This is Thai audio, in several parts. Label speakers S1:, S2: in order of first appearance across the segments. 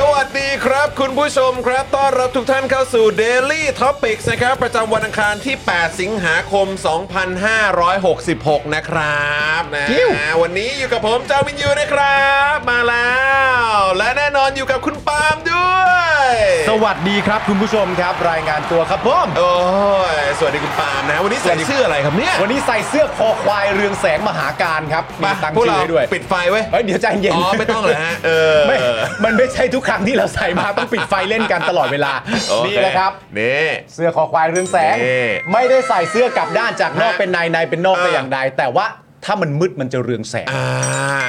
S1: สวัสดีครับ คุณผู้ชมครับ ต้อนรับทุกท่านเข้าสู่ Daily Topics นะครับ ประจำวันอังคารที่ 8 สิงหาคม 2566 นะครับนะ
S2: จิ้ว
S1: วันนี้อยู่กับผมเจ้ามินยูนะครับ มาแล้ว และแน่นอนอยู่กับคุณปาล์มด้วย
S3: สวัสดีครับคุณผู้ชมครับ รายงานตัวครับผม
S1: โอ้ยสวัสดีคุณปาล์มนะ วันนี้ใส่
S3: สวัสดี
S1: ชื่ออะไรครับเนี่ย
S3: วันนี้ใส่เสื้อคอควายเรืองแสงมหาการครับมี
S1: มา
S3: ตัง
S1: พวก
S3: ชื่อ
S1: เรา
S3: ให้ด้วย
S1: ปิดไฟไว้ย
S3: เฮ้ยเดี๋ยวใจเย็น
S1: อ๋อ ไม่ต้องเหรอฮะเออ
S3: ไม่มันไม่ใช่ทุกครั้งที่เราใส่มาต้องปิดไฟเล่นกันตลอดเวลา
S1: โอเ
S3: นี่นะครับ
S1: นี่
S3: เสื้อคอควายเรืองแสง
S1: นี่
S3: ไม่ได้ใส่เสื้อกลับด้านจากนอก
S1: ฮะ
S3: เป็นในในเป็นนอกแต่
S1: เออ
S3: อ
S1: อ
S3: ย่างใด แต่ว่าถ้ามันมืดมันจะเรืองแสง
S1: อ่า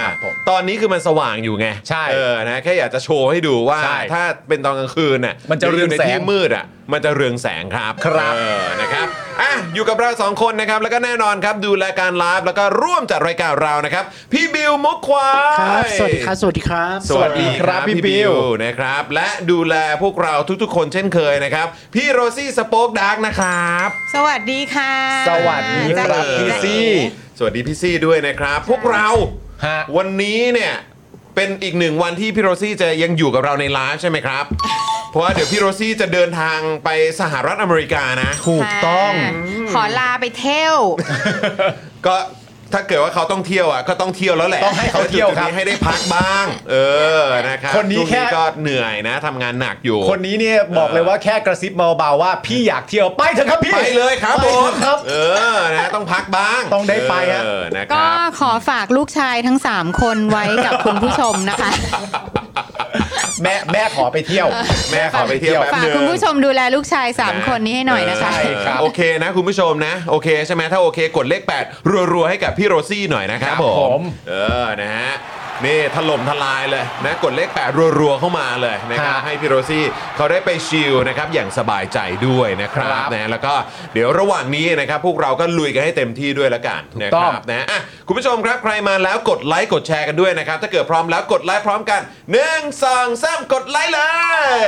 S3: ครับผม
S1: ตอนนี้คือมันสว่างอยู่ไง
S3: ใช่
S1: เออนะแค่อยากจะโชว์ให้ดูว่า
S3: ใช่
S1: ถ้าเป็นตอนกลางคืนน่ะ
S3: มันจะเรือง
S1: หยู่
S3: แสง
S1: ในที่มืดอ่ะมันจะเรืองแสงครับ
S3: ครับ
S1: เออนะครับอ่ะอยู่กับเราสองคนนะครับแล้วก็แน่นอนครับดูรายการไลฟ์แล้วก็ร่วมจัดรายการเรานะครับ พี่บิวมุกควาย
S4: ครับ สวัสดีครับ สวัสดีครับ
S1: สวัสดีครับ
S3: สวัสดีครับพี่
S1: พี่
S3: บิ
S1: บิ
S3: ว
S1: วนะครับ และดูแลพวกเราทุกๆ คนเช่นเคยนะครับ พี่โรซี่สป็อกดาร์กนะครับ
S5: สวัสดีค่ะ
S3: สวัสดี
S5: จ๊ะ
S3: ครับ
S5: เอ๋
S3: พี่
S5: จ๊ะเอ๋
S3: ซี่
S1: สวัสดีพี่ซี่ด้วยนะครับ พวกเรา
S3: ฮะ
S1: วันนี้เนี่ยเป็นอีกหนึ่งวันที่พี่โรซี่จะยังอยู่กับเราในไลฟ์ใช่ไหมครับ เพราะว่าเดี๋ยวพี่โรซี่จะเดินทางไปสหรัฐอเมริกานะ
S3: ถูกต้อง
S5: ขอลาไปเที่ยว
S1: ก็ถ้าเกิดว่าเขาต้องเที่ยวอ่ะก็ต้องเที่ยวแล้วแหละ
S3: ต้องให้เขาเที่ยวครับ
S1: จุดๆนี้ให้ได้พักบ้าง เออนะครับ
S3: คนนี้
S1: ช่วง
S3: แค่
S1: ก็เหนื่อยนะทำงานหนักอยู่
S3: คนนี้เนี่ยบอกเลยว่าแค่กระซิบเบาๆว่าพี่อยากเที่ยวไปเถอะครับพี่
S1: ไปเลยครับ
S3: ไป
S1: ผม
S3: ครับ
S1: เออนะต้องพักบ้าง
S3: ต้องได้ไปฮะ
S1: เออนะค
S5: ก็
S1: รับ
S5: ขอฝากลูกชายทั้ง 3 คนไว้กับ คุณผู้ชมนะคะ
S3: แม่แม่ขอไปเที่ยว
S1: แม่ขอไปเที่ยวแป๊บ
S5: ฝาก
S1: นึง
S5: คุณผู้ชมดูแลลูกชาย 3 คนนี้ให้หน่อยนะคะ
S1: ใช่ค
S3: ครั
S1: รับบ โอเคนะคุณผู้ชมนะ โอเคใช่ไหมถ้าโอเคกดเลข 8 รัวๆ ให้กับพี่โรซี่หน่อยนะครับ
S3: ครับ
S1: ผ
S3: ผม ม
S1: เออนะฮะนี่ถล่มทลายเลยนะกดเลข 8 รัวๆ เข้ามาเลยนะครับ
S3: ฮะ
S1: ให้พี่โรซี่เขาได้ไปชิลนะครับอย่างสบายใจด้วยนะครับ
S3: ครับ
S1: นะแล้วก็เดี๋ยวระหว่างนี้นะครับพวกเราก็ลุยกันให้เต็มที่ด้วยละกัน
S3: ถูก
S1: นะค
S3: ต้อง
S1: รับนะอ่ะคุณผู้ชมครับใครมาแล้วกดไลค์กดแชร์กันด้วยนะครับ ถ้าเกิดพร้อมแล้วกดไลค์พร้อมกัน1 2 3กดไลค์เลย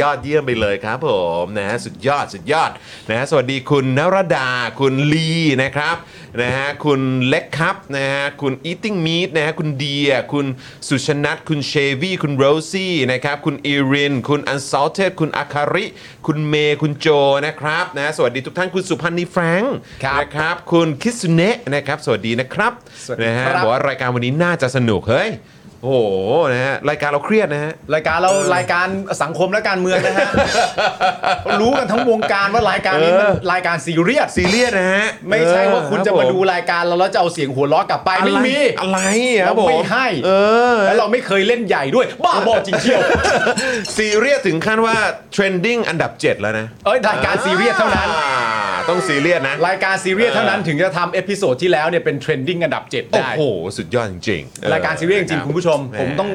S1: ยอดเยี่ยมไปเลยครับผมนะฮะสุดยอดสุดยอดนะฮะสวัสดีคุณนรดา คุณลีนะครับนะฮะคุณเล็กครับนะฮะคุณ eating meat นะฮะคุณเดีย คุณสุชนัทคุณเชวี่ คุณโรซี่นะครับคุณอีริน คุณอันซอลเทสคุณอาคาริ คุณเมย์คุณโจนะครับนะฮะสวัสดีทุกท่านคุณสุพันธ์นีแฟรงค์
S3: ครับ
S1: นะครับคุณคิสุเนะนะครับสวัสดีนะครับ
S3: สวัสดี
S1: นะฮะ
S3: ครับ
S1: บอกว่ารายการวันนี้น่าจะสนุกเฮ้ยโอ้โหนะฮะรายการเราเครียดนะฮะ
S3: รายการเรารายการสังคมและการเมืองนะ ฮะ รู้กันทั้งวงการว่ารายการนี้มัน
S1: เออ
S3: รายการซีเรียส
S1: ซีเรียสนะฮะ
S3: ไม่ใช่ว่าคุณจะมาดู
S1: อะไร
S3: รายการเราแล้วจะเอาเสียงหัวเราะกลับไปไม่มี
S1: อะไรครับผม
S3: เราไม่ให้
S1: เออ
S3: แล้วเราไม่เคยเล่นใหญ่ด้วย บ้าบอจริงเชียว
S1: ซีเรียสถึงขั้นว่าเทรนดิ้งอันดับ 7 แล้วนะ
S3: เอ้ยรายการซีเรียสเท่านั้น
S1: อ่าต้องซีเรียสนะ
S3: รายการซีเรียสเท่านั้น
S1: เออ
S3: ถึงจะทำเอพิโซดที่แล้วเนี่ยเป็นเทรนดิ้งอันดับ 7
S1: โอ้
S3: ได้
S1: โห สุดยอดจริงๆเออ
S3: รายการซีเรียสจริง
S1: นะ
S3: ๆคุณผู้ชม
S1: แ
S3: ผมต้อง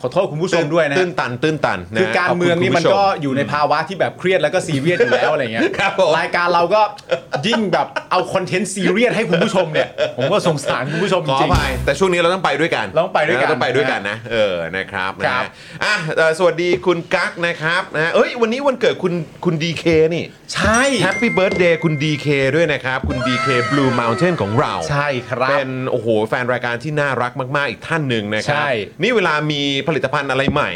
S3: ขอ อโทษคุณผู้ชมด้วยนะ
S1: ตื้นตันตื้นตันนะ
S3: คือการ
S1: ขบณ
S3: เมืองนี่มั
S1: คุณ
S3: น
S1: ผู้ช
S3: ก็อยู่ในภาวะที่แบบเครียดแล้วก็ซีเรียสอยู่แล้วอะไรเงี้ย
S1: ครับผม
S3: รายการเราก็ยิ่งแบบเอาคอนเทนต์ซีเรียสให้คุณผู้ชมเนี่ยผมก็สงสารคุณผู้ชมจ
S1: ขอ
S3: ริง
S1: อภัยแต่ช่วงนี้เราต้องไปด้วยกัน
S3: เราต้องไปด้วยกันะ
S1: ต้องไปด้วยกันนะ เออนะครับ
S3: ครั
S1: นะ
S3: บ
S1: อ่ะเอ่อสวัสดีคุณกั๊กนะครับนะเอ้ยวันนี้วันเกิดคุณคุณดีเคนี่
S3: ๆใช่
S1: แฮปปี้เบิร์ดเดย์คุณดีเคด้วยนะครับ คุณดีเคบลูม u n เ a i n ของเรา
S3: ใช่ครับ
S1: เป็นโอ้โหแฟนรายการที่น่ารักมาก ๆ อีกท่านหนึ่งนะครั
S3: ใช่
S1: นี่เวลามีผลิตภัณฑ์อะไรใหม่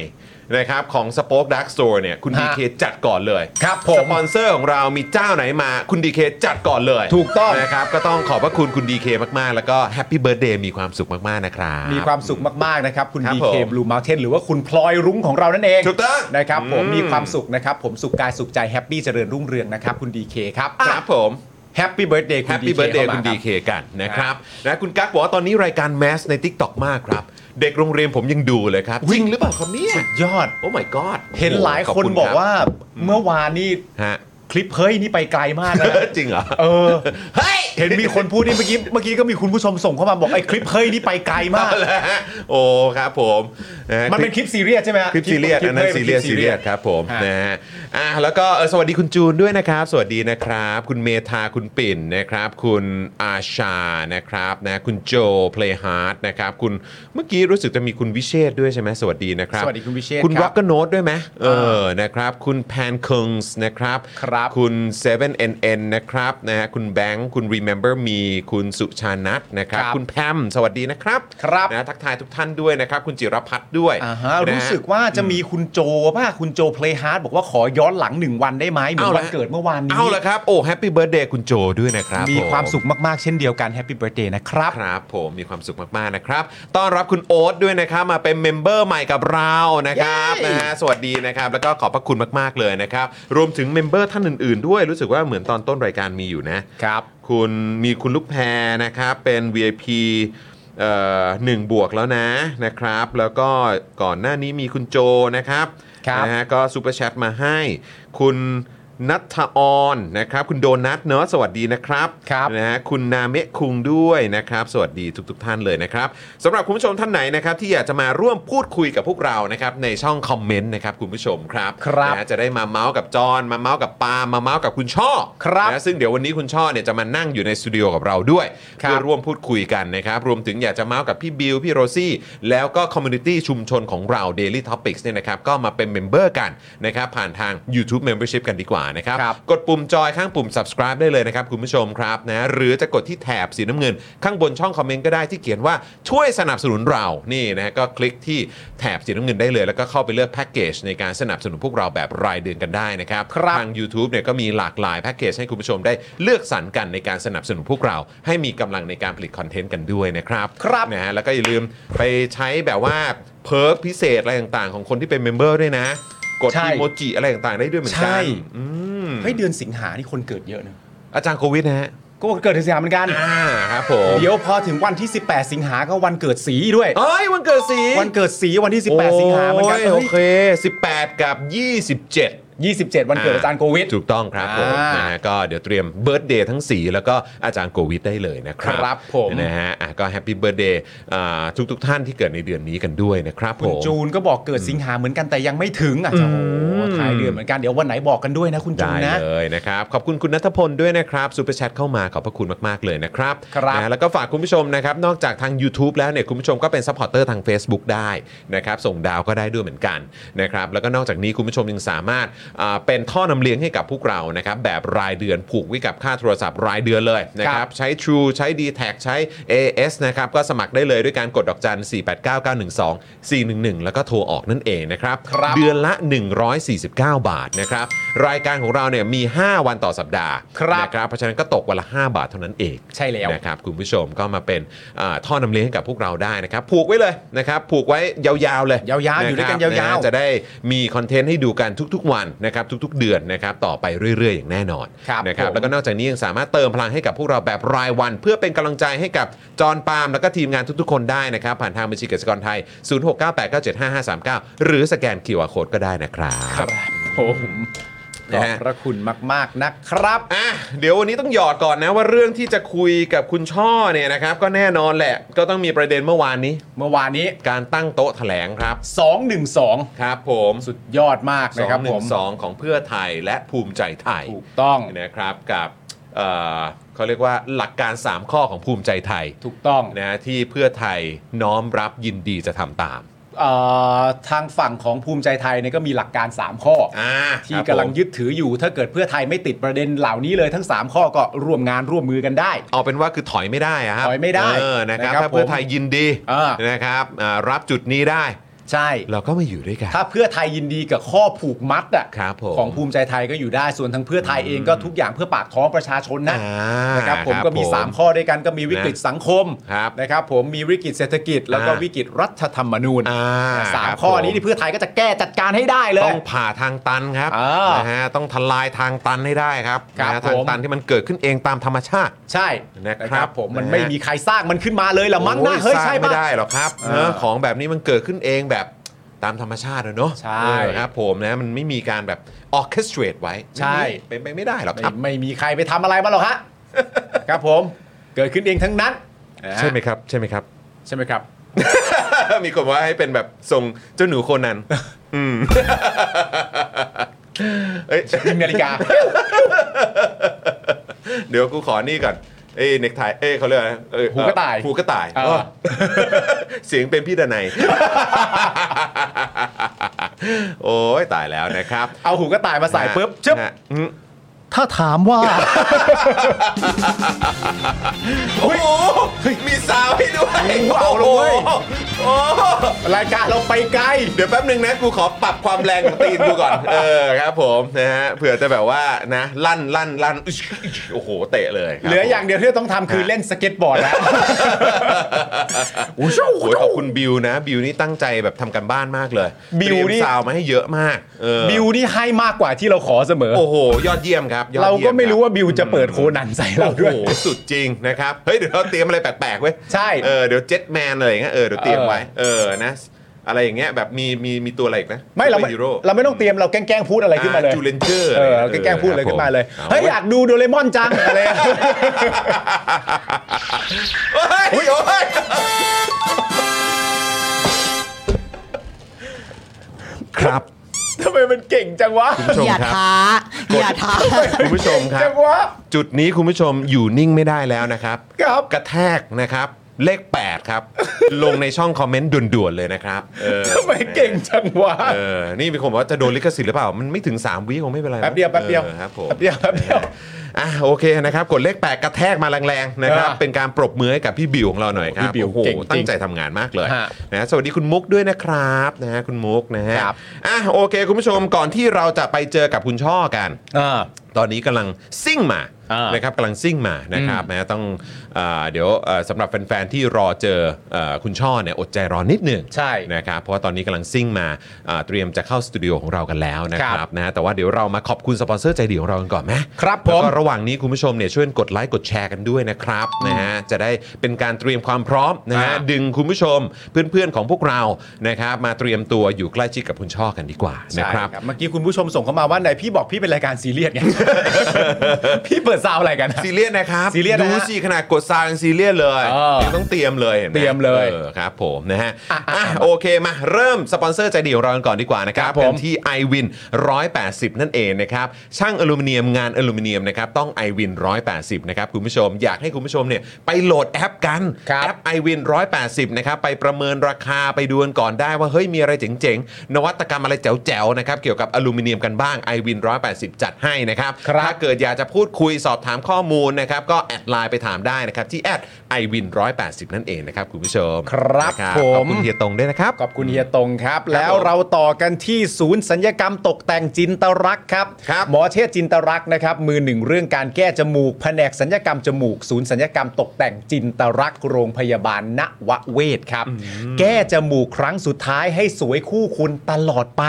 S1: นะครับของ Spoke Dark Store เนี่ยคุณดี
S3: ฮะ
S1: เคจัดก่อนเลย
S3: ครับผม
S1: สปอนเซอร์ของเรามีเจ้าไหนมาคุณดีเคจัดก่อนเลย
S3: ถูกต้อง
S1: นะครับก็ต้องขอบพระคุณคุณดีเคมาก ๆ แล้วก็แฮปปี้เบิร์ดเดย์มีความสุขมาก ๆ นะครับ
S3: มีความสุขมาก ๆ นะครับ คุณ
S1: ครับ
S3: DK
S1: ผม
S3: Blue Mountain หรือว่าคุณพลอยรุ้งของเรานั่นเอง
S1: ถูกต้อง
S3: นะครับผม
S1: อืม
S3: มีความสุขนะครับ ผมสุขกายสุขใจแฮปปี้เจริญรุ่งเรืองนะครับ คุณ DK ครับ
S1: ครับผม
S3: แฮปปี้เบิร์ดเดย์คุ
S1: แฮ
S3: ณ
S1: ป
S3: DK
S1: ปี้เบิร์ดเดย์
S3: ข้ามา
S1: คุณดีเค
S3: รั
S1: กันนะครับนะคุณกั๊กบอกว่าตอนนี้รายการแมสใน t ิ k t o k มากครับ เด็กโรงเรียนผมยังดูเลยครับจริงหรือเปล่าครับเนี่ย
S3: สุดยอด
S1: โอ้ my god
S3: เห็นหลายคน
S1: ณ
S3: บอก
S1: รั
S3: ว่าเมื่อวานนี่
S1: ฮะ
S3: คลิปเฮ้ยนี่ไปไกลมาก นะ
S1: จริงเหรอ
S3: เออ
S1: เฮ้ย
S3: เห็นมีคนพูดนี่เมื่อกี้เมื่อกี้ก็มีคุณผู้ชมส่งเข้ามาบอกไอ้คลิปเฮ้ยนี่ไปไกลมาก
S1: เอาละฮะ โอ้ครับผมะฮะ
S3: มันเป็นคลิปซีเรียสใช่ไหมฮะ
S1: คลิปซีเรียส
S3: คลิ
S1: อั
S3: ป
S1: นนั้น
S3: ฮ้ป็
S1: ซีเรียส
S3: คป
S1: ซีเรียสครับผม
S3: ฮะ
S1: นะฮะอ่ะแล้วก็เอ่อสวัสดีคุณจูนด้วยนะครับ สวัสดีนะครับ คุณเมธาคุณปิ่นนะครับ คุณอาชานะครับนะคุณโจเพลย์ฮาร์ดนะครับคุณเมื่อกี้รู้สึกจะมีคุณวิเชษฐ์ด้วยใช่ไหมสวัสดีนะครับ
S3: สวัสดีคุณวิเชษฐ์
S1: คุณ
S3: ครับ
S1: ร็อกเกอร์โนด้วยไหมเออนะครับคุณแพนคึงส์นะครับ
S3: ครับ
S1: คุณ 7NN นะครับนะฮะคุณแบงค์คุณ Remember Me คุณสุชานัทนะครับ
S3: ครับ
S1: คุณแพมสวัสดีนะครับ
S3: ครับ
S1: นะทักทายทุกท่านด้วยนะครับ คุณจิรพัฒน์ด้วย
S3: อ่าฮะ
S1: นะฮะ
S3: รู้สึกว่าจะมีคุณโจป่ะคุณโจเพลย์ฮาร์ดบอกว่าขอย้อนหลังหนึ่งวันได้ไหมเหมือน
S1: เอาละ
S3: วันเกิดเมื่อวานนี้
S1: เอาละครับ โอ้แฮปปี้เบิร์ดเดย์คุณโจด้วยนะครับ
S3: มีความ
S1: ผ
S3: สุขมาก ๆ เช่นเดียวกันแฮปปี้เบิร์ดเดย์นะครับ
S1: ครับผมมีความสุขมาก ๆ นะครับ ต้อนรับคุณโอ๊ตด้วยนะครับ มาเป็นเมมเบอร์ใหม่กับเรานะครับนะฮะสวัสดีนะครับ แล้วก็ขอบพระคุณมาก ๆ เลยนะครับ รวมถึงเมมเบอร์ท่านอื่น ๆ ด้วยรู้สึกว่าเหมือนตอนต้นรายการมีอยู่นะ
S3: ครับ
S1: คุณมีคุณลูกแพรนะครับ เป็น VIP เอ่อหนึ่งบวกแล้วนะนะครับ แล้วก็ก่อนหน้านี้มีคุณโจนะครับ
S3: ครับ
S1: นะฮะก็ซูเปอร์แชทมาให้ คุณนัทออนนะครับ คุณโดนัทเนอะสวัสดีนะครับ
S3: ครับ
S1: นะฮะคุณนาเมะคุงด้วยนะครับ สวัสดีทุกๆท่านเลยนะครับสำหรับคุณผู้ชมท่านไหนนะครับ ที่อยากจะมาร่วมพูดคุยกับพวกเรานะครับในช่องคอมเมนต์นะครับคุณผู้ชมครับ
S3: ครับ
S1: นะฮะ จะได้มาเมาส์กับจอนมาเมาส์กับปาล์มมาเมาส์กับคุณช่อ
S3: ครับ
S1: นะซึ่งเดี๋ยววันนี้คุณช่อเนี่ยจะมานั่งอยู่ในสตูดิโอกับเราด้วย
S3: ครับ
S1: เพื่อร่วมพูดคุยกันนะครับ รวมถึงอยากจะเมาส์กับพี่บิวพี่โรซี่ แล้วก็คอมมูนิตี้ชุมชนของเรา Daily Topics เนี่ยนะครับ ก็มาเป็นเมมเบอร์กันนะครับ ผ่านทาง YouTube Membership กันดีกว่านะครับ
S3: ครับ
S1: กดปุ่มจอยข้างปุ่ม subscribe ได้เลยนะครับ คุณผู้ชมครับนะหรือจะกดที่แถบสีน้ำเงิน ข้างบนช่องคอมเมนต์ก็ได้ที่เขียนว่าช่วยสนับสนุนเรานี่นะฮะก็คลิกที่แถบสีน้ำเงินได้เลย แล้วก็เข้าไปเลือกแพ็กเกจในการสนับสนุนพวกเราแบบรายเดือนกันได้นะครับ
S3: ครับ
S1: ทาง u t u b e เนี่ยก็มีหลากหลายแพ็กเกจให้คุณผู้ชมได้เลือกสรรกันในการสนับสนุนพวกเรา ให้มีกำลังในการผลิตคอนเทนต์กันด้วยนะครับ
S3: ครับ
S1: นะฮะแล้วก็อย่าลืมไปใช้แบบว่าเพิร์กพิเศษอะไรต่างๆ ของคนที่เป็นเมมเบอร์ด้วยนะ กด
S3: ใช่
S1: อีโมจิอะไรต่างๆ ได้ด้วยเหมือนกั
S3: ใช่
S1: นอืม
S3: เฮ้ยเดือนสิงหานี่คนเกิดเยอะนะ
S1: อาจารย์โควิดนะฮะ
S3: ก็วันเกิดเดือนสิงหาเหมือนกัน
S1: อ่าครับผม
S3: เดี๋ยวพอถึงวันที่ 18 สิงหาก็วันเกิดสีด้วย
S1: เอ้ยวันเกิดสี
S3: วันเกิดสีวันที่ 18 สิงหาเหมือนกัน
S1: โยโอ
S3: เฮ้ย
S1: เค 18 กับ 27
S3: 27 วันเกิดอาจารย์โควิด
S1: ถูกต้องครับผม
S3: อ่าน
S1: นะฮะก็เดี๋ยวเตรียมเบิร์ดเดย์ทั้ง 4 แล้วก็อาจารย์โกวิทได้เลยนะครับ
S3: ครับผม
S1: นะฮะอ่ะก็แฮปปี้เบิร์ดเดย์ทุกทุกๆท่านที่เกิดในเดือนนี้กันด้วยนะครับผ
S3: คุณ
S1: ม
S3: จูนก็บอกเกิดสิงหาเหมือนกันแต่ยังไม่ถึงอ่ะจะโอ้โหท้ายเดือนเหมือนกันเดี๋ยววันไหนบอกกันด้วยนะคุณจู
S1: ได้
S3: นนะ
S1: เลยนะครับ ขอบคุณคุณนัทพลด้วยนะครับซูเปอร์แชทเข้ามาขอบพระคุณมาก ๆ เลยนะครับ
S3: ครับ
S1: นะแล้วก็ฝากคุณผู้ชมนะครับ นอกจากทาง YouTube แล้วเนี่ยคุณผู้ชมก็เป็นซัพพอร์ตเตอร์ทาง Facebook ได้นะครับ ส่งดาวก็ได้ด้วยเหมือนกันนะครับ แล้วก็นอกจากนี้คุณผู้ชมยังสามารถอ่าเป็นท่อนำเลี้ยงให้กับพวกเรานะครับ แบบรายเดือนผูกไว้กับค่าโทรศัพท์รายเดือนเลยนะค
S3: ครั
S1: รับ
S3: บ
S1: ใช้ True ใช้ d t แทใช้ AS นะครับ ก็สมัครได้เลยด้วยการกดดอกจัน 489 912 411 แล้วก็โทรออกนั่นเองนะครับ
S3: ครับ
S1: เดือนละ 149 บาทนะครับ รายการของเราเนี่ยมี 5 วันต่อสัปดาห์
S3: ครับ
S1: นะครับ เพราะฉะนั้นก็ตกวันละ 5 บาทเท่านั้นเอง
S3: ใช่แล้ว
S1: นะครับ คุณผู้ชมก็มาเป็นอ่าท่อนำเลี้ยงให้กับพวกเราได้นะครับ ผูกไว้เลยนะครับ ผูกไว้ยาวๆเลย
S3: ยาวๆอยู่ด้วยกัน
S1: นะครับ
S3: ยาวๆ
S1: นะจะได้มีคอนเทนต์ให้ดูกันทุก ๆ วันนะครับทุก ๆ เดือนนะครับต่อไปเรื่อย ๆ อย่างแน่นอน
S3: ครับ
S1: นะครับ
S3: ผม
S1: แล้วก็นอกจากนี้ยังสามารถเติมพลังให้กับพวกเราแบบรายวัน เพื่อเป็นกำลังใจให้กับจอห์นปาล์มแล้วก็ทีมงานทุกๆ คนได้นะครับ ผ่านทางบัญชีกสิกรไทย 0698975539 หรือสแกน QR Code ก็ได้นะครับ
S3: ครับ ผม ขอบ
S1: นะฮะ
S3: พระคุณมาก ๆ นะครับ
S1: อ่ะเดี๋ยววันนี้ต้องหยอดก่อนนะว่าเรื่องที่จะคุยกับคุณช่อเนี่ยนะครับ ก็แน่นอนแหละ ก็ต้องมีประเด็นเมื่อวานนี้
S3: เมื่อวานนี้
S1: การตั้งโต๊ะแถลงครับ
S3: 212
S1: ครับ ผม
S3: สุดยอดมาก
S1: สอ
S3: นะค
S1: ง
S3: รับ
S1: ห
S3: ผ
S1: นึ่
S3: ม
S1: งสองของเพื่อไทยและภูมิใจไทย
S3: ถูกต้อง
S1: นะครับกับเอ่อเขาเรียกว่าหลักการ 3 ข้อของภูมิใจไทย
S3: ถูกต้อง
S1: นะที่เพื่อไทยน้อมรับยินดีจะทำตาม
S3: เอ่อทางฝั่งของภูมิใจไทยเนี่ยก็มีหลักการ 3 ข้ออ
S1: อ่า
S3: ที่
S1: ครับ
S3: กำลัง
S1: ผม
S3: ยึดถืออยู่ถ้าเกิดเพื่อไทยไม่ติดประเด็นเหล่านี้เลยทั้ง 3 ข้อก็ร่วมงานร่วมมือกันได้
S1: เอาเป็นว่าคือถอยไม่ได้ะครับ
S3: ถอยไม่ได้
S1: เออนะครับ
S3: นะครับ
S1: ถ้าเพื่อไทยยินดี
S3: อ่าน
S1: นะครับอ่ารับจุดนี้ได้
S3: ใช่
S1: เราก็มาอยู่ด้วยกัน
S3: ถ้าเพื่อไทยยินดีกับข้อผูกมัดอะ
S1: ครับผม
S3: ของภูมิใจไทยก็อยู่ได้ส่วนทั้งเพื่อไทยเองก็ทุกอย่างเพื่อปากท้องประชาชนนะ
S1: อ่า
S3: นะครับผมก็มี 3 ข้อด้วยกันก็มีวิกฤตสังคม
S1: ครับ
S3: นะครับผมมีวิกฤตเศรษฐกิจ แล้วก็
S1: อ่า
S3: วิกฤตรัฐธรรมนูญ
S1: อ่า
S3: สาม
S1: รับ
S3: ข้อ
S1: ผม
S3: นี้ที่เพื่อไทยก็จะแก้จัดการให้ได้เล
S1: ต้
S3: ย
S1: องผ่าทางตันครับ
S3: อ่าน
S1: นะฮะต้องทลายทางตันให้ได้ครับ
S3: ครับ
S1: นะฮะทา
S3: ผ
S1: ง
S3: ม
S1: ตันที่มันเกิดขึ้นเองตามธรรมชาติ
S3: ใช่
S1: นะครับ
S3: ผมมัน
S1: นะฮะ
S3: ไม่มีใครสร้างมันขึ้นมาเลยละมั้งนะ
S1: โอ้
S3: เฮ้ย
S1: สร้าง
S3: ใช่
S1: ไม่
S3: ปะ
S1: ได้หรอกครับ
S3: เออ
S1: เนอะของแบบนี้มันเกิดขึ้นเองแบบตามธรรมชาติเลยเนอะ
S3: ใช่
S1: เออครับผมนะมันไม่มีการแบบออเคสตร t ไว้
S3: ใช่
S1: ไม่มีเป็นไปไม่ได้หรอก
S3: ไม่
S1: ครับ
S3: ไม่มีใครไปทำอะไรมาหรอกฮะ ครับผมเกิดขึ้นเองทั้งนั้นนะฮะ
S1: ใช่ไหมครับ ใช่ไหม ครับ
S3: ใช่ไหมครับ
S1: มีคนว่าให้เป็นแบบทรงเจ้าหนูโคนันอืม เอ้ย
S3: ยิงนาฬิกา
S1: เดี๋ยวกูขอนี่ก่อน เอ้ยเน็กไทเอ้ยเขาเรียกอะไรเอ้ย
S3: หูกระต่าย
S1: หูกระต่าย
S3: เออ
S1: เอ อเสียงเป็นพี่ดนัย โอ้ยตายแล้วนะครับ
S3: เอาหูกระต่ายมาใส่ปุ๊บชึบ
S1: นะอืม
S3: ถ้าถามว่า
S1: โอ้โหมีสาวให้ด้วย
S3: โอ้โหเอาเลยเว้ย
S1: โอ้โห
S3: รายการเราไปไกล
S1: เดี๋ยวแป๊บหนึ่งนะ กูขอปรับความแรงของตีนกูก่อน เออครับผมนะฮะเผื่อจะแบบว่านะ ลั่นลั่นลั่นอึ๊ชอึ๊ชโอ้โห เตะเลยครับ
S3: เหลืออย่างเดียวที่ต้องทำคือเล่นสเก็ตบอร์ดแล้ว
S1: โอ้ยโอ้ยขอบคุณบิวนะ บิวนี่ตั้งใจแบบทำกันบ้านมากเลย
S3: บิวนี่
S1: เตรียมซาวมาให้เยอะมากเออ
S3: บิวนี่ให้มากกว่าที่เราขอเสมอ
S1: โอ้โห ยอดเยี่ยมครับยอด
S3: เรา
S1: ยี่ย
S3: ก็ไม่รู้
S1: ค
S3: ว่าบิวจะเปิดโคนันใส่
S1: บ
S3: เรา
S1: โอ้โห
S3: ด้วย
S1: สุดจริงนะครับ เฮ้ย เดี๋ยวเราเตรียมอะไรแปลกๆเว้ย
S3: ใช่
S1: เออเดี๋ยวเจ็ตแมนอะไรอย่างเงี้ยเออเดี๋ยวเตรียม
S3: เออ
S1: ไว้ เออนะอะไรอย่างเงี้ยแบบมีมีมีตัวอะไรอีกนะ
S3: ไม่เรา
S1: ซูปอ
S3: ไม่
S1: ฮีโร่
S3: เราไม่ต้องเตรียมเราแกล้งๆพูดอะไรขึ้นมาเลย
S1: จูเลนเจอร์
S3: เออเราแกล้งๆพูดอะไรขึ้นมาเลยเฮ้ยอยากดูโดเรมอน จังอะไร
S1: เฮ้ยโอ้ยครับ
S3: ทำไมมันเก่งจังวะ
S1: คุณผู้ชม
S5: อย่า
S1: ครับ
S5: ท้า อย่าท้า
S1: คุณผู้ชมครั
S3: จั
S1: บ
S3: งวะ
S1: จุดนี้คุณผู้ชมอยู่นิ่งไม่ได้แล้วนะครับ
S3: ครับ
S1: กระแทกนะครับ เลข 8 ครับ ลงในช่องคอมเมนต์ด่วนๆเลยนะครับเออ
S3: ทำไมเก่งจังวะ
S1: เออนี่มีคนบอกว่าจะโดนลิขสิทธิ์หรือเปล่า มันไม่ถึง 3 วิคงไม่เป็นไร
S3: แป๊บเดียวแป๊บเดียว
S1: ออครับผม
S3: แป๊บเดียวแป๊บเดียว
S1: อ่ะโอเคนะครับ กดเลข 8 กระแทกมาแรงๆนะครับ
S3: อ่ะ
S1: เป็นการปรบมือให้กับพี่บิวของเราหน่อยครับ
S3: พี่บิว
S1: โอ้โห
S3: เก่งจริง
S1: ตั้งใจทำงานมากเลย
S3: ฮะ
S1: นะสวัสดีคุณมุกด้วยนะครับนะฮะคุณมุกนะฮะ
S3: ครับ
S1: อ่ะโอเค คุณผู้ชมก่อนที่เราจะไปเจอกับคุณช่อกัน
S3: อ่า
S1: ตอนนี้กำลังซิ่งมา
S3: อ่าน
S1: นะครับกำลังซิ่งมานะครับนะต้องอาเดี๋ยวเอ่อสำหรับแฟนๆที่รอเจอเอ่อคุณช่อเนี่ยอดใจรอนิดหนึ่ง
S3: ใช่
S1: นะครับเพราะว่าตอนนี้กำลังซิ่งมาอ่าเตรียมจะเข้าสตูดิโอของเรากันแล้วนะค
S3: ครั
S1: รับบ นะฮะแต่ว่าเดี๋ยวเรามาขอบคุณสปอนเซอร์ใจดีของเรากันก่อนไหม
S3: ครับผม
S1: แล้วก็ระหว่างนี้คุณผู้ชมเนี่ยช่วยกดไลค์กดแชร์กันด้วยนะครับนะฮะจะได้เป็นการเตรียมความพร้อมนะฮะ
S3: อ่า
S1: ดึงคุณผู้ชมเพื่อนๆของพวกเรานะครับมาเตรียมตัวอยู่ใกล้ชิดกับคุณช่อกันดีกว่านะ
S3: ใช่
S1: ครับ
S3: เมื่อกี้คุณผู้ชมส่งเข้ามาว่าไหนพี่บอกพี่เป็นรายการซีเรีย สไง พี่เปิดซาวอะไรกันอะ
S1: ซีเรียสนะครับ
S3: ซีเรียสนะ
S1: ดู
S3: ฮะ
S1: สิขนาดกดซาวยังซีเรียสเลย
S3: เออ
S1: ยังต้องเตรียมเลยห็นไห
S3: เตรียมเลย
S1: ออครับผมนะฮะ
S3: อ่ะอ่ะ
S1: อ่ะโอเคมาเริ่มสปอนเซอร์ใจดีของเรากันก่อนดีกว่านะครับ
S3: ครับผม
S1: กันที่ iWin 180 นั่นเองนะครับช่างอลูมิเนียมงานอลูมิเนียมนะครับต้อง iWin 180 นะครับคุณผู้ชมอยากให้คุณผู้ชมเนี่ยไปโหลดแอปกัน
S3: ครับ
S1: แอป iWin 180 นะครับไปประเมินราคาไปดูกันก่อนได้ว่าเฮ้ยมีอะไรเจ๋งๆ นวัตกรรมอะไรแจ๋วๆนะครับเกี่ยวกับอลูมิเนียมกันบ้าง iWin 180 จัดให้นะครับ
S3: ครับ
S1: ถ้า เกิดอยากจะพูดคุยสอบถามข้อมูลนะครับ ก็แอดไลน์ไปถามได้นะครับ ที่แอด i w i n 180 นั่นเองนะครับ คุณผู้ชม
S3: ครับ
S1: นะ
S3: ผม
S1: ขอบคุณเฮียตรงด้วยนะครับ
S3: ขอบคุณเฮียตงครับ
S1: ครับ
S3: แล้วเราต่อกันที่ศูนย์สัญญกรรมตกแต่งจินตรักษณ์ครับ
S1: ครับ
S3: หมอเชษจินตรักษณ์นะครับ มือหนึ่งเรื่องการแก้จมูกแผนกสัญญกรรมจมูก ศูนย์สัญญกรรมตกแต่งจินตรักษณ์โรงพยาบาลนวเวศครับ แก้จมูกครั้งสุดท้ายให้สวยคู่คุณตลอดไป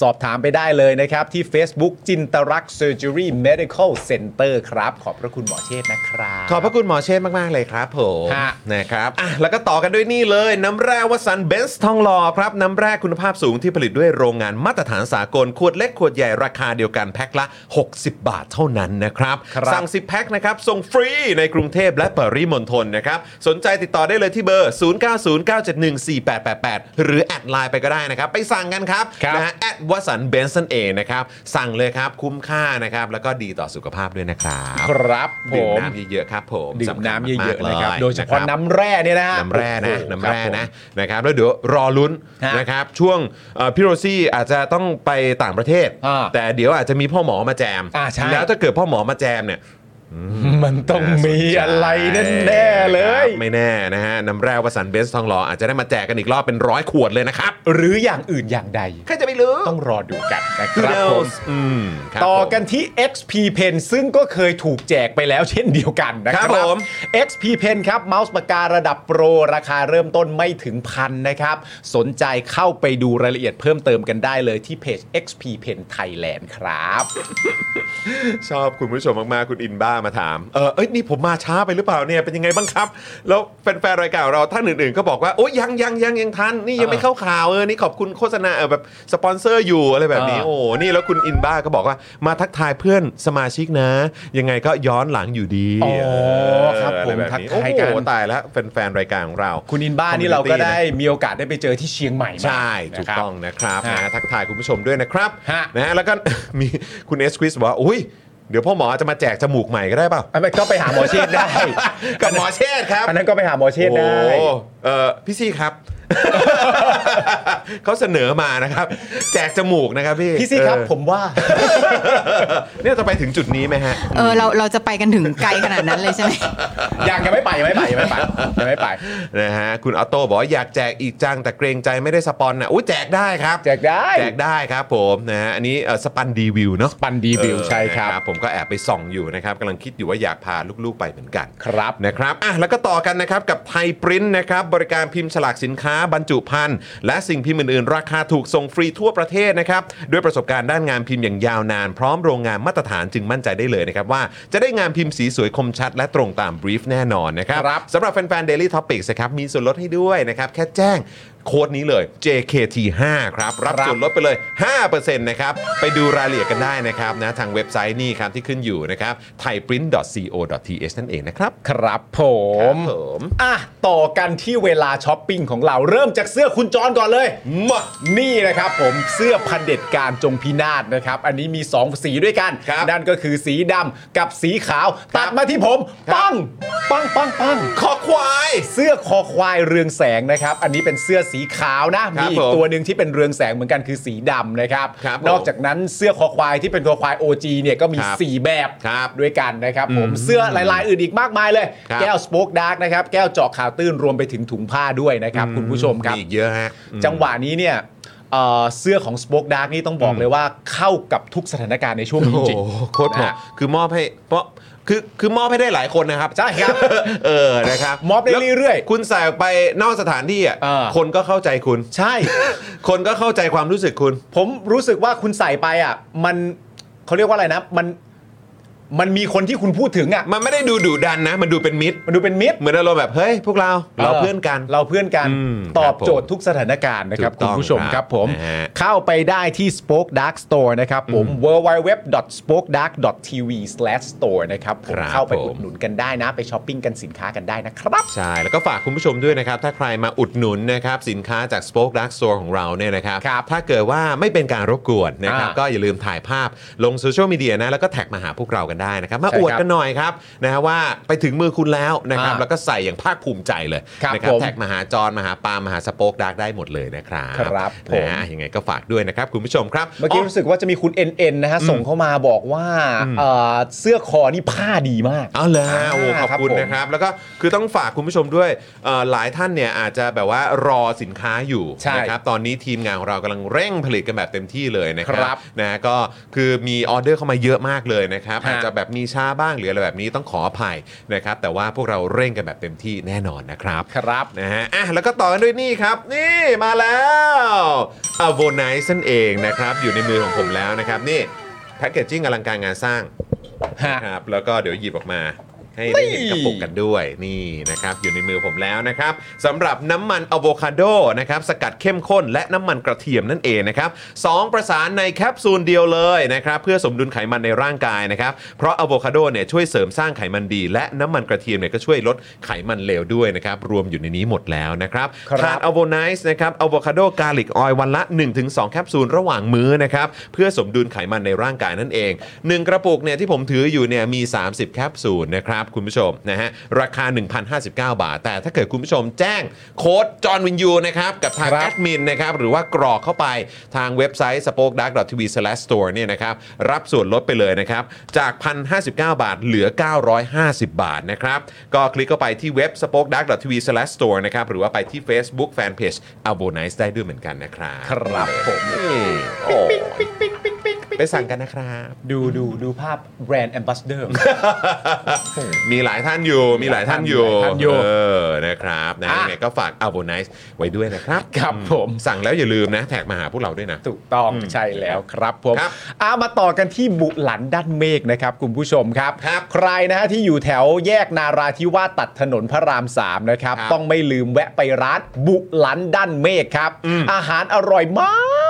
S3: สอบถามไปได้เลยนะครับ ที่ Facebook จินตรักเซอร์เจอรี่เมดิคอลเซ็นเตอร์ ครับ ขอบพระคุณหมอเชษฐ์นะครับ
S1: ขอบพระคุณหมอเชษฐ์มาก ๆ เลยครับผม
S3: ฮะ
S1: นะครับอ่ะแล้วก็ต่อกันด้วยนี่เลย น้ำแร่วสันเบนซ์ทองหล่อครับ น้ำแร่คุณภาพสูงที่ผลิตด้วยโรงงานมาตรฐานสากล ขวดเล็กขวดใหญ่ราคาเดียวกันแพ็คละ 60 บาทเท่านั้นนะครับ
S3: ครับ
S1: สั่ง 10 แพ็คนะครับ ส่งฟรีในกรุงเทพและปริมณฑลนะครับ สนใจติดต่อได้เลยที่เบอร์ 0909714888 หรือแอดไลน์ไปก็ได้นะครับ ไปสั่งกันครับ
S3: ครับ
S1: นะฮะแอดวสันเบนซ์นั่นเองนะครับสั่งเลยครับคุ้มค่านะครับแล้วก็ดีต่อสุขภาพด้วยนะครับ
S3: ครับผ
S1: ดื่ม
S3: ม
S1: น้ำเยอะๆครับผม
S3: ดื่มน้ำเยอะๆนะครับ
S1: สำญมกๆล
S3: โดยเฉพาะน้ำแร่เนี่ยนะฮะ
S1: น้ำแร่นะ
S3: โอ้โห
S1: น้ำแร่
S3: คบผม
S1: นะนะครับแล้วเดี๋ยวรอลุ้น
S3: ฮะ
S1: นะครับช่วงเอ่อพี่โรซี่อาจจะต้องไปต่างประเทศ
S3: อ่า
S1: แต่เดี๋ยวอาจจะมีพ่อหมอมาแจม
S3: อ่าใช่
S1: แล้วถ้าเกิดพ่อหมอมาแจมเนี่ย
S3: มันต้องมีอะไรแน่ๆเลย
S1: ไม่แน่นะฮะน้ำแร่วสันเบนซ์ทองหล่ออาจจะได้มาแจกกันอีกรอบเป็นร้อยขวดเลยนะครับ
S3: หรืออย่างอื่นอย่างใด
S1: ใครจะไปรู้
S3: ต้องรอดูกันนะค
S1: คือ
S3: รับ
S1: เดิ
S3: ผม ม
S1: อืมครับ
S3: ต่อกันที่ XP Pen ซึ่งก็เคยถูกแจกไปแล้วเช่นเดียวกันนะค
S1: ครั
S3: รับบ
S1: ผม
S3: XP Pen ครับเมาส์ปากการะดับโปร ราคาเริ่มต้นไม่ถึงพันนะครับ สนใจเข้าไปดูรายละเอียดเพิ่มเติมกันได้เลยที่เพจ XP Pen Thailand ครับ
S1: ชอบคุณผู้ชมมากๆ คุณอินบ้ามาถาม เออเอ้ยนี่ผมมาช้าไปหรือเปล่าเนี่ย เป็นยังไงบ้างครับ แล้วแฟนๆรายการของเราท่านอื่นๆ ก็บอกว่า โอ้ยยังยังยังยังทัน นี่ยังไม่เข้าข่าวเออ นี่ขอบคุณโฆษณาเออแบบสปอนเซอร์อยู่อะไรแบบนี้
S3: อ่า
S1: โอ้นี่แล้วคุณอินบ้าก็บอกว่ามาทักทายเพื่อนสมาชิกนะ ยังไงก็ย้อนหลังอยู่ดี
S3: อ๋อครับ
S1: เออ
S3: ผ
S1: อะ
S3: ม
S1: ไแบบ
S3: ทัก
S1: นี้
S3: ทายกัน
S1: โอ้โหตายแล้วแฟนๆรายการของเรา
S3: คุณอินบ้านนี่เราก็ได้มีโอกาสได้ไปเจอที่เชียงใหม่มา
S1: ใช่ถู
S3: นะ
S1: ก
S3: ครับ
S1: ต้องนะครับ
S3: ฮะ
S1: นะทักทายคุณผู้ชมด้วยนะครับ
S3: ฮะ
S1: นะฮะแล้วก็ มีคุณเอสคริสบอกว่าอุ้ยเดี๋ยวพ่อหมอจะมาแจกจมูกใหม่ก็ได้เปล่า
S3: อ่ะไม่ก็ไปหาหมอเชษฐ์ได้
S1: กับหมอเชษฐ์ครับ
S3: อันนั้นก็ไปหาหมอเชษฐ์ได้
S1: โอ้โหเออพี่ซี่ ครับ เขาเสนอมานะครับ แจกจมูกนะครับพี่
S3: พี่ซี่ครับ
S1: เออ
S3: ผมว่า
S1: เนี่ยจะไปถึงจุดนี้ไหมฮะ
S5: เออเราเราจะไปกันถึงไกลขนาดนั้นเลยใช่ไหม
S3: ยังยังไม่ไปยังไม่ไปยังไม่ไปยังไม่ไป
S1: นะฮะคุณออโต้บอกว่าอยากแจกอีกจังแต่เกรงใจไม่ได้สปอนนะอุ้ยแจกได้ครับ
S3: แจกได้
S1: แจกได้ครับผมนะฮะอันนี้เอ่อสปันดีวิวเนาะ
S3: ปันดีบิว
S1: เออ
S3: ใช่ครับ
S1: นะผมก็แอบไปส่องอยู่นะครับกำลังคิดอยู่ว่าอยากพาลูกๆไปเหมือนกัน
S3: ครับ
S1: นะครับอ่ะแล้วก็ต่อกันนะครับกับไทยปริ้นนะครับ บริการพิมพ์ฉลากสินค้าบรรจุภัณฑ์และสิ่งพิมพ์อื่นๆ ราคาถูกส่งฟรีทั่วประเทศนะครับ ด้วยประสบการณ์ด้านงานพิมพ์อย่างยาวนาน พร้อมโรงงานมาตรฐานจึงมั่นใจได้เลยนะครับ ว่าจะได้งานพิมพ์สีสวยคมชัด และตรงตามบรีฟแน่นอนนะครับ
S3: ครับ
S1: สำหรับแฟนๆ Daily Topics นะครับมีส่วนลดให้ด้วยนะครับแค่แจ้งโค้ดนี้เลย JKT5 ครับรับส่วนลด ลดไปเลย 5%นะครับ ไปดูรายละเอียดกันได้นะครับนะทางเว็บไซต์นี่ครับที่ขึ้นอยู่นะครับ thaiprint.co.th นั่นเองนะครับ
S3: ครับผม
S1: ครับผม
S3: อ่ะ ต่อกันที่เวลาช้อปปิ้งของเราเริ่มจากเสื้อคุณจอนก่อนเลย
S1: มา
S3: นี่นะครับผมเสื้อพันเผด็จการจงพินาศนะครับ อันนี้มี 2 สีด้วยกัน
S1: ครับ
S3: นั่นก็คือสีดำกับสีขาว
S1: ครับ
S3: ตัดมาที่ผม
S1: ครับ
S3: ปัง ปังปังปัง
S1: ขอควาย
S3: เสื้อคอควายเรืองแสงนะครับ อันนี้เป็นเสื้อสีขาวนะ
S1: ครั
S3: มี
S1: บ
S3: อี
S1: ผ
S3: ก
S1: ม
S3: ตัวหนึ่งที่เป็นเรืองแสงเหมือนกันคือสีดำนะครับ
S1: ครับผม
S3: นอกจากนั้นเสื้อคอควายที่เป็นคอควาย OG เนี่ยก็มี
S1: ครับ
S3: 4 แบบ
S1: ครับ
S3: ด้วยกันนะครับ ผมเสื้อลายๆ อื่นอีกมากมายเลย
S1: ครับ
S3: แก้วสป็อกดาร์กนะครับ แก้วเจาะข่าวตื้นรวมไปถึงถุงผ้าด้วยนะครับ คุณผู้ชมครับ
S1: อีกเยอะฮะ
S3: จังหวะนี้เนี่ยเอ่อเสื้อของ Spoke Dark นี่ต้องบอกเลยว่าเข้ากับทุกสถานการณ์ในช่วงนี้
S1: โอ้
S3: จริง
S1: โหโคตรเหมาะ
S3: นะ
S1: คือมอบให้เพราะคือคือมอบให้ได้หลายคนนะครับ
S3: ใช่ครับ
S1: เออนะครับ
S3: มอบได้
S1: แล้ว
S3: เรื่อยๆ
S1: คุณใส่ออกไปนอกสถานที่อ่ะ
S3: เออ
S1: คนก็เข้าใจคุณ
S3: ใช่
S1: คนก็เข้าใจความรู้สึกคุณ
S3: ผมรู้สึกว่าคุณใส่ไปอ่ะ มันเขาเรียกว่าอะไรนะ มันมันมีคนที่คุณพูดถึงอ่ะ
S1: มันไม่ได้ดูดุดันนะ มันดูเป็นมิตร
S3: มันดูเป็นมิตร
S1: เหมือนอารมณ์แบบเฮ้ยพวกเราเราเพื่อนกัน
S3: เราเพื่อนกัน
S1: อืม
S3: ตอบ
S1: ครับผม
S3: โจทย์ทุกสถานการณ์นะครับ
S1: ถูกต้
S3: คุ
S1: อง
S3: ณผู้ชม
S1: ค
S3: ค
S1: รั
S3: รั
S1: บบ
S3: ผม
S1: นะฮะ
S3: เข้าไปได้ที่ Spoke Dark Store นะครับผม www.spokedark.tv/store นะครับผมเข้าไปอุดหนุนกันได้นะ ไปช้อปปิ้งกันสินค้ากันได้นะครับ
S1: ใช่ แล้วก็ฝากคุณผู้ชมด้วยนะครับ ถ้าใครมาอุดหนุนนะครับ สินค้าจาก Spoke Dark Store ของเราเนี่ยนะครับ
S3: ครับ
S1: ถ้าเกิดว่าไม่เป็นการรบกวนนะครับ
S3: อ่า
S1: ก็อย่าลืมถ่ายภาพลงโซเชียลมีเดียนะ แล้วก็แท็กมาหาพวกเรากันได้นะครับ มา
S3: ใช่
S1: อวด
S3: ครับ
S1: กันหน่อยครับนะฮะว่าไปถึงมือคุณแล้วนะครับ
S3: อ่า
S1: แล้วก็ใส่อย่างภาคภูมิใจเลย
S3: ครับ
S1: นะ
S3: ผม
S1: แท็กมาหาจอนมาหาปาล์มมาหาสป o อ e ดาร์กได้หมดเลยนะครับ
S3: ครับผม
S1: นะฮะยังไงก็ฝากด้วยนะครับคุณผู้ชมครับ
S3: เมื่อกี้
S1: อ๋อ
S3: รู้สึกว่าจะมีคุณ NN นะฮะส่งเข้ามาบอกว่าเอ่อเสื้อคอนี่ผ้าดีมาก
S1: เอาเลยโอ้โห
S3: อ่า
S1: ขอบคุณ
S3: ครับผม
S1: นะครับ แล้วก็คือต้องฝากคุณผู้ชมด้วยเอ่อหลายท่านเนี่ยอาจจะแบบว่ารอสินค้าอยู่
S3: ใช่
S1: นะครับตอนนี้ทีมงานของเรากำลังเร่งผลิตกันแบบเต็มที่เลยนะค
S3: ครั
S1: รับบนะก็คือมีออเดอร์เข้ามาเยอะมากเลยนะครับ
S3: ฮะ
S1: อาจจะแบบมีช้าบ้างหรืออะไรแบบนี้ต้องขออภัยนะครับแต่ว่าพวกเราเร่งกันแบบเต็มที่แน่นอนนะครับ
S3: ครับ
S1: นะฮะอ่ะแล้วก็ต่อกันด้วยนี่ครับ นี่มาแล้วอโวไนซ์นั่นเองนะครับอยู่ในมือของผมแล้วนะครับนี่แพ็กเกจจิ้งอลังการงานสร้าง
S3: ฮะ
S1: นะครับแล้วก็เดี๋ยวหยิบออกมา ให้ได้เห็นกระปุกกันด้วยนี่นะครับอยู่ในมือผมแล้วนะครับสำหรับน้ำมันอะโวคาโดนะครับสกัดเข้มข้นและน้ำมันกระเทียมนั่นเองนะครับสองประสานในแคปซูลเดียวเลยนะครับเพื่อสมดุลไขมันในร่างกายนะครับเพราะอะโวคาโดเนี่ยช่วยเสริมสร้างไขมันดี และน้ำมันกระเทียมเนี่ยก็ช่วยลดไขมันเลวด้วยนะครับรวมอยู่ในนี้หมดแล้วนะครับ
S3: ครับ
S1: ทาน อโวไนซ์นะครับอะโวคาโดกาลิกออยวันละ 1-2 แคปซูลระหว่างมื้อนะครับ เพื่อสมดุลไขมันในร่างกายนั่นเอง 1 กระปุกเนี่ยที่ผมถืออยู่เนี่ยมี 30 แคปซูลนะครับ คุณผู้ชมนะฮะราคา 1,059 บาท แต่ถ้าเกิดคุณผู้ชมแจ้งโค้ดจอห์นวินยูนะครับ กับทาง
S3: ครับ
S1: แอดมินนะครับ หรือว่ากรอกเข้าไปทางเว็บไซต์ spokedark.tv/store เนี่ยนะครับรับส่วนลดไปเลยนะครับ จาก 1,059 บาทเหลือ 950 บาทนะครับ ก็คลิกเข้าไปที่เว็บ spokedark.tv/store นะครับ หรือว่าไปที่ Facebook Fanpage a b o n i c e ได้ด้วยเหมือนกันนะครับ
S3: ครับผม
S1: นี่โอ้ไปสั่งกันนะครับ
S3: ดูดูดูภาพแบรนด์แอมบ s สเดอร์
S1: มีหลายท่านอยู่มีหลายท่านอยู่
S3: มีหลายท่านอยู่
S1: เออนะครับนะ
S3: อ่ะ
S1: ยังไงก็ฝาก a b o n i c e ไว้ด้วยนะครับ
S3: ครับผม
S1: สั่งแล้วอย่าลืมนะแท็กมาหาพวกเราด้วยนะ
S3: ถูกต้องใช่แล้วครับผม
S1: ครับ
S3: อามาต่อกันที่บุหลันด้านเมฆนะครับคุณผู้ชมครับ
S1: ครับ
S3: ใครนะฮะที่อยู่แถวแยกนาราธิวาสตัดถนนพระราม3นะครับ
S1: ครับ
S3: ต้องไม่ลืมแวะไปร้านบุหลันด้านเมฆครับ
S1: อืม
S3: อาหารอร่อยม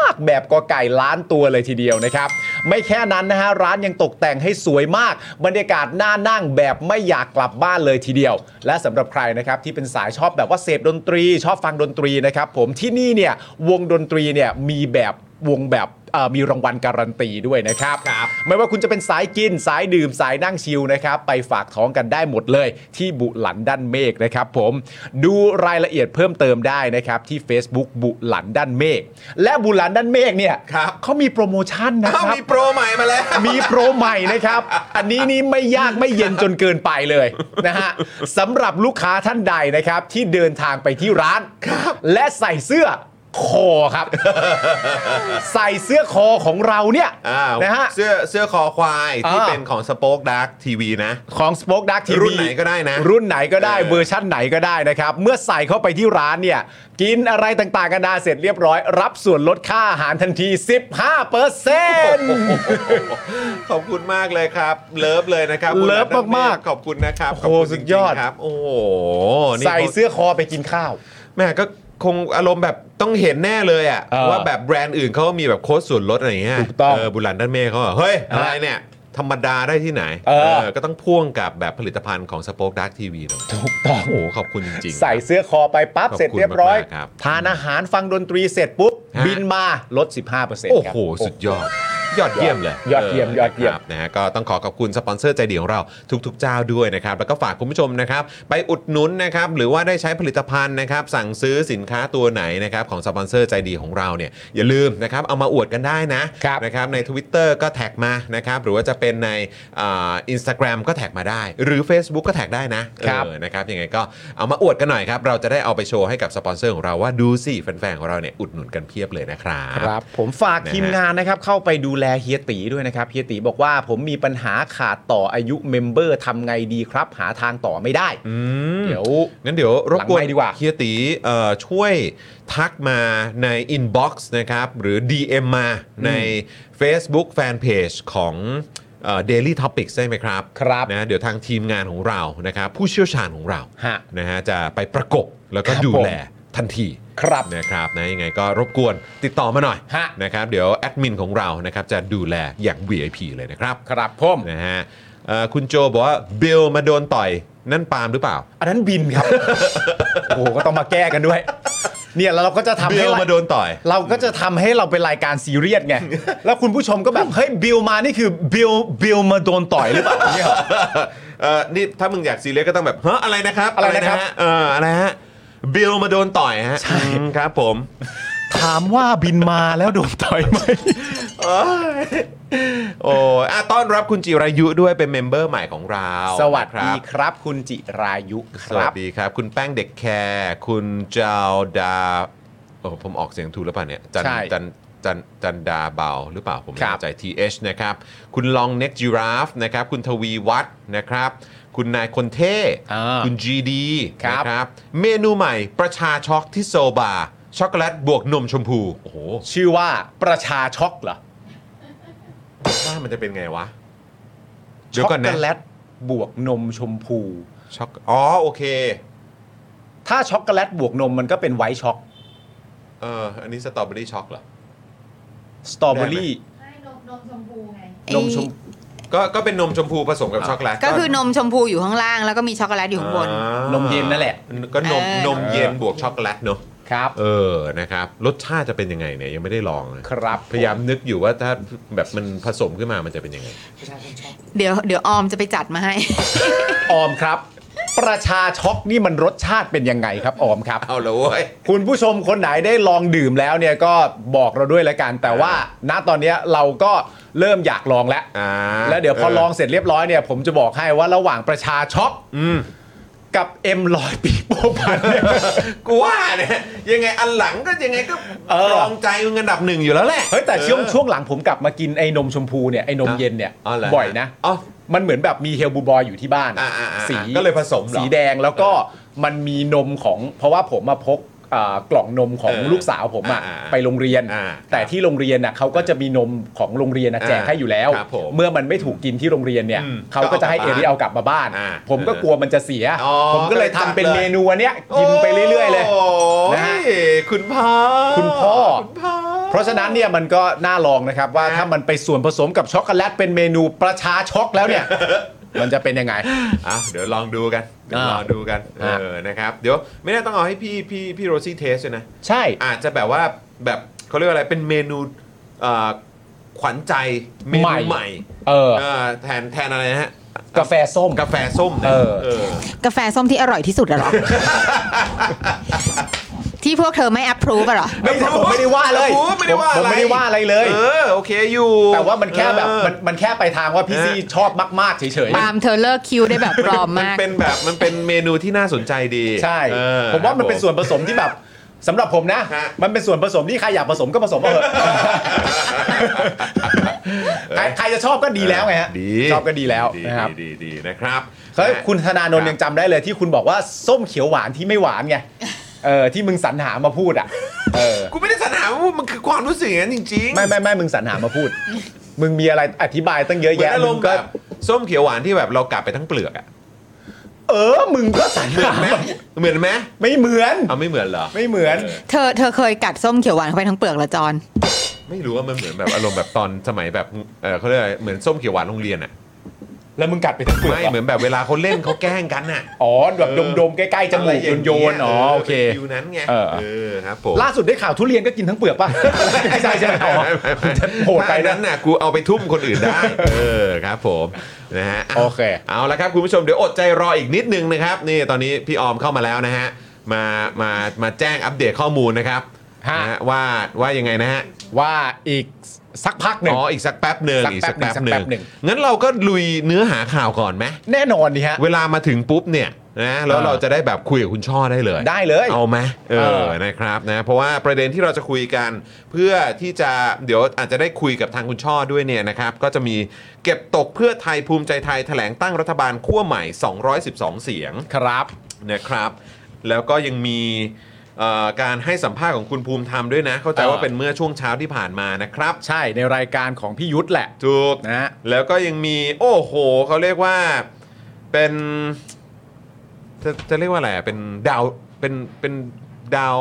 S3: าก แบบกอไก่ล้านตัวเลยทีเดียวนะครับ ไม่แค่นั้นนะฮะร้านยังตกแต่งให้สวยมาก บรรยากาศน่านั่งแบบไม่อยากกลับบ้านเลยทีเดียว และสำหรับใครนะครับที่เป็นสายชอบแบบว่าเสพดนตรี ชอบฟังดนตรีนะครับผมที่นี่เนี่ยวงดนตรีเนี่ยมีแบบ วงแบบเอ่อมีรางวัลการันตีด้วยนะครับ ไม่ว่าคุณจะเป็นสายกินสายดื่มสายนั่งชิลนะครับ ไปฝากท้องกันได้หมดเลย ที่บุหลันด้านเมฆนะครับผมดูรายละเอียดเพิ่มเติมได้นะครับ ที่ Facebook บุหลันด้านเมฆและบุหลันด้านเมฆเนี่ย
S1: ครับ
S3: เขามีโปรโมชั่นนะค
S1: อ้าว
S3: รับ
S1: มีโปร ใหม่มาแล้ว
S3: มีโปรใหม่นะครับ อันนี้นี่ไม่ยากไม่เย็นจนเกินไปเลยนะฮะสำหรับลูกค้าท่านใดนะครับ ที่เดินทางไปที่ร้าน และใส่เสื้อคอ ครับ ใส่เสื้อคอของเราเนี่ย
S1: อ่า
S3: นะฮะ
S1: เสื้อเสื้อคอควายที่
S3: อ่า
S1: เป็นของสป็อคดักทีวีนะ
S3: ของ Spoke Dark TV
S1: รุ่นไหนก็ได้นะ
S3: รุ่นไหนก็ได้
S1: เออ
S3: เวอร์ชั่นไหนก็ได้นะครับ เมื่อใส่เข้าไปที่ร้านเนี่ย กินอะไรต่างๆกันนาเสร็จเรียบร้อย รับส่วนลดค่าอาหารทันที 15เปอร์เซ็นต์
S1: ขอบคุณมากเลยครับ เลิฟเลยนะครับ
S3: เลิฟมากๆ
S1: ขอบคุณนะครับ
S3: โอ้
S1: ข
S3: โห
S1: บคุณ
S3: สุดยอด
S1: จริงๆครับ โอ้โหนี่
S3: ใส่เสื้อคอไปกินข้าว
S1: แม่ก็คงอารมณ์แบบต้องเห็นแน่เลยอะ
S3: เออ
S1: ว่าแบบแบรนด์อื่นเขามีแบบโค้ดส่วนลดอะไรอย่างเงี้ย
S3: ถูกต้อง
S1: เบุหลันด้านเมฆเขาอะเฮ้ย อะไรเนี่ย ธรรมดาได้ที่ไหน
S3: เออ
S1: ก็ต้องพ่วงกับแบบผลิตภัณฑ์ของสป็อคดักทีวีหน่อย
S3: ถูกต้อง
S1: โอ้โหขอบคุณจริงๆ
S3: ใส่เสื้อคอไปปั๊บ
S1: ขอบคุณ
S3: เสร็จเรียบร้อย
S1: มากๆครับ
S3: ทานอาหารฟังดนตรีเสร็จปุ๊บ
S1: ฮะ
S3: บินมาลด 15%
S1: โอ้
S3: ครับ
S1: โห สุดยอด ยอดเยี่ยมเลย
S3: ยอดเยี่ยมยอดเยี่ยม
S1: นะครับนะฮะก็ต้องขอขอบคุณสปอนเซอร์ใจดีของเราทุกๆเจ้าด้วยนะครับ แล้วก็ฝากคุณผู้ชมนะครับ ไปอุดหนุนนะครับ หรือว่าได้ใช้ผลิตภัณฑ์นะครับ สั่งซื้อสินค้าตัวไหนนะครับ ของสปอนเซอร์ใจดีของเราเนี่ย อย่าลืมนะครับ เอามาอวดกันได้นะนะครับใน Twitter ก็แท็กมานะครับ หรือว่าจะเป็นในอินสตาแกรมก็แท็กมาได้ หรือ Facebook ก็แท็กได้นะ
S3: ครับ
S1: เออนะครับยังไงก็เอามาอวดกันหน่อยครับ เราจะได้เอาไปโชว์ให้กับสปอนเซอร์ของเราว่าดูสิแฟนๆของเราเนี่ยอุดหนุนกันเพียบเลยนะครับ
S3: ครับ ผมฝาก
S1: นะฮะ
S3: ทีมงานนะครับ เข้าไปดูแลเฮียตีด้วยนะครับเฮียตีบอกว่าผมมีปัญหาขาดต่ออายุเมมเบอร์ทำไงดีครับ หาทางต่อไม่ได้
S1: ม
S3: เดี๋ยว
S1: งั้นเดี๋ยวรบกวน
S3: หลังไมค์ดีกว่า
S1: เฮียตีเอ่อช่วยทักมาในอินบ็อกซ์นะครับ หรือ DM มาใน Facebook Fanpage ของเดลี่ท็อปิกใช่ไหมครับ
S3: ครับ
S1: นะเดี๋ยวทางทีมงานของเรานะครับ ผู้เชี่ยวชาญของเรา
S3: ฮะ
S1: นะฮะจะไปประกบแล้วก็
S3: ครับ
S1: ดู
S3: ผม
S1: แลทันที
S3: ครับ
S1: นะครับนะยังไงก็รบกวนติดต่อมาหน่อย
S3: ฮะ
S1: นะครับเดี๋ยวแอดมินของเรานะครับจะดูแลอย่าง VIP เลยนะครับ
S3: ครับผม
S1: นะฮะเอ่อคุณโจบอกว่าเบลมาโดนต่อยนั่นปาล์มหรือเปล่า
S3: อันนั้นบินครับ โอ้โหก็ต้องมาแก้กันด้วย เนี่ยแล้วเราก็จะทำ
S1: เบ
S3: ให้
S1: ล
S3: ละ
S1: มาโดนต่อย
S3: เราก็จะทำให้เราเป็นรายการซีเรียสไง แล้วคุณผู้ชมก็แบบ เฮ้ย บิลมานี่คือบิลบิลมาโดนต่อยหรือเปล่าเนี่ย
S1: เออนี่ถ้ามึงอยากซีเรียสก็ต้องแบบเฮ้ออะไรนะครับ
S3: อะไรนะครับ
S1: ฮเอออะไรฮะเบลมาโดนต่อยฮะใช่ครับผม
S3: ถามว่าบินมาแล้วโดนต่อยไหม
S1: โอ้ยโอ้ยอ่ะต้อนรับคุณจิรายุด้วยเป็นเมมเบอร์ใหม่ของเรา
S3: สวัส
S1: นะค
S3: ดี
S1: รับ
S3: ครับคุณจิรายุค
S1: ส
S3: รั
S1: วั
S3: บ
S1: สดีครับ คุณแป้งเด็กแคร์คุณเจ้าดาโอ้ผมออกเสียงถูกหรือเปล่าเนี่ยจัน
S3: ใช่
S1: จันจันจันดาเบาหรือเปล่าผมไม่
S3: ครับ
S1: แน่ใจ TH นะครับ คุณลองเน็กจิราฟนะครับคุณทวีวัฒน์นะครับ คุณนายคนเท่
S3: อ่า
S1: คุณ GD
S3: ครับ
S1: นะครับ เมนูใหม่ประชาช็อกที่โซบา ช็อกโกแลตบวกนมชมพู โอ้โห
S3: ชื่อว่าประชาช็อกเหรอ
S1: ว่ามันจะเป็นไงวะ เดี๋ยวก่อนนะ
S3: ช็อกโกแลตบวกนมชมพู
S1: ช็อกอ๋อโอเค
S3: ถ้าช็อกโกแลตบวกนมมันก็เป็นไวท์ช็อก
S1: เอออันนี้สตรอเบอรี่ช็อกเหรอ
S3: สตรอเบอรี่
S4: ให้นมนมชมพูไง
S3: นมชม
S1: ก็ก็เป็นนมชมพูผสมกับช็อกโกแลต
S5: ก็คือนมชมพูอยู่ข้างล่างแล้วก็มีช็อกโกแลตอยู่ข้างบน
S1: อ่าน
S3: มเย็นนั่นแหละ
S1: ก็นม
S5: เออ
S1: นมเย็นบวกช็อกโกแลตเนอะ
S3: ครับ
S1: เออนะครับรสชาติจะเป็นยังไงเนี่ยยังไม่ได้ลองนะครับ พยายามนึกอยู่ว่าถ้าแบบมันผสมขึ้นมามันจะเป็นยังไง
S5: เดี๋ยวเดี๋ยวออมจะไปจัดมาให้
S3: ออมครับ ประชาช็อกนี่มันรสชาติเป็นยังไงครับออมครับ
S1: เอาละเว้ย
S3: คุณผู้ชมคนไหนได้ลองดื่มแล้วเนี่ยก็บอกเราด้วยละกัน แต่ว่าณตอนเนี้ยเราก็เริ่มอยากลองแล้ว
S1: อ่า
S3: แล้วเดี๋ยวพอลองเสร็จเรียบร้อยเนี่ย ผมจะบอกให้ว่าระหว่างประชาช็อก
S1: อืม
S3: กับเอ็มลอยปีโป้พันธุ์เนี่ย
S1: กูว่าเนี่ยยังไงอันหลังก็ยังไงก็
S3: เออ
S1: รองใจมึงอันดับหนึ่งอยู่แล้วแหละ
S3: เฮ้ยแต่ช่วง
S1: เออ
S3: ช่วงหลังผมกลับมากินไอ้นมชมพูเนี่ยไอ้นม
S1: นะ
S3: เย็นเนี่ย
S1: อ๋อเหรอ
S3: บ่อยนะ
S1: อ๋อ
S3: มันเหมือนแบบมีเฮลบูบอยอยู่ที่บ้าน
S1: อ่าอ่าอ่า
S3: สี
S1: ก็เลยผสมเหรอ
S3: สีแดงแล้วก็มันมีนมของ เพราะว่าผมมาพกอ่ากล่องนมของ
S1: เออ
S3: ลูกสาวผมอ่ะ
S1: อ่าอ่า
S3: ไปโรงเรียน
S1: อ่า
S3: แต่ที่โรงเรียนน่ะเขาก็จะมีนมของโรงเรียนน่ะ
S1: อ่า
S3: แจกให้อยู่แล้ว
S1: ครับผม
S3: เมื่อมันไม่ถูกกินที่โรงเรียนเนี่ย
S1: อืม
S3: เขาก็จะให้เอริเอากลับมาบ้าน
S1: อ่า
S3: ผมก็
S1: เออก
S3: ลัวมันจะเสีย
S1: อ๋อ
S3: ผมก็เลย
S1: ก็เลยจั
S3: ทำ
S1: ด
S3: เป็น
S1: เลย
S3: เมนูอันเนี้ยกินไปเรื่อย ๆ เลย
S1: โอ้
S3: นะฮะ
S1: ยคุณพ่อ
S3: คุณพ่อ
S1: คุณพ่อ
S3: เพราะฉะนั้นเนี่ยมันก็น่าลองนะครับว่า
S1: ฮะ
S3: ถ้ามันไปส่วนผสมกับช็อกโกแลตเป็นเมนูประชาช็อกแล้วเนี่ย มันจะเป็นยังไง
S1: อ่ะเดี๋ยวลองดูกันเดี๋ยว
S3: อ่า
S1: ลองดูกันเอ
S3: ฮะ
S1: อนะครับ เดี๋ยวไม่ได้ต้องเอาให้พี่พี่พี่โรซี่เทสด้วยนะ
S3: ใช่
S1: อาจจะแบบว่าแบบเขาเรียกว่าอะไรเป็นเมนูเอ่อขวัญใจเมนู
S3: ใหม่
S1: ใหม่
S3: เออ
S1: เออแทนแทนอะไรนะฮะ
S3: กาแฟส้ม
S1: กาแฟส้มนะ
S3: เออ
S1: เออ
S5: กาแฟส้มที่อร่อยที่สุดอะเหรอ ที่พวกเธอไม่แอปพรูฟอะเหรอ
S3: ไม่ใช่ผมไม่ได้ว่าเลย
S1: ผมไม่ได้ว่า
S3: ผ
S1: อะ
S3: ม
S1: ไร
S3: ไม่ได้ว่าอะไรเลย
S1: เออโอเคอยู่
S3: แต่ว่ามันแค่แบบ
S1: เออ
S3: มันมันแค่ไปทางว่าพี่
S1: เออ
S3: ซี่ชอบมากๆเฉย
S5: ตามเธอเลิกคิวได้ แบบปลอม
S1: มัน
S5: มาก
S1: เป็นแบบมันเป็นเมนูที่น่าสนใจดี
S3: ๆ ใช่
S1: เออ
S3: ผมว่ามันเป็นส่วน
S1: ครับ
S3: ผสมที่แบบสำหรับผมนะ
S1: ฮะ
S3: มันเป็นส่วนผสมที่ใครอยากผสมก็ผสมเอาเถอะใครใครจะชอบก็ดีแล้วไงฮะ
S1: ดี
S3: ชอบก็ดีแล้ว
S1: ดี
S3: นะครับ
S1: ดีดีนะครับ
S3: เฮ้ย
S1: นะ
S3: คุณธนาโนน
S1: ครับ
S3: ยังจำได้เลยที่คุณบอกว่าส้มเขียวหวานที่ไม่หวานไง เออที่มึงสรรหามาพู ดอ่ะ เออ
S1: กูไม่ได้สนามว่ามันคือความรู้สึกอย่างนั้นจริงๆ
S3: ไม่ไม่ไม่มึงสรรหามาพูด มึงมีอะไรอธิบายตั้งเยอะ
S1: เหมือ
S3: แยะ
S1: นอาร
S3: มึ
S1: ม
S3: ง
S1: ณ์
S3: ก็
S1: แบบส้มเขียวหวานที่แบบเรากลับไปทั้งเปลือกอะ
S3: เออ มึงก็สรรหา
S1: เหมือนไหม
S3: มา
S1: เหมือนไหม
S3: ไม่เหมือน
S1: เอาไม่เหมือนเหรอ
S3: ไม่เหมือน
S5: เธอเธอเคยกัดส้มเขียวหวานเข้าไปทั้งเปลือกเหรอจอน
S1: ไม่รู้ว่ามันเหมือนแบบอารมณ์แบบตอนสมัยแบบเออเขาเรียกอะไรเหมือนส้มเขียวหวานโรงเรียนอะ
S3: แล้วมึงกัดไปทั้งเปลือก
S1: ไม่เหมือนแบบเวลาเขาเล่นเขาแกล้งกันน่ะ
S3: อ๋อแบบดมๆใกล้ๆจ
S1: ะ
S3: มู
S1: ไร
S3: ก
S1: าง
S3: โย
S1: เงี้
S3: นๆอ๋อโอเค
S1: ป็นฟิวนั้นไง
S3: เออ
S1: เออครับผม
S3: ล่าสุดได้ข่าวทุเรียนก็กินทั้งเปลือกป่ะ ไม่ใช่ใช่ไหมอ๋อจะโหดไป
S1: ถ้าอัน
S3: นั้
S1: นั้น นน่ะกูเอาไปทุ่มคนอื่นได้ เออครับผมนะฮะา
S3: โอเค
S1: เอาละครับคุณผู้ชมเดี๋ยวอดใจรออีกนิดนึงนะครับ นี่ตอนนี้พี่ออมเข้ามาแล้วนะฮะมามามาแจ้งอัปเดตข้อมูลนะครับ
S3: ฮะ
S1: นะฮะว่าว่ายังไงนะฮะ
S3: ว่าอีกสักพักหนึ่ง
S1: อ๋ออีกสักแป๊บหนึ่งอีก
S3: สั
S1: สัก
S3: กแป๊
S1: แป๊บบ ห
S3: หนึ่งสัก
S1: นึ่
S3: แป๊
S1: ง
S3: บหนึ่ง
S1: งั้นเราก็ลุยเนื้อหาข่าวก่อนไหม
S3: แน่นอนนี่ฮะ
S1: เวลามาถึงปุ๊บเนี่ยนะแล้ว
S3: เออ
S1: เราจะได้แบบคุยกับคุณช่อได้เลย
S3: ได้เลย
S1: เอาไหมเอ
S3: เอ
S1: อ
S3: อ
S1: นะครับนะเพราะว่าประเด็นที่เราจะคุยกัน เพื่อที่จะเดี๋ยวอาจจะได้คุยกับทางคุณช่อด้วยเนี่ยนะครับก็จะมีเก็บตกเพื่อไทยภูมิใจไทยแถลงตั้งรัฐบาลขั้วใหม่ 212 เสียง
S3: ครับ
S1: นะครับ แล้วก็ยังมีเอ่อการให้สัมภาษณ์ของคุณภูมิธรรมด้วยนะ เข้าใจว่า
S3: เออ
S1: เป็นเมื่อช่วงเช้าที่ผ่านมานะครับ
S3: ใช่ในรายการของพี่ยุทธแหละ
S1: ถูก
S3: นะฮะ
S1: แล้วก็ยังมีโอ้โหเขาเรียกว่าเป็นจะจะเรียกว่าอะไรอะเป็นดาวเป็นเป็นดาว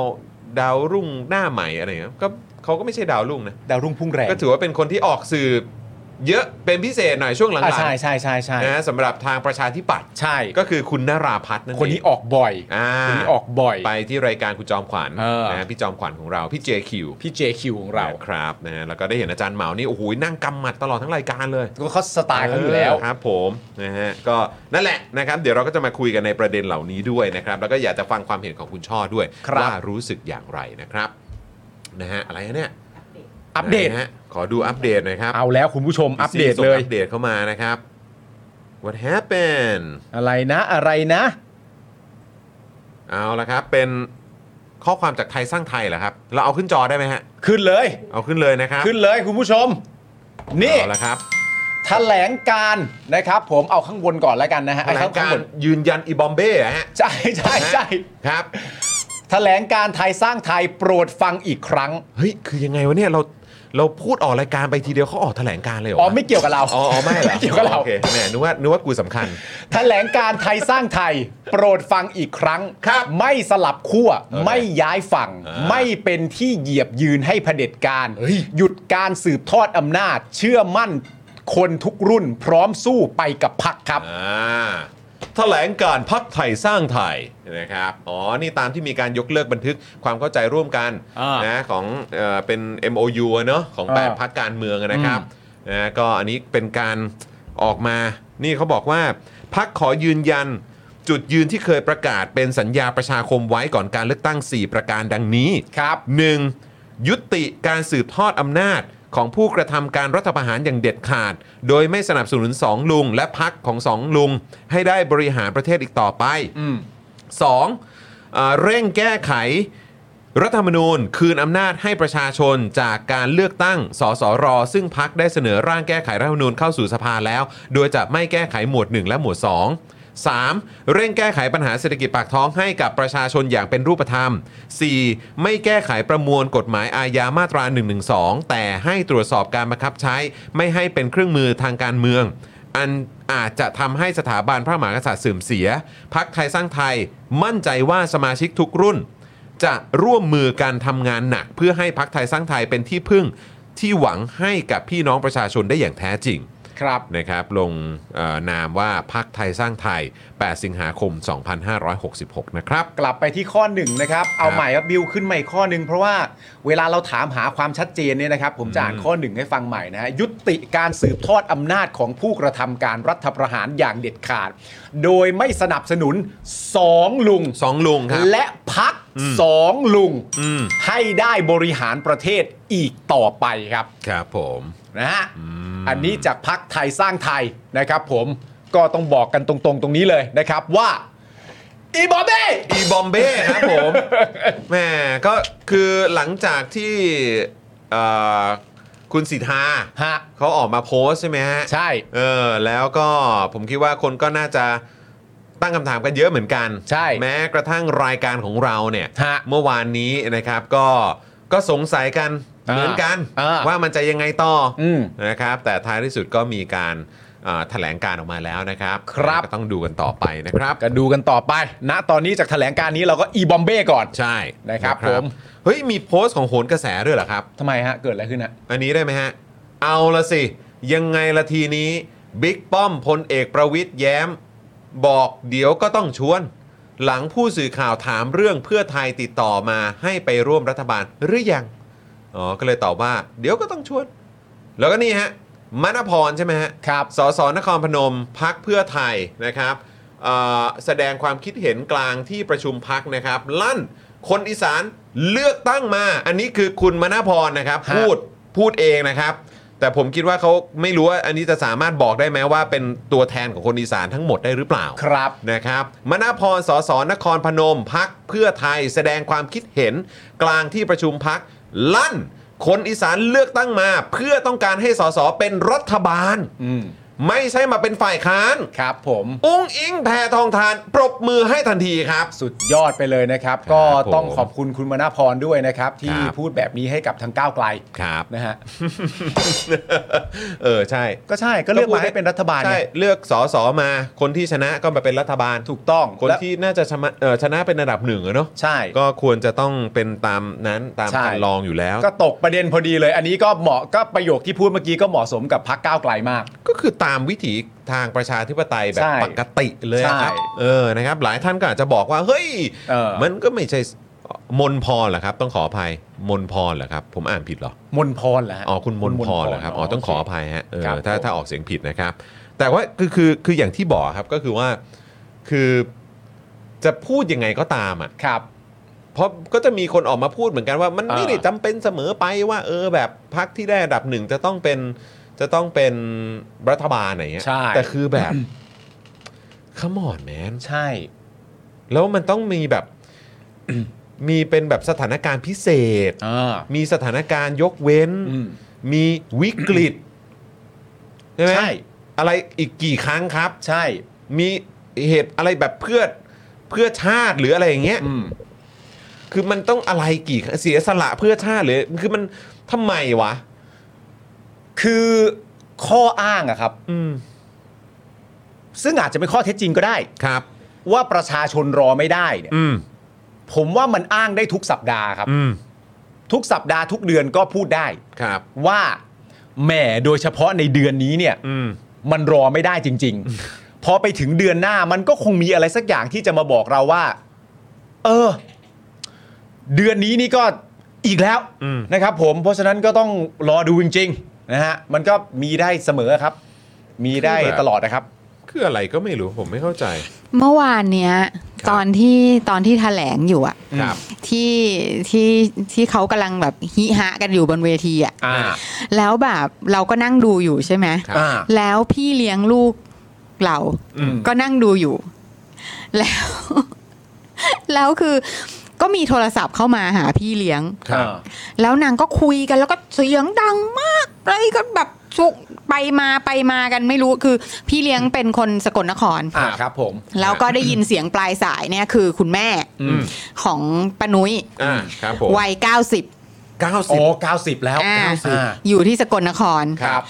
S1: ดาวรุ่งหน้าใหม่อะไรเงี้ยก็เขาก็ไม่ใช่ดาวรุ่งนะ
S3: ดาวรุ่งพุ่งแรง
S1: ก็ถือว่าเป็นคนที่ออกสื่อเยอะเป็นพิเศษหน่อยช่วงหลัง
S3: อ่ะใช่ใช่ใช่ใช่
S1: ๆนะสำหรับทางประชาธิปัตย์
S3: ใช่
S1: ก็คือคุณนราพัฒน์นั่นเอง
S3: คนนี้ออกบ่อย
S1: อ่า
S3: คนนี้ออกบ่อย
S1: ไปที่รายการคุณจอมขวัญ
S3: เออ
S1: นะพี่จอมขวัญของเราพี่ JQ
S3: พี่ JQ ของเรา
S1: นะครับนะแล้วก็ได้เห็นอาจารย์เหมานี่โอ้โหนั่งกำหมัดตลอดทั้งรายการเลย
S3: ก็เขาสไตล์เขาอยู่แล้ว
S1: ครับผมนะฮะก็นั่นแหละนะครับ เดี๋ยวเราก็จะมาคุยกันในประเด็นเหล่านี้ด้วยนะครับ แล้วก็อยากจะฟังความเห็นของคุณช่อด้วย
S3: ครับ
S1: ว่ารู้สึกอย่างไรนะครับนะฮะอะไรนะเนี่ย
S3: อัปเดต
S1: ไหนนะฮะขอดูอัปเดตหนะครับ
S3: เอาแล้วคุณผู้ชมอัปเดต
S1: ส่ง
S3: เลย
S1: อัปเดตเข้ามานะครับ what happened
S3: อะไรนะอะไรนะ
S1: เอาละครับ เป็นข้อความจากไทยสร้างไทยเหรอครับ เราเอาขึ้นจอได้ไหมฮะ
S3: ขึ้นเลย
S1: เอาขึ้นเลยนะครับ
S3: ขึ้นเลยคุณผู้ชม นี่
S1: เอาละครับ
S3: แถลงการณ์นะครับ ผมเอาข้างบนก่อนแล้วกันนะฮะ
S1: แถ
S3: ไอ้
S1: ล
S3: ข้าง
S1: งการ
S3: บน
S1: ยืนยันอีบอมเบ้เหรอฮะ
S3: ใช่ใช่ใช่
S1: ครับ
S3: แถลงการณ์ไทยสร้างไทยโปรดฟังอีกครั้ง
S1: เฮ้ยคือยังไงวะเนี่ยเรา เราพูดออกรายการไปทีเดียวเขาออกแถลงการณ์เลยเหรอ
S3: อ๋อ
S1: วะ
S3: ไม่เกี่ยวกับเรา
S1: อ๋ออ๋อไม่เหรอ
S3: เกี่ยวกับเรา
S1: โอคแหมนึกว่านึกว่ากูสำคัญ
S3: แถลงการไทยสร้างไทย โปรดฟังอีกครั้ง
S1: ครับ
S3: ไม่สลับขั้ว
S1: อเค
S3: ไม่ย้ายฝั่ง
S1: อ่า
S3: ไม่เป็นที่เหยียบยืนให้เผด็จการ
S1: เฮ้ย
S3: หยุดการสืบทอดอำนาจ เชื่อมั่นคนทุกรุ่นพร้อมสู้ไปกับพักครับ
S1: อ่าแถลงการพักไทยสร้างไทยนะครับ อ๋อ นี่ตามที่มีการยกเลิกบันทึกความเข้าใจร่วมกัน
S3: อ่าน
S1: นะของเออเป็น MOU อะเนอะของ
S3: อ่า
S1: 8พักการเมืองอะนะครับนะก็อันนี้เป็นการออกมา นี่เขาบอกว่าพักขอยืนยันจุดยืนที่เคยประกาศเป็นสัญญาประชาคมไว้ก่อนการเลือกตั้ง 4 ประการดังนี้
S3: ครับ
S1: 1. ยุติการสืบทอดอำนาจของผู้กระทำการรัฐประหารอย่างเด็ดขาด โดยไม่สนับสนุนสองลุง และพักของสองลุง ให้ได้บริหารประเทศอีกต่อไป 2. อ่าเร่งแก้ไข รัฐธรรมนูญคืนอำนาจให้ประชาชนจากการเลือกตั้ง สสร ซึ่งพักได้เสนอร่างแก้ไขรัฐธรรมนูญเข้าสู่สภาแล้ว โดยจะไม่แก้ไขหมวด 1 และหมวด 2 3. เร่งแก้ไขปัญหาเศรษฐกิจปากท้องให้กับประชาชนอย่างเป็นรูปธรรม 4. ไม่แก้ไขประมวลกฎหมายอาญามาตรา 112 แต่ให้ตรวจสอบการบังคับใช้ ไม่ให้เป็นเครื่องมือทางการเมือง อันอาจจะทำให้สถาบันพระมหากษัตริย์เสื่อมเสีย พักไทยสร้างไทยมั่นใจว่าสมาชิกทุกรุ่น จะร่วมมือการทำงานหนัก เพื่อให้พักไทยสร้างไทยเป็นที่พึ่งที่หวังให้กับพี่น้องประชาชนได้อย่างแท้จริง
S3: ครับ
S1: นะครับลงเอ่อนามว่าพักไทยสร้างไทย 8 สิงหาคม 2566 นะครับ
S3: กลับไปที่ข้อหนึ่งนะครับ เอาใหม่ครับบิวขึ้นมาอีกข้อหนึ่งเพราะว่าเวลาเราถามหาความชัดเจนเนี่ยนะครับ ผมจะอ่านข้อหนึ่งให้ฟังใหม่นะฮะยุติการสืบทอดอำนาจของผู้กระทำการรัฐประหารอย่างเด็ดขาด โดยไม่สนับสนุนสองลุง
S1: 2 ลุงครับ
S3: และพักสองลุง
S1: อืม
S3: ให้ได้บริหารประเทศอีกต่อไปครับ
S1: ครับผม
S3: นะฮะ อันนี้จากพักไทยสร้างไทยนะครับผมก็ต้องบอกกันตรงๆ ตรงนี้เลยนะครับว่าอีบอเบ้
S1: อีบอมเบ้ครับผม แหมก็คือหลังจากที่เอ่อคุณสิทธา
S3: ฮะ
S1: เขาออกมาโพสต์ใช่ไหมฮะ
S3: ใช่
S1: เออแล้วก็ผมคิดว่าคนก็น่าจะตั้งคำถามกันเยอะเหมือนกัน
S3: ใช่
S1: แม้กระทั่งรายการของเราเนี่ย
S3: ฮะ
S1: เมื่อวานนี้นะครับก็ก็สงสัยกัน
S3: อ่า
S1: เหมือนกัน
S3: อ่า
S1: ว่ามันจะยังไงต่ออ
S3: ม
S1: นะครับ แต่ท้ายที่สุดก็มีการอ่าแถลงการออกมาแล้วนะครับ
S3: ครับ
S1: ก็ต้องดูกันต่อไปนะครับ
S3: ก็ดูกันต่อไปณนะตอนนี้จากแถลงการณ์นี้เราก็อีบอมเบ้ก่อน
S1: ใช่
S3: นะครับผม
S1: เฮ้ยมีโพสต์ของโหนกระแสด้วยเหรอครับ
S3: ทำไมฮะ เกิดอะไรขึ้นฮะ
S1: อันนี้ได้ไหมฮะ เอาละสิ ยังไงละทีนี้บิ๊กป้อมพลเอกประวิทย์แย้ม บอกเดี๋ยวก็ต้องชวน หลังผู้สื่อข่าวถามเรื่องเพื่อไทยติดต่อมาให้ไปร่วมรัฐบาลหรือยัง อ๋อ ก็เลยตอบว่า เดี๋ยวก็ต้องชวน แล้วก็นี่ฮะมณพรใช่ไหมฮะ
S3: ครับ
S1: สสนครพนมพักเพื่อไทยนะครับเอ่อแสดงความคิดเห็นกลางที่ประชุมพักนะครับ ลั่นคนอีสานเลือกตั้งมา อันนี้คือคุณมณพรนะครับ
S3: ฮะ
S1: พูดพูดเองนะครับ แต่ผมคิดว่าเขาไม่รู้ว่าอันนี้จะสามารถบอกได้ไหมว่าเป็นตัวแทนของคนอีสานทั้งหมดได้หรือเปล่า
S3: ครับ
S1: นะครับมณพรสสนครพนมพักเพื่อไทยแสดงความคิดเห็น กลางที่ประชุมพักลั่น คนอีสานเลือกตั้งมา เพื่อต้องการให้สสเป็นรัฐบาล
S3: อืม
S1: ไม่ใช่มาเป็นฝ่ายค้าน
S3: ครับผม
S1: อุ้งอิงแพทองทาน ปรบมือให้ทันทีครับ
S3: สุดยอดไปเลยนะครับ ก็
S1: ผม
S3: ต้องขอบคุณคุณมนาพรด้วยนะครับ ที่
S1: ครับ
S3: พูดแบบนี้ให้กับทางก้าวไกล
S1: ครับ
S3: นะฮะ
S1: เออ ใช่
S3: ก็ใช่ก็เลือกมาให้เป็นรัฐบาลไง
S1: ใช่เลือกสสมา คนที่ชนะก็มาเป็นรัฐบาล
S3: ถูกต้อง
S1: คน
S3: และ
S1: ที่น่าจะชนะเอ่อชนะเป็นระดับหนึ่งอะเนาะ
S3: ใช่
S1: ก็ควรจะต้องเป็นตามนั้นตาม
S3: ใช่
S1: การลองอยู่แล้ว
S3: ก็ตกประเด็นพอดีเลย อันนี้ก็เหมาะก็ประโยคที่พูดเมื่อกี้ก็เหมาะสมกับพักก้าวไกลมาก
S1: ก็คือตามวิถีทางประชาธิปไตยแบบ
S3: ใช่
S1: ปกติเลยอะครับ
S3: ใช่
S1: เออนะครับ หลายท่านก็อาจจะบอกว่า เฮ้ย
S3: เออ
S1: มันก็ไม่ใช่มนพรเหรอครับ ต้องขออภัยมนพรเหรอครับ ผมอ่านผิดเหรอ
S3: มนพรเหรอฮะ
S1: อ๋อคุณมนพร
S3: ณ
S1: เหรอครับอ๋อต้องขออภัยฮะเออ
S3: ครับ
S1: ถ้า
S3: ผม
S1: ถ้าออกเสียงผิดนะครับ แต่ว่าคือคือคืออย่างที่บอกครับก็คือว่าคือจะพูดยังไงก็ตามอ่ะ
S3: ครับ
S1: เพราะก็จะมีคนออกมาพูดเหมือนกันว่า มัน
S3: อ่า
S1: ไม่ได้จำเป็นเสมอไปว่า เออแบบพักที่ได้อันดับหนึ่งจะต้องเป็นจะต้องเป็นรัฐบาลอะไรเงี้ย
S3: ใช่
S1: แต่คือแบบ come on man
S3: ใช่
S1: แล้วมันต้องมีแบบ มีเป็นแบบสถานการณ์พิเศษ
S3: อ่า
S1: มีสถานการณ์ยกเว้น
S3: อืม
S1: มีวิกฤตใช่ไหม
S3: ใช่
S1: อะไรอีกกี่ครั้งครับ
S3: ใช่
S1: มีเหตุอะไรแบบเพื่อเพื่อชาติหรืออะไรอย่างเงี้ย
S3: อืม
S1: คือมันต้องอะไรกี่ครั้งเสียสละเพื่อชาติหรือ คือมันทำไมวะ
S3: คือข้ออ้างอะครับ
S1: อืม
S3: ซึ่งอาจจะเป็นข้อเท็จจริงก็ได้
S1: ครับ
S3: ว่าประชาชนรอไม่ได้เนี่ย
S1: อืม
S3: ผมว่ามันอ้างได้ทุกสัปดาห์ครับ
S1: อืม
S3: ทุกสัปดาห์ทุกเดือนก็พูดได้
S1: ครับ
S3: ว่าแหมโดยเฉพาะในเดือนนี้เนี่ย
S1: อืม
S3: มันรอไม่ได้จริง ๆ พอไปถึงเดือนหน้ามันก็คงมีอะไรสักอย่างที่จะมาบอกเราว่า เออ เดือนนี้นี่ก็อีกแล้ว
S1: อืม
S3: นะครับ ผม เพราะฉะนั้นก็ต้องรอดูจริงๆนะฮะ มันก็มีได้เสมอครับ มีได้ตลอดนะครับ
S1: คืออะไรก็ไม่รู้ผมไม่เข้าใจ
S5: เมื่อวานเนี้ย
S1: ครับ
S5: ตอนที่ตอนที่แถลงอยู่อะ
S1: ครับ
S5: ที่ที่ที่เขากำลังแบบฮิฮะกันอยู่บนเวทีอะ
S3: อ่า
S5: แล้วแบบเราก็นั่งดูอยู่ใช่ไหม
S1: ครับ
S3: อ่า
S5: แล้วพี่เลี้ยงลูกเรา
S3: อืม
S5: ก็นั่งดูอยู่ แล้ว แล้วคือก็มีโทรศัพท์เข้ามาหาพี่เลี้ยง
S1: ครับ
S5: แล้วนางก็คุยกันแล้วก็เสียงดังมากอะไรก็แบบชุกไปมาไปมากันไม่รู้คือ พี่เลี้ยงเป็นคนสกลนคร
S3: อ่าครับ ผม
S5: แล้วก็ได้ยินเสียงปลายสายเนี่ยคือคุณแม่
S3: อืม
S5: ของปานุ้ย
S1: อ่าครับผม
S5: วัย 90
S1: 90
S3: โอ้เก้าสิบแล้ว
S5: อ่า
S3: อ่า
S5: อยู่ที่สกลนคร
S1: ครับ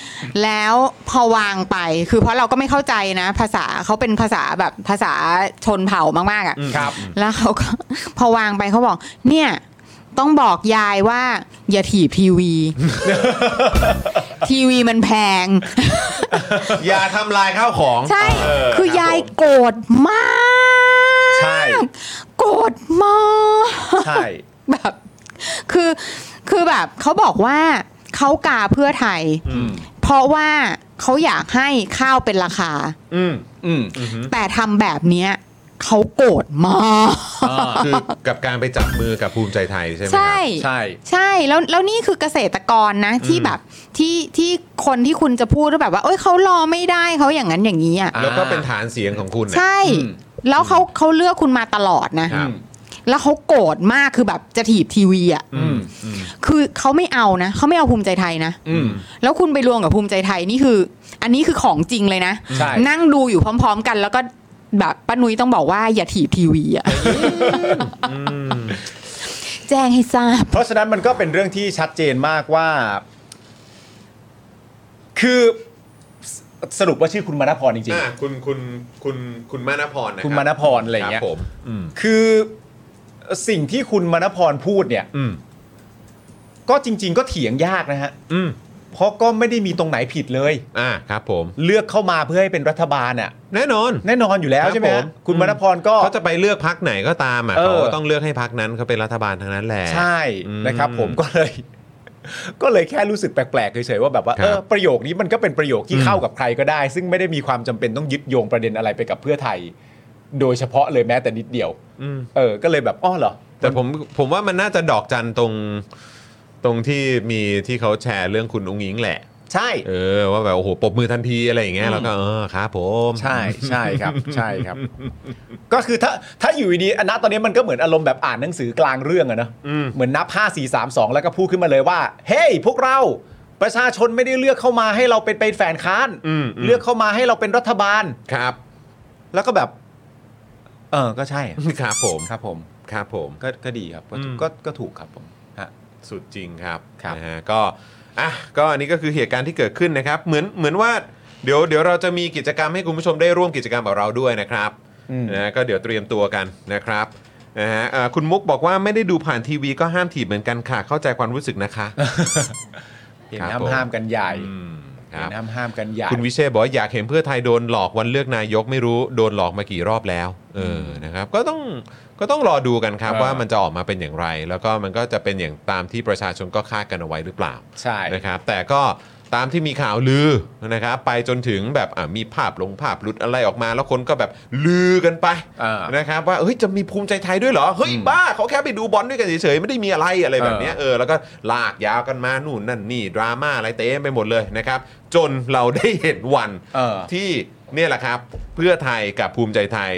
S5: แล้วพอวางไปคือเพราะเราก็ไม่เข้าใจนะ ภาษาเขาเป็นภาษาแบบภาษาชนเผ่ามากๆอะ
S1: อืม
S5: ะ
S3: ค่รับ
S5: แล้วเขาก็ พอวางไปเขาบอก เนี่ย ต้องบอกยายว่า อย่าถีบทีวี ทีวีมันแพง
S1: อย่าทำลายข้าวของ
S5: ใช่
S1: เ
S5: คือยายโกรธมาก
S3: ใช่
S5: โกรธมาก
S3: ใช่
S5: แบบคือคือแบบเขาบอกว่าเขากาเพื่อไทย
S1: อืม
S5: เพราะว่าเขาอยากให้ข้าวเป็นราคา
S1: อืม
S3: อืม
S5: แต่ทำแบบเนี้ยเขาโกรธมาก
S3: อ่า
S1: คือกับการไปจับมือกับภูมิใจไทยใช่ไหมครับ
S5: ใช่
S3: ใช่
S5: ใช่แล้วแล้วนี่คือเกษตรกรนะที่แบบที่ที่คนที่คุณจะพูดว่าแบบว่าเอ้ยเขารอไม่ได้เขาอย่างนั้นอย่างนี้อ่ะ
S3: อ่ะ
S1: แล้วก็เป็นฐานเสียงของคุณน่ะ
S5: ใช่
S3: อืม
S5: แล้วเขาเขาเลือกคุณมาตลอดนะ
S1: ครับ
S5: แล้วเขาโกรธมากคือแบบจะถีบทีวีอ่ะ
S3: อืม
S5: คือเขาไม่เอานะเขาไม่เอาภูมิใจไทยนะ
S3: อืม
S5: แล้วคุณไปรวมกับภูมิใจไทยนี่คือ อันนี้คือของจริงเลยนะ
S3: ใช่
S5: นั่งดูอยู่พร้อม ๆ กัน แล้วก็แบบป้านุ้ยต้องบอกว่าอย่าถีบทีวีอ่ะแจ้งให้ทราบ
S3: เพราะฉะนั้นมันก็เป็นเรื่องที่ชัดเจนมากว่า คือสสรุปว่าชื่อคุณมณพรจริง
S1: อ่ะคุณคุณคุณคุณมานาพรนะรับ
S3: คุณมานาพรอะไรอย่างเงี้ย
S1: คบผมอืม
S3: ๆ คือสิ่งที่คุณมณพรพูดเนี่ย
S1: อืม
S3: ก็จริง ๆ ก็เถียงยากนะฮะ
S1: อืม
S3: เพราะก็ไม่ได้มีตรงไหนผิดเลย
S1: อ่าครับผม
S3: เลือกเข้ามาเพื่อให้เป็นรัฐบาลอ่ะ
S1: แน่นอน
S3: แน่นอนอยู่แล้ว
S1: ครับ
S3: ใช่ไหม
S1: ผ
S3: ฮะ
S1: ม
S3: คุณมณพรก็
S1: เขาจะไปเลือกพักไหนก็ตามอ่ะ
S3: เออ
S1: เขาก็ต้องเลือกให้พักนั้นเขาเป็นรัฐบาลทั้งนั้นแหละ
S3: ใช่
S1: อืม
S3: นะครับ ผม ก็เลย ก็เลยแค่รู้สึกแปลกๆเฉยๆว่าแบบว่า
S1: ครับ
S3: เออประโยคนี้มันก็เป็นประโยคที่
S1: อืม
S3: เข้ากับใครก็ได้ ซึ่งไม่ได้มีความจำเป็นต้องยึดโยงประเด็นอะไรไปกับเพื่อไทย โดยเฉพาะเลยแม้แต่นิดเดียว
S1: อืม
S3: เออ ก็เลยแบบอ้อเหรอ
S1: แต่ผมผมว่ามันน่าจะดอกจันตรงตรงที่มีที่เขาแชร์เรื่องคุณอุ้งอิงแหละ
S3: ใช่
S1: เออว่าแบบโอ้โหปรบมือทันทีอะไรอย่างเงี้ย
S3: อืม
S1: แล้วก็เออครับผม
S3: ใช่ใช่ ครับ ใช่ครับ ก็คือถ้าถ้าอยู่ดีๆอันนั้นตอนนี้มันก็เหมือนอารมณ์แบบอ่านหนังสือกลางเรื่องอะเนอะ
S1: อืม
S3: เหมือนนับ 5 4 3 2 แล้วก็พูดขึ้นมาเลยว่า เฮ้ยพวกเราประชาชนไม่ได้เลือกเข้ามาให้เราเป็นไปแฝนค้าน
S1: อืม
S3: เลือกเข้ามาให้เราเป็นรัฐบาล
S1: ครับ
S3: แล้วก็แบบ เออ ก็ใช่อะ
S1: ครับผม
S3: ครับผม
S1: ครับผม
S3: ก็ ก็ดีครับ ก็
S1: อืม
S3: ก็ก็ถูกครับผมฮะ
S1: สุดจริงครับ
S3: ครับ
S1: นะฮะก็อ่ะก็อันนี้ก็คือเหตุการณ์ที่เกิดขึ้นนะครับ เหมือนเหมือนว่าเดี๋ยวเดี๋ยวเราจะมีกิจกรรมให้คุณผู้ชมได้ร่วมกิจกรรมกับเราด้วยนะครับ
S3: อืม
S1: นะฮะก็เดี๋ยวเตรียมตัวกันนะครับนะฮะเอ่อคุณมุกบอกว่าไม่ได้ดูผ่านทีวีก็ห้ามถีบเหมือนกันค่ะ เข้าใจความรู้สึกนะคะ
S3: เห็น
S1: ครับ
S3: ห้าม
S1: ผม
S3: ห้ามกันใหญ่
S1: อืมค
S3: เห็
S1: รับ
S3: นห้ามห้ามกันใหญ่
S1: คุณวิเชษบอกว่าอยากเห็นเพื่อไทยโดนหลอกวันเลือกนายกไม่รู้โดนหลอกมากี่รอบแล้วเออนะครับก็ต้องก็ต้องรอดูกันครับ
S3: เออ
S1: ว่ามันจะออกมาเป็นอย่างไร แล้วก็มันก็จะเป็นอย่างตามที่ประชาชนก็คาดกันเอาไว้หรือเปล่า
S3: ใช่
S1: นะครับแต่ก็ตามที่มีข่าวลือนะครับไปจนถึงแบบอ่ะมีภาพลงภาพหลุดอะไรออกมา แล้วคนก็แบบลือกันไป
S3: เออ
S1: นะครับว่าเฮ้ยจะมีภูมิใจไทยด้วยเหรอเฮ้ย
S3: อืม
S1: บ้าเขาแค่ไปดูบอลด้วยกันเฉยๆไม่ได้มีอะไรอะไรแบบเนี้ย
S3: เอ
S1: เออ
S3: อ
S1: แล้วก็ลากยาวกันมานู่นนั่นนี่ดราม่าอะไรเต็มไปหมดเลยนะครับ จนเราได้เห็นวัน
S3: เออ
S1: ที่เนี่ยแหละครับ เพื่อไทยกับภูมิใจไทย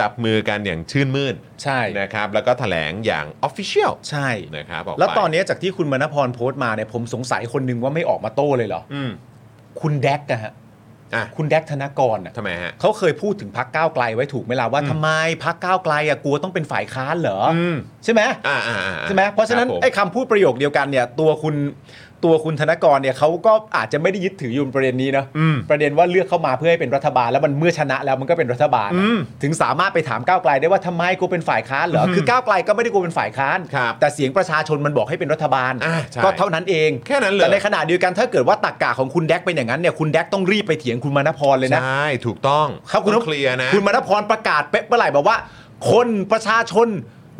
S1: จับมือกันอย่างชื่นมื่น
S3: ใช่
S1: นะครับ แล้วก็ถแถลงอย่างออฟฟิเชียล
S3: ใช่
S1: นะครับกไป
S3: แล้วตอนนี้จากที่คุณมณพรโพสต์มาเนี่ยผมสงสัยคนหนึงว่าไม่ออกมาโต้เลยเหรอ
S1: อืม
S3: คุณแดกนะฮะ
S1: อ่ะ
S3: คุณแดกธนกรน่ะ
S1: ทำไมฮะ
S3: เขาเคยพูดถึงพักก้าวไกลไว้ถูกไหมล่ะว่าทำไมพักก้าวไกลอ่ะกลัวต้องเป็นฝ่ายค้านเหรออ
S1: อืม
S3: ใช่ไหม
S1: อ่าอ่าอ่า
S3: ใช่ไหมเพราะฉะนั้น
S1: คบผม
S3: ไอ้คำพูดประโยคเดียวกันเนี่ยตัวคุณตัวคุณธนกรเนี่ยเขาก็อาจจะไม่ได้ยึดถืออยู่ประเด็นนี้นะ
S1: อืม
S3: ประเด็นว่าเลือกเข้ามาเพื่อให้เป็นรัฐบาล แล้วมันเมื่อชนะแล้วมันก็เป็นรัฐบาล
S1: อืม
S3: ถึงสามารถไปถามก้าวไกลได้ว่าทำไมกูเป็นฝ่ายค้านเหรอคือก้าวไกลก็ไม่ได้กูเป็นฝ่ายค้าน
S1: ครับ
S3: แต่เสียงประชาชนมันบอกให้เป็นรัฐบาล
S1: อ่าใช่
S3: ก็เท่านั้นเอง
S1: แค่นั้นเลย
S3: แต่ในขณะเดียวกันถ้าเกิดว่าตักกะของคุณแดกเป็นอย่างนั้นเนี่ยคุณแดกต้องรีบไปเถียงคุณมานพรเลยนะ
S1: ใช่ถูกต้อง
S3: ครับคุณ
S1: ต้องเคลียร์นะ
S3: คุณมณพรประกาศเป๊ะเมื่อไหร่บอกว่า คนประชาชน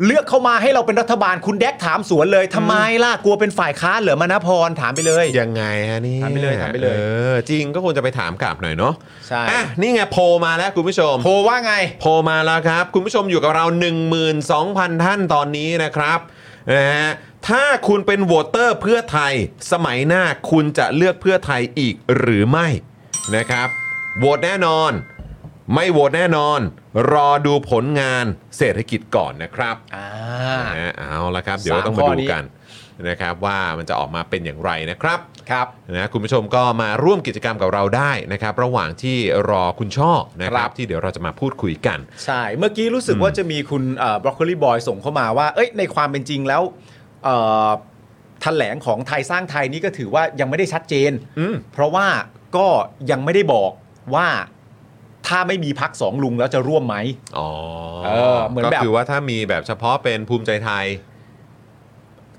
S3: เลือกเข้ามาให้เราเป็นรัฐบาล คุณแดกถามสวนเลยทำไมล่ะกลัวเป็นฝ่ายค้านเหรอมณพรถามไปเลย
S1: ยังไงฮะนี่
S3: ถามไปเลยถามไปเลย
S1: ออจริงก็ควรจะไปถามกลับหน่อยเนาะ
S3: ใช่
S1: อ่ะนี่ไงโพลมาแล้วคุณผู้ชม
S3: โพลว่าไง
S1: โพลมาแล้วครับ คุณผู้ชมอยู่กับเรา 12,000 ท่านตอนนี้นะครับนะฮะถ้าคุณเป็นโหวตเตอร์เพื่อไทย สมัยหน้าคุณจะเลือกเพื่อไทยอีกหรือไม่นะครับโหวตแน่นอน ไม่โหวตแน่นอน รอดูผลงานเศรษฐกิจก่อนนะครับ
S3: อ่า
S1: นะฮะเอาละครับ เดี๋ยว
S3: สาม
S1: ต้องมา
S3: ข้อ
S1: ดู
S3: นี้
S1: กันนะครับว่ามันจะออกมาเป็นอย่างไรนะครับ
S3: ครับ
S1: นะคุณผู้ชมก็มาร่วมกิจกรรมกับเราได้นะครับ ระหว่างที่รอคุณช่อนะค
S3: ครั
S1: รับ
S3: บ
S1: ที่เดี๋ยวเราจะมาพูดคุยกัน
S3: ใช่ เมื่อกี้รู้สึกว่าจะมีคุณบรอกโคลีบอยส่งเข้ามาว่า เอ้ยในความเป็นจริงแล้วเอ่อแถลงของไทยสร้างไทยนี่ก็ถือว่ายังไม่ได้ชัดเจน
S1: อืม
S3: เพราะว่าก็ยังไม่ได้บอกว่าถ้าไม่มีพักสองลุงแล้วจะร่วมไหม
S1: อ๋อ
S3: เออเหมือนแบบ
S1: ก็คือว่าถ้ามีแบบเฉพาะเป็นภูมิใจไทย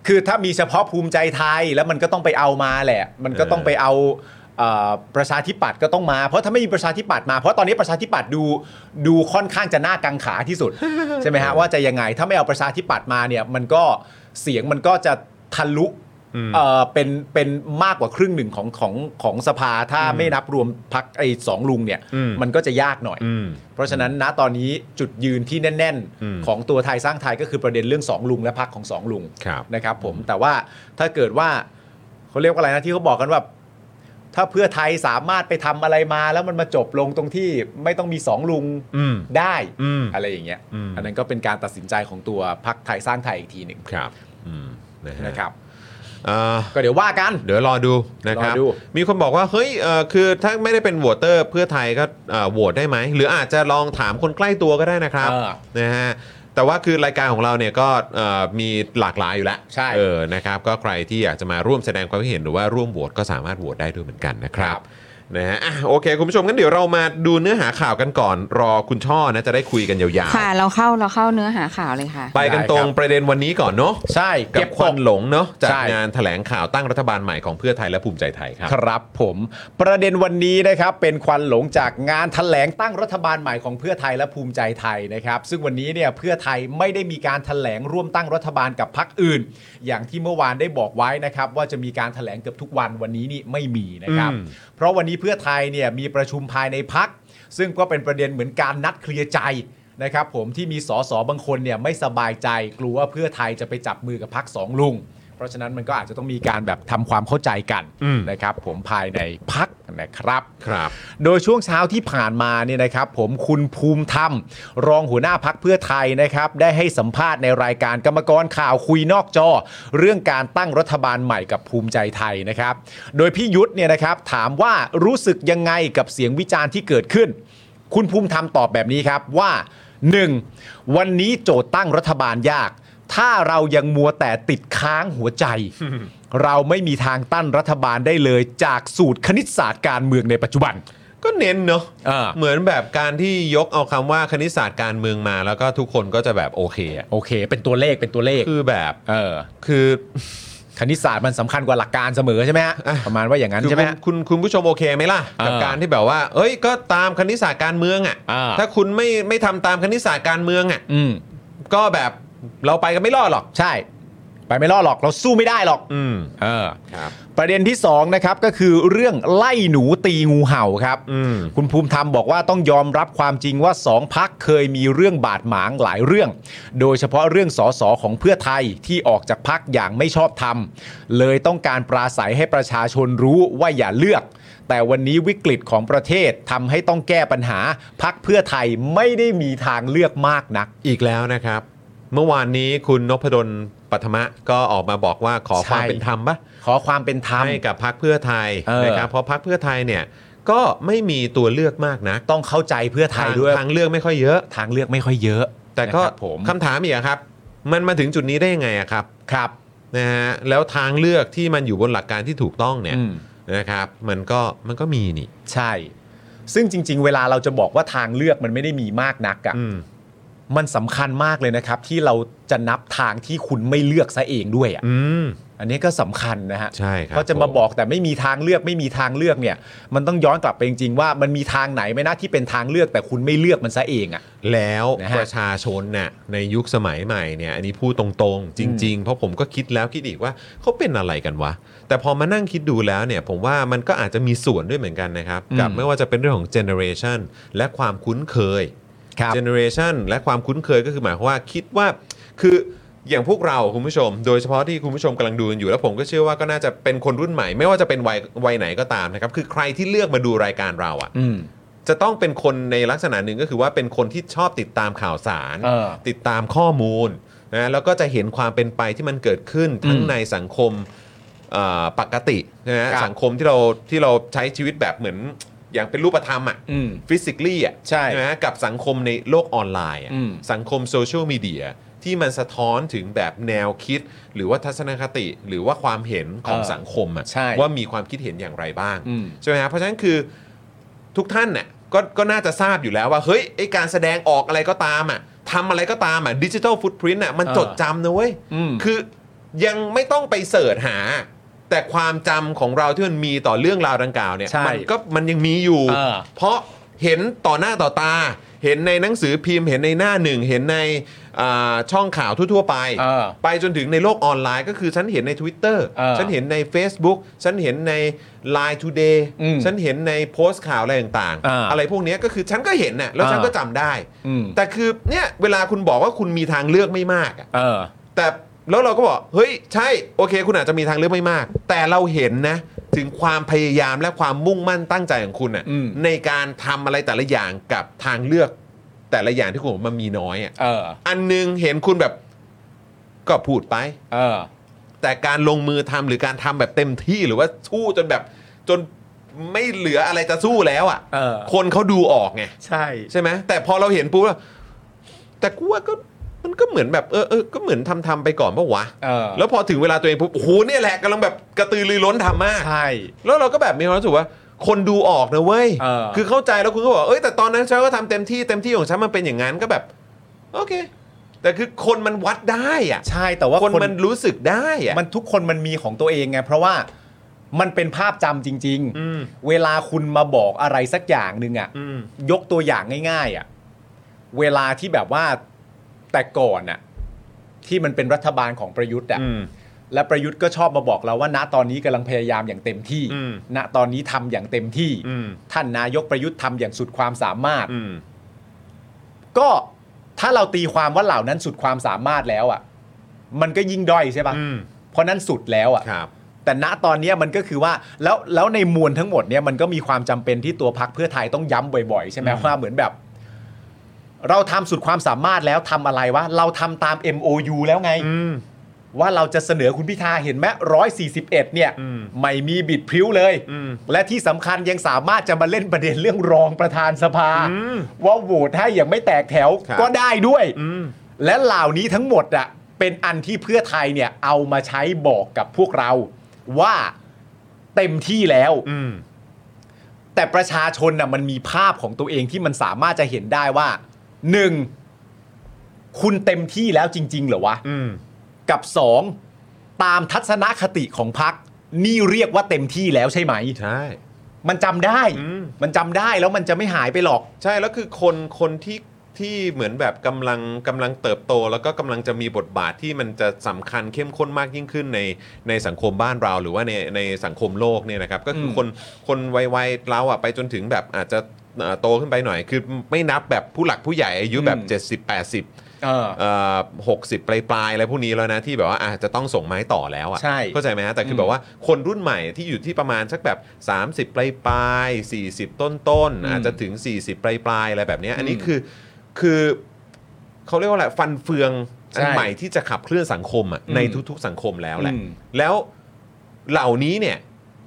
S3: คือถ้ามีเฉพาะภูมิใจไทยแล้วมันก็ต้องไปเอามาแหละ มันก็ต้องไปเอาเอ่อประชาธิปัตย์ก็ต้องมา เพราะถ้าไม่มีประชาธิปัตย์มาเพราะตอนนี้ประชาธิปัตย์ดูดูค่อนข้างจะหน้ากังขาที่ สุด ใช่ไหมฮะว่าจะยังไงถ้าไม่เอาประชาธิปัตย์มาเนี่ยมันก็เสียงมันก็จะทะลุ
S1: อืม
S3: เอ่อเป็นเป็นมากกว่าครึ่งหนึ่งของของของสภาถ้าไม่นับรวมพักไอ้สองลุงเนี่ย
S1: อืม
S3: มันก็จะยากหน่อย
S1: อืม
S3: เพราะฉะนั้นณตอนนี้จุดยืนที่แน่น
S1: อืม
S3: ๆ ของตัวไทยสร้างไทยก็คือประเด็นเรื่องสองลุงและพักของสองลุง
S1: ครับ
S3: นะครับผมแต่ว่าถ้าเกิดว่าเขาเรียกว่าอะไรนะที่เขาบอกกันว่า ถ้าเพื่อไทยสามารถไปทำอะไรมา แล้วมันมาจบลงตรงที่ไม่ต้องมีสองลุง
S1: อืม
S3: ได้
S1: อืม
S3: อะไรอย่างเงี้ย
S1: อืม
S3: นนั้นก็เป็นการตัดสินใจของตัวพักไทยสร้างไทยอีกทีหนึ่ง
S1: ครับอืมนะฮะ
S3: นะครับ
S1: เอ่อ
S3: ก็เดี๋ยวว่ากัน
S1: เดี๋ยวรอดูนะครับ
S3: รอดู
S1: มีคนบอกว่าเฮ้ยเอ่อคือถ้าไม่ได้เป็นโหวตเตอร์ เพื่อไทยก็เอ่อโหวตได้ไหม หรืออาจจะลองถามคนใกล้ตัวก็ได้นะครับ
S3: เออ
S1: นะฮะแต่ว่าคือรายการของเราเนี่ยก็เอ่อมีหลากหลายอยู่แล้ว
S3: ใช่
S1: เออนะครับก็ใครที่อยากจะมาร่วมแสดงความคิดเห็นหรือว่าร่วมโหวตก็สามารถโหวตได้ด้วยเหมือนกันนะครับ
S3: ครับ
S1: นะฮะอ่ะโอเค คุณผู้ชมงั้นเดี๋ยวเรามาดูเนื้อหาข่าวกันก่อน รอคุณช่อนะจะได้คุยกันยาว
S5: ค่ะเราเข้าเราเข้าเนื้อหาข่าวเลยค่ะ
S1: ๆ ไปกันตรงประเด็นวันนี้ก่อนเนาะ
S3: ใช่
S1: กับค
S3: ต
S1: วันหลงเนาะจาก
S3: ใช่
S1: งานแถลงข่าวตั้งรัฐบาลใหม่ของเพื่อไทยและภูมิใจไทยครับ
S3: ครับผมประเด็นวันนี้นะครับเป็นควันหลงจากงานแถลงตั้งรัฐบาลใหม่ของเพื่อไทยและภูมิใจไทยนะครับ ซึ่งวันนี้เนี่ยเพื่อไทยไม่ได้มีการแถลงร่วมตั้งรัฐบาลกับพรรคอื่น อย่างที่เมื่อวานได้บอกไว้นะครับ ว่าจะมีการแถลงเกือบทุกวันวันนี้นี่ไม่มีนะครับ
S1: อืม
S3: เพราะวันนี้เพื่อไทยเนี่ยมีประชุมภายในพัก ซึ่งก็เป็นประเด็นเหมือนการนัดเคลียร์ใจนะครับผมที่มีสสบางคนเนี่ยไม่สบายใจกลัวว่าเพื่อไทยจะไปจับมือกับพักสองลุง เพราะฉะนั้นมันก็อาจจะต้องมีการแบบทำความเข้าใจกัน
S1: อืม
S3: นะครับผมภายในพักนะครับ
S1: ครับ
S3: โดยช่วงเช้าที่ผ่านมาเนี่ยนะครับผมคุณภูมิธรรม รองหัวหน้าพักเพื่อไทยนะครับ ได้ให้สัมภาษณ์ในรายการกรรมกรข่าวคุยนอกจอ เรื่องการตั้งรัฐบาลใหม่กับภูมิใจไทยนะครับ โดยพี่ยุทธเนี่ยนะครับถามว่ารู้สึกยังไงกับเสียงวิจารณ์ที่เกิดขึ้น คุณภูมิธรรมตอบแบบนี้ครับว่า 1. วันนี้โจทย์ตั้งรัฐบาลยาก ถ้าเรายังมัวแต่ติดค้างหัวใจ เราไม่มีทางตั้นรัฐบาลได้เลยจากสูตรคณิตศาสตร์การเมืองในปัจจุบัน
S1: ก็เน้นเนาะ
S3: อ่า
S1: เหมือนแบบการที่ยกเอาคำว่าคณิตศาสตร์การเมืองมา แล้วก็ทุกคนก็จะแบบโอเคอะ
S3: โอเค เป็นตัวเลขเป็นตัวเลข
S1: คือแบบ
S3: เออ
S1: คือ
S3: คณิตศาสตร์มันสำคัญกว่าหลักการเสมอใช่ไหม ฮะ
S1: อ่ะ
S3: ประมาณว่าอย่างนั้น
S1: คือ
S3: ใช่ไหม
S1: คุณคุณคุณผู้ชมโอเคไหมล่ะ กับ
S3: เออ
S1: การที่แบบว่า เอ้ยก็ตามคณิตศาสตร์การเมืองอ่ะ
S3: อ่า
S1: ถ้าคุณไม่ไม่ทำตามคณิตศาสตร์การเมืองอ่ะ
S3: อืม
S1: ก็แบบเราไปกันไม่รอดหรอก
S3: ใช่ ไปไม่รอดหรอก เราสู้ไม่ได้หรอก
S1: อืม
S3: เออ
S1: ครับ
S3: ประเด็นที่สองนะครับก็คือเรื่องไล่หนูตีงูเห่าครับ
S1: อืม
S3: คุณภูมิธรรมบอกว่าต้องยอมรับความจริงว่าสองพักเคยมีเรื่องบาดหมางหลายเรื่อง โดยเฉพาะเรื่องสสของเพื่อไทยที่ออกจากพักอย่างไม่ชอบธรรม เลยต้องการปราศัยให้ประชาชนรู้ว่าอย่าเลือก แต่วันนี้วิกฤตของประเทศทำให้ต้องแก้ปัญหาพักเพื่อไทยไม่ได้มีทางเลือกมากนัก
S1: อีกแล้วนะครับ เมื่อวานนี้คุณนพดลปัทมะก็ออกมาบอกว่าขอความ
S3: ใช่
S1: เป็นธรรมปะ
S3: ขอความเป็นธรรม
S1: ให้กับพักเพื่อไทย
S3: เออ
S1: นะครับเพราะพักเพื่อไทยเนี่ยก็ไม่มีตัวเลือกมากนะ
S3: ต้องเข้าใจเพื่อไทยด้วย
S1: ทางเลือกไม่ค่อยเยอะ
S3: ทางเลือกไม่ค่อยเยอะ
S1: แต่ก็
S3: นะครับผม
S1: คำถามอีกอะครับ มันมาถึงจุดนี้ได้ยังไงอะครับ
S3: ครับ
S1: นะฮะแล้วทางเลือกที่มันอยู่บนหลักการที่ถูกต้องเนี่ย
S3: อืม
S1: นะครับมันก็มันก็มีนี่
S3: ใช่ ซึ่งจริง ๆ เวลาเราจะบอกว่าทางเลือกมันไม่ได้มีมากนักอะ่ะ
S1: อืม
S3: มันสำคัญมากเลยนะครับ ที่เราจะนับทางที่คุณไม่เลือกซะเองด้วยอะ่ะ
S1: อืม
S3: อันนี้ก็สำคัญนะฮะ
S1: ใช่ครับ
S3: เพราะจะมาบอกแต่ไม่มีทางเลือกไม่มีทางเลือกเนี่ย มันต้องย้อนกลับไปจริงๆว่ามันมีทางไหนไหม่นะที่เป็นทางเลือกแต่คุณไม่เลือกมันซะเองอ่ะ
S1: แล้ว
S3: นะฮะ
S1: ประชาชนน่ะในยุคสมัยใหม่เนี่ยอันนี้พูดตรงๆ จริง ๆ เพราะผมก็คิดแล้วคิดอีกว่าเขาเป็นอะไรกันวะ แต่พอมานั่งคิดดูแล้วเนี่ยผมว่ามันก็อาจจะมีส่วนด้วยเหมือนกันนะครับกับ
S3: อืม
S1: ไม่ว่าจะเป็นเรื่องของเจเนอเรชันและความคุ้นเคย เจเนอเรชันและความคุ้นเคยก็คือหมายความว่าคิดว่าคืออย่างพวกเราคุณผู้ชม โดยเฉพาะที่คุณผู้ชมกำลังดูกันอยู่แล้วผมก็เชื่อว่าก็น่าจะเป็นคนรุ่นใหม่ ไม่ว่าจะเป็นวัยวัยไหนก็ตามนะครับ คือใครที่เลือกมาดูรายการเราอะ่ะ
S3: อืม
S1: จะต้องเป็นคนในลักษณะหนึ่งก็คือว่าเป็นคนที่ชอบติดตามข่าวสาร
S3: เออ
S1: ติดตามข้อมูลนะแล้วก็จะเห็นความเป็นไปที่มันเกิดขึ้นทั้ง
S3: อืม
S1: ในสังคมเอ่อปกตินะฮะ
S3: ครับ
S1: สังคมที่เราที่เราใช้ชีวิตแบบเหมือนอย่างเป็นรูปธรรมอ่ะ
S3: อืม
S1: ฟิสิก l ี่อ่ะ
S3: ใช่
S1: ไหมฮะกับสังคมในโลกออนไลน์อะ
S3: อืม
S1: สังคมโซเชียลมีเดียที่มันสะท้อนถึงแบบแนวคิด หรือว่าทัศนคติ หรือว่าความเห็นของ
S3: เออ
S1: สังคมอะ
S3: ใช่
S1: ว่ามีความคิดเห็นอย่างไรบ้าง
S3: อืม
S1: ใช่ไหมฮะเพราะฉะนั้นคือทุกท่านเนี่ยก็ก็น่าจะทราบอยู่แล้วว่า เฮ้ยไอการแสดงออกอะไรก็ตามอ่ะทำอะไรก็ตามอ่ะดิจิทัลฟุตพิ้นอ่ะมัน
S3: เออ
S1: จดจำนะเว้ย
S3: อืม
S1: คือยังไม่ต้องไปเสิร์ชหา แต่ความจำของเราที่มันมีต่อเรื่องราวดังกล่าวเนี่ย
S3: ใช่
S1: มัก็มันยังมีอยู่
S3: เออ
S1: เพราะเห็นต่อหน้าต่อตา เห็นในหนังสือพิมพ์ เห็นในหน้าหนึ่ง เห็นในอ่าช่องข่าวทั่ว ๆ ไป
S3: เออ
S1: ไปจนถึงในโลกออนไลน์ก็คือฉันเห็นใน Twitter
S3: เออ
S1: ฉันเห็นใน Facebook ฉันเห็นใน Line Today
S3: อืม
S1: ฉันเห็นในโพสต์ข่าวอะไรต่าง
S3: เอออ
S1: ไรพวกเนี้ยก็คือฉันก็เห็นน่ะแล้วฉัน
S3: เออ
S1: ก็จำได้
S3: อืม
S1: แต่คือเนี่ยเวลาคุณบอกว่าคุณมีทางเลือกไม่มากอะ
S3: เออ
S1: แต่แล้วเราก็บอกเฮ้ยใช่โอเค คุณอาจจะมีทางเลือกไม่มาก แต่เราเห็นนะ ถึงความพยายามและความมุ่งมั่นตั้งใจของคุณ
S3: อืม
S1: อะ่ะในการทำอะไรแต่ละอย่างกับทางเลือก แต่ละอย่างที่คุณบอกมันมีน้อยอะ่ะ
S3: เออ
S1: อันหนึงเห็นคุณแบบก็พูดไป
S3: เออ
S1: แต่การลงมือทำหรือการทำแบบเต็มที่หรือว่าสู้จนแบบจนไม่เหลืออะไรจะสู้แล้วอะ
S3: เออ
S1: ่ะคนเขาดูออกไง
S3: ใช่
S1: ใช่ไหมแต่พอเราเห็นปุ๊บแล้วแต่กูว่าก็มันก็เหมือนแบบเออเออก็เหมือนทำทำไปก่อนปะวะ
S3: เออ
S1: แล้วพอถึงเวลาตัวเองปุ๊บโอ้โหเนี่ยแหละกำลังแบบกระตือรือร้นทำมาก
S3: ใช่
S1: แล้วเราก็แบบมีความรู้สึกว่า คนดูออกนะเว้ย
S3: เออ
S1: คือเข้าใจแล้วคุณก็บอกเอ้ยแต่ตอนนั้นฉันก็ทำเต็มที่เต็มที่ของฉันมันเป็นอย่างนั้นก็แบบ โอเค แต่คือคนมันวัดได้อะ
S3: ใช่แต่ว่า
S1: คนมันรู้สึกได้อะ
S3: มันทุกคนมันมีของตัวเองไงเพราะว่ามันเป็นภาพจำจริง
S1: อืม
S3: ๆ เวลาคุณมาบอกอะไรสักอย่างหนึ่งอ่ะ
S1: อืม
S3: ยกตัวอย่างง่ายๆอะ่ะเวลาที่แบบว่าแต่ก่อนอ่ะที่มันเป็นรัฐบาลของประยุทธ์อ่ะ
S1: อืม
S3: และประยุทธ์ก็ชอบมาบอกเราว่าณตอนนี้กำลังพยายามอย่างเต็มที่
S1: อืม
S3: ณตอนนี้ทำอย่างเต็มที่
S1: อืม
S3: ท่านนายกประยุทธ์ทำอย่างสุดความสามารถ
S1: อืม
S3: ก็ถ้าเราตีความว่าเหล่านั้นสุดความสามารถแล้วอ่ะ มันก็ยิ่งด้อยใช่ปะ
S1: อืม
S3: เพราะนั้นสุดแล้วอ่ะ
S1: ครับ
S3: แต่ณตอนเนี้ยมันก็คือว่าแล้วแล้วในมวลทั้งหมดเนี่ยมันก็มีความจำเป็นที่ตัวพักเพื่อไทยต้องย้ำบ่อยๆ ใช่ไหมว่าเหมือนแบบ เราทำสุดความสามารถแล้วทำอะไรวะเราทำตาม MOU แล้วไง
S1: อืม
S3: ว่าเราจะเสนอคุณพิธาเห็นไหมร้อยสี่สิบเอ็ดเนี่ย
S1: อืม
S3: ไม่มีบิดพริ้วเลย
S1: อืม
S3: และที่สำคัญยังสามารถจะมาเล่นประเด็นเรื่องรองประธานสภา
S1: อืม
S3: ว่าโหวตให้อย่างไม่แตกแถว
S1: ครับ
S3: ก็ได้ด้วย
S1: อืม
S3: และเหล่านี้ทั้งหมดอะเป็นอันที่เพื่อไทยเนี่ยเอามาใช้บอกกับพวกเรา ว่าเต็มที่แล้ว
S1: อืม
S3: แต่ประชาชนน่ะมันมีภาพของตัวเองที่มันสามารถจะเห็นได้ว่าหนึ่งคุณเต็มที่แล้วจริง ๆ เหรอวะ
S1: อืม
S3: กับสองตามทัศนคติของพัก นี่เรียกว่าเต็มที่แล้วใช่ไหม
S1: ใช่
S3: มันจำได้
S1: อืม
S3: มันจำได้แล้วมันจะไม่หายไปหรอก
S1: ใช่แล้วคือคนคนที่ที่เหมือนแบบกำลังกำลังเติบโต แล้วก็กำลังจะมีบทบาทที่มันจะสำคัญเข้มข้นมากยิ่งขึ้นในในสังคมบ้านเราหรือว่าในในสังคมโลกเนี่ยนะครับ ก็คืออ
S3: ม
S1: คนคนวัยๆเราอ่ะไปจนถึงแบบอาจจะเอ่อโตขึ้นไปหน่อย คือไม่นับแบบผู้หลักผู้ใหญ่อายุ
S3: อืม
S1: แบบ 70 80
S3: เออ
S1: หกสิบปลายปลายๆอะไรพวกนี้แล้วนะที่แบบว่าอาจจะต้องส่งไม้ต่อแล้ว
S3: ใช่
S1: อะ่ะเข้าใจไหมฮะแต่คืออ
S3: ม
S1: แบบว่าคนรุ่นใหม่ที่อยู่ที่ประมาณสักแบบ 30 ปลายปลายๆ40 ต้นต้นๆ
S3: อืม
S1: อาจจะถึง 40 ปลายปลายๆอะไรแบบเนี้ยอันนี้
S3: อืม
S1: คือคือเขาเรียกว่าอะไรฟันเฟืองอัน
S3: ใช่
S1: ใหม่ที่จะขับเคลื่อนสังคมอะ
S3: อืม
S1: ในทุกๆสังคมแล้วแหละ
S3: อืม
S1: แล้วเหล่านี้เนี่ย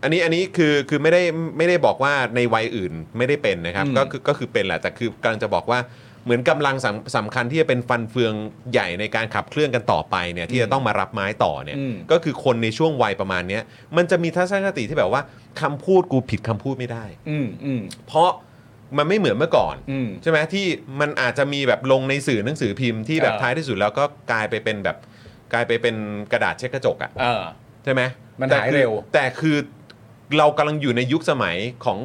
S1: อันนี้อันนี้คือคือไม่ได้ไม่ได้บอกว่าในวัยอื่นไม่ได้เป็นนะครับ
S3: อืม
S1: ก็คือก็คือเป็นแหละแต่คือกำลังจะบอกว่า เหมือนกำลังสำสำคัญที่จะเป็นฟันเฟืองใหญ่ในการขับเคลื่อนกันต่อไปเนี่ยที่จะต้องมารับไม้ต่อเนี่ย
S3: อืม
S1: ก็คือคนในช่วงวัยประมาณเนี้ยมันจะมีทัศนคติที่แบบว่าคำพูดกูผิดคำพูดไม่ได้
S3: อืมอืม
S1: เพราะมันไม่เหมือนเมื่อก่อน
S3: อืม
S1: ใช่ไหมที่มันอาจจะมีแบบลงในสื่อหนังสือพิมพ์ที่แบบ
S3: เออ
S1: ท้ายที่สุดแล้วก็กลายไปเป็นแบบกลายไปเป็นกระดาษเช็ดกระจกอะ
S3: เออ
S1: ใช่ไหม
S3: มัน
S1: แต่
S3: หาย
S1: คือ
S3: เร็ว
S1: แต่คือเรากำลังอยู่ในยุคสมัยของ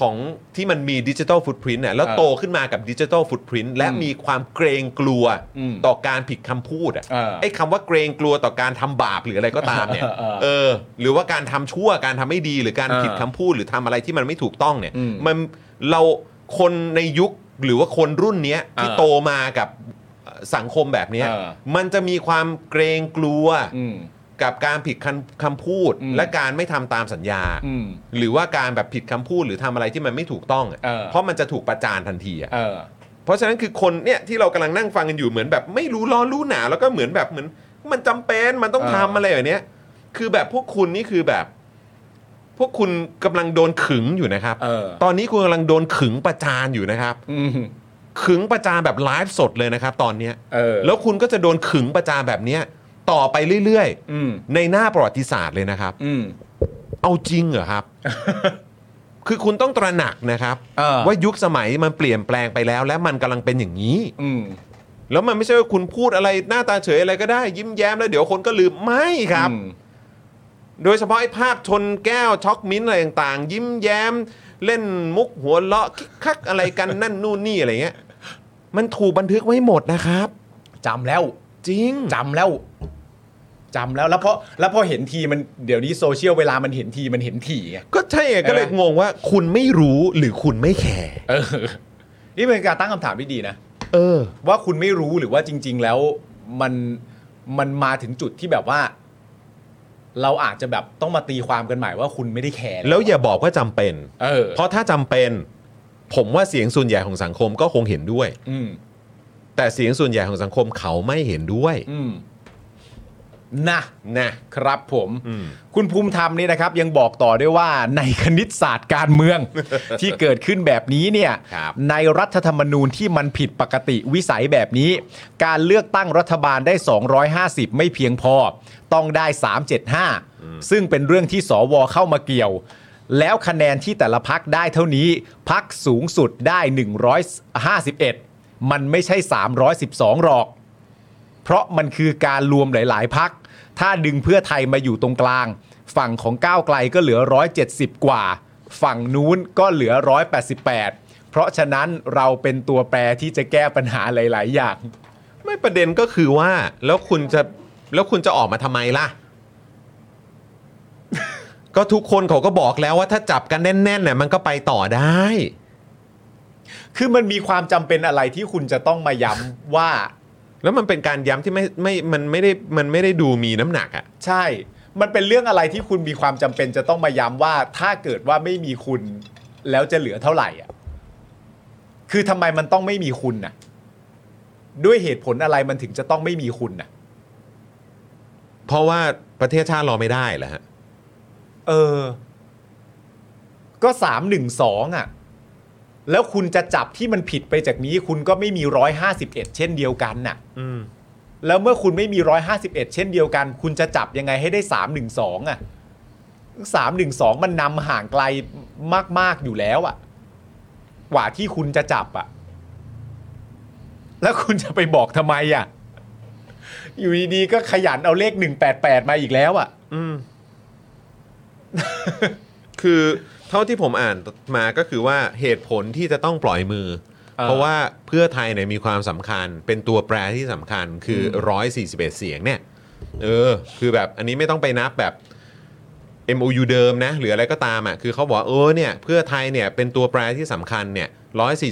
S1: ของที่มันมีดิจิทัลฟุตพิ้นเนี่ยแล้วโตขึ้นมากับดิจิทัลฟุตพิ้นและมีความเกรงกลัว
S3: อืม
S1: ต่อการผิดคำพูดอ่ะ
S3: เออ
S1: ไอ้คำว่าเกรงกลัวต่อการทำบาปหรืออะไรก็ตามเนี่ย
S3: เออ
S1: เออ หรือว่าการทำชั่วการทำไม่ดีหรือการ
S3: เออ
S1: ผิดคำพูดหรือทำอะไรที่มันไม่ถูกต้องเนี่ย
S3: อืม
S1: มันเราคนในยุคหรือว่าคนรุ่นเนี้ยที่
S3: เออ
S1: โตมากับสังคมแบบเนี้ย
S3: เออ
S1: มันจะมีความเกรงกลัว
S3: อืม
S1: กับการผิดคำคำพูด
S3: อืม
S1: และการไม่ทำตามสัญญา
S3: อืม
S1: หรือว่าการแบบผิดคำพูดหรือทำอะไรที่มันไม่ถูกต้องอะ
S3: เออ
S1: เพราะมันจะถูกประจานทันทีอะ
S3: เออ
S1: เพราะฉะนั้นคือคนเนี่ยที่เรากำลังนั่งฟังกันอยู่เหมือนแบบไม่รู้ล้อรู้หนาแล้วก็เหมือนแบบเหมือนมันจำเป็นมันต้อง
S3: เออ
S1: ทำอะไรแบบเนี้ยคือแบบพวกคุณนี่คือแบบ พวกคุณกำลังโดนขึงอยู่นะครับ
S3: เออ
S1: ตอนนี้คุณกำลังโดนขึงประจานอยู่นะครับ
S3: อืม
S1: ขึงประจานแบบไลฟ์สดเลยนะครับ ตอนเนี้ย
S3: เออ
S1: แล้วคุณก็จะโดนขึงประจานแบบเนี้ยต่อไปเรื่อย ๆ
S3: อืม
S1: ในหน้าประวัติศาสตร์เลยนะครับ
S3: อืม
S1: เอาจริงเหรอ ครับ คือคุณต้องตระหนักนะครับ
S3: เออ
S1: ว่ายุคสมัยมันเปลี่ยนแปลงไปแล้ว และมันกำลังเป็นอย่างนี้
S3: อืม
S1: แล้วมันไม่ใช่ว่าคุณพูดอะไรหน้าตาเฉยอะไรก็ได้ ยิ้มแย้มแล้วเดี๋ยวคนก็ลืมไม่ครับ โดยเฉพาะไอ้ภาพชนแก้วช็อกมิ้นท์อะไรต่างๆ ยิ้มแย้ม เล่นมุกหัวเราะคิกคักอะไรกันนั่นนู่นนี่อะไรเงี้ยมันถูกบันทึกไว้หมดนะครับ
S3: จำแล้ว
S1: จริง
S3: จำแล้ว จำแล้ว แล้วพอแล้วพอเห็นทีมัน เดี๋ยวนี้โซเชียลเวลามันเห็นทีมันเห็นทีไง
S1: ก็ใช่ไงก็เลยงงว่า คุณไม่รู้หรือคุณไม่แคร์
S3: เออ นี่เป็นการตั้งคำถามที่ดีนะ
S1: เออ
S3: ว่าคุณไม่รู้หรือว่าจริง ๆ แล้วมันมันมาถึงจุดที่แบบว่า เราอาจจะแบบต้องมาตีความกันใหม่ว่าคุณไม่ได้แคร์
S1: แล้วอย่าบอกว่าจำเป็น
S3: เออ
S1: เพราะถ้าจำเป็น ผมว่าเสียงส่วนใหญ่ของสังคมก็คงเห็นด้วย
S3: อืม
S1: แต่เสียงส่วนใหญ่ของสังคมเขาไม่เห็นด้วย
S3: อืมนะ
S1: นะครับ
S3: ผม
S1: อืม
S3: คุณภูมิธรรมนี่นะครับยังบอกต่อด้วยว่าในคณิตศาสตร์การเมื อง ที่เกิดขึ้นแบบนี้เนี่ย
S1: ครับ
S3: ในรัฐธรรมนูญที่มันผิดปกติวิสัยแบบนี้ การเลือกตั้งรัฐบาลได้ 250 ไม่เพียงพอ ต้องได้ 375 ซึ่งเป็นเรื่องที่สวเข้ามาเกี่ยว แล้วคะแนนที่แต่ละพักได้เท่านี้พักสูงสุดได้ 151 มันไม่ใช่ 312 หรอก เพราะมันคือการรวมหลาย ๆ พัก ถ้าดึงเพื่อไทยมาอยู่ตรงกลาง ฝั่งของก้าวไกลก็เหลือ 170 กว่า ฝั่งนู้นก็เหลือ 188 เพราะฉะนั้นเราเป็นตัวแปรที่จะแก้ปัญหาหลาย ๆ อย่าง
S1: ไม่ประเด็นก็คือว่า แล้วคุณจะแล้วคุณจะออกมาทำไมล่ะ ก็ทุกคนเขาก็บอกแล้วว่าถ้าจับกันแน่นๆเนี่ยมันก็ไปต่อได้
S3: คือมันมีความจำเป็นอะไรที่คุณจะต้องมาย้ำ ว่า
S1: แล้วมันเป็นการย้ำที่ไม่ไม่มันไม่ได้มันไม่ได้ดูมีน้ำหนักอะ
S3: ใช่ มันเป็นเรื่องอะไรที่คุณมีความจำเป็นจะต้องมาย้ำว่า ถ้าเกิดว่าไม่มีคุณ แล้วจะเหลือเท่าไหร่อ่ะ คือทำไมมันต้องไม่มีคุณน่ะ ด้วยเหตุผลอะไรมันถึงจะต้องไม่มีคุณน่ะ
S1: เพราะว่าประเทศชาติรอไม่ได้เหรอฮะ
S3: เออ ก็สามหนึ่งสองอ่ะ แล้วคุณจะจับที่มันผิดไปจากนี้ คุณก็ไม่มีร้อยห้าสิบเอ็ดเช่นเดียวกันน่ะ
S1: อืม
S3: แล้วเมื่อคุณไม่มีร้อยห้าสิบเอ็ดเช่นเดียวกัน คุณจะจับยังไงให้ได้สามหนึ่งสองอ่ะสามหนึ่งสองมันนำห่างไกลมาก ๆ อยู่แล้วอ่ะ กว่าที่คุณจะจับอ่ะ แล้วคุณจะไปบอกทำไมอ่ะ อยู่ดีๆก็ขยันเอาเลขหนึ่งแปดแปดมาอีกแล้วอ่ะ
S1: อืม คือเท่าที่ผมอ่านมาก็คือว่าเหตุผลที่จะต้องปล่อยมือ
S3: อ่า
S1: เพราะว่าเพื่อไทยเนี่ยมีความสำคัญ เป็นตัวแปรที่สำคัญคืออ141 เสียงเนี่ย เออ คือแบบอันนี้ไม่ต้องไปนับแบบ MOU เดิมนะหรืออะไรก็ตามอ่ะคือเขาบอกว่าเออเนี่ยเพื่อไทยเนี่ยเป็นตัวแปรที่สำคัญเนี่ย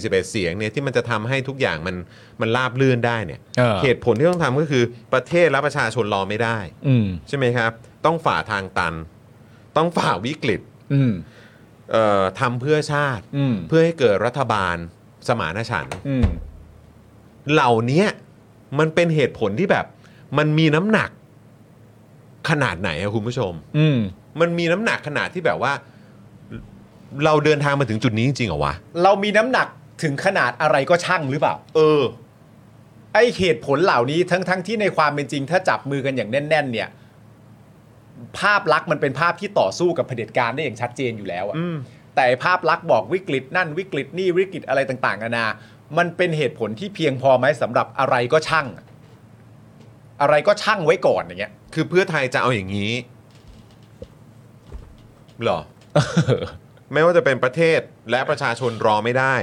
S1: 141 เสียงเนี่ยที่มันจะทำให้ทุกอย่างมันมันราบลื่นได้เนี่ย
S3: เออ
S1: เหตุผลที่ต้องทำก็คือประเทศและประชาชนรอไม่ได้
S3: อืม
S1: ใช่ไหมครับ ต้องฝ่าทางตัน ต้องฝ่าวิกฤต
S3: อืม
S1: เอ่อทำเพื่อชาติ
S3: อืม
S1: เพื่อให้เกิดรัฐบาลสมานฉันท์
S3: อืม
S1: เหล่าเนี้ยมันเป็นเหตุผลที่แบบ มันมีน้ำหนักขนาดไหนอะคุณผู้ชม
S3: อืม
S1: มันมีน้ำหนักขนาดที่แบบว่า เราเดินทางมาถึงจุดนี้จริงๆเหรอวะ
S3: เรามีน้ำหนัก ถึงขนาดอะไรก็ช่างหรือเปล่า
S1: เออ
S3: ไอเหตุผลเหล่านี้ทั้งทั้งที่ในความเป็นจริง ถ้าจับมือกันอย่างแน่น ๆ เนี่ย ภาพลักษณ์มันเป็นภาพที่ต่อสู้กับเผด็จการได้อย่างชัดเจนอยู่แล้วอะแต่ภาพลักษณ์บอกวิกฤตนั่นวิกฤตนี่วิกฤตอะไรต่างๆนานา มันเป็นเหตุผลที่เพียงพอไหมสำหรับอะไรก็ช่างอะอะไรก็ช่างไว้ก่อนอย่างเงี้ย
S1: คือเพื่อไทยจะเอาอย่างนี้เหร อ ไม่ว่าจะเป็นประเทศและประชาชนรอไม่ได้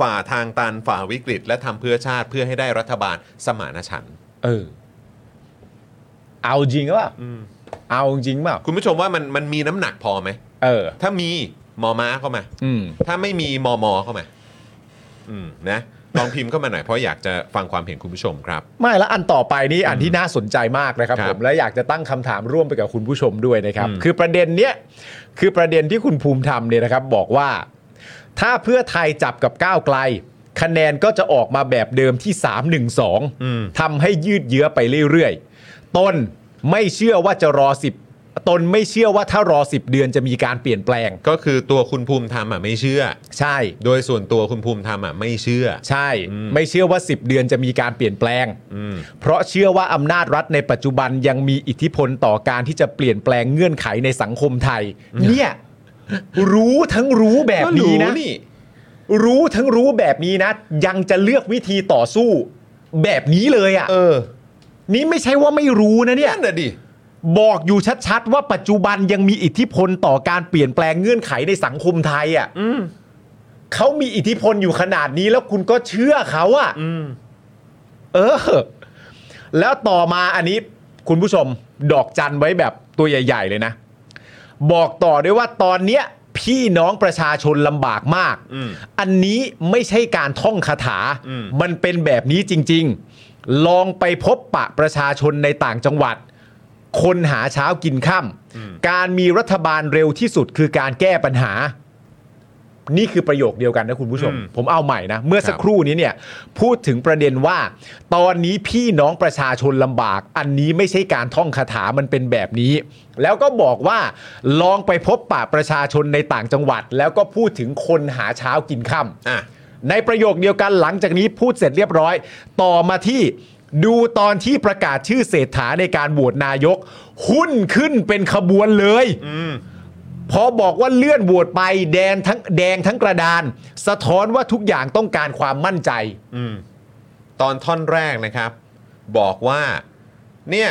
S1: ฝ่าทางตันฝ่าวิกฤต และทำเพื่อชาติเพื่อให้ได้รัฐบาลสมานฉันท์
S3: เออ เอาจริงหรือเปล่าเอาจริงเปล่า
S1: คุณผู้ชมว่ามันมันมีน้ำหนักพอไหม
S3: เออ
S1: ถ้ามีมอม้าเข้ามา
S3: อืม
S1: ถ้าไม่มีมอมอเข้ามา อืมนะลองพิมพ์เข้ามาหน่อยเพราะอยากจะฟังความเห็นคุณผู้ชมครับ
S3: ไม่แล้วอันต่อไปนี่อันที่น่าสนใจมากนะครับ
S1: ครับ
S3: ผมและอยากจะตั้งคำถามร่วมไปกับคุณผู้ชมด้วยนะครับ คือประเด็นเนี้ยคือประเด็นที่คุณภูมิธรรมเนี่ยนะครับ บอกว่า ถ้าเพื่อไทยจับกับก้าวไกล คะแนนก็จะออกมาแบบเดิมที่ 3 1 2ทำให้ยืดเยื้อไปเรื่อยๆตนไม่เชื่อว่าจะรอ 10ตนไม่เชื่อว่าถ้ารอ 10 เดือนจะมีการเปลี่ยนแปลง
S1: ก็คือตัวคุณภูมิธรรมอ่ะไม่เชื่อ
S3: ใช่
S1: โดยส่วนตัวคุณภูมิธรรมอ่ะไม่เชื่อ
S3: ใช่ ไม่เชื่อว่า 10 เดือนจะมีการเปลี่ยนแปลง
S1: อืม
S3: เพราะเชื่อว่าอำนาจรัฐในปัจจุบันยังมีอิทธิพลต่อการที่จะเปลี่ยนแปลงเงื่อนไขในสังคมไทย เนี่ย รู้ทั้งรู้แบบ
S1: ก็
S3: นี้
S1: รู้
S3: นะ
S1: นี่
S3: รู้ทั้งรู้แบบนี้นะ ยังจะเลือกวิธีต่อสู้แบบนี้เลยอะ่ะ
S1: เออ
S3: นี่ไม่ใช่ว่าไม่รู้นะเนี่ย
S1: นั่นน่ะดิ
S3: บอกอยู่ชัดๆ ว่าปัจจุบันยังมีอิทธิพลต่อการเปลี่ยนแปลงเงื่อนไขในสังคมไทยอะ่ะเขามีอิทธิพลอยู่ขนาดนี้แล้วคุณก็เชื่อเขาอะ่ะเออ แล้วต่อมาอันนี้ คุณผู้ชม ดอกจันไว้แบบตัวใหญ่ ๆ เลยนะ บอกต่อด้วยว่าตอนเนี้ย พี่น้องประชาชนลำบากมาก
S1: อืม
S3: อันนี้ไม่ใช่การท่องคาถา
S1: อืม
S3: มันเป็นแบบนี้จริง ๆ ลองไปพบปะประชาชนในต่างจังหวัด คนหาเช้ากินค่ำการมีรัฐบาลเร็วที่สุดคือการแก้ปัญหา นี่คือประโยคเดียวกันนะคุณผู้ชม
S1: อืม
S3: ผมเอาใหม่นะ เมื่อสัก
S1: ครับ
S3: ครู่นี้เนี่ย พูดถึงประเด็นว่า ตอนนี้พี่น้องประชาชนลำบาก อันนี้ไม่ใช่การท่องคาถามันเป็นแบบนี้ แล้วก็บอกว่าลองไปพบปะประชาชนในต่างจังหวัด แล้วก็พูดถึงคนหาเช้ากินค่ำ
S1: อ่ะ
S3: ในประโยคเดียวกันหลังจากนี้พูดเสร็จเรียบร้อย ต่อมาที่ดูตอนที่ประกาศชื่อเศรษฐาในการโหวตนายก หุ้นขึ้นเป็นขบวนเลยพอบอกว่าเลื่อนโหวตไปแดงทั้งแดงทั้งกระดาน สะท้อนว่าทุกอย่างต้องการความมั่นใจ
S1: อืมตอนท่อนแรกนะครับ บอกว่าเนี่ย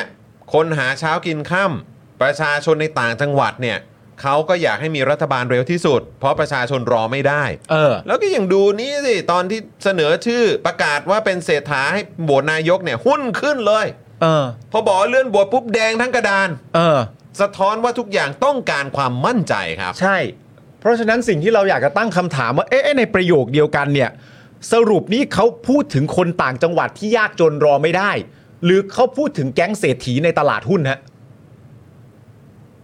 S1: คนหาเช้ากินค่ำประชาชนในต่างจังหวัดเนี่ยเขาก็อยากให้มีรัฐบาลเร็วที่สุด เพราะประชาชนรอไม่ได้
S3: เออ
S1: แล้วก็ยังดูนี่สิ ตอนที่เสนอชื่อประกาศว่าเป็นเศรษฐาให้โหวตนายกเนี่ยหุ้นขึ้นเลย
S3: เออ
S1: พอบอกว่าเลื่อนโหวตปุ๊บแดงทั้งกระดาน
S3: เออ
S1: สะท้อนว่าทุกอย่างต้องการความมั่นใจครับ
S3: ใช่ เพราะฉะนั้นสิ่งที่เราอยากจะตั้งคำถามว่า เอ๊ะเอ๊ะในประโยคเดียวกันเนี่ย สรุปนี่เขาพูดถึงคนต่างจังหวัดที่ยากจนรอไม่ได้ หรือเขาพูดถึงแก๊งเศรษฐีในตลาดหุ้นฮะ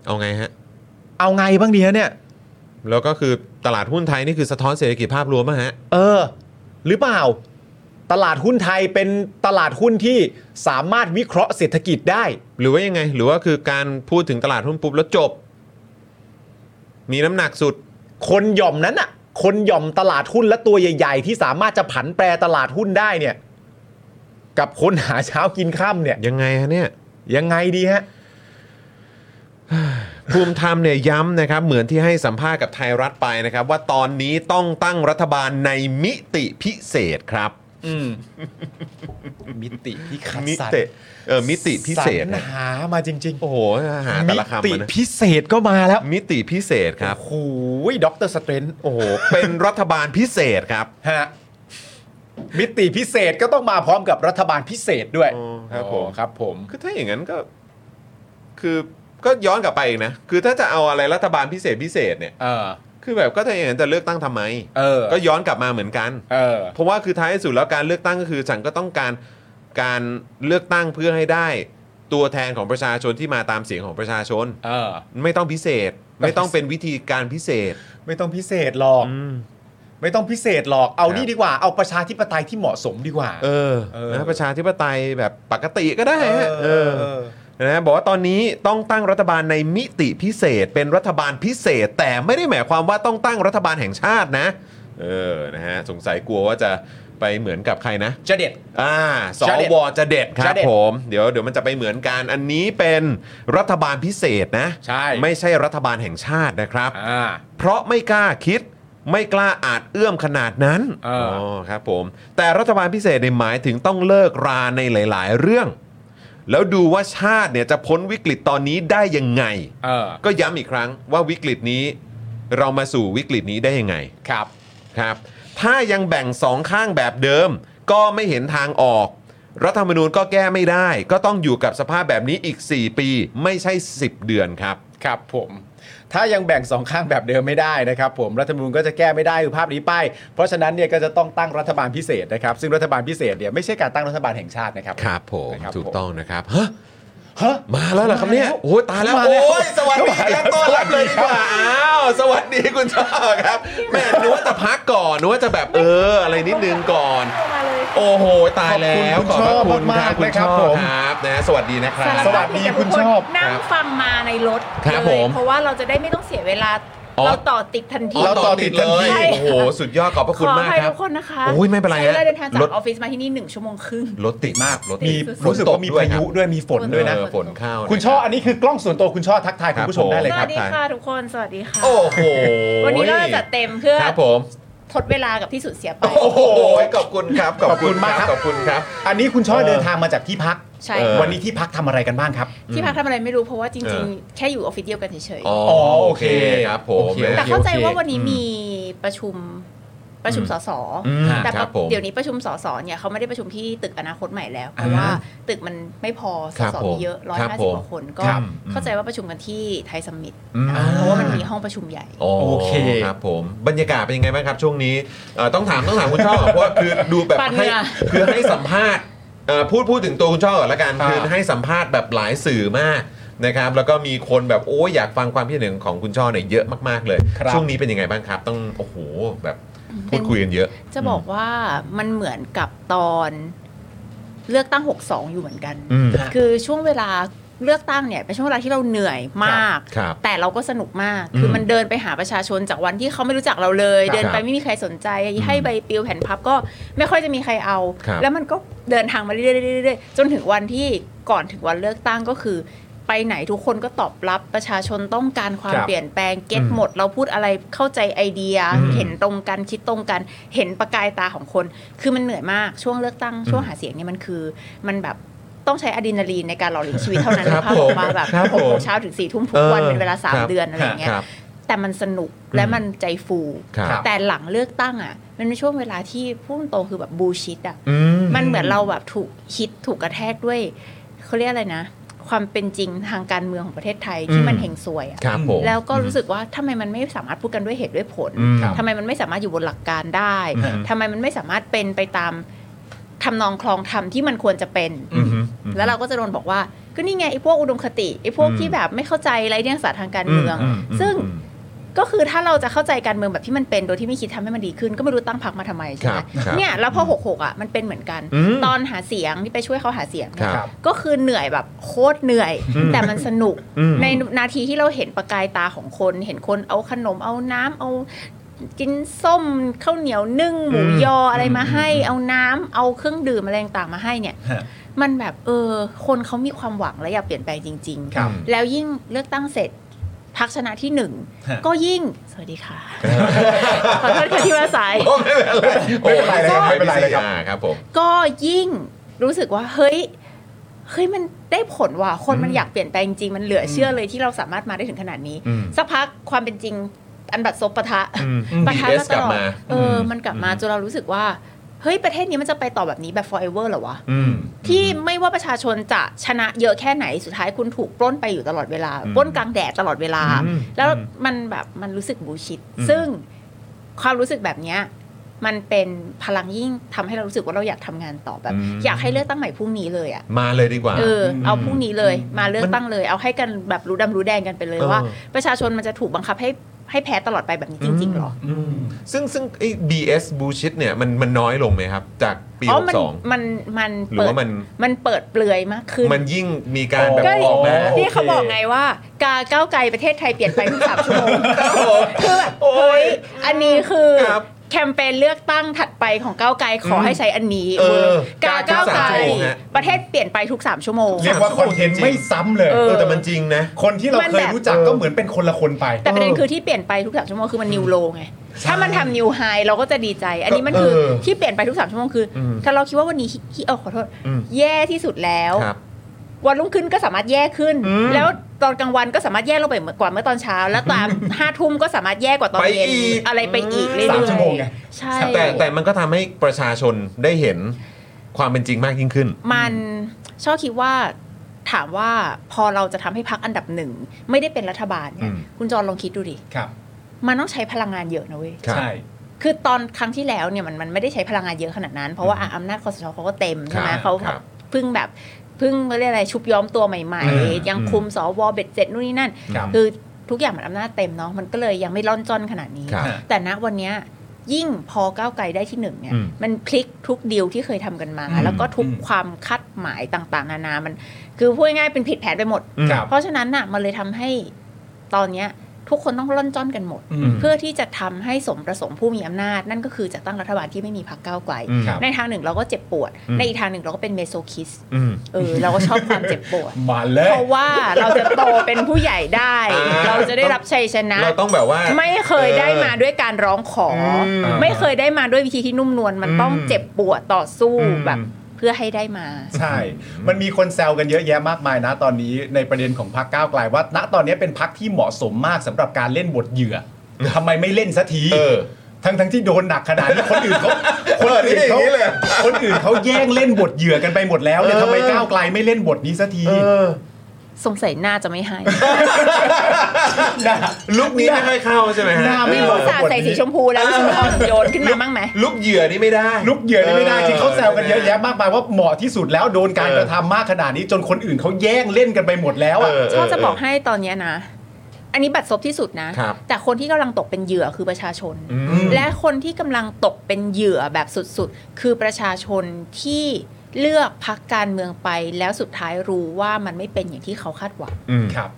S1: เอาไงฮะ
S3: เอาไงบ้างดีฮะเนี่ย
S1: แล้วก็คือตลาดหุ้นไทยนี่คือสะท้อนเศรษฐกิจภาพรวมอะฮะ
S3: เออ หรือเปล่า ตลาดหุ้นไทยเป็นตลาดหุ้นที่สามารถวิเคราะห์เศรษฐกิจได้
S1: หรือว่ายังไง หรือว่าคือการพูดถึงตลาดหุ้นปุ๊บแล้วจบ มีน้ำหนักสุด
S3: คนหย่อมนั้นอะคนหย่อมตลาดหุ้นและตัวใหญ่ ๆ ที่สามารถจะผันแปรตลาดหุ้นได้เนี่ย กับคนหาเช้ากินข้ามเนี่ย
S1: ยังไงฮะเนี่ย
S3: ยังไงดีฮะ
S1: ภูมิธรรมเนี่ยย้ำนะครับ เหมือนที่ให้สัมภาษณ์กับไทยรัฐไปนะครับ ว่าตอนนี้ต้องตั้งรัฐบาลในมิติพิเศษครับ
S3: มิติพิคั
S1: มิติเออมิติพิเศษ
S3: สรร
S1: นะ
S3: หามาจริง ๆ
S1: โอ้โหหาแต่ละ
S3: มิ
S1: คำ
S3: ติ
S1: มานะ
S3: พิเศษก็มาแล้ว
S1: มิติพิเศษครับ
S3: โอ้โหด็อกเตอร์สเตรน
S1: โอ้โห เป็นรัฐบาลพิเศษครับ
S3: ฮะมิติพิเศษก็ต้องมาพร้อมกับรัฐบาลพิเศษด้วยอ๋อครับผม
S1: คือถ้าอย่างนั้นก็ คือก็ย้อนกลับไปอีกนะ คือถ้าจะเอาอะไรรัฐบาลพิเศษพิเศษเนี่ย
S3: เออ
S1: คือแบบก็ถ้าอย่างนั้นจะเลือกตั้งทำไม
S3: เออ
S1: ก็ย้อนกลับมาเหมือนกัน
S3: เออ
S1: เพราะว่าคือท้ายสุดแล้วการเลือกตั้งก็คือฉันก็ต้องการการเลือกตั้งเพื่อให้ได้ ตัวแทนของประชาชนที่มาตามเสียงของประชาชน
S3: เออ
S1: ไม่ต้องพิเศษ ไม่ต้องเป็นวิธีการพิเศษ
S3: ไม่ต้องพิเศษหรอก ไม่ต้องพิเศษหรอกเอานี่ดีกว่า เอาประชาธิปไตยที่เหมาะสมดีกว่า
S1: เออ
S3: เออ
S1: นะประชาธิปไตยแบบปกติก็ได้ฮะ
S3: เอ
S1: เออ
S3: อ
S1: นะบอกว่าตอนนี้ต้องตั้งรัฐบาลในมิติพิเศษ เป็นรัฐบาลพิเศษ แต่ไม่ได้หมายความว่าต้องตั้งรัฐบาลแห่งชาตินะ เออนะฮะสงสัยกลัวว่าจะไปเหมือนกับใครนะ
S3: จะเด็ด
S1: อ่าส
S3: จะเด็ด
S1: วจะเด็ดครั
S3: จะ
S1: บ
S3: เด็ด
S1: ผมเดี๋ยวเดี๋ยวมันจะไปเหมือนกันอันนี้เป็นรัฐบาลพิเศษนะ
S3: ใช่
S1: ไม่ใช่รัฐบาลแห่งชาตินะครับ
S3: อ่า
S1: เพราะไม่กล้าคิดไม่กล้าอาจเอื้อมขนาดนั้น
S3: เอออ๋
S1: ครับผมแต่รัฐบาลพิเศษในยหมายถึงต้องเลิกราในหลาย ๆ เรื่อง แล้วดูว่าชาติเนี่ยจะพ้นวิกฤตตอนนี้ได้ยังไง
S3: เออ
S1: ก็ย้ำอีกครั้งว่าวิกฤตนี้ เรามาสู่วิกฤตนี้ได้ยังไง
S3: ครับ
S1: ครับถ้ายังแบ่งสองข้างแบบเดิม ก็ไม่เห็นทางออก รัฐธรรมนูญก็แก้ไม่ได้ ก็ต้องอยู่กับสภาพแบบนี้อีก 4 ปี ไม่ใช่ 10 เดือนครับ
S3: ครับผม ถ้ายังแบ่งสองข้างแบบเดิมไม่ได้นะครับ ผมรัฐธรรมนูญก็จะแก้ไม่ได้คือภาพนี้ไปเพราะฉะนั้นเนี่ยก็จะต้องตั้งรัฐบาลพิเศษนะครับ ซึ่งรัฐบาลพิเศษเนี่ยไม่ใช่การตั้งรัฐบาลแห่งชาตินะครับ
S1: ครับผม
S3: นะครับ
S1: ถูกต้องนะครับฮะ
S3: ฮะ
S1: มาแล้วเหรอครับเนี่ย
S3: มาแล้ว
S1: โอ้ยตายแล้ว
S3: มาแล้ว
S1: โอ้ยสวัสดีครับต้อนรับเลยดีกว่า
S3: สวัสดีครับ
S1: อ้าวสวัสดีคุณชอบครับแหม่นึกว่าจะพักก่อนนึกว่าจะแบบเออ อะไรนิดนึงก่อน โอ้โหตายแล้ว
S3: ขอบคุณคุณ
S1: พระ
S3: ชอบมากๆนะครับ
S1: ณชอ
S3: ผม
S1: ครับนะสวัสดีนะครับ
S3: สวัสดีคุณชอบ
S6: นั่งฟังมาในรถ
S1: ครับ
S6: เล
S1: ผ
S6: ย
S1: ม
S6: เพราะว่าเราจะได้ไม่ต้องเสียเวลา
S1: อ๋อ
S6: เราต่อติดทันที
S1: เราต่อติดเลย
S6: ใช่ค่ะ
S1: โอ้โห สุดยอดขอบพระ
S6: ข
S1: คุณ
S6: ออ
S1: มาก
S6: ภัย
S1: ครับ
S6: ทุกคนนะคะ
S1: โอ้ยไม่เป็นไร
S6: ใช้เวลา
S1: ฮะ
S6: เดินทางจาก
S1: ร
S6: อ
S1: ถ
S6: อฟฟิศมาที่นี่หนึ่งชั่วโมงครึ่ง
S1: รถติดมาก รถ
S3: มี
S1: ติด
S3: รู้สึกว่ามีพายุ
S1: ฝนตก
S3: ด้วยมีฝน
S1: ครับ
S3: ด้วยนะ
S1: เออฝนเข้า
S3: คุณ
S1: นะ
S3: ช่อ
S1: รับ
S3: อันนี้คือกล้องส่วนตัวคุณช่อทักทาย
S1: ค
S3: คุ
S1: รั
S3: ณ
S1: บ
S3: ผู้ชมได้เลย
S6: ส
S3: ค
S6: วั
S3: รั
S6: ส
S3: บ
S6: ดีค่ะทุกคน สวัสดีค่ะ
S1: โอ้โห
S6: วันนี้เราจะจัดเต็มเพื่อ
S1: ครับผม
S6: ทดเวลากับที่สุดเสียไป
S1: โอ้โห ขอบคุณครับ ขอบคุณมาก
S3: ครับ
S1: ขอบคุณครับ
S3: อันนี้คุณช่อ
S1: เออ
S3: เดินทางมาจากที่พัก
S6: ใช่
S1: เออ
S3: วันนี้ที่พักทำอะไรกันบ้างครับ
S6: ที่พักทำอะไรไม่รู้เพราะว่าจ
S1: เอ
S6: ริง
S1: อ
S6: ๆ แค่อยู่ออฟฟิศเดียวกันเฉย
S1: อ๋อโอเคครับผม
S3: โอเค
S6: ๆแต่
S1: นะ
S6: เข้าใจ
S3: โอเค
S6: ว่าวันนี้มีประชุมประชุมสส
S1: อืม
S6: แต่
S1: ค
S6: ป
S1: รั
S6: ก
S1: บผม
S6: เดี๋ยวนี้ประชุมสสเนี่ยเขาไม่ได้ประชุมที่ตึกอนาคตใหม่แล้ว เพราะ
S3: อ่า
S6: ว่าตึกมันไม่พอส
S1: ครับ
S6: ส
S1: ผม
S6: มีเยอะร้อย
S1: ครับ
S6: ห้า
S1: ผ
S6: สิ
S1: ม
S6: บกว่าคนก็
S3: ครับ
S6: เข้าใจว่าประชุมกันที่ไทยสมิธ
S1: อืม
S6: นะคะเพราะว่ามันมีห้องประชุมใหญ่
S1: โอ
S3: โอ
S1: เค
S3: เค
S1: ครับผมบรรยากาศเป็นยังไงบ้างครับช่วงนี้เอ่อต้องถามต้องถามคุณช่อก่อนเพราะว่าคือดูแบบ
S6: ปั่นเหงื่
S1: ให้
S6: อ
S1: คือให้สัมภาษณ์เอ่อพูดพูดถึงตัวคุณช่อก่อนละกัน
S3: อ่า
S1: คือให้สัมภาษณ์แบบหลายสื่อมากนะครับ แล้วก็มีคนแบบโอ้ยอยากฟังความคิดเห็นของคุณช่อเนี่ยเยอะมากๆเลย ช่วงนี้เป็นยังไงบ้างครับ ต้องโอ้โหแบบพูดคุยกันเยอะ
S6: จะบอกว่ามันเหมือนกับตอนเลือกตั้ง 62 อยู่เหมือนกัน
S1: อืม
S6: คือช่วงเวลาเลือกตั้งเนี่ยเป็นช่วงเวลาที่เราเหนื่อยมาก
S1: ครับ
S6: แต่เราก็สนุกมาก คือมันเดินไปหาประชาชนจากวันที่เขาไม่รู้จักเราเลย
S1: ครับ
S6: เดินไปไม่มีใครสนใจ ให้ใบปลิวแผ่นพับก็ไม่ค่อยจะมีใครเอา
S1: ครับ
S6: แล้วมันก็เดินทางมาเรื่อยๆเรื่อยๆจนถึงวันที่ก่อนถึงวันเลือกตั้งก็คือ ไปไหนทุกคนก็ตอบรับประชาชนต้องการความ
S3: ครับ
S6: เปลี่ยนแปลงเก็ตหมด เราพูดอะไรเข้าใจไอเดีย เห็นตรงกันคิดตรงกัน เห็นประกายตาของคน คือมันเหนื่อยมากช่วงเลือกตั้งช่วงหาเสียงเนี่ยมันคือ มันแบบต้องใช้อะดรีนาลีนในการหล่อเลี้ยงชีวิตเท่านั้น
S1: ครับ
S6: ภาพออกมา
S1: ผม
S6: แบบ
S1: ครับ
S6: หก
S1: ผ
S6: โม
S1: ม
S6: งเช้าถึงสี่ทุ่มทุกวัน
S1: เออ
S6: เป็นเวลาสาม
S1: ครับ
S6: เดือนอะไรอย่าง
S1: ค
S6: เงี้ย
S1: รับ
S6: แต่มันสนุกและมันใจฟู
S1: ครับ
S6: แต่หลังเลือกตั้งอ่ะ มันเป็นช่วงเวลาที่พุ่งโตรงๆคือแบบบูชิดอ่ะ
S1: อื
S6: มันเหมือนเราแบบถูกฮิตถูกกระแทกด้วยเขาเรียกอะไรนะ ความเป็นจริงทางการเมืองของประเทศไทยที่
S1: อืม
S6: มันเฮงซวยอะ
S1: ครับผม
S6: แล้วก็รู้สึกว่าทำไมมันไม่สามารถพูดกันด้วยเหตุด้วยผล
S1: อืม
S6: ทำไมมันไม่สามารถอยู่บนหลักการได้
S1: อืม
S6: ทำไมมันไม่สามารถเป็นไปตามทำนองคลองธรรมที่มันควรจะเป็น
S1: อืมอืม
S6: แล้วเราก็จะโดนบอกว่าก็นี่ไงไอ้พวกอุดมคติไอ้พวก
S1: อืม
S6: ที่แบบไม่เข้าใจไรเดียงสาทางการเมือง
S1: มอืม
S6: ซึ่ง
S1: อืม
S6: ก็คือถ้าเราจะเข้าใจการเมืองแบบที่มันเป็นโดยที่ไม่คิดทำให้มันดีขึ้น ก็ไม่รู้ตั้งพรรคมาทำไมใช่ไห
S1: ค
S6: ม
S1: รับครับ
S6: เนี่ยแล้วพอ66อ่ะมันเป็นเหมือนกัน
S1: อืม
S6: ตอนหาเสียงที่ไปช่วยเขาหาเสียงเนี่ย
S1: ครับ
S6: ก็คือเหนื่อยแบบโคตรเหนื่อย
S1: อืม
S6: แต่มันสนุก
S1: อืม
S6: ในนาทีที่เราเห็นประกายตาของคน เห็นคนเอาขนมเอาน้ำเอา กินส้มข้าวเหนียวนึ่ง หมู
S1: อืม
S6: ยออะไรมา
S1: อืม
S6: ให้ เอาน้ำเอาเครื่องดื่มอะไรต่างๆมาให้เนี่ย
S3: ฮะ
S6: มันแบบเออ คนเขามีความหวังและอยากเปลี่ยนแปลงจริง ๆ
S3: ครับ
S6: แล้วยิ่งเลือกตั้งเสร็จพักชนะที่หนึ่ง
S3: ฮะ
S6: ก็ยิ่ง สวัสดีค่ะ ขอโทษค่ะที่มาสาย
S1: โอ้ไม่เป็นไร
S3: ไม่เป็นไรเลยครับไม่เป็นไรเลยครับ
S1: อ่าครับผม
S6: ก็ยิ่งรู้สึกว่าเฮ้ยเฮ้ยมันได้ผลว่ะคนมันอยากเปลี่ยนแปลงจริงมันเหลือเชื่อเลยที่เราสามารถมาได้ถึงขนาดนี้
S1: อืม
S6: สักพักความเป็นจริงอันบัดซบ ปะทะ
S1: อืม
S6: ปะทะ
S1: BTS
S6: มาต
S1: กลับ
S6: ลอด
S1: มา
S6: เออมันกลับมาจนเรารู้สึกว่า เฮ้ยประเทศนี้มันจะไปต่อแบบนี้แบบ forever เหรอวะ
S1: อืม
S6: ที่ไม่ว่าประชาชนจะชนะเยอะแค่ไหนสุดท้ายคุณถูกปล้นไปอยู่ตลอดเวลาปล้นกลางแดดตลอดเวลา
S1: อืม
S6: แล้วมันแบบมันรู้สึกบูชิด
S1: อืม
S6: ซึ่งความรู้สึกแบบเนี้ยมันเป็นพลังยิ่งทำให้เรารู้สึกว่าเราอยากทำงานต่อแบบ อยากให้เลือกตั้งใหม่พรุ่งนี้เลยอ่ะ
S1: มาเลยดีกว่า
S6: เออเอาพรุ่งนี้เลย มาเลือกตั้งเลย เอาให้กันแบบรู้ดำรู้แดงกันไปเลย
S1: เออ
S6: ว่า ประชาชนมันจะถูกบังคับให้ให้แพ้ตลอดไปแบบนี้จริงๆหรอ
S1: ซึ่งซึ่งไอ้ BS bullshit เนี่ยมันมันน้อยลงไหมครับ จากปี
S6: อ๋อ
S1: หก
S6: มัน
S1: สอง
S6: มันมัน
S1: หรือ
S6: เปิด
S1: ว่ามัน
S6: มันเปิดเปลือยมากขึ้น
S1: มันยิ่งมีการแบบ
S6: ก็
S1: ออกมา
S6: ที่เขาบอกไงว่ากา ก้าวไกลประเทศไทยเปลี่ยนไปทุกสามชั่วโมงคือแบบ
S1: โอ้
S6: เฮ้
S1: ย
S6: ยอันนี้คือ
S1: ครับ
S6: แคมเปญเลือกตั้งถัดไปของก้าวไกลขอให้ใช้อันนี้
S1: เออก
S6: าก้าวไกล
S1: ทุกสามชั่วโมงฮะ
S6: ประเทศเปลี่ยนไปทุก 3 ชั่วโมง
S3: เรียกว่าคอนเทนต์ไม่ซ้ำเลย
S6: เออ
S1: เออแต่มันจริงนะ
S3: คนที่เรา
S6: มัน
S3: เค
S6: แบบ
S3: ยรู้จักก็เหมือนเป็นคนละคนไป
S6: แต่ประเด็นคือที่เปลี่ยนไปทุกสามชั่วโมงคือมันนิวโลไง ถ้ามันทำนิวไฮเราก็จะดีใจ อันนี้มันคือ
S1: เออ
S6: ที่เปลี่ยนไปทุกสามชั่วโมงคืออ
S1: ม
S6: ถ้าเราคิดว่าวันนี้ขี้เออขอโทษ
S1: อืม
S6: แย่ที่สุดแล้ว
S1: ครับ
S6: วันรุ่งขึ้นก็สามารถแย่ขึ้น
S1: อืม
S6: แล้วตอนกลางวันก็สามารถแย่ลงไปเหมือนกว่าเมื่อตอนเช้า แล้วตาม ห้าทุ่มก็สามารถแย่กว่าตอนเย็น
S1: ปก
S6: อะไรไปอีกเรื่อย
S3: สามชั่วโมงไง
S6: ๆใช่
S1: แต่แต่มันก็ทำให้ประชาชนได้เห็นความเป็นจริงมากยิ่งขึ้น
S6: มันชอบคิดว่าถามว่าพอเราจะทำให้พักอันดับหนึ่ง ไม่ได้เป็นรัฐบาลเนี่ย
S1: อืม
S6: คุณจอนลองคิดดูดิ
S3: ครับ
S6: มันต้องใช้พลังงานเยอะนะเว้ย
S1: ครับ
S3: ใช่
S6: คือตอนครั้งที่แล้วเนี่ยมันมันไม่ได้ใช้พลังงานเยอะขนาดนั้น เพราะว่าอ่ะอำนาจคอสชเขาก็เต็มใช่ไหม
S1: ครับ
S6: เขา
S1: ครับ
S6: เพึ่งแบบเพึ่งเขาเรียกอะไรชุบย้อมตัวใหม่
S3: อืม
S6: ๆ ยังคุมสวเบ็ดเสร็จนู่นนี่นั่น
S3: ครับ
S6: คือทุกอย่างมันอำนาจเต็มเนาะมันก็เลยยังไม่ล่อนจ้อนขนาดนี้
S1: ครับ
S6: แต่ณวันเนี้ยยิ่งพอก้าวไกลได้ที่หนึ่งเนี่ย
S1: อืม
S6: มันพลิกทุกดีลที่เคยทำกันมา
S3: อืม
S6: แล้วก็ทุก
S3: อืม
S6: ความคาดหมายต่างๆ นานามัน คือพูดง่ายๆเป็นผิดแผนไปหมด
S3: ครับ
S6: เพราะฉะนั้นน่ะมันเลยทำให้ตอนเนี้ยทุกคนต้องล่อนจ้อนกันหมด
S1: อืม
S6: เพื่อที่จะทำให้สมประสงค์ผู้มีอำนาจ นั่นก็คือจะตั้งรัฐบาลที่ไม่มีพรรคก้าวไกล
S1: อืม
S3: ครับ
S6: ในทางหนึ่งเราก็เจ็บปวด
S1: อืม
S6: ในอีกทางหนึ่งเราก็เป็นเมโซคิส
S1: อืม
S6: เออเราก็ชอบความเจ็บปวด
S3: มาเลย
S6: เพราะว่าเราจะโตเป็นผู้ใหญ่ได้
S1: อ่า
S6: เราจะได้รับชัยชนะ
S1: เราต้องแบบว่า
S6: ไม่เคยได้มาด้วยการร้องขออ
S1: ม
S6: ไม่เคยได้มาด้วยวิธีที่นุ่มนวลมันต้อง
S1: อืม
S6: เจ็บปวดต่อสู้
S1: อืม
S6: แบบเพื่อให้ได้มา
S3: ใช่ มันมีคนแซวกันเยอะแยะมากมายนะตอนนี้ในประเด็นของพรรคก้าวไกลว่า ณตอนนี้เป็นพรรคที่เหมาะสมมากสำหรับการเล่นบทเหยื่อทำไมไม่เล่นสักที
S1: เออ
S3: ทั้งทั้งที่โดนหนักขนาดนี้คนอื่นเขา
S1: เออนี่อย่างนี้เลย
S3: คนอื่นเขาแย่งเล่นบทเหยื่อกันไปหมดแล้วเนี่ยทำไมก้าวไกลไม่เล่นบทนี้สักที
S1: เออ
S6: สงสัยน่าจะไม่ให้
S3: นะ
S1: ลุกนี้ไม่ค่อยเข้าใช่ไหมฮะ
S3: หน้า
S6: นี่
S3: ไม่เห
S6: อุ
S3: มาะกับ
S6: ตส่าห์
S3: บท
S6: ใส่สี
S3: นี้
S6: ชมพูแล้วรู้สึกว่าโยนขึ้นมาบ้างไหม
S1: ลุกเหยื่อนี่ไม่ได้
S3: ลุกเหยื่อนี่ไม่ได้ที่เขาแซวกันเยอะแยะมากมายว่าเหมาะที่สุดแล้วโดนการ
S1: เออ
S3: กระทำมากขนาดนี้จนคนอื่นเขาแย่งเล่นกันไปหมดแล้วอ่ะ
S1: เ
S6: ชอบจะบอกให้ตอนเนี้ยนะ อันนี้บัตรซบที่สุดนะ
S1: ครับ
S6: แต่คนที่กำลังตกเป็นเหยื่อคือประชาชน
S1: อืม
S6: และคนที่กำลังตกเป็นเหยื่อแบบสุดๆ คือประชาชนที่เลือกพักการเมืองไป แล้วสุดท้ายรู้ว่ามันไม่เป็นอย่างที่เขาคาดหวัง
S1: อืม
S3: ครับ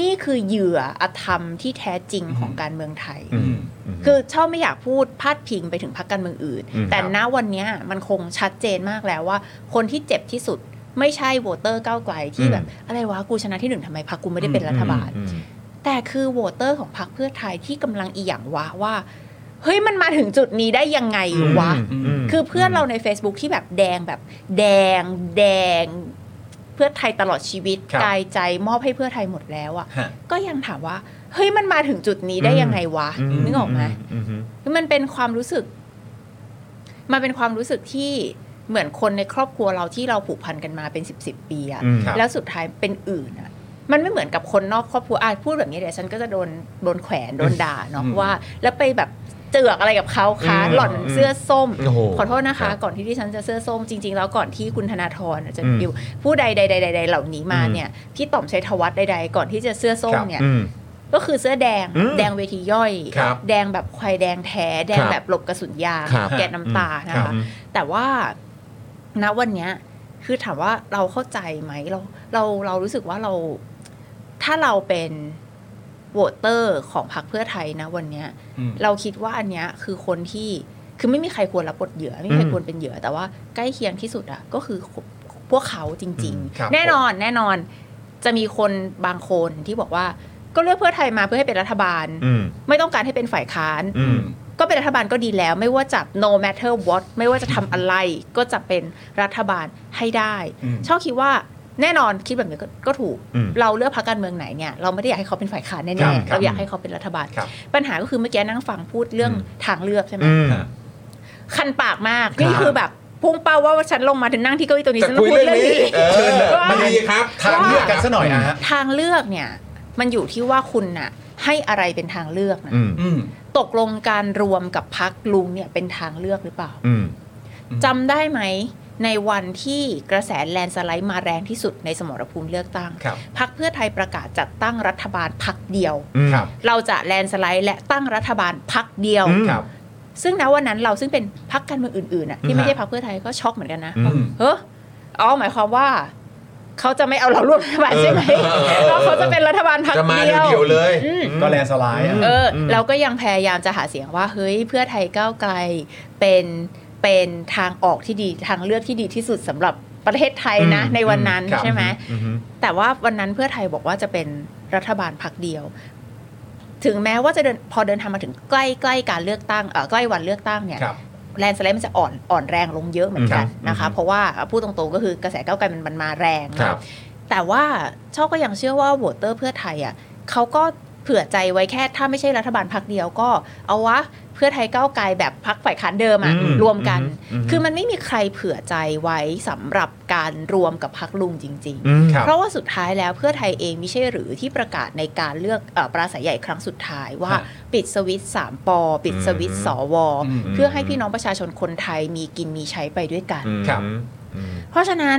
S6: นี่คือเหยื่ออธรรมที่แท้จริงของการเมืองไทย
S1: อืม
S6: คือชอบไม่อยากพูดพาดพิงไปถึงพรรคการเมืองอื่น
S1: อืม
S6: แต่ณวันเนี้ยมันคงชัดเจนมากแล้วว่า คนที่เจ็บที่สุดไม่ใช่โหวตเตอร์ก้าวไกลที่
S1: อืม
S6: แบบอะไรวะกูชนะที่หนึ่งทำไมพรรคกูไม่ได้เป็นรัฐบาล
S1: อืม
S6: แต่คือโหวตเตอร์ของพรรคเพื่อไทยที่กำลังอีหยังวะว่า เฮ้ยมันมาถึงจุดนี้ได้ยังไงวะ
S3: อืม
S6: คือเพื่อนเราใน Facebook ที่แบบแดงแบบแดงแดง เพื่อไทยตลอดชีวิต
S3: ครับ
S6: กายใจมอบให้เพื่อไทยหมดแล้วอะ
S3: ฮะ
S6: ก็ยังถามว่า เฮ้ยมันมาถึงจุดนี้ได้
S1: อืม
S6: ยังไงวะ
S1: ม
S6: นึกออกไหม
S1: อืม
S6: คือมันเป็นความรู้สึก มันเป็นความรู้สึกที่เหมือนคนในครอบครัวเราที่เราผูกพันกันมาเป็นสิบสิบปีอะ
S1: อืมครับ
S6: แล้วสุดท้ายเป็นอื่นอะมันไม่เหมือนกับคนนอกครอบครัวอ่ะพูดแบบนี้เดี๋ยวฉันก็จะโดนโดนแขวนโดนด่าเนาะ
S3: อืม
S6: ว่า แล้วไปแบบเจือกอะไรกับเขาคะ
S1: อืม
S6: หล่อนเสื้อส้ม
S1: โอ้โห
S6: ขอโทษนะ
S1: ครั
S6: คะ
S1: บ
S6: ก่อนที่ดิฉันจะเสื้อส้มจริง ๆ แล้วก่อนที่คุณธนาธรอาจจะ
S1: อืม
S6: ดิวผู้ใดใดใดใดใดเหล่านี้มาเนี่ยพี่ต่อมชัยธวัฒน์ใดๆก่อนที่จะเสื้อส้ม
S3: ครับ
S6: เนี่ย
S1: อืม
S6: ก็คือเสื้อแดง
S1: อืม
S6: แดงเวทีย่อย
S1: ครับ
S6: แดงแบบควายแดงแท้ แดง
S1: ครับ
S6: แบบหลบกระสุนยาง
S1: ครับ
S6: แกะน้ำตานะ
S1: ครั
S6: คะ
S1: บ
S6: แต่ว่าณวันเนี้ยคือถามว่าเราเข้าใจไหมเราเราเรารู้สึกว่าเรา ถ้าเราเป็นโหวตเตอร์ของพรรคเพื่อไทยนะวันเนี้ย
S3: อืม
S6: เราคิดว่าอันเนี้ยคือคนที่คือไม่มีใครควรรับบทเหยื่อ ไม่มีใคร
S1: อืม
S6: ควรเป็นเหยื่อ แต่ว่าใกล้เคียงที่สุดอะก็คือพวกเขาจริง
S3: อืมครับ
S6: ๆ แน่นอนแน่นอน จะมีคนบางคนที่บอกว่าก็เลือกเพื่อไทยมาเพื่อให้เป็นรัฐบาล
S1: อืม
S6: ไม่ต้องการให้เป็นฝ่ายค้าน
S1: อืม
S6: ก็เป็นรัฐบาลก็ดีแล้ว ไม่ว่าจะ no matter what ไม่ว่าจะทำอะไร ก็จะเป็นรัฐบาลให้ได้
S3: อืม
S6: ชอบคิดว่าแน่นอนคิดแบบนี้ก็ก็ถูก
S1: อืม
S6: เราเลือกพรรคการเมืองไหนเนี่ยเราไม่ได้อยากให้เขาเป็นฝ่ายค้าน
S3: ครั
S6: แน่
S3: บ
S6: ๆ
S3: ครับ
S6: เราอยากให้เขาเป็นรัฐบาล
S3: ครับ
S6: ปัญหาก็คือเมื่อกี้นั่งฟังพูดเรื่อง
S1: อืม
S6: ทางเลือกใช่ไหม
S1: อืม
S6: คันปากมากนี่คือแบบพุ่งเป้าว่าฉันลงมาถึงนั่งที่เก้าอี้ตัวนี้ฉันต้องพูดเรื่องนี้
S1: เออมันดีครับ
S3: ทางเลือกกันซะหน่อยนะฮะ
S6: ทางเลือกเนี่ยมันอยู่ที่ว่าคุณน่ะให้อะไรเป็นทางเลือกนะ
S1: อืม
S3: อืม
S6: ตกลงการรวมกับพักลุงเนี่ยเป็นทางเลือกหรือเปล่า
S1: อืม
S6: จำได้ไหมในวันที่กระแสแลนด์สไลด์มาแรงที่สุดในสมรภูมิเลือกตั้ง
S3: ครับ
S6: พักเพื่อไทยประกาศจัดตั้งรัฐบาลพักเดียว
S1: อืม
S3: ครับ
S6: เราจะแลนด์สไลด์และตั้งรัฐบาลพักเดียว
S1: อืม
S3: ครับ
S6: ซึ่งณวันนั้นเราซึ่งเป็นพักการเมืองอื่นๆน่ะที่ไม่ใช่พักเพื่อไทยก็ช็อกเหมือนกันนะ
S1: อืม
S6: เฮ้ออ๋อหมายความว่า เขาจะไม่เอาเราร่วมรัฐบาลใช่ไหม
S1: เออเออเออ
S6: แล้วเขาจะเป็นรัฐบาลพรรค
S1: จะมา
S6: เดียว
S1: เดียวๆเลย
S6: อืม
S3: ก็แลนสไลด์อะ
S6: เอออเราก็ยังพยายามจะหาเสียงว่า เฮ้ยเพื่อไทยก้าวไกลเป็นเป็นทางออกที่ดีทางเลือกที่ดีที่สุดสำหรับประเทศไทยนะ
S3: อืม
S6: ในวันนั้น
S3: ครับ
S6: ใช่ไหม
S1: อืม
S6: แต่ว่าวันนั้นเพื่อไทยบอกว่าจะเป็นรัฐบาลพรรคเดียว ถึงแม้ว่าจะเดินพอเดินทางมาถึงใกล้ใกล้การเลือกตั้งเออใกล้วันเลือกตั้งเนี่ย
S3: ครับ
S6: แลนด์สไลด์มันจะอ่อนอ่อนแรงลงเยอะเหมือนกั
S1: ครั
S6: น
S1: บ
S6: นะคะ เพราะว่าพูดตรงๆก็คือกระแสก้าวไกลมันมันมาแรง
S1: ครั
S6: นะ
S1: บ
S6: แต่ว่าชอบก็ยังเชื่อว่าโหวตเตอร์เพื่อไทยอ่ะเขาก็เผื่อใจไว้แค่ถ้าไม่ใช่รัฐบาลพักเดียวก็เอาวะเพื่อไทยก้าวไกลแบบพักฝ่ายค้านเดิมอ่ะ
S1: อืม
S6: รวมกัน
S1: ม
S6: คือมันไม่มีใครเผื่อใจไว้สำหรับการรวมกับพักลุงจริง ๆ
S1: อืม
S3: ครับ
S6: เพราะว่าสุดท้ายแล้วเพื่อไทยเองไม่ใช่หรือที่ประกาศในการเลือกเออปราศัยใหญ่ครั้งสุดท้ายว่า
S3: ฮะ
S6: ปิดสวิตสามปอ ปิดสวิต
S1: อืม
S6: สว
S3: อืม
S6: เพื่อให้พี่น้องประชาชนคนไทยมีกินมีใช้ไปด้วยกัน
S1: อืม
S3: ครับ
S1: อืม
S6: เพราะฉะนั้น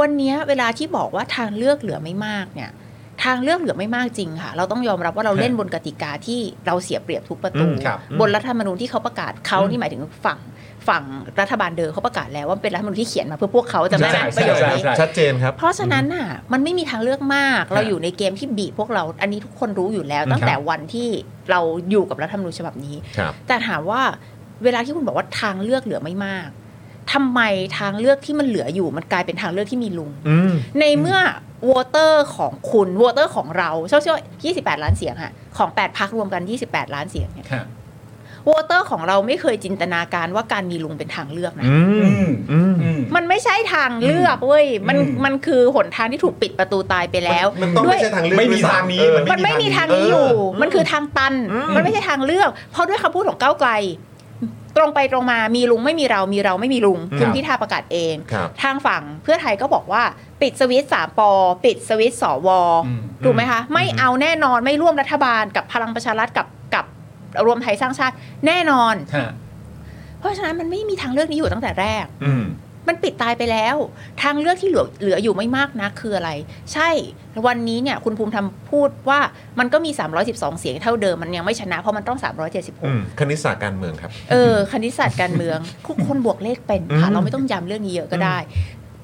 S6: วันเนี้ยเวลาที่บอกว่าทางเลือกเหลือไม่มากเนี่ย ทางเลือกเหลือไม่มากจริงค่ะ เราต้องยอมรับว่าเราเล่นบนกติกาที่เราเสียเปรียบทุกประตู
S1: อืมครับ
S6: บนรัฐธรรมนูญที่เขาประกาศเขานี่หมายถึงฝั่งฝั่งรัฐบาลเดิมเขาประกาศแล้วว่าเป็นรัฐธรรมนูญที่เขียนมาเพื่อพวกเขาจะไม่
S3: ใช่
S6: ได้ไหม
S3: ใช่
S6: ประโยค
S3: ใช่
S6: นี้
S3: ใช่
S1: ชัดเจนครับ
S6: เพราะฉะนั้นน่ะมันไม่มีทางเลือกมาก เรา
S3: ครับ
S6: อยู่ในเกมที่บีบพวกเราอันนี้ทุกคนรู้อยู่แล้ว
S1: อืม
S6: ตั้ง
S1: ครับ
S6: แต่วันที่เราอยู่กับรัฐธรรมนูญฉบับนี้
S1: ครับ
S6: แต่ถามว่าเวลาที่คุณบอกว่าทางเลือกเหลือไม่มากทำไมทางเลือกที่มันเหลืออยู่ มันกลายเป็นทางเลือกที่มีลุง
S1: อืม
S6: ในเมื่อวอเตอร์ของคุณวอเตอร์ของเราเชื่อเชื่อ28 ล้านเสียงอะของ 8พักรวมกัน 28 ล้านเสียงเนี่ย
S3: ครับ
S6: วอเตอร์ของเราไม่เคยจินตนาการว่าการมีลุงเป็นทางเลือกนะ
S1: อืม อืม
S3: อืม
S6: มันไม่ใช่ทางเลือกเว้ย มัน
S3: อืม
S6: มันคือหนทางที่ถูกปิดประตูตายไปแล้ว
S1: มันต้อง
S6: ด้วย
S1: ไม่ใช่ทางเลือก
S3: ไม่มี
S1: ด้วยซ้ำ
S3: ทางนี้
S1: เออ
S6: มันไม่มีทางนี้
S1: เอออ
S6: อ
S1: ยู่
S6: มันคือทางตัน
S1: อืม
S6: มันไม่ใช่ทางเลือก เพราะด้วยคำพูดของก้าวไกล ตรงไปตรงมา มีลุงไม่มีเรา มีเราไม่มีลุง คุณพิธาประกาศเอง
S1: ครับ
S6: ทางฝั่งเพื่อไทยก็บอกว่า ปิดสวิตสามปอ ปิดสวิตสว
S3: อืม
S6: ถูกไหมคะ ไม่เอาแน่นอนไม่ร่วมรัฐบาลกับพลังประชารัฐกับกับรวมไทยสร้างชาติแน่นอน
S3: ฮะ
S6: เพราะฉะนั้นมันไม่มีทางเลือกนี้อยู่ตั้งแต่แรก
S1: อืม
S6: มันปิดตายไปแล้ว ทางเลือกที่เหลือเหลืออยู่ไม่มากนะคืออะไร ใช่วันนี้เนี่ยคุณภูมิธรรมพูดว่ามันก็มี 312 เสียงเท่าเดิมมันยังไม่ชนะ เพราะมันต้อง
S1: อืม
S6: 376
S1: คณิตศาสตร์การเมืองครับ
S6: เออ คณิตศาสตร์การเมืองทุกคนบวกเลขเป็นค่ะ เราไม่ต้องย้ำเรื่องนี้เยอะก็ได้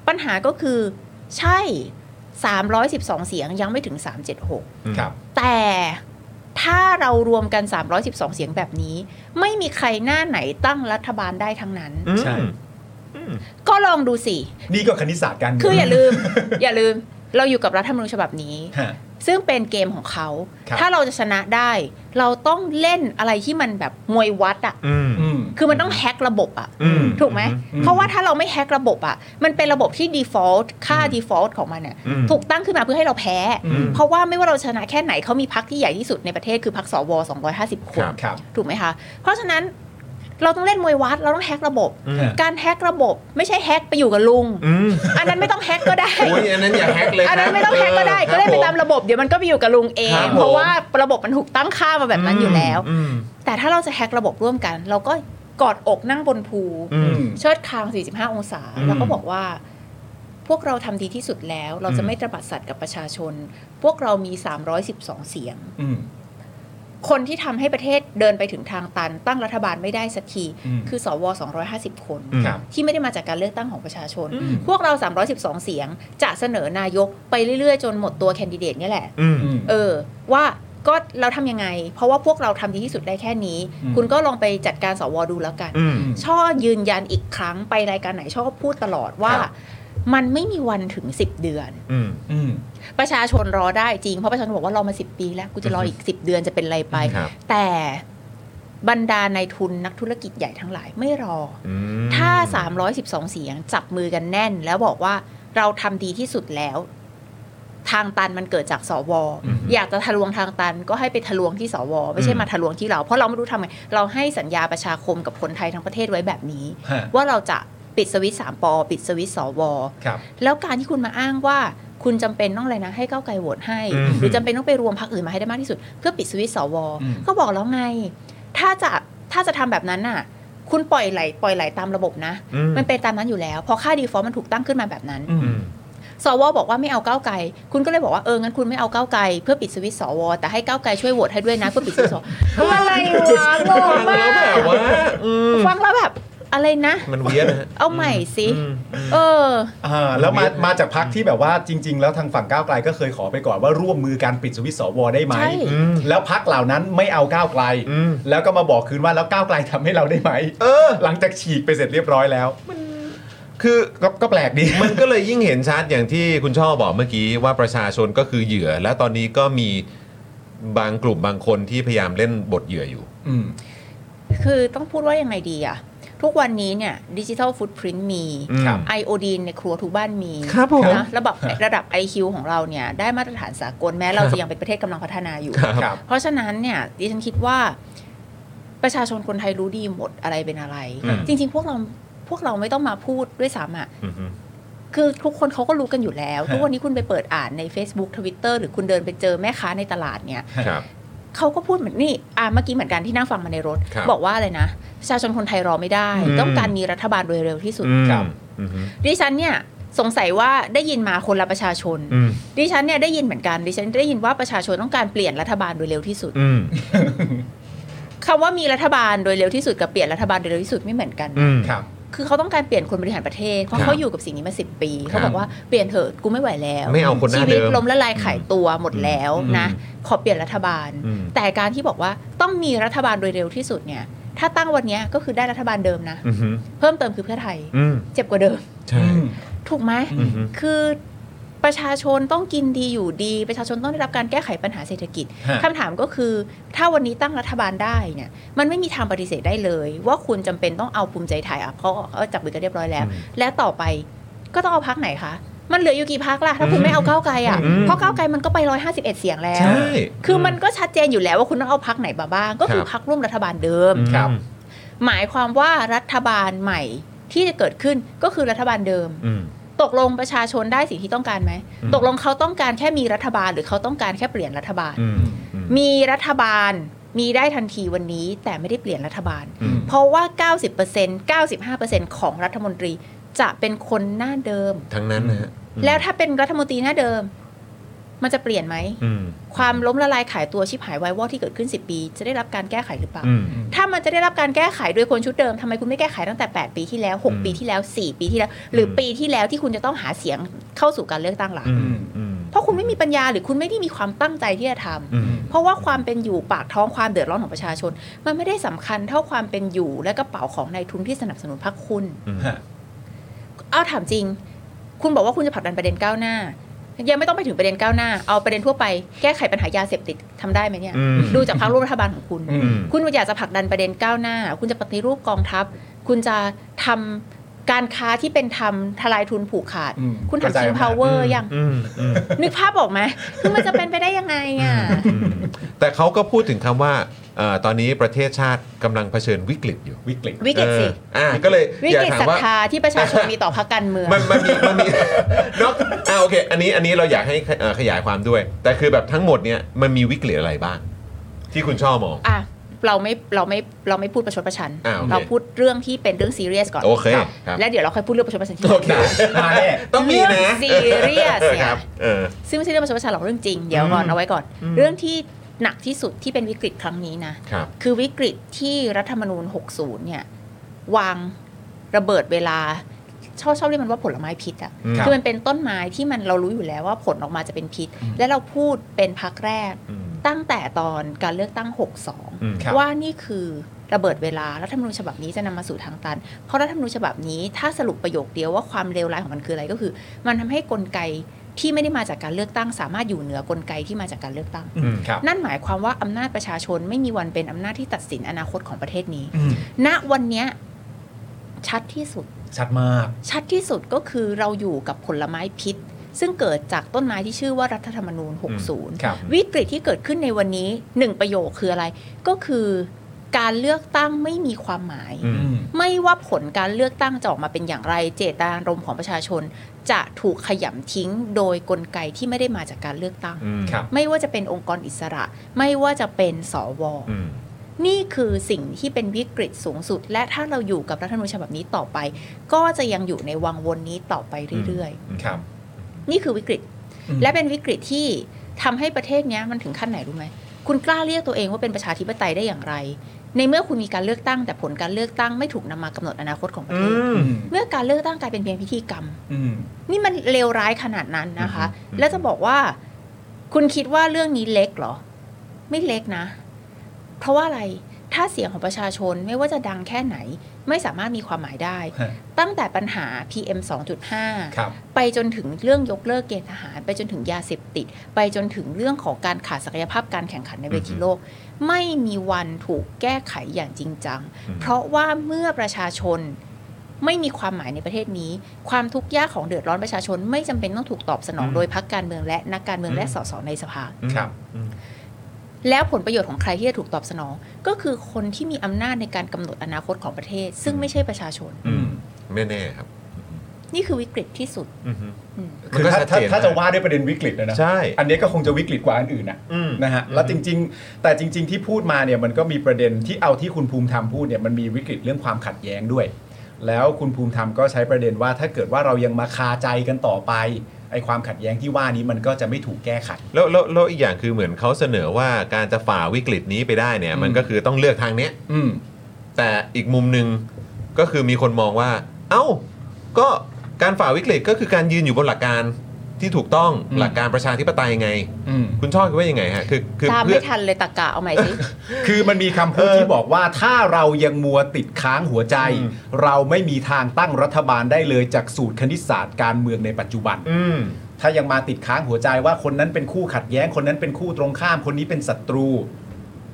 S6: ปัญหาก็คือ ใช่ 312 เสียงยังไม่ถึง 376
S3: ครับ
S6: แต่ถ้าเรารวมกัน 312 เสียงแบบนี้ ไม่มีใครหน้าไหนตั้งรัฐบาลได้ทั้งนั้น
S1: อืม
S3: ใช่
S6: ก็ลองดูสิ
S3: นี่ก็คณิตศาสตร์การเมื
S6: คืออย่าลืม อย่าลืมเราอยู่กับรัฐธรรมนูญฉบับนี้
S3: ฮะ
S6: ซึ่งเป็นเกมของเขา
S3: ครับ
S6: ถ้าเราจะชนะได้ เราต้องเล่นอะไรที่มันแบบมวยวัดอะ
S1: อืม
S3: อืม
S6: คือมันต้องแฮกระบบอะ
S1: อืม
S6: ถูกไหม
S3: อืม
S6: เพราะว่าถ้าเราไม่แฮกระบบอะมันเป็นระบบที่ default ค่า default ของมันอะ
S1: อืม
S6: ถูกตั้งขึ้นมาเพื่อให้เราแพ้
S3: อืม
S6: เพราะว่าไม่ว่าเราชนะแค่ไหนเขามีพักที่ใหญ่ที่สุดในประเทศคือพักสว250 ค
S1: ค
S6: น
S1: รับ
S3: ครับ
S6: ถูกไหมคะ เพราะฉะนั้นเราต้องเล่นมวยวัด เราต้องแฮกระบบ
S3: ฮะ
S6: การแฮกระบบไม่ใช่แฮกไปอยู่กับลุง
S1: อืม
S6: อันนั้นไม่ต้องแฮกก็ได้
S1: โอ้ยอันนั้นอย่าแฮกเลย
S6: อันนั้นไม่ต้อง
S1: ค
S6: แฮ
S1: รับ
S6: กก็ได้ ก็เล่นไปตาม
S1: คบ
S6: ระบบเดี๋ยวมันก็ไปอยู่กับลุงเอง
S1: ครับผม
S6: เพราะว่าระบบมันถูกตั้งค่ามาแบบนั้นอยู่แล้ว
S1: อืม
S6: แต่ถ้าเราจะแฮกระบบร่วมกัน เราก็กอดอกนั่งบนภู
S1: อืม
S6: เชิดคาง 45 องศา
S1: อืม
S6: แล้วก็บอกว่า พวกเราทำดีที่สุดแล้ว เราจะ
S1: อืม
S6: ไม่ตระบัดสัตว์กับประชาชน พวกเรามี 312 เสียง
S3: อืม
S6: คนที่ทำให้ประเทศเดินไปถึงทางตัน ตั้งรัฐบาลไม่ได้สักที
S3: อืม
S6: คือสว 250 คน
S1: อืม
S3: ครับ
S6: ที่ไม่ได้มาจากการเลือกตั้งของประชาชน
S1: อืม
S6: พวกเรา 312 เสียง จะเสนอนายกไปเรื่อยๆ จนหมดตัวแคนดิเดตเนี่ยแหละ
S1: อืม
S3: อืม
S6: เออ ว่าก็เราทำยังไง เพราะว่าพวกเราทำดีที่สุดได้แค่นี้
S3: อืม
S6: คุณก็ลองไปจัดการสวดูแล้วกัน
S1: อืม
S6: ช่อยืนยันอีกครั้งไปรายการไหนช่อก็พูดตลอดว่า
S1: ครับ
S6: มันไม่มีวันถึง 10 เดือน
S1: อืม
S3: อืม
S6: ประชาชนรอได้จริง เพราะประชาชนบอกว่ารอมา 10 ปีแล้ว กูจะรออีก 10 เดือนจะเป็นไรไป
S1: ครับ
S6: แต่บรรดาในายทุนนักธุรกิจใหญ่ทั้งหลายไม่รออ
S1: อืม
S6: ถ้า 312 เสียงจับมือกันแน่น แล้วบอกว่าเราทำดีที่สุดแล้ว ทางตันมันเกิดจากสวอ
S3: อืม
S6: อยากจะทะลวงทางตันก็ให้ไปทะลวงที่สว ไม่ใช่มาทะลวงที่เรา เพราะเราไม่รู้ทำไงเราให้สัญญาประชาคมกับคนไทยทั้งประเทศไว้แบบนี้
S3: ฮะ
S6: ว่าเราจะปิดสวิตสามปอ ปิดสวิตสว
S3: ครับ
S6: แล้วการที่คุณมาอ้างว่าคุณจำเป็นต้องอะไรนะ ให้ก้าวไกลโหวตให้
S1: อืม
S6: หรือจำเป็นต้องไปรวมพรรคอื่นมาให้ได้มากที่สุด เพื่อปิดสวิตช์สว
S3: อืม
S6: ก็บอกแล้วไง ถ้าจะถ้าจะทำแบบนั้นน่ะ คุณปล่อยไหลปล่อยไหลตามระบบนะ
S1: อืม
S6: มันเป็นตามนั้นอยู่แล้วเพราะค่าดีฟอ u l ์มันถูกตั้งขึ้นมาแบบนั้น
S3: อื
S1: อื
S3: ม
S1: ม
S6: สวบอกว่าไม่เอาก้าวไกล คุณก็เลยบอกว่าเอองั้นคุณไม่เอาก้าวไกลเพื่อปิดสวิตช์สวแต่ให้ก้าวไกลช่วยโหวต ให้ด้วยนะเพื่อปิดสวิตช์สว อะไรวะงง
S1: ฟังแล้ว
S6: มา
S1: แบบ
S6: ก
S1: ว่าอืม
S6: ฟังแล้วแบบ อะไรนะ
S1: มันเวียนนะฮะ
S6: เอาใหม่สิ เออ
S3: อ่าแล้วมามาจากพักที่แบบว่าจริง ๆ แล้วทางฝั่งก้าวไกลก็เคยขอไปก่อนว่าร่วมมือการปิดสวิตช์สวได้ไหม
S6: ใช่
S3: แล้วพักเหล่านั้นไม่เอาก้าวไกล
S1: อืม
S3: แล้วก็มาบอกคืนว่าแล้วก้าวไกลทำให้เราได้ไหม
S1: เออ
S3: หลังจากฉีกไปเสร็จเรียบร้อยแล้ว
S1: คือ
S3: ก็ก็แปลกดี
S1: มันก็เลยยิ่งเห็นชัดอย่างที่คุณช่อบอกเมื่อกี้ว่าประชาชนก็คือเหยื่อ และตอนนี้ก็มีบางกลุ่มบางคนที่พยายามเล่นบทเหยื่ออยู่
S3: อืม
S6: คือต้องพูดว่ายังไงดีอะทุกวันนี้เนี่ยดิจิทัลฟุตพิ i น t มี
S3: ครับ
S6: IOD ในครัวทุกบ้านมี
S1: ครับผม
S6: นะระบบระดับ IQ ของเราเนี่ย ได้มาตรฐานสากลแม้เราจะยังเป็นประเทศกำลังพัฒนาอยู่
S1: ครับ
S3: ครับ
S6: เพราะฉะนั้นเนี่ยดิฉันคิดว่าประชาชนคนไทยรู้ดีหมดอะไรเป็นอะไร
S1: อืม
S6: จริง ๆ พวกเราพวกเราไม่ต้องมาพูดด้วยซ้ำอะ
S1: อือฮึ
S6: คือทุกคนเขาก็รู้กันอยู่แล้ว
S3: ฮะ
S6: ทุกวันนี้คุณไปเปิดอ่านใน Facebook Twitter หรือคุณเดินไปเจอแม่ค้าในตลาดเนี่ย
S1: ครับ
S6: เขาก็พูดเหมือนนี่อ่าเมื่อกี้เหมือนกันที่นั่งฟังมาในรถ
S1: ครับ
S6: บอกว่าอะไรนะ ประชาชนคนไทยรอไม่ได้
S1: อืม
S6: ต้องการมีรัฐบาลโดยเร็วที่สุด
S1: อืม
S3: ครับ
S1: อือฮึ
S6: ดิฉันเนี่ยสงสัยว่าได้ยินมาคนละประชาชน
S1: อืม
S6: ดิฉันเนี่ยได้ยินเหมือนกันดิฉันได้ยินว่าประชาชนต้องการเปลี่ยนรัฐบาลโดยเร็วที่สุด
S1: อืม
S6: คำว่ามีรัฐบาลโดยเร็วที่สุดกับเปลี่ยนรัฐบาลโดยเร็วที่สุดไม่เหมือนกัน
S1: อืม
S3: ครับ
S6: คือเขาต้องการเปลี่ยนคนบริหารประเทศ เพราะ
S1: ครับ
S6: เขาอยู่กับสิ่งนี้มาสิปี
S1: ครั
S6: เขา
S1: บ
S6: บอกว่าเปลี่ยนเถอะกูไม่ไหวแล้ว
S1: ไม่เอาคนหน้า
S6: ชีวิต
S1: เดิม
S6: ล้มละลายขายตัวหมดแล้ว
S1: อืม
S6: นะขอเปลี่ยนรัฐบาล
S1: อืม
S6: แต่การที่บอกว่าต้องมีรัฐบาลโดยเร็วที่สุดเนี่ยถ้าตั้งวันเนี้ยก็คือได้รัฐบาลเดิมนะ
S1: อือฮึ
S6: เพิ่มเติมคือเพื่อไทย
S1: อืม
S6: เจ็บกว่าเดิม
S1: ใช่
S6: ถูกไหม
S1: อือฮึ
S6: คือประชาชนต้องกินดีอยู่ดี ประชาชนต้องได้รับการแก้ไขปัญหาเศรษฐกิจ
S3: ฮะ
S6: คำถามก็คือ ถ้าวันนี้ตั้งรัฐบาลได้เนี่ยมันไม่มีทางปฏิเสธได้เลย ว่าคุณจำเป็นต้องเอาภูมิใจไทยอ่ะเพราะเขาจับมือกันเรียบร้อยแล้ว และต่อไปก็ต้องเอาพักไหนคะ มันเหลืออยู่กี่พักล่ะ ถ้าคุณไม่เอาก้าวไกลอ่ะ
S1: อืม
S6: เพราะก้าวไกลมันก็ไป 151 เสียงแล้ว
S1: ใช่
S6: คือมันก็ชัดเจนอยู่แล้วว่าคุณต้องเอาพักไหนมาบ้าง ก็คือพักร่วมรัฐบาลเดิม
S1: อืม
S3: ครับ
S6: หมายความว่ารัฐบาลใหม่ที่จะเกิดขึ้นก็คือรัฐบาลเดิม
S1: อืม
S6: ตกลงประชาชนได้สิ่งที่ต้องการไหม
S1: อืม
S6: ตกลงเขาต้องการแค่มีรัฐบาลหรือเขาต้องการแค่เปลี่ยนรัฐบาล
S1: อืมอืม
S6: มีรัฐบาลมีได้ทันทีวันนี้ แต่ไม่ได้เปลี่ยนรัฐบาล
S1: อืม
S6: เพราะว่า 90% 95%ของรัฐมนตรีจะเป็นคนหน้าเดิม
S1: ทั้งนั้นนะฮะ
S6: แล้วถ้าเป็นรัฐมนตรีหน้าเดิม มันจะเปลี่ยนไหม
S1: อืม
S6: ความล้มละลายขายตัวชิบหายวายวอดที่เกิดขึ้น 10 ปี จะได้รับการแก้ไขหรือเปล่า
S1: อืม
S6: ถ้ามันจะได้รับการแก้ไขโดยคนชุดเดิมทำไมคุณไม่แก้ไขตั้งแต่ 8 ปีที่แล้ว
S1: อืม
S6: 6 ปีที่แล้ว 4 ปีที่แล้ว หรืออ
S1: ม
S6: ปีที่แล้วที่คุณจะต้องหาเสียงเข้าสู่การเลือกตั้งหลัก
S1: อืมอืม
S6: เพราะคุณไม่มีปัญญาหรือคุณไม่ได้มีความตั้งใจที่จะทำ
S1: อืม
S6: เพราะว่าความเป็นอยู่ปากท้องความเดือดร้อนของประชาชน มันไม่ได้สำคัญเท่าความเป็นอยู่และกระเป๋าของนายทุนที่สนับสนุนพรรคคุณ
S3: ฮะ
S6: เอาถามจริง คุณบอกว่าคุณจะผลักดันประเด็นก้าวหน้า ยังไม่ต้องไปถึงประเด็นก้าวหน้า เอาประเด็นทั่วไปแก้ไขปัญหายาเสพติดทำได้ไหมเนี่ย
S1: อืม
S6: ดูจากพรรคร่วมรัฐบาลของคุณ
S3: อืม
S6: คุณอยากจะผลักดันประเด็นก้าวหน้า คุณจะปฏิรูปกองทัพ คุณจะทำการค้าที่เป็นธรรมทลายทุนผูกขาด
S3: อืม
S6: คุณ
S3: กระ
S6: ทำ
S3: จาย
S6: คิง
S3: อำนาจ
S6: พาวเวอร์ยัง
S1: อืมอืม
S6: นึกภาพออกไหมคือมันจะเป็นไปได้ยังไงอ่ะ
S1: อืมแต่เขาก็พูดถึงคำว่าเอ่อตอนนี้ประเทศชาติกำลังเผชิญวิกฤตอยู่
S3: วิกฤต
S6: วิกฤตสิ
S1: เอออ่าก็เลย
S6: วิ
S1: อยาก
S6: กฤต
S1: ถาม
S6: ศรัท
S1: ว่า
S6: ธาที่ประชาชนมีต่อพรรคการเมือง
S1: มันมันมีมันมี เนอะอ่าโอเค อันนี้อันนี้เราอยากให้เอ่อขยายความด้วย แต่คือแบบทั้งหมดเนี่ยมันมีวิกฤตอะไรบ้าง ที่คุณชอบมอง
S6: อ่ะเราไม่เราไม่เราไม่พูดประชดประชัน
S1: อ่าโอเค
S6: เราพูดเรื่องที่เป็นเรื่องซีเรียสก่อน
S1: โอเค
S6: ครับ
S1: ครับ
S6: และเดี๋ยวเราค่อยพูดเรื่องประชดประชันที่หลัง
S1: โอเค
S3: มาแน่
S1: ต้องมี
S6: เรื่
S1: นะ
S6: อง serious เนี่ย
S1: ครับเออ
S6: ซึ่งไม่ใช่เรื่องประชดประชันหรอกเรื่องจริงเดี๋ยวก่อน
S1: อืม
S6: เอาไว้ก่อน
S1: อืม
S6: เรื่องที่หนักที่สุดที่เป็นวิกฤตครั้งนี้นะ
S1: ครับ
S6: คือวิกฤตที่รัฐธรรมนูญ 60 เนี่ย วางระเบิดเวลา ชอบชอบเรียกมันว่าผลไม้พิษอะ
S1: อืม
S6: คือมันเป็นต้นไม้ที่มันเรารู้อยู่แล้วว่าผลออกมาจะเป็นพิษ และเราพูดเป็นพักแรก
S1: อืม
S6: ตั้งแต่ตอนการเลือกตั้ง 62
S1: อืม
S3: ครับ
S6: ว่านี่คือระเบิดเวลารัฐธรรมนูญฉบับนี้จะนำมาสู่ทางตัน เพราะรัฐธรรมนูญฉบับนี้ถ้าสรุปประโยคเดียวว่าความเลวร้ายของมันคืออะไรก็คือ มันทำให้กลไกที่ไม่ได้มาจากการเลือกตั้ง สามารถอยู่เหนือกลไกที่มาจากการเลือกตั้ง
S3: อืมครับ
S6: นั่นหมายความว่าอำนาจประชาชนไม่มีวันเป็นอำนาจที่ตัดสินอนาคตของประเทศนี้ ณวันเนี้ยชัดที่สุด
S3: ชัดมาก
S6: ชัดที่สุดก็คือเราอยู่กับผลไม้พิษ ซึ่งเกิดจากต้นไม้ที่ชื่อว่ารัฐธรรมนูญ 60
S3: ครับ
S6: วิกฤตที่เกิดขึ้นในวันนี้หนึ่งประโยคคืออะไร ก็คือการเลือกตั้งไม่มีความหมาย
S1: อื
S3: อืม
S6: ไม่ว่าผลการเลือกตั้งจะออกมาเป็นอย่างไร เจตนารมณ์ของประชาชน จะถูกขยำทิ้งโดยกลไกที่ไม่ได้มาจากการเลือกตั้ง
S1: อืม
S3: ครับ
S6: ไม่ว่าจะเป็นองค์กรอิสระ ไม่ว่าจะเป็นสว
S1: อืม
S6: นี่คือสิ่งที่เป็นวิกฤตสูงสุด และถ้าเราอยู่กับรัฐธรรมนูญฉบับนี้ต่อไป ก็จะยังอยู่ในวังวนนี้ต่อไปเรื่อย
S3: ครับ
S6: ๆ นี่คือวิกฤต
S3: อืม
S6: และเป็นวิกฤตที่ทำให้ประเทศเนี้ยมันถึงขั้นไหนรู้ไหม คุณกล้าเรียกตัวเองว่าเป็นประชาธิปไตยได้อย่างไร ในเมื่อคุณมีการเลือกตั้งแต่ผลการเลือกตั้งไม่ถูกนำมากำหนดอนาคตของประเทศ
S3: อืม
S6: เมื่อการเลือกตั้งกลายเป็นเพียงพิธีกรรม
S3: อืม
S6: นี่มันเลวร้ายขนาดนั้นนะคะ แล้วจะบอกว่า คุณคิดว่าเรื่องนี้เล็กเหรอ ไม่เล็กนะ เพราะว่าอะไรถ้าเสียงของประชาชนไม่ว่าจะดังแค่ไหน ไม่สามารถมีความหมายได้
S3: ฮะ
S6: ตั้งแต่ปัญหา PM 2.5
S3: ครับ
S6: ไปจนถึงเรื่องยกเลิกเกณฑ์ทหาร ไปจนถึงยาเสพติด ไปจนถึงเรื่องของการขาดศักยภาพการแข่งขันในเวทีโลก ไม่มีวันถูกแก้ไขอย่างจริงจัง
S1: อืม
S6: เพราะว่าเมื่อประชาชนไม่มีความหมายในประเทศนี้ ความทุกข์ยากของเดือดร้อนประชาชน ไม่จำเป็นต้องถูกตอบสนอง
S1: อืม
S6: โดยพักการเมืองและนักการเมืองและสสในสภา
S3: ครับ
S6: แล้วผลประโยชน์ของใครที่จะถูกตอบสนอง ก็คือคนที่มีอำนาจในการกำหนดอนาคตของประเทศ ซึ่งไม่ใช่ประชาชน
S1: อืมไม่แน่ครับ
S6: นี่คือวิกฤตที่สุด
S1: อือฮึ
S6: อืม
S1: มัน
S3: คือ
S1: ก็
S3: ถ้า
S1: ชัด
S3: ถ้า
S1: เจน
S3: ถ้าจะว่าด้วยประเด็นวิกฤตนะนะ
S1: ใช่
S3: อันนี้ก็คงจะวิกฤตกว่าอันอื่นนะ
S1: อืม
S3: นะฮะแล้วจริงๆ แต่จริง ๆ ที่พูดมาเนี่ยมันก็มีประเด็นที่เอาที่คุณภูมิธรรมพูดเนี่ยมันมีวิกฤตเรื่องความขัดแย้งด้วย แล้วคุณภูมิธรรมก็ใช้ประเด็นว่าถ้าเกิดว่าเรายังมาคาใจกันต่อไปไอ้ความขัดแย้งที่ว่านี้มันก็จะไม่ถูกแก้ไข
S1: แล้วแล้วแล้วอีกอย่างคือเหมือนเขาเสนอว่าการจะฝ่าวิกฤตนี้ไปได้เนี่ย
S3: อืม
S1: มันก็คือต้องเลือกทางเนี้ย
S3: อืม
S1: แต่อีกมุมหนึ่งก็คือมีคนมองว่า เอ้า ก็การฝ่าวิกฤตก็คือการยืนอยู่บนหลักการที่ถูกต้อง
S3: อืม
S1: หลักการประชาธิปไตยไง
S3: อืม
S1: คุณชอบคิดว่ายังไงฮะคือคือ
S6: ตาม
S1: เพื่
S6: ไม่
S1: อ
S6: ทันเลยตะกะเอาใหม่สิ
S3: คือมันมีคำพูดที่บอกว่าถ้าเรายังมัวติดค้างหัวใจ เราไม่มีทางตั้งรัฐบาลได้เลยจากสูตรคณิตศาสตร์การเมืองในปัจจุบัน
S1: อืม
S3: ถ้ายังมาติดค้างหัวใจว่าคนนั้นเป็นคู่ขัดแย้งคนนั้นเป็นคู่ตรงข้ามคนนี้เป็นศัตรู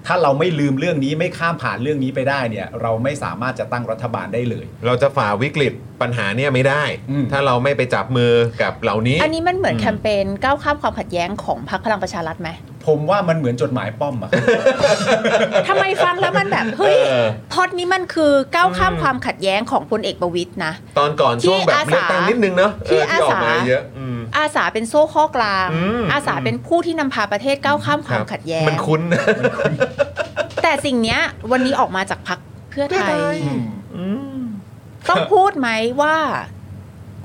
S3: ถ้าเราไม่ลืมเรื่องนี้ไม่ข้ามผ่านเรื่องนี้ไปได้เนี่ย เราไม่สามารถจะตั้งรัฐบาลได้เลย
S1: เราจะฝ่าวิกฤตปัญหาเนี่ยไม่ได้
S3: อืม
S1: ถ้าเราไม่ไปจับมือกับเหล่านี้
S6: อันนี้มันเหมือน
S1: อืม
S6: แคมเปญก้าวข้ามความขัดแย้งของพรรคพลังประชารัฐไหม
S3: ผมว่ามันเหมือนจดหมายป้อมอะ
S6: ทำไมฟังแล้วมันแบบ เฮ้ย
S1: เออ
S6: พล็อดนี้มันคือก้าวข้าม
S1: อืม
S6: ความขัดแย้งของพลเอกประวิตยนะ
S1: ตอนก่อนช่วงแบบ
S6: ที่อาสา
S1: เลือกตั้งนิดนึงเนาะเออ
S6: ที่
S1: ที่ออกมา
S6: อาสา
S1: เยอะอืม
S6: อาสาเป็นโซ่ข้อกลาง
S1: อืม
S6: อาสาเป็นผู้ที่นำพาประเทศก้าวข้ามความขัดแย้ง
S1: มันคุ้นนะ
S6: แต่สิ่งเนี้ยวันนี้ออกมาจากพรรคเพื่อไทย
S1: อืม
S6: ต้องพูดไหมว่า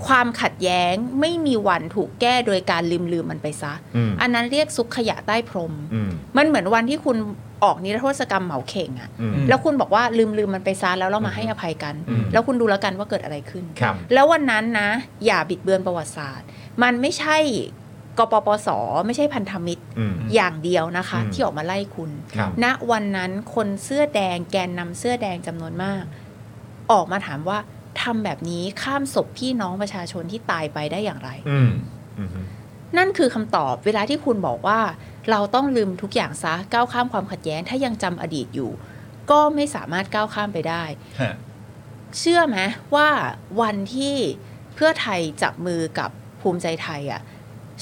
S6: ความขัดแย้งไม่มีวันถูกแก้โดยการลืมลืมมันไปซะ
S1: อืม
S6: อันนั้นเรียกซุกขยะใต้พรม
S1: อืม
S6: มันเหมือนวันที่คุณออกนิรโทษกรรมเหมาเข่งอะ
S1: อืม
S3: ม
S6: แล้วคุณบอกว่าลืมลืมมันไปซะแล้วเรามาให้อภัยกัน
S1: อืม
S6: แล้วคุณดูแล้วกันว่าเกิดอะไรขึ้น
S3: ครับ
S6: แล้ววันนั้นนะ อย่าบิดเบือนประวัติศาสตร์ มันไม่ใช่กปปส ไม่ใช่พันธมิตร
S1: อืม
S6: อย่างเดียวนะคะ
S1: อืม
S6: ที่ออกมาไล่คุณ
S3: ครับ
S6: ณวันนั้นคนเสื้อแดงแกนนำเสื้อแดงจำนวนมาก ออกมาถามว่าทำแบบนี้ข้ามศพพี่น้องประชาชนที่ตายไปได้อย่างไร
S1: อืมอืม
S6: นั่นคือคำตอบเวลาที่คุณบอกว่า เราต้องลืมทุกอย่างซะก้าวข้ามความขัดแย้งถ้ายังจำอดีตอยู่ ก็ไม่สามารถก้าวข้ามไปได้
S3: ฮะ
S6: เชื่อไหมว่าวันที่เพื่อไทยจับมือกับภูมิใจไทยอะ่ะ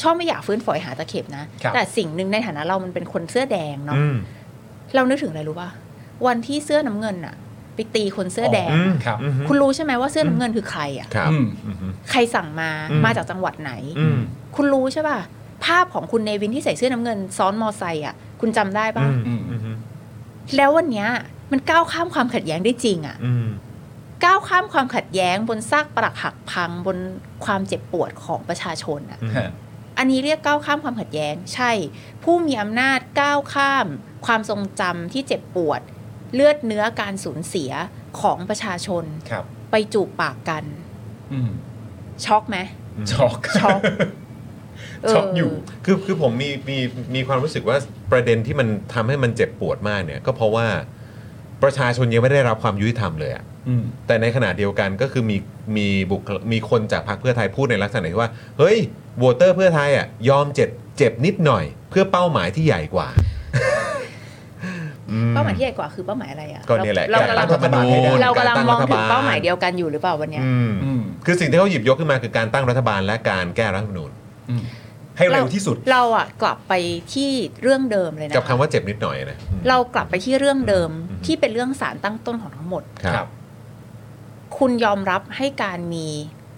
S6: ชอบไม่อยากฟื้นฝอยหาตะเข็บนะ
S3: ครับ
S6: แต่สิ่งหนึ่งในฐานะเรามันเป็นคนเสื้อแดงเนาะ
S1: อืม
S6: เรานึกถึงอะไรรู้ป่ะวันที่เสื้อน้ำเงินอะไปตีคนเสื้อแดง
S1: อืม
S3: ครับ
S1: อืม
S6: คุณรู้ใช่ไหมว่าเสื้อน้ำเงินคือใครอะ
S1: ครับ
S3: อืม
S1: อืม
S6: ใครสั่งมา
S1: อืม
S6: มาจากจังหวัดไหน
S1: อืม
S6: คุณรู้ใช่ป่ะภาพของคุณเนวินที่ใส่เสื้อน้ำเงิน ซ้อนมอไซค์อ่ะ คุณจำได้ป่ะ
S1: อืมอืม
S6: แล้ววันเนี้ยมันก้าวข้ามความขัดแย้งได้จริงอ่ะ
S1: อืม
S6: ก้าวข้ามความขัดแย้งบนซากปรักหักพังบนความเจ็บปวดของประชาชนอ่ะ
S1: อืม
S3: ฮะ
S6: อันนี้เรียกก้าวข้ามความขัดแย้ง ใช่ ผู้มีอำนาจก้าวข้าม ความทรงจำที่เจ็บปวด เลือดเนื้อการสูญเสียของประชาชน
S3: ครับ
S6: ไปจูบปากกัน
S3: อืม
S6: ช็อกไหม
S3: ช็อก
S6: ช็ อก
S3: ช็อกอยู่
S1: คือคือผมมีมีมีความรู้สึกว่าประเด็นที่มันทำให้มันเจ็บปวดมากเนี่ย ก็เพราะว่าประชาชนยังไม่ได้รับความยุติธรรมเลยอะ
S3: อืม
S1: แต่ในขณะเดียวกันก็คือมีมีบุคลมีคนจากพรรคเพื่อไทยพูดในลักษณะที่ว่า เฮ้ยโหวตเตอร์เพื่อไทยอ่ะยอมเจ็บเจ็บนิดหน่อย เพื่อเป้าหมายที่ใหญ่กว่า อื
S6: เป้าหมายที่ใหญ่กว่าคือเป้าหมายอะไรอ่ะ
S1: ก็เนี่ยแหละ
S6: เรากำลัง
S1: การตั้งรัฐบาลให้ได้
S6: เรากำลังมองถึง
S1: การตั้งรัฐบาล
S6: เป้าหมายเดียวกันอยู่หรือเปล่าวันเนี้ย
S1: อืม
S3: อืม
S1: คือสิ่งที่เขาหยิบยกขึ้นมาคือการตั้งรัฐบาลและการแก้รัฐธรรมนูญ
S3: อืมให้เร็วที่สุด
S6: เราอ่ะกลับไปที่เรื่องเดิมเลยนะ
S1: กับคำ
S6: คะ
S1: ว่าเจ็บนิดหน่อยนะ
S6: เรากลับไปที่เรื่องเดิม
S1: อืม
S6: ที่เป็นเรื่องสารตั้งต้นของทั้งหมด
S1: ค
S3: ค
S1: รั
S3: รับ บ
S6: คุณยอมรับให้การมี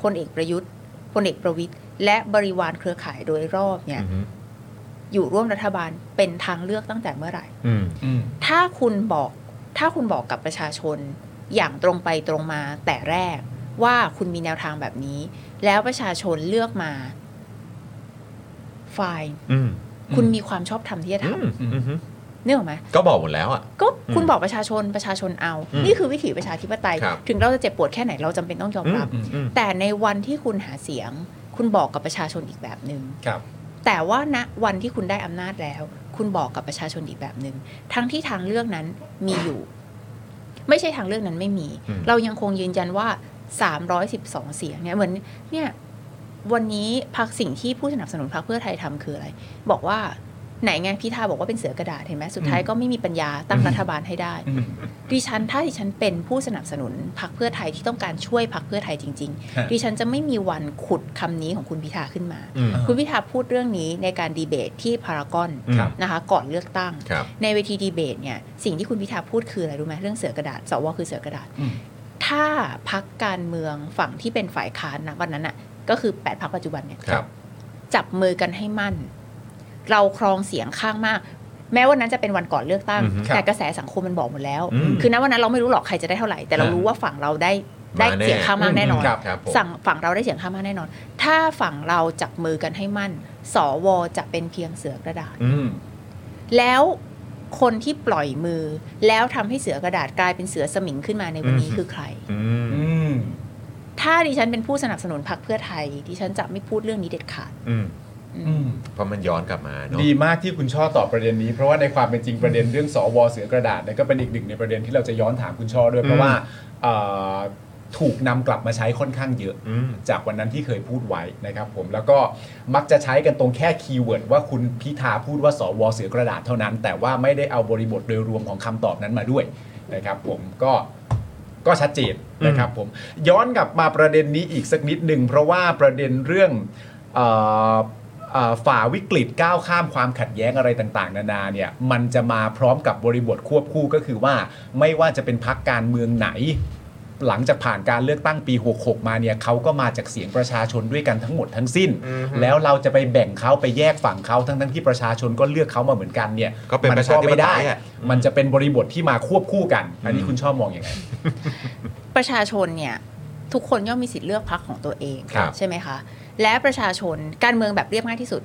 S6: พลเอกประยุทธ์พลเอกประวิตยและบริวารเครือข่ายโดยรอบเนี่ย
S1: อืม
S6: อยู่ร่วมรัฐบาลเป็นทางเลือกตั้งแต่เมื่อไหร่
S1: อืม
S3: อืม
S6: ถ้าคุณบอกถ้าคุณบอกกับประชาชนอย่างตรงไปตรงมาแต่แรกว่าคุณมีแนวทางแบบนี้ แล้วประชาชนเลือกมา ฝ่าย
S1: อืม
S6: คุณมีความชอบธรรมที่จะท
S1: อืมอืม
S6: นึกออกไหม
S1: ก็บอกหมดแล้วอ่ะ
S6: ก็คุณ
S1: อืม
S6: บอกประชาชนประชาชนเอา
S1: อืม
S6: นี่คือวิถีประชาธิปไตย
S1: ครับ
S6: ถึงเราจะเจ็บปวดแค่ไหนเราจำเป็นต้องยอมรับ
S1: อืมอืม
S6: แต่ในวันที่คุณหาเสียง คุณบอกกับประชาชนอีกแบบหนึง่ง
S3: ครับ
S6: แต่ว่าณวันที่คุณได้อำนาจแล้ว คุณบอกกับประชาชนอีกแบบหนึง่งทั้งที่ทางเลือกนั้นมีอยู่ ไม่ใช่ทางเลือกนั้นไม่มี
S1: อืม
S6: เรายังคงยืนยันว่า 312 เสียงเนี่ยเหมือนเนี่ยวันนี้พักสิ่งที่ผู้สนับสนุนพรรคเพื่อไทยทำคืออะไร บอกว่าไหนไงพิธาบอกว่าเป็นเสือกระดาษเห็นไหมสุดท้ายก็ไม่มีปัญญาตั้งรัฐบาลให้ได้ ดิฉันถ้าดิฉันเป็นผู้สนับสนุนพรรคเพื่อไทยที่ต้องการช่วยพรรคเพื่อไทยจริง
S3: ฮะ
S6: ๆ ดิฉันจะไม่มีวันขุดคำนี้ของคุณพิธาขึ้นมา
S1: อืม
S6: คุณพิธาพูดเรื่องนี้ในการดีเบตที่พารากอน
S1: ครับ
S6: นะคะ ก่อนเลือกตั้ง
S1: ครับ
S6: ในเวทีดีเบตเนี่ยสิ่งที่คุณพิธาพูดคืออะไรรู้ไหมเรื่องเสือกระดาษสวคือเสือกระดาษ
S3: อืม
S6: ถ้าพักการเมืองฝั่งที่เป็นฝ่ายค้านนะวันนั้นอ่ะก็คือ8ปดพักปัจจุบันเนี่ย
S1: ครับ
S6: จับมือกันให้มั่น เราครองเสียงข้างมาก แม้วันนั้นจะเป็นวันก่อนเลือกตั้ง
S1: อือฮึ
S6: แต่กระแสสังคมมันบอกหมดแล้ว
S1: อืม
S6: คือณวันนั้นเราไม่รู้หรอกใครจะได้เท่าไหร่แต่เรา
S1: ฮะ
S6: รู้ว่าฝั่งเราได้ได้เสียงข้างมากแน่นอน
S1: ครับครับผม
S6: สั่งฝั่งเราได้เสียงข้างมากแน่นอน ถ้าฝั่งเราจับมือกันให้มั่น สวจะเป็นเพียงเสือกระดาษ
S1: อืม
S6: แล้วคนที่ปล่อยมือ แล้วทำให้เสือกระดาษกลายเป็นเสือสมิงขึ้นมาในวันนี้
S1: อืม
S6: คือใคร
S1: อืม
S3: อืม
S6: ถ้าดิฉันเป็นผู้สนับสนุนพรรคเพื่อไทย ดิฉันจะไม่พูดเรื่องนี้เด็ดขาด
S1: อืม
S6: อืม
S3: อืม
S1: เพราะมันย้อนกลับมาเนาะ
S3: ดีมากที่คุณช่อตอบประเด็นนี้ เพราะว่าในความเป็นจริงประเด็นเรื่องสวเสือกระดาษเนี่ยก็เป็นอีกหนึ่งในประเด็นที่เราจะย้อนถามคุณช่อด้วยเพราะว่าเอ่อถูกนำกลับมาใช้ค่อนข้างเยอะ
S1: อืม
S3: จากวันนั้นที่เคยพูดไว้นะครับผมแล้วก็มักจะใช้กันตรงแค่คีย์เวิร์ดว่าคุณพิธาพูดว่าสวเสือกระดาษเท่านั้น แต่ว่าไม่ได้เอาบริบทโดยรวมของคำตอบนั้นมาด้วยนะครับผมก็ก็ชัดเจนนะครับผมย้อนกลับมาประเด็นนี้อีกสักนิดหนึ่งเพราะว่าประเด็นเรื่องเอ่อเอ่อฝ่าวิกฤตก้าวข้ามความขัดแย้งอะไรต่างๆ นานาเนี่ยมันจะมาพร้อมกับบริบทควบคู่ก็คือว่าไม่ว่าจะเป็นพักการเมืองไหน หลังจากผ่านการเลือกตั้งปี 66 มาเนี่ยเขาก็มาจากเสียงประชาชนด้วยกันทั้งหมดทั้งสิ้น
S1: อือฮึ
S3: แล้วเราจะไปแบ่งเขาไปแยกฝั่งเขาทั้งทั้งๆที่ประชาชนก็เลือกเขามาเหมือนกันเนี่ย
S1: ก็เป็น
S3: มั
S1: ประชาธิปไตย
S3: ไม่ได้
S1: อะ
S3: มันจะเป็นบริบทที่มาควบคู่กัน อันนี้คุณชอบมองอย่างไง
S6: ประชาชนเนี่ยทุกคนย่อมมีสิทธิ์เลือกพรรคของตัวเอง
S1: ครับ
S6: ใช่ไหมคะ และประชาชนการเมืองแบบเรียบง่ายที่สุด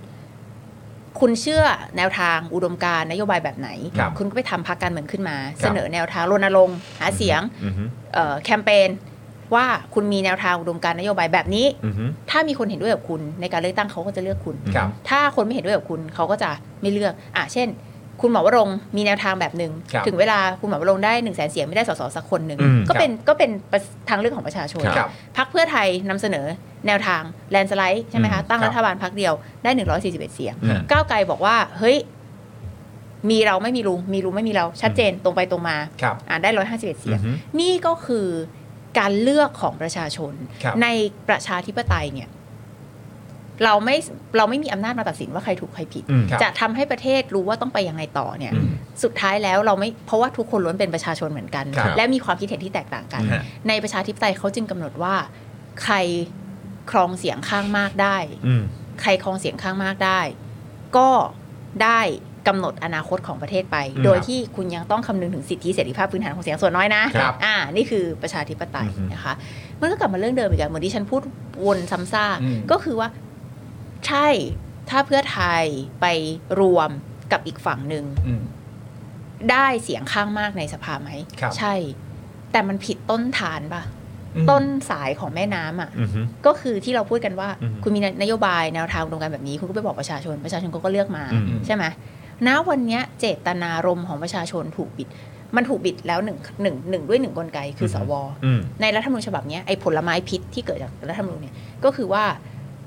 S6: คุณเชื่อแนวทางอุดมการณ์นโยบายแบบไหน
S3: ครับ
S6: ณก็ไปทำพรรคการเมืองขึ้นมา
S3: ครับ
S6: เสนอแนวทางรณรงค์หาเสียง
S1: อืม
S6: เอ่อแคมเปญว่าคุณมีแนวทางอุดมการณ์นโยบายแบบนี้
S1: อืม
S6: ถ้ามีคนเห็นด้วยกับคุณในการเลือกตั้งเขาก็จะเลือกคุณ
S3: ครับ
S6: ถ้าคนไม่เห็นด้วยกับคุณเขาก็จะไม่เลือก อ่ะ เช่น คุณหมอวรงค์มีแนวทางแบบหนึ่ง
S3: ครับ
S6: ถึงเวลาคุณหมอวรงค์ได้หนึ่งแสนเสียงไม่ได้สสสักคนหนึ่ง
S3: อืม
S6: ก็เป็น
S3: ครับ
S6: ก็เป็นทางเลือกของประชาชน
S3: ครับ
S6: พักเพื่อไทยนำเสนอแนวทางแลนสไลด์ใช่ไหมคะ ตั้ง
S3: ครับ
S6: รัฐบาลพักเดียวได้ 141 เสียง
S1: อืม
S6: ก้าวไกลบอกว่า เฮ้ย มีเราไม่มีลุง มีลุงไม่มีเรา ชัดเจนตรงไปตรงมา
S3: ครับ
S6: อ่านได้ 151 เสียง
S1: อือฮึ
S6: นี่ก็คือการเลือกของประชาชน
S3: ครับ
S6: ในประชาธิปไตยเนี่ย เราไม่เราไม่มีอำนาจมาตัดสินว่าใครถูกใครผิด
S1: อืม
S3: ครับ
S6: จะทำให้ประเทศรู้ว่าต้องไปยังไงต่อเนี่ย
S3: อืม
S6: สุดท้ายแล้วเราไม่เพราะว่าทุกคนล้วนเป็นประชาชนเหมือนกัน
S3: ครับ
S6: และมีความคิดเห็นที่แตกต่างกัน
S3: ฮะ
S6: ในประชาธิปไตยเขาจึงกำหนดว่า ใครครองเสียงข้างมากได้
S1: อืม
S6: ใครครองเสียงข้างมากได้ ก็ได้กำหนดอนาคตของประเทศไป
S1: อืม
S6: โดยที่คุณยังต้องคำนึงถึงสิทธิเสรีภาพพื้นฐานของเสียงส่วนน้อยนะครับ อ่านี่คือประชาธิปไตย
S1: อือฮึ
S6: นะคะ มันก็กลับมาเรื่องเดิมอีกอะเหมือนที่ฉันพูดวนซ้ำซาก
S3: อืม
S6: ก็คือว่าใช่ถ้าเพื่อไทยไปรวมกับอีกฝั่งหนึ่ง
S3: อืม
S6: ได้เสียงข้างมากในสภาไหม
S3: ครับ
S6: ใช่ แต่มันผิดต้นฐานปะ
S3: อืม
S6: ต้นสายของแม่น้ำอ่ะ
S1: อืม
S6: ก็คือที่เราพูดกันว่า
S1: อืม
S6: คุณมีนโยบายแนวทางอุดมการณ์แบบนี้ คุณก็ไปบอกประชาชน ประชาชนเขาก็เลือกมา
S1: อืม
S6: ใช่ไหมณวันเนี้ยเจตนารมณ์ของประชาชนถูกบิด มันถูกบิดแล้วหนึ่งหนึ่งหนึ่งด้วยหนึ่งกลไกคือสว
S1: อืม
S6: ในรัฐธรรมนูญฉบับเนี้ยไอ้ผลไม้พิษที่เกิดจากรัฐธรรมนูญเนี่ยก็คือว่า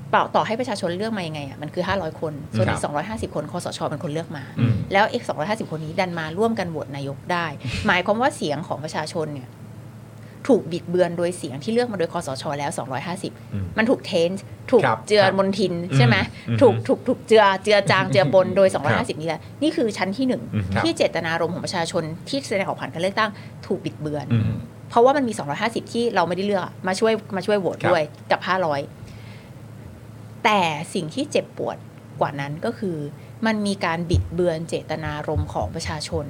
S6: เปล่าต่อให้ประชาชนเลือกมายังไงอ่ะมันคือ 500 คน ส่วนอี
S3: ครั
S6: ก
S3: บ
S6: 250 คนคอสชเป็นคนเลือกมา
S3: อืม
S6: แล้วเอก250 คนนี้ดันมาร่วมกันโหวตนายกได้ หมายความว่าเสียงของประชาชนเนี่ยถูกบิดเบือนโดยเสียงที่เลือกมาโดยคอสชแล้ว
S1: อืม
S6: 250 มันถูกเทนส์ถูก
S3: ครับ
S6: เจือ
S3: ครับ
S6: มนทินใช่ไหม
S1: อืม
S6: ถูกถูกถูกเจือเจือ จางเจือปนโดย
S1: ครับ
S6: 250 นี่แหละนี่คือชั้นที่หนึ่ง
S1: อืมครับ
S6: ที่เจตนารมณ์ของประชาชนที่แสดงออกผ่านการเลือกตั้งถูกบิดเบือน
S1: อืม
S6: เพราะว่ามันมี 250 ที่เราไม่ได้เลือกอะมาช่วยมาช่วยโหวต
S3: ครับ
S6: ด้วยกับ 500 แต่สิ่งที่เจ็บปวดกว่านั้นก็คือ มันมีการบิดเบือนเจตนารมณ์ของประชาชน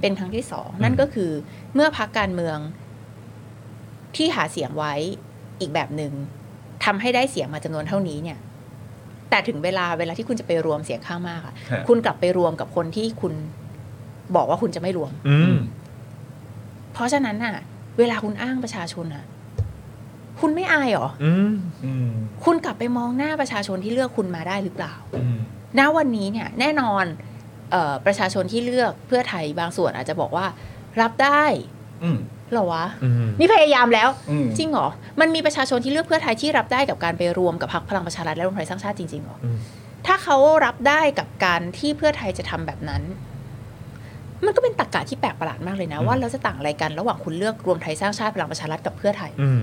S6: เป็นครั้งที่สอง นั่นก็คือเมื่อพักการเมืองที่หาเสียงไว้อีกแบบหนึง่งทำให้ได้เสียงมาจำนวนเท่านี้เนี่ย แต่ถึงเวลาเวลาที่คุณจะไปรวมเสียงข้างมากอะ
S3: ฮะ
S6: คุณกลับไปรวมกับคนที่คุณ บอกว่าคุณจะไม่รวม
S1: อืม
S6: เพราะฉะนั้นน่ะ เวลาคุณอ้างประชาชนน่ะ คุณไม่อายเหรอ
S1: อืม
S3: อืม
S6: คุณกลับไปมองหน้าประชาชนที่เลือกคุณมาได้หรือเปล่า
S3: อืม
S6: ณวันนี้เนี่ยแน่นอนเอ่อประชาชนที่เลือกเพื่อไทยบางส่วนอาจจะบอกว่า รับได้
S3: อืม
S6: เหรอวะ
S1: อืม
S6: นี่พยายามแล้ว
S3: อืม
S6: จริงเหรอ มันมีประชาชนที่เลือกเพื่อไทยที่รับได้กับการไปรวมกับพรรคพลังประชารัฐและรวมไทยสร้างชาติจริงๆเหรออ
S1: ม
S6: ถ้าเขารับได้กับการที่เพื่อไทยจะทำแบบนั้น มันก็เป็นตรรกะที่แปลกประหลาดมากเลยนะ ว่าเราจะต่างอะไรกันระหว่างคุณเลือกรวมไทยสร้างชาติพลังประชารัฐกับเพื่อไทย
S1: อืม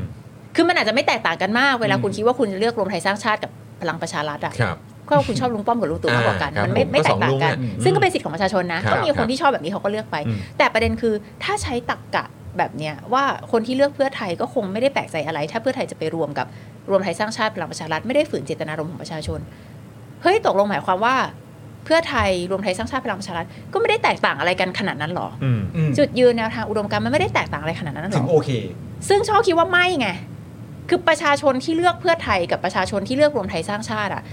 S6: คือมันอาจจะไม่แตกต่างกันมากเวลา
S3: อืม
S6: คุณคิดว่าคุณจะเลือกรวมไทยสร้างชาติกับพลังประชารัฐอะ
S1: ครับ
S6: ก็คุณชอบลุงป้อมกับลุงตู่มากกว่ากัน
S1: อ่าครับ
S6: มัน
S1: ผม
S6: ไม่ไม่แต
S1: ก็สอก ง
S6: ต่า
S1: ลุ
S6: ง
S1: ง
S6: กัน
S1: เนี่ย
S6: ซึ่งก็เป็นสิทธิ์ของประชาชนนะ
S1: ครับ
S6: ก็มี
S1: ค
S6: ค
S1: รั
S6: น
S1: บ
S6: ที่ชอบแบบนี้เขาก็เลือกไป
S1: อืม
S6: แต่ประเด็นคือถ้าใช้ตักกะแบบเนี้ยว่าคนที่เลือกเพื่อไทยก็คงไม่ได้แปลกใจอะไร ถ้าเพื่อไทยจะไปรวมกับรวมไทยสร้างชาติพลังประชารัฐไม่ได้ฝืนเจตนารมณ์ของประชาชน เฮ้ยตกลงหมายความว่า เพื่อไทยรวมไทยสร้างชาติพลังประชารัฐก็ไม่ได้แตกต่างอะไรกันขนาดนั้นหรอ
S1: อืม
S3: อืม
S6: จุดยืนแนวทางอุดมการณ์มันไม่ได้แตกต่างอะไรขนาดนั้นหร
S3: ถึ
S6: อ
S3: งโอเค
S6: ซึ่งชอบคิดว่าไม่ไง คือประชาชนที่เลือกเพื่อไทยกับประชาชนที่เลือกรวมไทยสร้างชาติอ่ะ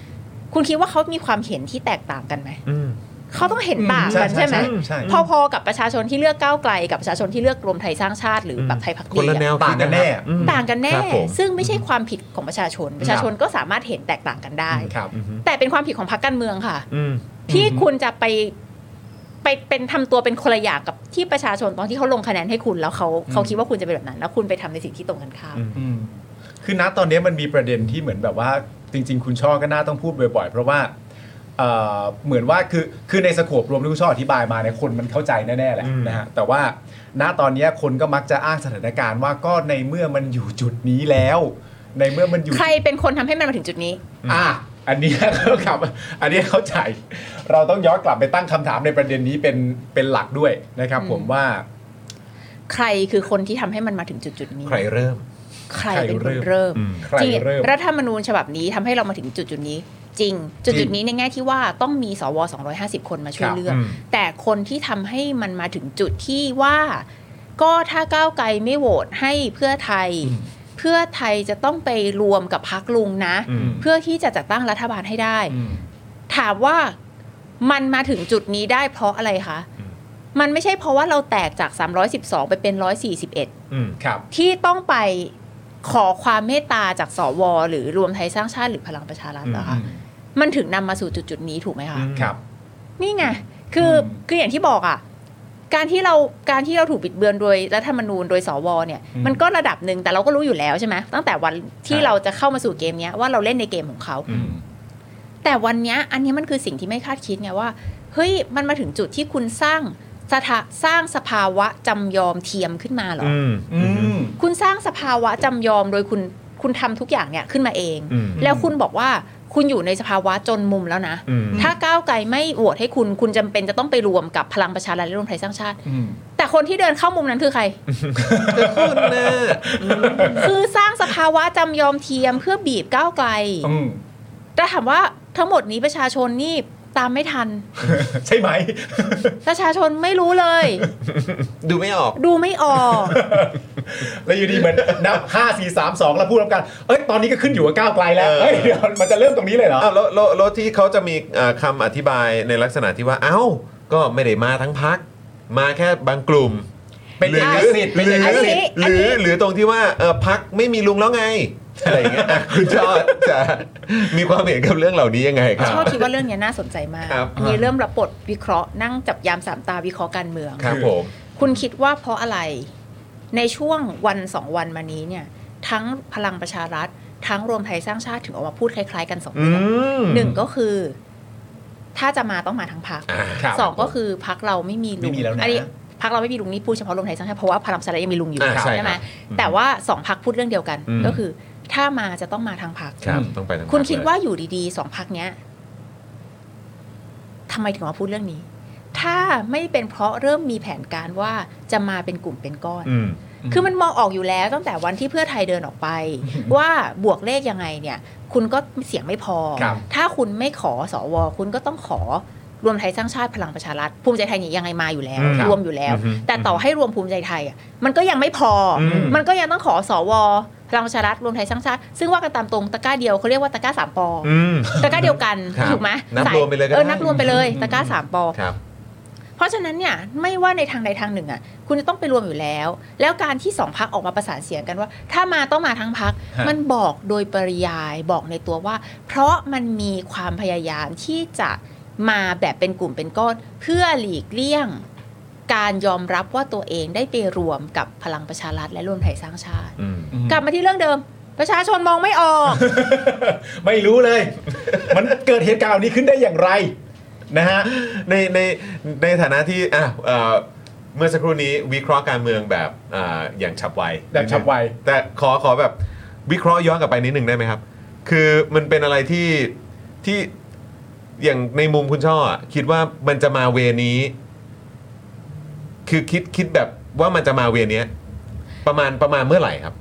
S6: คุณคิดว่าเขามีความเห็นที่แตกต่างกันไหม
S1: อืม
S6: เขาต้องเห็นต่างกันใช่ไหม
S3: ใช่
S6: พอๆกับประชาชนที่เลือกก้าวไกล กับประชาชนที่เลือกรวมไทยสร้างชาติหรือแบบไทยพักดี
S1: คนละแนว
S3: ต่างกันแน่
S1: อืม
S6: ต่างกันแน่
S1: ครับผม
S6: ซึ่งไม่ใช่ความผิดของประชาชน ประชาชนก็สามารถเห็นแตกต่างกันได้
S3: ครับ
S1: อืม
S6: แต่เป็นความผิดของพรรคการเมืองค่ะ
S1: อืม
S6: ที่
S3: อืม
S6: คุณจะไปไปเป็นทำตัวเป็นคนละอย่างกับที่ประชาชนตอนที่เขาลงคะแนนให้คุณแล้วเขาเขาคิดว่าคุณจะเป็นแบบนั้น แล้วคุณไปทำในสิ่งที่ตรงกันข้าม
S1: อืม
S3: อืมคือณตอนนี้มันมีประเด็นที่เหมือนแบบว่า จริง ๆ คุณช่อก็น่าต้องพูดบ่อยๆ เพราะว่าเอ่อเหมือนว่าคือคือในสโคปรวมที่คุณช่ออธิบายมาเนี่ยคนมันเข้าใจแน่ๆแหละ
S1: อืม
S3: นะฮะแต่ว่าณตอนนี้คนก็มักจะอ้างสถานการณ์ว่าก็ในเมื่อมันอยู่จุดนี้แล้ว ในเมื่อมันอยู่
S6: ใครเป็นคนทำให้มันมาถึงจุดนี้
S3: อ่ะอันเนี้ยก็กลับ อันเนี้ยเข้าใจ เราต้องย้อนกลับไปตั้งคำถามในประเด็นนี้เป็นเป็นหลักด้วยนะครับ ผมว่า
S6: ใครคือคนที่ทำให้มันมาถึงจุดจุดๆนี้
S1: ใครเริ่ม
S6: ใครเป็นคนเริ่ม
S1: อืม
S3: ใคร
S6: จริง
S3: เริ่ม
S6: รัฐธรรมนูญฉบับนี้ทำให้เรามาถึงจุดจุดๆนี้ จริง จุด
S3: จริ
S6: จุด
S3: ง
S6: ๆนี้ในแง่ที่ว่าต้องมีสว 250 คนมาช่
S3: ค
S6: วย
S3: รับ
S6: เลือก
S1: อืม
S6: แต่คนที่ทำให้มันมาถึงจุดที่ว่า ก็ถ้าก้าวไกลไม่โหวตให้เพื่อไทย เพื่อไทยจะต้องไปรวมกับพักลุงนะ
S1: อืม
S6: เพื่อที่จะจัดตั้งรัฐบาลให้ได้
S3: อืม
S6: ถามว่ามันมาถึงจุดนี้ได้เพราะอะไรคะ
S1: อืม
S6: มันไม่ใช่เพราะว่าเราแตกจาก 312 ไปเป็น 141
S1: อืม
S3: ครับ
S6: ที่ต้องไปขอความเมตตาจากสว หรือรวมไทยสร้างชาติหรือพลังประชารัฐเหรอคะ
S3: อืม
S6: มันถึงนำมาสู่จุดจุดๆนี้ถูกไหมคะ
S3: ครับ
S6: นี่ไง คืออ
S3: ม
S6: คืออย่างที่บอกอ่ะ การที่เราการที่เราถูกบิดเบือนโดยรัฐธรรมนูญโดยสวเนี่ย มันก็ระดับหนึ่งแต่เราก็รู้อยู่แล้วใช่ไหมตั้งแต่วันที่เราจะเข้ามาสู่เกมเนี้ยว่าเราเล่นในเกมของเขา
S3: อืม
S6: แต่วันเนี้ยอันเนี้ยมันคือสิ่งที่ไม่คาดคิดไงว่า เฮ้ย มันมาถึงจุดที่คุณสร้างสถาสร้างสภาวะจำยอมเทียมขึ้นมาเหรอ
S1: อืม
S3: อืม
S6: คุณสร้างสภาวะจำยอมโดยคุณคุณทำทุกอย่างเนี่ยขึ้นมาเอง
S1: อืม
S6: แล้วคุณบอกว่าคุณอยู่ในสภาวะจนมุมแล้วนะ
S1: อืม
S6: ถ้าก้าวไกลไม่โหวตให้คุณคุณจำเป็นจะต้องไปรวมกับพลังประชารัฐและรวมไทยสร้างชาติ
S3: อืม
S6: แต่คนที่เดินเข้ามุมนั้นคือใคร
S1: คุณนะ
S6: คือสร้างสภาวะจำยอมเทียมเพื่อบีบก้าวไกล
S3: อืม
S6: แต่ถามว่าทั้งหมดนี้ประชาชนนี่ตามไม่ทัน
S3: ใช่ไหม
S6: ประชาชนไม่รู้เลย
S1: ดูไม่ออก
S6: ดูไม่ออก
S3: แล้วอยู่ดีเหมือนนับ 5 4 3 2 แล้วพูดพร้อมกัน เอ้ย ตอนนี้ก็ขึ้นอยู่กับก้าวไกลแล้ว
S1: เออ
S3: เฮ้ยเดี๋ยวมันจะเริ่มตรงนี้เลยเหรอ
S1: อ้าวแล้วแล้วแล้วที่เขาจะมีเอ่อคำอธิบายในลักษณะที่ว่า เอ้า ก็ไม่ได้มาทั้งพัก มาแค่บางกลุ่ม
S3: เป็น
S1: หรื
S3: เอกสิทธิ์เป็น
S1: หรื
S3: เอกสิทธิ์
S1: หรือหรือตรงที่ว่าเออพักไม่มีลุงแล้วไงอะไรอย่างเงี้ยอ่ะคุณจอดจะมีความเห็นกับเรื่องเหล่านี้ยังไงครั
S6: ชอบ บคิดว่าเรื่องเนี้ยน่าสนใจมาก
S1: ครับ
S6: อันนี้เริ่มรับบทวิเคราะห์นั่งจับยามสามตาวิเคราะห์การเมือง
S1: ครับผม
S6: คุณคิดว่าเพราะอะไร ในช่วงวันสองวันมานี้เนี่ย ทั้งพลังประชารัฐ ทั้งรวมไทยสร้างชาติถึงออกมาพูดคล้ายๆ กันสอง
S1: อื
S6: เรื่อง
S1: ม
S6: หนึ่งก็คือ ถ้าจะมาต้องมาทั้งพัก
S1: อ่า
S3: ครับ
S6: สองก็คือพักเราไม่มีลุ
S3: ไม่
S6: ง
S3: มีแล้วนะ
S6: อันี้พักเราไม่มีลุงนี่พูดเฉพาะรวมไทยสร้างชาติเพราะว่าพลังประชารัฐยังมีลุงอยู่
S1: อ่าใช่
S6: ไห
S1: ค
S6: ม
S1: รับอืม
S6: แต่ว่าสองพักพูดเรื่องเดียวกัน
S1: อืม
S6: ก็คือ ถ้ามาจะต้องมาทางพัก
S1: ครับต้องไปทาง
S6: คุณ
S1: พัก
S6: คิด
S1: เลย
S6: ว่าอยู่ดีๆสองพักเนี้ยทำไมถึงมาพูดเรื่องนี้ ถ้าไม่เป็นเพราะเริ่มมีแผนการว่าจะมาเป็นกลุ่มเป็นก้อน
S1: อืม
S6: คือมันมองออกอยู่แล้วตั้งแต่วันที่เพื่อไทยเดินออกไป ว่าบวกเลขยังไงเนี่ย คุณก็เสียงไม่พอ
S3: ครับ
S6: ถ้าคุณไม่ขอสว คุณก็ต้องขอรวมไทยสร้างชาติพลังประชารัฐภูมิใจไทยเนี่ยยังไงมาอยู่แล้ว
S1: อืมครับ
S6: รวมอยู่แล้ว
S1: อือฮึ
S6: แต่ต่อให้รวมภูมิใจไทยอ่ะมันก็ยังไม่พออ
S1: ม
S6: มันก็ยังต้องขอสว พลังประชารัฐรวมไทยสร้างชาติ ซึ่งว่ากันตามตรงตะกร้าเดียวเขาเรียกว่าตะกร้าสามปออ
S1: อืม
S6: ตะกร้าเดียวกัน
S1: ครับ
S6: ถูกไหม
S1: นับ
S6: สาร
S1: วมไปเลยก็
S6: เออ
S1: ได้
S6: นับรวมไปเลยตะกร้าสามปอ
S1: ครับ
S6: เพ ราะฉะนั้นเนี่ยไม่ว่าในทางใดทางหนึ่งอ่ะคุณจะต้องไปรวมอยู่แล้ว แล้วการที่สองพักออกมาประสานเสียงกันว่า ถ้ามาต้องมาทั้งพัก
S3: ฮะ
S6: มันบอกโดยปริยายบอกในตัวว่า เพราะมันมีความพยายามที่จะมาแบบเป็นกลุ่มเป็นก้อน เพื่อหลีกเลี่ยง การยอมรับว่าตัวเองได้ไปรวมกับพลังประชารัฐและรวมไทยสร้างชาติ
S1: อืม
S6: กลับมาที่เรื่องเดิม ประชาชนมองไม่ออก
S3: ไม่รู้เลย มันเกิดเหตุการณ์เหล่านี้ขึ้นได้อย่างไรนะฮะ
S1: ในในในฐานะที่อ่ะเอ่อเมื่อสักครู่นี้วิเคราะห์การเมืองแบบอ่าอย่างฉับไว
S3: แบบฉับไว
S1: แต่ขอขอแบบวิเคราะห์ย้อนกลับไปนิดหนึ่งได้ไหมครับ คือมันเป็นอะไรที่ที่อย่างในมุมคุณช่ออะคิดว่ามันจะมาเวนี้ คือคิดคิดแบบว่ามันจะมาเวเนี้ยประมาณประมาณเมื่อไหร่ครับ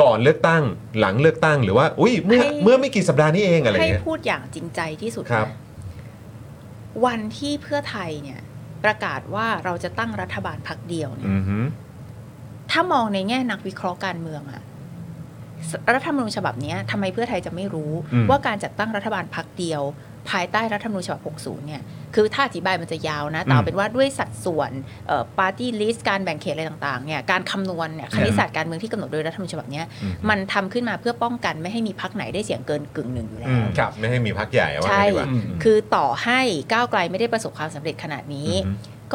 S1: ก่อนเลือกตั้งหลังเลือกตั้งหรือว่าอุ้ยเมื่อ
S6: ให้
S1: เมื่อไม่กี่สัปดาห์นี้เองอะไร
S6: ให้
S1: เงี้ย
S6: พูดอย่างจริงใจที่สุด
S1: ครับ
S6: นะวันที่เพื่อไทยเนี่ย ประกาศว่าเราจะตั้งรัฐบาลพักเดียวเนี่ย
S1: อือฮึ
S6: ถ้ามองในแง่นักวิเคราะห์การเมืองอะสรัฐธรรมนูญฉบับเนี้ยทำไมเพื่อไทยจะไม่รู้ ว่าการจัดตั้งรัฐบาลพักเดียว ภายใต้รัฐธรรมนูญฉบับ 60 เนี่ย คือถ้าอธิบายมันจะยาวนะ แต่เอาเป็นว่าด้วยสัดส่วนปาร์ตี้ลิสต์การแบ่งเขตอะไรต่างๆเนี่ยการคำนวณเนี่ยคณิตศาสตร์การเมืองที่กำหนดโดยรัฐธรรมนูญฉบับเนี้ยมันทำขึ้นมาเพื่อป้องกันไม่ให้มีพักไหนได้เสียงเกินกึ่งหนึ่งอยู่แล้
S1: อืม
S6: ว
S3: ครับ
S1: ไม่ให้มีพักใหญ่ว่า
S6: ใช่
S1: งั้นดีกว่า
S6: คือต่อให้ก้าวไกลไม่ได้ประสบความสำเร็จขนาดนี้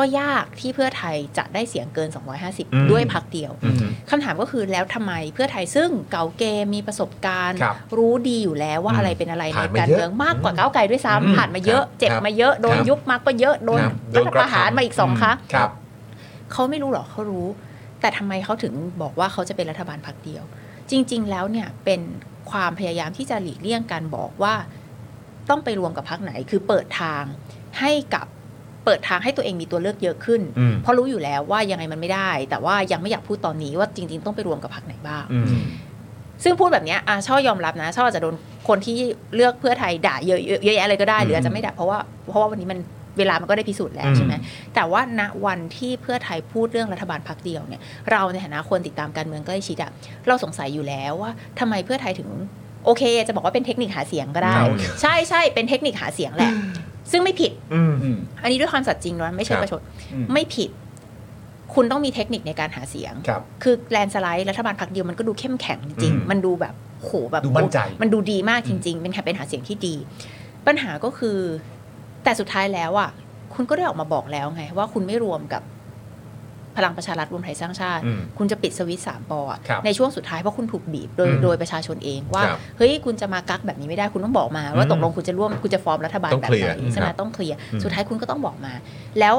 S6: ก็ยากที่เพื่อไทยจะได้เสียงเกิน
S1: อืม
S6: 250 ด้วยพักเดียว
S1: อือฮึ
S6: คำถามก็คือแล้วทำไมเพื่อไทยซึ่งเก่าเกมมีประสบการณ์
S3: ครับ
S6: รู้ดีอยู่แล้วว่าอะไรเป็นอะไร
S1: ผ่าน
S6: ใน
S1: มา
S6: การ
S1: เยอะ
S6: เมืองมากกว่าก้าวไกลด้วย
S1: อืม
S6: ซ้ำผ่านมาเยอะ
S1: ครับ
S6: เจ็บมาเยอะโดน
S1: ครับ
S6: ยุบมาก็เยอะโดน
S1: ครับโด
S6: รั
S1: น
S6: ฐ
S1: กระทำ
S6: ประหารมาอีกสองครั้ง
S1: ครับ
S6: เขาไม่รู้หรอกเขารู้ แต่ทำไมเขาถึงบอกว่าเขาจะเป็นรัฐบาลพรรคเดียว จริง ๆ แล้วเนี่ยเป็นความพยายามที่จะหลีกเลี่ยงการบอกว่าต้องไปรวมกับพรรคไหน คือเปิดทางให้กับเปิดทางให้ตัวเองมีตัวเลือกเยอะขึ้น
S1: อืม
S6: เพราะรู้อยู่แล้วว่ายังไงมันไม่ได้ แต่ว่ายังไม่อยากพูดตอนนี้ว่าจริง ๆ ต้องไปรวมกับพรรคไหนบ้าง
S1: อืม
S6: ซึ่งพูดแบบเนี้ยอ่ะช่อยอมรับนะ ช่ออาจจะโดนคนที่เลือกเพื่อไทยด่าเยอะเยอะเยอะแยะเลยก็ได้ หรืออาจจะไม่ด่าเพราะว่าเพราะว่าวันนี้มันเวลามันก็ได้พิสูจน์แล้วใช่ไหมแต่ว่าณวันที่เพื่อไทยพูดเรื่องรัฐบาลพักเดียวเนี่ยเราในฐานะคนติดตามการเมืองใกล้ชิดอะเราสงสัยอยู่แล้วว่าทำไมเพื่อไทยถึงโอเค จะบอกว่าเป็นเทคนิคหาเสียงก็ได้
S1: ครับ
S6: ใช่ใช่เป็นเทคนิคหาเสียงแหละ ซึ่งไม่ผิด
S1: อืม
S3: อืม
S6: อันนี้ด้วยความสัตย์จริงนะไม่ใช่
S1: ครับ
S6: ประชด
S3: อืม
S6: ไม่ผิด คุณต้องมีเทคนิคในการหาเสียง
S3: ครับ
S6: คือแลนด์สไลด์รัฐบาลพรรคเดียวมันก็ดูเข้มแข็งจริง
S1: อืม
S6: ๆมันดูแบบโหแบบ
S3: ดูมั่นใจ
S6: มันดูดีมากจริง ๆ เป็นแคมเปญหาเสียงที่ดี ปัญหาก็คือ แต่สุดท้ายแล้วอ่ะคุณก็ได้ออกมาบอกแล้วไง ว่าคุณไม่รวมกับพลังประชารัฐรวมไทยสร้างชาติ
S1: อืม
S6: คุณจะปิดสวิตช์สามปออะ
S3: ครับ
S6: ในช่วงสุดท้ายเพราะคุณถูกบีบโดย
S1: อืม
S6: โดยประชาชนเองว่า
S1: ครับ
S6: เฮ้ยคุณจะมากักแบบนี้ไม่ได้คุณต้องบอกมา ว่าตกลงคุณจะร่วมคุณจะฟอร์มรัฐบาล
S1: ต้อง
S6: แบบ
S1: เคลีย
S6: ไห
S1: ร์
S6: นใช่ไหม
S1: ครับ
S6: ต้องเคลียร์
S1: อืม
S6: สุดท้ายคุณก็ต้องบอกมา แล้ว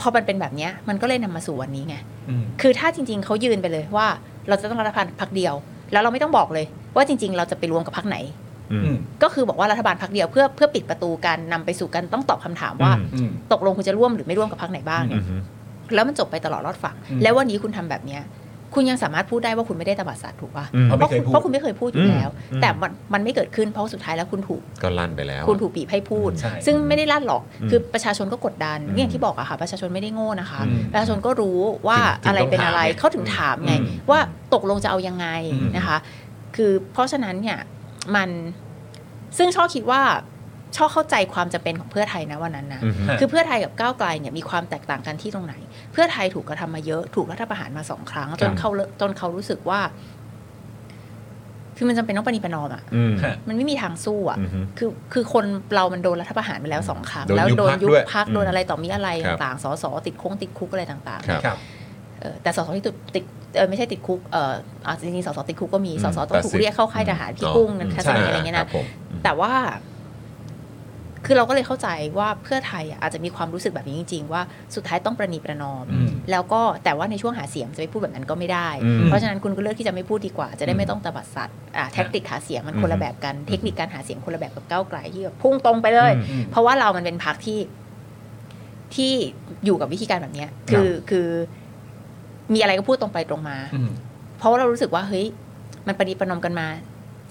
S6: พอมันเป็นแบบเนี้ยมันก็เลยนำมาสู่วันนี้ไง
S3: อืม
S6: คือถ้าจริงๆเขายืนไปเลยว่าเราจะต้องรัฐบาลพักเดียว แล้วเราไม่ต้องบอกเลย ว่าจริง ๆ เราจะไปรวมกับพักไหน
S1: อืม
S3: อืม
S6: ก็คือบอกว่ารัฐบาลพักเดียวเพื่อเพื่อปิดประตูการนำไปสู่การต้องตอบคำถามว่า
S1: อืม
S3: อืม
S6: ตกลงคุณจะร่วมหรือไม่ร่วมกับพักไหนบ้างเนี่ยแล้วมันจบไปตลอดรอดฝั่ง
S3: อืม
S6: แล้ววันนี้คุณทำแบบเนี้ยคุณยังสามารถพูดได้ว่าคุณไม่ได้ตบดสัตว์ถูกป่ะ
S1: อืม
S6: เพราะคุณ
S3: เพราะ
S6: เพ
S3: ไม่เคยพูด
S6: ราะคุณไม่เคยพูดอยู่แล้ว
S1: อืม
S6: แต่มันมันไม่เกิดขึ้นเพราะสุดท้ายแล้วคุณถูก
S1: ก็ลั่นไปแล้ว
S6: คุณถูกบีบให้พูด
S3: ใช่
S6: ซึ่งไม่ได้ลั่นหรอก
S1: อืม
S6: คือประชาชนก็กดดัน
S1: อืม
S6: เนี่ยอย่างที่บอกอะค่ะ ประชาชนไม่ได้โง่นะคะ
S3: อืม
S6: ประชาชนก็รู้ว่า
S1: ถึง
S6: อะไรเป็นอะไร
S1: ต้องถามไง
S6: เขาถึงถามไง
S3: อืม
S6: ว่าตกลงจะเอายังไง
S3: อืม
S6: นะคะ คือเพราะฉะนั้นเนี่ยมัน ซึ่งชอบคิดว่า ชอบเข้าใจความจำเป็นของเพื่อไทยนะวันนั้นนะ คือเพื่อไทยกับก้าวไกลเนี่ยมีความแตกต่างกันที่ตรงไหน เพื่อไทยถูกกระทำมาเยอะถูกรัฐประหารมาสองครั้ง จนเขาเลอะจนเขารู้สึกว่า คือมันจำเป็นต้องปฏิประนอมอะมันไม่มีทางสู้อะ คือคือคนเรามันโดนรัฐประหารไปแล้วสองครั้ง
S1: โดน
S6: แล้ว
S1: ยุบ
S6: โดน
S1: พรรค
S6: ยุบ
S1: ด้วย
S6: พัก
S1: อืม
S6: โดนอะไรต่อมีอะไร
S1: ครับ
S6: ต่างๆสสติดคงติดคุกอะไรต่าง
S1: ครับ
S3: ครับ
S6: ๆเออแต่สสที่ติดติดเออไม่ใช่ติดคุกเอออ่ะจริงๆสสติดคุกก็มี
S1: อืม
S6: สสต้องถูก
S1: 80
S6: เรียกเข้าค่ายทหารที่กุ้งนันทสมัยอะไรเงี้ยนะแต่ว่า คือเราก็เลยเข้าใจว่าเพื่อไทยอ่ะอาจจะมีความรู้สึกแบบนี้จริง ๆ ว่าสุดท้ายต้องประนีประนอม
S3: อืม
S6: แล้วก็แต่ว่าในช่วงหาเสียงจะไปพูดแบบนั้นก็ไม่ได้
S1: อืม
S6: เพราะฉะนั้นคุณก็เลือกที่จะไม่พูดดีกว่า จะได้ไม่ต้องตบัดสัตว์อ่าแท็กติกหาเสียงมันคนละแบบกันเทคนิคการหาเสียงคนละแบบกับก้าวไกลที่แบบพุ่งตรงไปเลย
S3: อืม
S6: เพราะว่าเรามันเป็นพักที่ที่อยู่กับวิธีการแบบเนี้ยคือคือ มีอะไรก็พูดตรงไปตรงมา
S3: อืม
S6: เพราะว่าเรารู้สึกว่าเฮ้ยมันประนีประนอมกันมา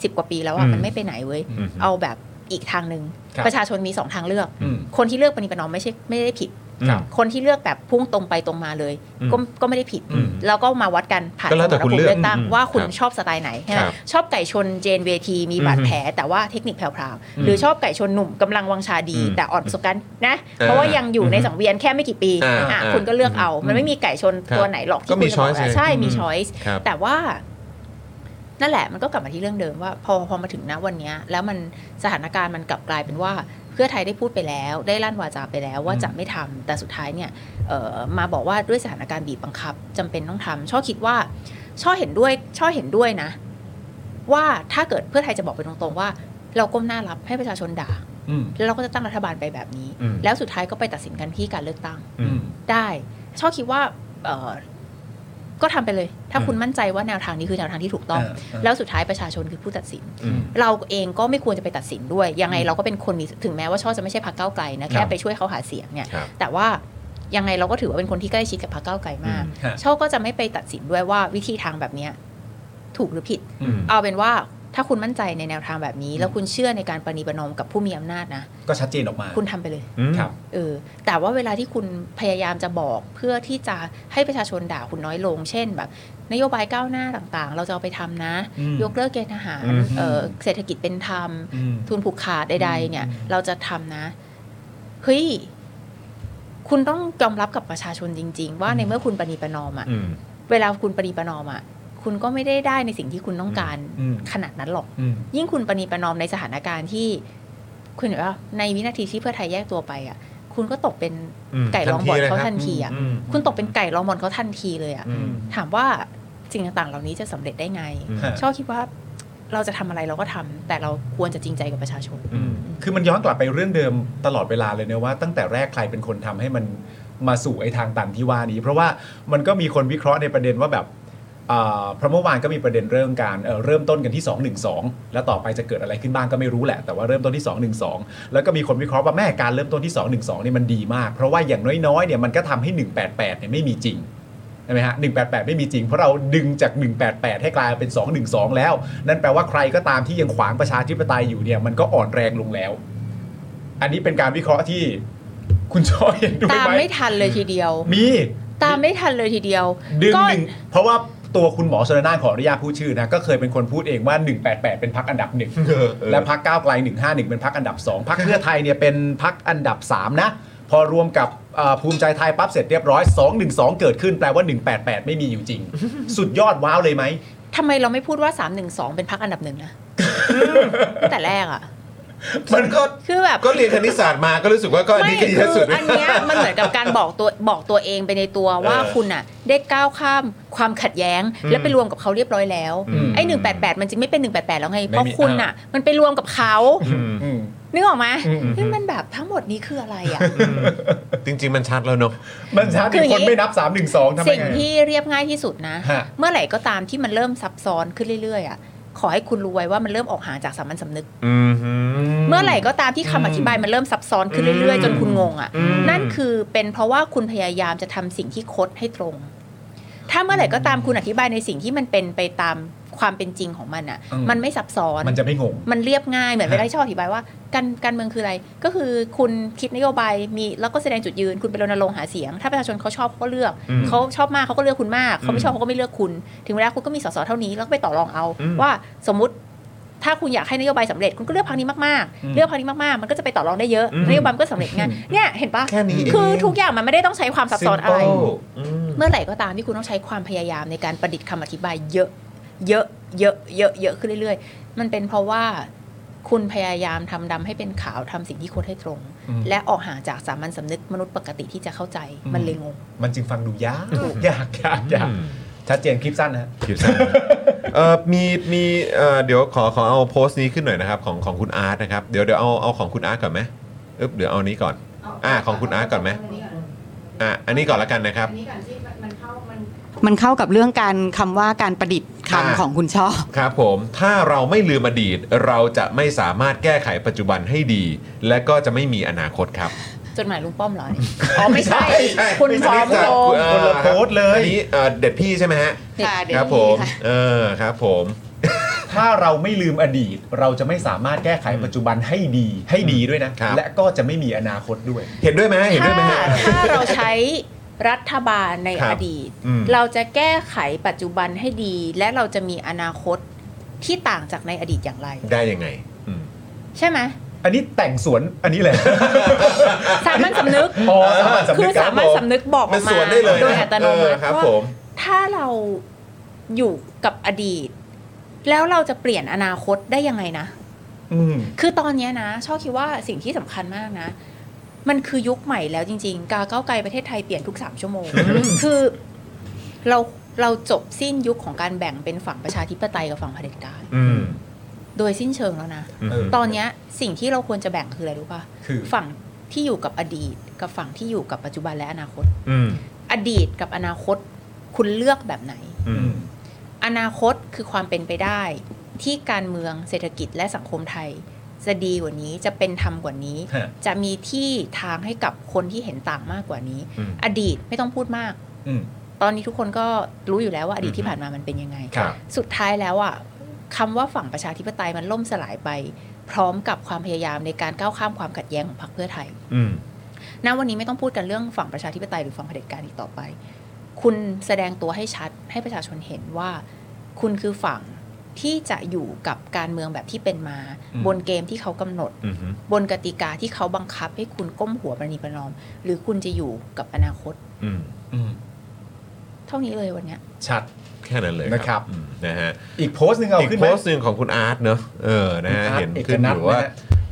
S6: สิบกว่าปีแล้วอ่ะ
S1: อืม
S6: มันไม่ไปไหนเว้ยเอาแบบอีกทางหนึ่ง
S3: ครับ
S6: ประชาชนมีสองทางเลือก
S3: อืม
S6: คนที่เลือกประนีประนอมไม่ใช่ไม่ได้ผิด
S1: ครับ
S6: คนที่เลือกแบบพุ่งตรงไปตรงมาเลย
S1: อืม
S6: ก็ก็ไม่ได้ผิด
S1: อืม
S6: แล้วก็มาวัดกันผ่าน
S1: ก็แล้วแต่
S6: สมรภู
S1: คุ
S6: มิ
S1: ณเลือก
S6: ตั้ง
S1: อืม
S6: ว่าคุณ
S1: ครับ
S6: ชอบสไตล์ไหนใช่ไหม
S1: ครับ
S6: ชอบไก่ชนเจนเวทีมีบาด
S1: อืม
S6: แผล แต่ว่าเทคนิคแพรวๆหรือชอบไก่ชนหนุ่มกำลังวังชาดี
S1: อืม
S6: แต่อ่อนประสบการณ์นะเพราะว่ายังอยู่ในสังเวียนแค่ไม่กี่ปี
S1: อ่า
S6: อ่ะ
S1: อ่า
S6: คุณก็เลือกเอา มันไม่มีไก่ชนตัวไหนหรอก
S1: ก็
S6: ที่
S1: มี
S6: คุณจะบ
S1: choice
S6: ก
S1: ไง
S6: ใช่มี
S1: อืม
S6: ช้อยส์
S1: ครับ
S6: แต่ว่านั่นแหละมันก็กลับมาที่เรื่องเดิมว่า พอพอมาถึงณวันเนี้ย แล้วมันสถานการณ์มันกลับกลายเป็นว่า เพื่อไทยได้พูดไปแล้ว ได้ลั่นวาจาไปแล้วว่า
S1: อืม
S6: จะไม่ทำแต่สุดท้ายเนี่ยเอ่อมาบอกว่าด้วยสถานการณ์บีบบังคับจำเป็นต้องทำช่อคิดว่า ช่อเห็นด้วย ช่อเห็นด้วยนะ ว่าถ้าเกิดเพื่อไทยจะบอกไปตรงๆว่า เราก้มหน้ารับให้ประชาชนด่า
S1: อืม
S6: แล้วเราก็จะตั้งรัฐบาลไปแบบนี้
S1: อืม
S6: แล้วสุดท้ายก็ไปตัดสินกันที่การเลือกตั้ง
S1: อืม
S6: ได้ชอบคิดว่าเออก็ทำไปเลย ถ้า
S1: อืม
S6: คุณมั่นใจว่าแนวทางนี้คือแนวทางที่ถูกต้อง
S3: เออเออ
S6: แล้วสุดท้ายประชาชนคือผู้ตัดสิน
S1: อืม
S6: เราเองก็ไม่ควรจะไปตัดสินด้วย ยังไงเราก็เป็นคนมีถึงแม้ว่าช่อจะไม่ใช่พรรคก้าวไกลนะแค่ไปช่วยเขาหาเสียงเนี่ย
S1: ครับ
S6: แต่ว่ายังไงเราก็ถือว่าเป็นคนที่ใกล้ชิดกับพรรคก้าวไกลมาก
S1: อืม
S6: ช่อก็จะไม่ไปตัดสินด้วยว่าวิธีทางแบบเนี้ยถูกหรือผิด
S1: อืม
S6: เอาเป็นว่าถ้าคุณมั่นใจในแนวทางแบบนี้ แล้วคุณเชื่อในการประนีประนอมกับผู้มีอำนาจนะ
S3: ก็ชัดเจนออกมา
S6: คุณทำไปเลย
S1: อืม
S3: ครับ
S6: เออแต่ว่าเวลาที่คุณพยายามจะบอกเพื่อที่จะให้ประชาชนด่าคุณน้อยลง เช่นแบบนโยบายก้าวหน้าต่างๆ เราจะเอาไปทำนะ
S3: อืม
S6: ยกเลิกเกณฑ์ทหาร
S1: อืม
S6: เอ่อเศรษฐกิจเป็นธรรม
S3: อืม
S6: ทุนผูกขาดใด ๆ เนี่ย
S3: อืม
S6: เราจะทำนะ เฮ้ย คุณต้องยอมรับกับประชาชนจริง ๆ ว่าในเมื่อคุณปณีประนอมอะ
S1: อืม
S6: เวลาคุณปณีประนอมอะคุณก็ไม่ได้ได้ในสิ่งที่คุณต้องการ
S3: อืม
S6: ขนาดนั้นหรอก
S3: อืม
S6: ยิ่งคุณประนีประนอมในสถานการณ์ที่ คุณเห็นว่าในวินาทีที่เพื่อไทยแยกตัวไปอ่ะ คุณก็ตกเป็น
S1: อืม
S6: ไก่รองบ่อนเขา
S1: ทั
S6: ทั
S1: น
S6: น
S1: ที
S6: ที
S1: เลยครับ
S6: อ่ะ
S1: อืมอืม
S6: คุณตกเป็นไก่รองบ่อนเขาทันทีเลยอ่ะ
S1: อืม
S6: ถามว่าสิ่งต่างๆ เหล่านี้จะสำเร็จได้ไง
S1: อืม
S6: ชอบคิดว่าเราจะทำอะไรเราก็ทำแต่เราควรจะจริงใจกับประชาชน
S1: อืม
S3: คือมันย้อนกลับไปเรื่องเดิมตลอดเวลาเลยเนะว่าตั้งแต่แรกใครเป็นคนทำให้มันมาสู่ไอ้ทางตันที่ว่านี้ เพราะว่ามันก็มีคนวิเคราะห์ในประเด็นว่าแบบอ่าเพราะเมื่อวานก็มีประเด็นเรื่องการเอ่อเริ่มต้นกันที่ 212 แล้วต่อไปจะเกิดอะไรขึ้นบ้างก็ไม่รู้แหละ แต่ว่าเริ่มต้นที่ 212 แล้วก็มีคนวิเคราะห์ว่าแม่การเริ่มต้นที่ 212นี่มันดีมาก เพราะว่าอย่างน้อยๆเนี่ยมันก็ทำให้ 188เนี่ยไม่มีจริง ใช่ไหมฮะ188 ไม่มีจริง เพราะเราดึงจาก 188 ให้กลายเป็น 212 แล้ว นั่นแปลว่าใครก็ตามที่ยังขวางประชาธิปไตยอยู่เนี่ยมันก็อ่อนแรงลงแล้ว อันนี้เป็นการวิเคราะห์ที่คุณ ชอเห็นด้วย
S6: ตาม
S3: ไหม
S6: ไม่ทันเลยทีเดียว
S3: มี
S6: ตามไม่ทันเลยทีเดียว
S3: ดึง
S6: ก็
S3: หนึ่งเพราะว่าตัวคุณหมอชนละนานขออนุญาตพูดชื่อนะ ก็เคยเป็นคนพูดเองว่า 188 เป็นพักอันดับหนึ่ง
S1: เออเออ
S3: และพักก้าวไกล 151 เป็นพักอันดับ 2พักเพื่อไทยเนี่ยเป็นพักอันดับ 3 นะ พอรวมกับเอ่อภูมิใจไทยปั๊บเสร็จเรียบร้อย 212 เกิดขึ้นแปลว่า 188 ไม่มีอยู่จริง สุดยอดว้าวเลยไหม
S6: ทำไมเราไม่พูดว่า312เป็นพักอันดับหนึ่ง นะ ตั้งแต่แรกอ่ะ
S1: มันก็
S6: คือแบบ
S1: ก็เรียนคณิตศาสตร์มาก็รู้สึกว่าก็อัน
S6: ไม่
S1: นี้ก็ดี
S6: คื
S1: ที่สุ
S6: อ
S1: ด
S6: อันเนี้ยมันเหมือนกับการบอกตัวบอกตัวเองไปในตัวว่า
S1: เออ
S6: คุณอ่ะได้ก้าวข้ามความขัดแย้ง
S1: อืม
S6: และไปรวมกับเขาเรียบร้อยแล้ว
S1: อืม
S6: ไอ้หนึ่งแปดแปดมันจึงไม่เป็นหนึ่งแปดแปดแล้วไง
S3: ไม่มี
S6: เพราะคุณอ่ะ มันไปรวมกับเขา
S3: อืม
S6: นึกออกไหม
S1: อืม
S6: ที่มันแบบทั้งหมดนี้คืออะไรอ่ะ
S1: จริง ๆ มันชัดแล้วเนาะ
S3: มันช้า
S6: คือ
S3: ที่
S6: อย่าง
S3: ค
S6: นี้
S3: นไม่นับ 312ทำไม
S6: สิ่ง
S3: ไง
S6: ที่เรียบง่ายที่สุดนะ
S3: ฮะ
S6: เมื่อไหร่ก็ตามที่มันเริ่มซับซ้อนขึ้นเรื่อยๆอ่ะขอให้คุณรู้ไว้ว่ามันเริ่มออกห่างจากสามัญสำนึก
S1: อืม
S6: เมื่อไหร่ก็ตามที่คำอธิบายมันเริ่มซับซ้อนขึ้นเรื่อย
S1: อืม
S6: ๆ จนคุณงงอะ่ะ
S1: อืม
S6: นั่นคือเป็นเพราะว่าคุณพยายามจะทำสิ่งที่คดให้ตรง ถ้าเมื่อไหร่ก็ตามคุณอธิบายในสิ่งที่มันเป็นไปตามความเป็นจริงของมันอะ่ะ
S3: อืม
S6: มันไม่ซับซ้อน
S3: มันจะไม่งง
S6: มันเรียบง่ายเหมือน
S3: ฮะ
S6: เวลาที่ชอบอธิบายว่าการการเมืองคืออะไร ก็คือคุณคิดนโยบายมีแล้วก็แสดงจุดยืน คุณไปรณรงค์หาเสียง ถ้าประชาชนเขาชอบเขาก็เลือก
S1: อืม
S6: เขาชอบมากเขาก็เลือกคุณมากเขา
S1: อื
S6: ไม่
S1: ม
S6: ชอบเขาก็ไม่เลือกคุณ ถึงเวลาคุณก็มีสสเท่านี้แล้วก็ไปต่อรองเอา
S1: อืม
S6: ว่าสมมติถ้าคุณอยากให้นโยบายสำเร็จคุณก็เลือกพรรคนี้มาก
S3: อืม
S6: ๆ เลือกพรรคนี้มากๆ มันก็จะไปต่อรองได้เยอะ
S1: อืม
S6: นโยบายมันก็สำเร็จง่ายเนี่ยเห็นปะ
S1: แค่นี้เอง
S6: คือทุกอย่างมันไม่ได้ต้องใช้ความซับซ้อนอะไร
S1: Simple ม
S6: เมื่อไหร่ก็ตามที่คุณต้องใช้ความพยายามในการประดิษฐ์คำอธิบายเยอะ เยอะ เยอะ เยอะ เยอะขึ้นเรื่อยๆ มันเป็นเพราะว่าคุณพยายามทำดำให้เป็นขาวทำสิ่งที่ควรให้ตรง
S3: อืม
S6: และออกห่างจากสามัญสำนึกมนุษย์ปกติที่จะเข้าใจมันเลยงง
S3: มันจึงฟังดูยากยากยากยาก
S1: อืม
S3: ชัดเจนคลิปสั้นนะฮะ
S1: คิดสั้น เอ่อมีมีเอ่อเดี๋ยวขอขอเอาโพสต์นี้ขึ้นหน่อยนะครับของของคุณอาร์ตนะครับ เดี๋ยวเดี๋ยวเอาเอาของคุณอาร์ตก่อนไหมอึ๊บเดี๋ยวเอานี้ก่อน อ่าของคุณอาร์ตก่อนไหมอ่ะอันนี้ก่อนละกันนะครับ
S4: อันนี้ก่อนที่มันมันเข้ามัน
S5: มันเข้ากับเรื่องการคำว่าการประดิษฐ์คำ
S1: อ่า
S5: ของคุณช่อ
S1: ครับผม ถ้าเราไม่ลืมอดีต เราจะไม่สามารถแก้ไขปัจจุบันให้ดี และก็จะไม่มีอนาคตครับ
S6: จดหมายลุงป้อมเหรอเนี่ยอ๋อ ไม่ใช่
S1: ไม่ใช่
S6: คุณฟ้อง
S1: ไม่ใช่
S6: ลง
S1: เอ่อ
S3: คนละโพสต์เลย
S1: อันนี้เอ่อเด็ดพี่ใช่ไหมฮะ
S5: ค่ะเด็ดพี่
S1: ครับผม
S5: ค่ะ
S1: เออครับผม
S3: ถ้าเราไม่ลืมอดีต เราจะไม่สามารถแก้ไขปัจจุบันให้ดีให้ดีด้วยนะ
S1: ครับ
S3: และก็จะไม่มีอนาคตด้วย
S1: เห็นด้วยไหมเห็นด้วยไหม
S6: ถ้าถ้าเราใช้รัฐบาลใน
S1: ครั
S6: อบ ดีต
S1: อืม
S6: เราจะแก้ไขปัจจุบันให้ดี และเราจะมีอนาคตที่ต่างจากในอดีตอย่างไร
S1: ได้ยังไงอืม
S6: ใช่ไหม
S3: อันนี้แต่งสวนอัน นี้เลย
S6: สามัญสำนึก
S3: อ๋อสามัญสำนึก
S6: คือสามัญสำนึกบอกอ
S1: มั
S6: อน กมา
S1: สวนได้เลยนะ
S6: โดยอัตโนมั
S1: เอ
S6: ติ
S1: อครับ
S6: ว่า
S1: ผม
S6: ถ้าเราอยู่กับอดีต แล้วเราจะเปลี่ยนอนาคตได้ยังไงนะ
S3: อืม
S6: คือตอนเนี้ยนะชอบคิดว่าสิ่งที่สำคัญมากนะ มันคือยุคใหม่แล้วจริง ๆ กาก้าวไกลประเทศไทยเปลี่ยนทุกสามชั่วโมง คือเราเราจบสิ้นยุคของการแบ่งเป็นฝั่งประชาธิปไตยกับฝั่งเผด็จการ
S1: อืม
S6: โดยสิ้นเชิงแล้วนะ
S1: ม
S3: เออ
S6: ตอนเนี้ยสิ่งที่เราควรจะแบ่งคืออะไรรู้ป่ะ
S3: คือ
S6: ฝั่งที่อยู่กับอดีต กับฝั่งที่อยู่กับปัจจุบันและอนาคต
S1: อืม
S6: อดีตกับอนาคต คุณเลือกแบบไหน
S1: อืม
S6: อนาคตคือความเป็นไปได้ ที่การเมืองเศรษฐกิจและสังคมไทย จะดีกว่านี้จะเป็นธรรมกว่านี้
S3: ฮะ
S6: จะมีที่ทางให้กับคนที่เห็นต่างมากกว่านี้
S1: อืม
S6: อดีตไม่ต้องพูดมาก
S3: อืม
S6: ตอนนี้ทุกคนก็รู้อยู่แล้วว่าอดีตที่ผ่านมามันเป็นยังไง
S1: ครับ
S6: สุดท้ายแล้วอ่ะคำว่าฝั่งประชาธิปไตยมันล่มสลายไป พร้อมกับความพยายามในการก้าวข้ามความขัดแย้งของพรรคเพื่อไทย
S1: อืม
S6: ณวันนี้ไม่ต้องพูดกันเรื่องฝั่งประชาธิปไตยหรือฝั่งเผด็จการอีกต่อไป คุณแสดงตัวให้ชัดให้ประชาชนเห็นว่า คุณคือฝั่งที่จะอยู่กับการเมืองแบบที่เป็นมา
S3: อืม
S6: บนเกมที่เขากำหนด
S1: อืมฮึ
S6: บนกติกาที่เขาบังคับให้คุณก้มหัวประนีประนอม หรือคุณจะอยู่กับอนาคต
S1: อืม
S3: อืม
S6: เท่านี้เลยวันเนี้ย
S3: ชัด
S1: แค่นั้นเลย
S3: นะครับ
S1: อืมนะฮะ
S3: อีกโพสต์หนึ่งเอา
S1: อีก
S3: ขึ้น
S1: โพ
S3: ไหม
S1: สต์หนึ่งของคุณอาร์ตเนอะเออนะฮะ
S3: คุณอาร์ต
S1: เห็น
S3: เอก
S1: ขึ้น
S3: นั
S1: อ
S3: ท
S1: ยู่ว่า
S3: นะฮะ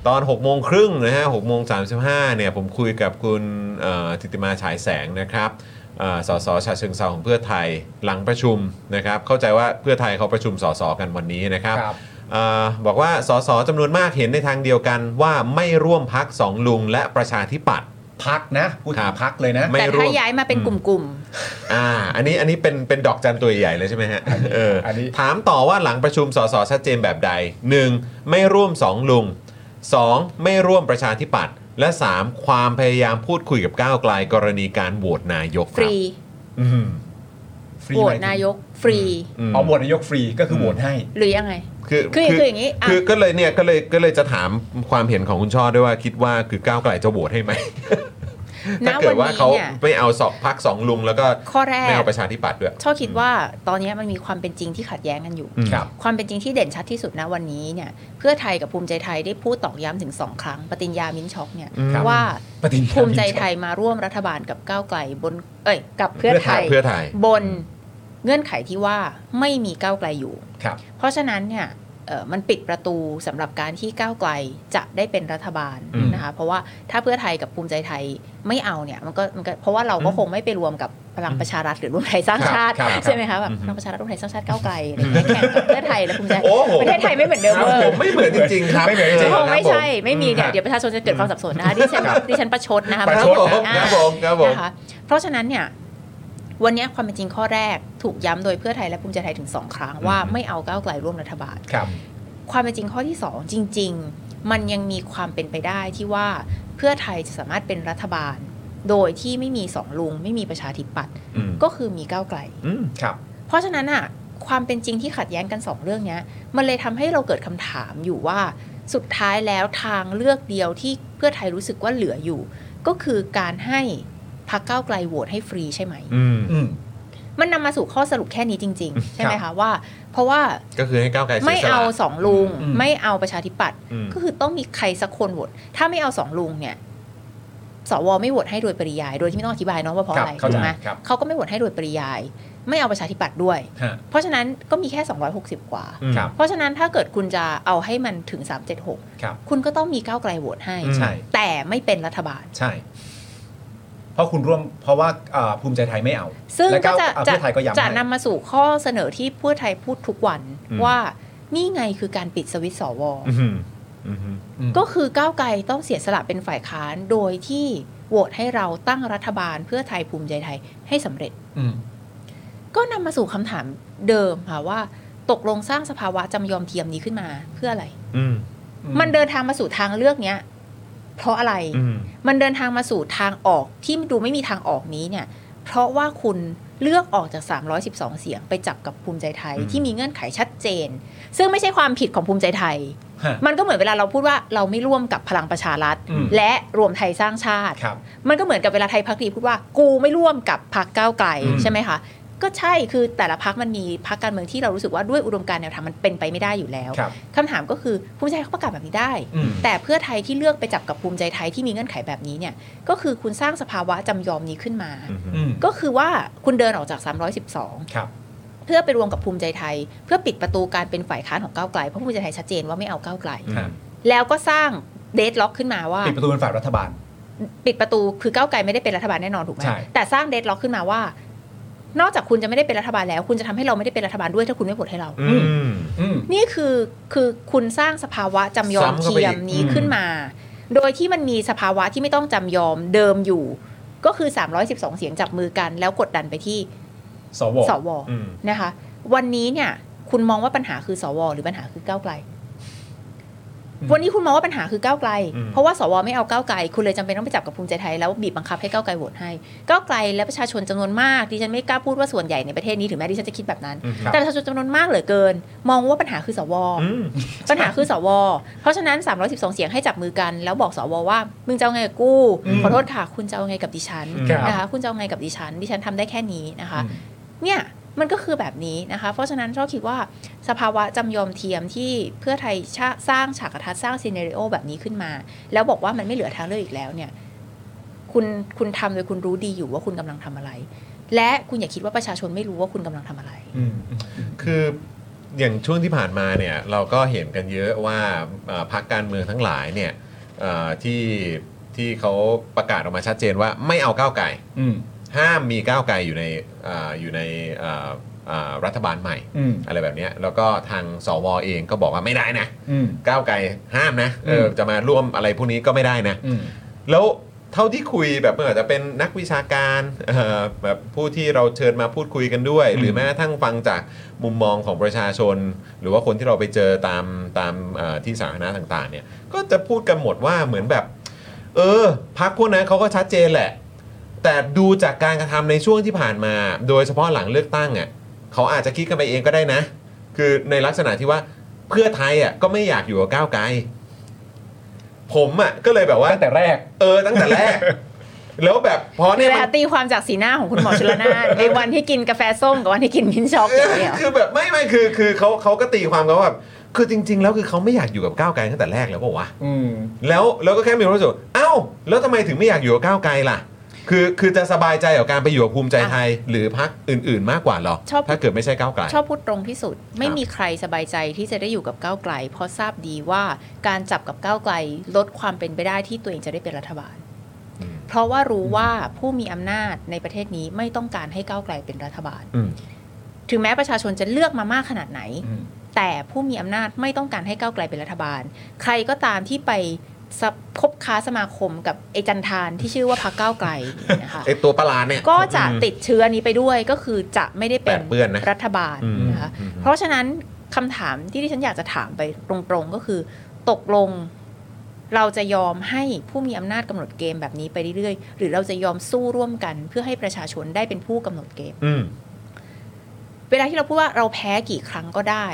S1: ตอน6โมงครึ่งนะฮะ6โมง35เนี่ยผมคุยกับคุณเอ่อทิติมาฉายแสงนะครับเอ่อสสชาเชิงเซาของเพื่อไทยหลังประชุมนะครับเข้าใจว่าเพื่อไทยเขาประชุมสสกันวันนี้นะครับ
S3: ครับ
S1: เออบอกว่าสสจำนวนมากเห็นในทางเดียวกันว่าไม่ร่วมพักสองลุงและประชาธิปัตย์
S3: พักนะ พูดถึ
S1: ครั
S3: ง
S1: บ
S3: พักเลยนะ
S1: ไม่
S6: แต่
S1: ร่
S6: ถ้าว
S1: ม
S6: ย้ายมาเป็นกลุ่ม
S1: อ่าอันนี้อันนี้เป็นเป็นดอกจันตัวใหญ่เลยใช่ไหมฮะเอออน
S3: นี้
S1: ถามต่อว่าหลังประชุมสสชัดเจนแบบใด 1. ไม่ร่วม 2 ลุง 2. ไม่ร่วมประชาธิปัตย์และ 3. ความพยายามพูดคุยกับก้าวไกลกรณีการโหวตนายก
S6: ๆ ฟ
S1: ครั
S6: รี
S1: บอืม
S3: ฟรี
S6: โหว
S3: ไหม
S6: ตนายก ฟรี
S1: ม
S3: อ๋อโหวตนายกฟรีก็คือโหวตให้
S6: หรือยังไง
S1: คือ
S6: คือคืออย่างงี้อ่ะ
S1: คือก็เลยเนี่ยก็เลยก็เลยจะถามความเห็นของคุณช่อด้วยว่าคิดว่าคือก้าวไกลจะโหวตให้ ไหม
S6: ณ
S1: ถ้าเกิ
S6: วั
S1: ด
S6: น
S1: ว่า
S6: นี้
S1: เขา
S6: เนี่ย
S1: ไม่เอาสอบพักสองลุง แล้วก็
S6: ข้อแร
S1: ไม่
S6: ก
S1: เอาประชาธิปัตย์ด้วย
S6: ชอบคิดว่าตอนนี้มันมีความเป็นจริงที่ขัดแย้งกันอยู่
S1: อืมครับ
S6: ความเป็นจริงที่เด่นชัดที่สุดนะวันนี้เนี่ย เพื่อไทยกับภูมิใจไทยได้พูดตอกย้ำถึงสองครั้ง ปฏิญญามินช็อกเนี่ย
S3: ครับ
S6: ว่า
S3: ปฏิญญา
S6: ภูมิใจไทยมาร่วมรัฐบาลกับก้าวไกลบน เอ้ย กับเพื่อไทย
S1: เพื่อไทย
S6: บนเงื่อนไขที่ว่าไม่มีก้าวไกลอยู่
S3: ครับ
S6: เพราะฉะนั้นเนี่ยเอ่อมันปิดประตูสำหรับการที่ก้าวไกลจะได้เป็นรัฐบาล
S3: อืม
S6: นะคะ เพราะว่าถ้าเพื่อไทยกับภูมิใจไทยไม่เอาเนี่ยมันก็มันก็เพราะว่าเราก็คงไม่ไปรวมกับพลังประชารัฐหรือรวมไทยสร้างชาติ
S3: ครับครับ
S6: ใช่ไหมคะแบบพลังประชารัฐรวมไทยสร้างชาติก้าวไกลอะไรอย่างเงี้ยแข่งกับเพื่อไทยและภูมิใจ
S1: โอ้โห
S6: ประเทศไทยไม่เหมือนเดิม
S1: ครั
S6: เว
S1: บ
S6: อ
S1: ผม
S6: ร์
S1: ไม่เหมือนจริงๆครับ
S3: ไม่เหมือนจริง
S6: คงไม่
S1: ค
S6: ใช่
S1: รับผ
S6: ไม่มีเนี่ยเดี๋ยวประชาชนจะเกิดความสับสนนะคะดิฉันดิฉันประชดนะคะ
S1: ครับผม
S6: อ่า
S1: ครับผมครับผม
S6: นะคะเพราะฉะนั้นเนี่ยวันเนี้ยความเป็นจริงข้อแรกถูกย้ำโดยเพื่อไทยและภูมิใจไทยถึงสองครั้งว่า
S1: อืม
S6: ไม่เอาก้าวไกลร่วมรัฐบาล
S3: ครับ
S6: ความเป็นจริงข้อที่สองจริง ๆ มันยังมีความเป็นไปได้ที่ว่าเพื่อไทยจะสามารถเป็นรัฐบาล โดยที่ไม่มีสองลุง ไม่มีประชาธิปัตย์
S1: อืม
S6: ก็คือมีก้าวไกล
S1: อืม
S3: ครับ
S6: เพราะฉะนั้นอะความเป็นจริงที่ขัดแย้งกันสองเรื่องเนี้ยมันเลยทำให้เราเกิดคำถามอยู่ว่าสุดท้ายแล้วทางเลือกเดียวที่เพื่อไทยรู้สึกว่าเหลืออยู่ ก็คือการให้พักก้าวไกลโหวตให้ฟรีใช่ไหม
S1: อืม
S3: อืม
S6: มันนำมาสู่ข้อสรุปแค่นี้จริง ๆ ใช่ไหมคะว่า เพราะว่า
S1: ก็คือให้ก้าวไกลสี
S6: ไม่
S1: ยสละ
S6: เอาสองลุง
S3: อืม
S6: ไม่เอาประชาธิปัตย์
S1: อืม
S6: ก็คือต้องมีใครสักคนโหวตถ้าไม่เอาสองลุงเนี่ยสวไม่โหวตให้โดยปริยาย โดยที่ไม่ต้องอธิบายเนาะว่าเพราะ
S3: ครับ
S6: อะไร
S3: เข้าใจ
S6: ถูกไหม
S3: ครับ
S6: เขาก็ไม่โหวตให้โดยปริยาย ไม่เอาประชาธิปัตย์ด้วย
S3: ฮะ
S6: เพราะฉะนั้นก็มีแค่ 260 กว่า
S1: อืม
S3: ครับ
S6: เพราะฉะนั้นถ้าเกิดคุณจะเอาให้มันถึง 376
S3: ครับ
S6: คุณก็ต้องมีก้าวไกลโหวตให้
S1: อืม
S3: ใช่
S6: แต่ไม่เป็นรัฐบาล
S3: ใช่ เพราะคุณร่วมเพราะว่าอ่าภูมิใจไทยไม่เอา
S6: ซึ่ง
S3: แล้ว
S6: ก็จะ
S3: อ่า
S6: จะ
S3: เพื่อไทยก็ย้ำ
S6: จะ
S3: ให้
S6: นำมาสู่ข้อเสนอที่เพื่อไทยพูดทุกวัน
S1: อืม
S6: ว่านี่ไงคือการปิดสวิตช์สว
S1: อืมอืม
S6: ก็คือก้าวไกลต้องเสียสละเป็นฝ่ายค้านโดยที่โหวตให้เราตั้งรัฐบาลเพื่อไทยภูมิใจไทยให้สำเร็จ
S3: อืม
S6: ก็นำมาสู่คำถามเดิมค่ะว่า ตกลงสร้างสภาวะจำยอมเทียมนี้ขึ้นมาเพื่ออะไร
S1: อืม
S6: มันเดินทางมาสู่ทางเลือกเนี้ย เพราะอะไร
S1: อืม
S6: มันเดินทางมาสู่ทางออกที่ดูไม่มีทางออกนี้เนี่ย เพราะว่าคุณเลือกออกจาก 312 เสียงไปจับกับภูมิใจไทยที่มีเงื่อนไขชัดเจน ซึ่งไม่ใช่ความผิดของภูมิใจไทย
S3: ฮะ
S6: มันก็เหมือนเวลาเราพูดว่าเราไม่ร่วมกับพลังประชารัฐ
S3: อืม
S6: และรวมไทยสร้างชาติ
S3: ครับ
S6: มันก็เหมือนกับเวลาไทยพักดีพูดว่ากูไม่ร่วมกับพักก้าวไกล
S3: อืม
S6: ใช่ไหมคะ ก็ใช่คือแต่ละพักมันมีพักการเมืองที่เรารู้สึกว่าด้วยอุดมการณ์แนวทางมันเป็นไปไม่ได้อยู่แล้ว
S3: ครับ
S6: คำถามก็คือภูมิใจไทยเขาประกาศแบบนี้ได้
S3: อืม
S6: แต่เพื่อไทยที่เลือกไปจับกับภูมิใจไทยที่มีเงื่อนไขแบบนี้เนี่ยก็คือคุณสร้างสภาวะจำยอมนี้ขึ้นมา
S3: อืม
S6: ก็คือว่าคุณเดินออกจาก
S3: ครับ
S6: 312 เพื่อไปรวมกับภูมิใจไทย เพื่อปิดประตูการเป็นฝ่ายค้านของก้าวไกลเพราะภูมิใจไทยชัดเจนว่าไม่เอาก้าวไกล
S3: ครับ
S6: แล้วก็สร้างเดดล็อกขึ้นมาว่า
S3: ปิดประตูเป็นฝ่ายรัฐบาล
S6: ปิดประตูคือก้าวไกลไม่ได้เป็นรัฐบาลแน่นอนถูกไหม
S3: ใช่
S6: แต่สร้างเดดล็อกขึ้นมาว่า นอกจากคุณจะไม่ได้เป็นรัฐบาลแล้ว คุณจะทำให้เราไม่ได้เป็นรัฐบาลด้วยถ้าคุณไม่โหวตให้เรา
S1: อืม
S3: อืม
S6: นี่คือคือคุณสร้างสภาวะจำยอม
S1: ซ้ำเข้าไปอีก
S6: เทียมนี้ขึ้นมา โดยที่มันมีสภาวะที่ไม่ต้องจำยอมเดิมอยู่ ก็คือ 312 เสียงจับมือกันแล้วกดดันไปที่
S3: สว
S6: สว
S1: อืม
S6: นะคะ วันนี้เนี่ย คุณมองว่าปัญหาคือสว หรือปัญหาคือก้าวไกล
S3: อืม
S6: วันนี้คุณมองว่าปัญหาคือก้าวไกล
S1: อืม
S6: เพราะว่าสวไม่เอาก้าวไกล คุณเลยจำเป็นต้องไปจับกับภูมิใจไทยแล้วบีบบังคับให้ก้าวไกลโหวตให้ก้าวไกลและประชาชนจำนวนมากดิฉันไม่กล้าพูดว่าส่วนใหญ่ในประเทศนี้ถึงแม้ดิฉันจะคิดแบบนั้น
S1: อืม
S3: ครับ
S6: แต่ประชาชนจำนวนมากเหลือเกิน มองว่าปัญหาคือสว
S1: อืม
S6: ปัญหาคือสว เพราะฉะนั้น 312 เสียงให้จับมือกัน แล้วบอกสวว่า มึงจะเอาไงกับกู
S3: อืม
S6: ขอโทษค่ะ คุณจะเอาไงกับดิฉัน
S3: ครับ
S6: นะคะ คุณจะเอาไงกับดิฉัน ดิฉันทำได้แค่นี้นะคะ
S3: อืม
S6: เนี่ยมันก็คือแบบนี้นะคะ เพราะฉะนั้นชอบคิดว่าสภาวะจำยอมเทียมที่เพื่อไทยชะสร้างฉากทัศน์สร้างซีเนริโอแบบนี้ขึ้นมา แล้วบอกว่ามันไม่เหลือทางเลือกอีกแล้วเนี่ย คุณคุณทำโดยคุณรู้ดีอยู่ว่าคุณกำลังทำอะไร และคุณอย่าคิดว่าประชาชนไม่รู้ว่าคุณกำลังทำอะไร
S3: อืมอืม
S1: คืออย่างช่วงที่ผ่านมาเนี่ยเราก็เห็นกันเยอะว่าเอ่อพรรคการเมืองทั้งหลายเนี่ยเอ่อที่ที่เขาประกาศออกมาชัดเจนว่าไม่เอาก้าวไกล
S3: อืม
S1: ห้ามมีก้าวไกลอยู่ในเอ่ออยู่ในเอ่อเอ่อรัฐบาลใหม่
S3: อืม
S1: อะไรแบบเนี้ยแล้วก็ทางสวเองก็บอกว่าไม่ได้นะ
S3: อืม
S1: ก้าวไกลห้ามนะเออ
S3: อืม
S1: จะมาร่วมอะไรพวกนี้ก็ไม่ได้นะ
S3: อืม
S1: แล้วเท่าที่คุยแบบไม่ว่าจะเป็นนักวิชาการ เอ่อแบบผู้ที่เราเชิญมาพูดคุยกันด้วย
S3: อืม
S1: หรือแม้กระทั่งฟังจากมุมมองของประชาชน หรือว่าคนที่เราไปเจอตามตามเอ่อที่สาธารณะต่างๆเนี่ยก็จะพูดกันหมดว่าเหมือนแบบ เออพักพวกนั้นเขาก็ชัดเจนแหละ แต่ดูจากการกระทำในช่วงที่ผ่านมา โดยเฉพาะหลังเลือกตั้งอ่ะเขาอาจจะคิดกันไปเองก็ได้นะ คือในลักษณะที่ว่าเพื่อไทยอ่ะก็ไม่อยากอยู่กับก้าวไกลผมอ่ะก็เลยแบบว่า
S3: ตั้งแต่แรก
S1: เออตั้งแต่แรก แล้วแบบพอ
S6: คื
S1: เนี่
S6: อย แห
S1: มั
S6: ละ
S1: น
S6: ตีความจากสีหน้าของคุณหมอชล นานในวันที่กินกาแฟส้มกับวันที่กินมิ้นท์ช็อกอย่างเดียว
S1: คือแบบไม่ไม่คือคือเขาเขาก็ตีความกันว่าแบบคือจริง ๆ แล้วคือเขาไม่อยากอยู่กับก้าวไกลตั้งแต่แรกแล้วเปล่าวะ
S3: อืม
S1: แล้วแล้วก็แค่มีความรู้สึกว่าเอ้า แล้วทำไมถึงไม่อยากอยู่กับก้าวไกลล่ะ คือคือจะสบายใจกับการไปอยู่กับภูมิใจไทย หรือพรรคอื่น ๆ มากกว่าเหรอ
S6: ชอบ
S1: ถ้าเกิดไม่ใช่ก้าวไกล
S6: ชอบพูดตรงที่สุด ไม่มีใครสบายใจที่จะได้อยู่กับก้าวไกล เพราะทราบดีว่าการจับกับก้าวไกลลดความเป็นไปได้ที่ตัวเองจะได้เป็นรัฐบาล
S1: อืม
S6: เพราะว่ารู้ว่าผู้มีอำนาจในประเทศนี้ไม่ต้องการให้ก้าวไกลเป็นรัฐบาล
S1: อืม
S6: ถึงแม้ประชาชนจะเลือกมามากขนาดไหน
S3: อืม
S6: แต่ผู้มีอำนาจไม่ต้องการให้ก้าวไกลเป็นรัฐบาล ใครก็ตามที่ไปสับคบค้าสมาคมกับไอจันทานที่ชื่อว่าพรรคก้าวไกลนะคะ
S1: ไอตัวประหลาดเนี่ย
S6: ก็จะติดเชื้อนี้ไปด้วยก็คือจะไม่ได้เป็
S1: แปดเปื้อนนะ
S6: รัฐบาล
S1: อืม
S6: นะคะ
S1: อืม
S6: เพราะฉะนั้นคำถามที่ที่ฉันอยากจะถามไปตรงๆก็คือ ตกลงเราจะยอมให้ผู้มีอำนาจกำหนดเกมแบบนี้ไปเรื่อยๆ หรือเราจะยอมสู้ร่วมกัน เพื่อให้ประชาชนได้เป็นผู้กำหนดเกม
S1: อืม
S6: เวลาที่เราพูดว่าเราแพ้กี่ครั้งก็ได้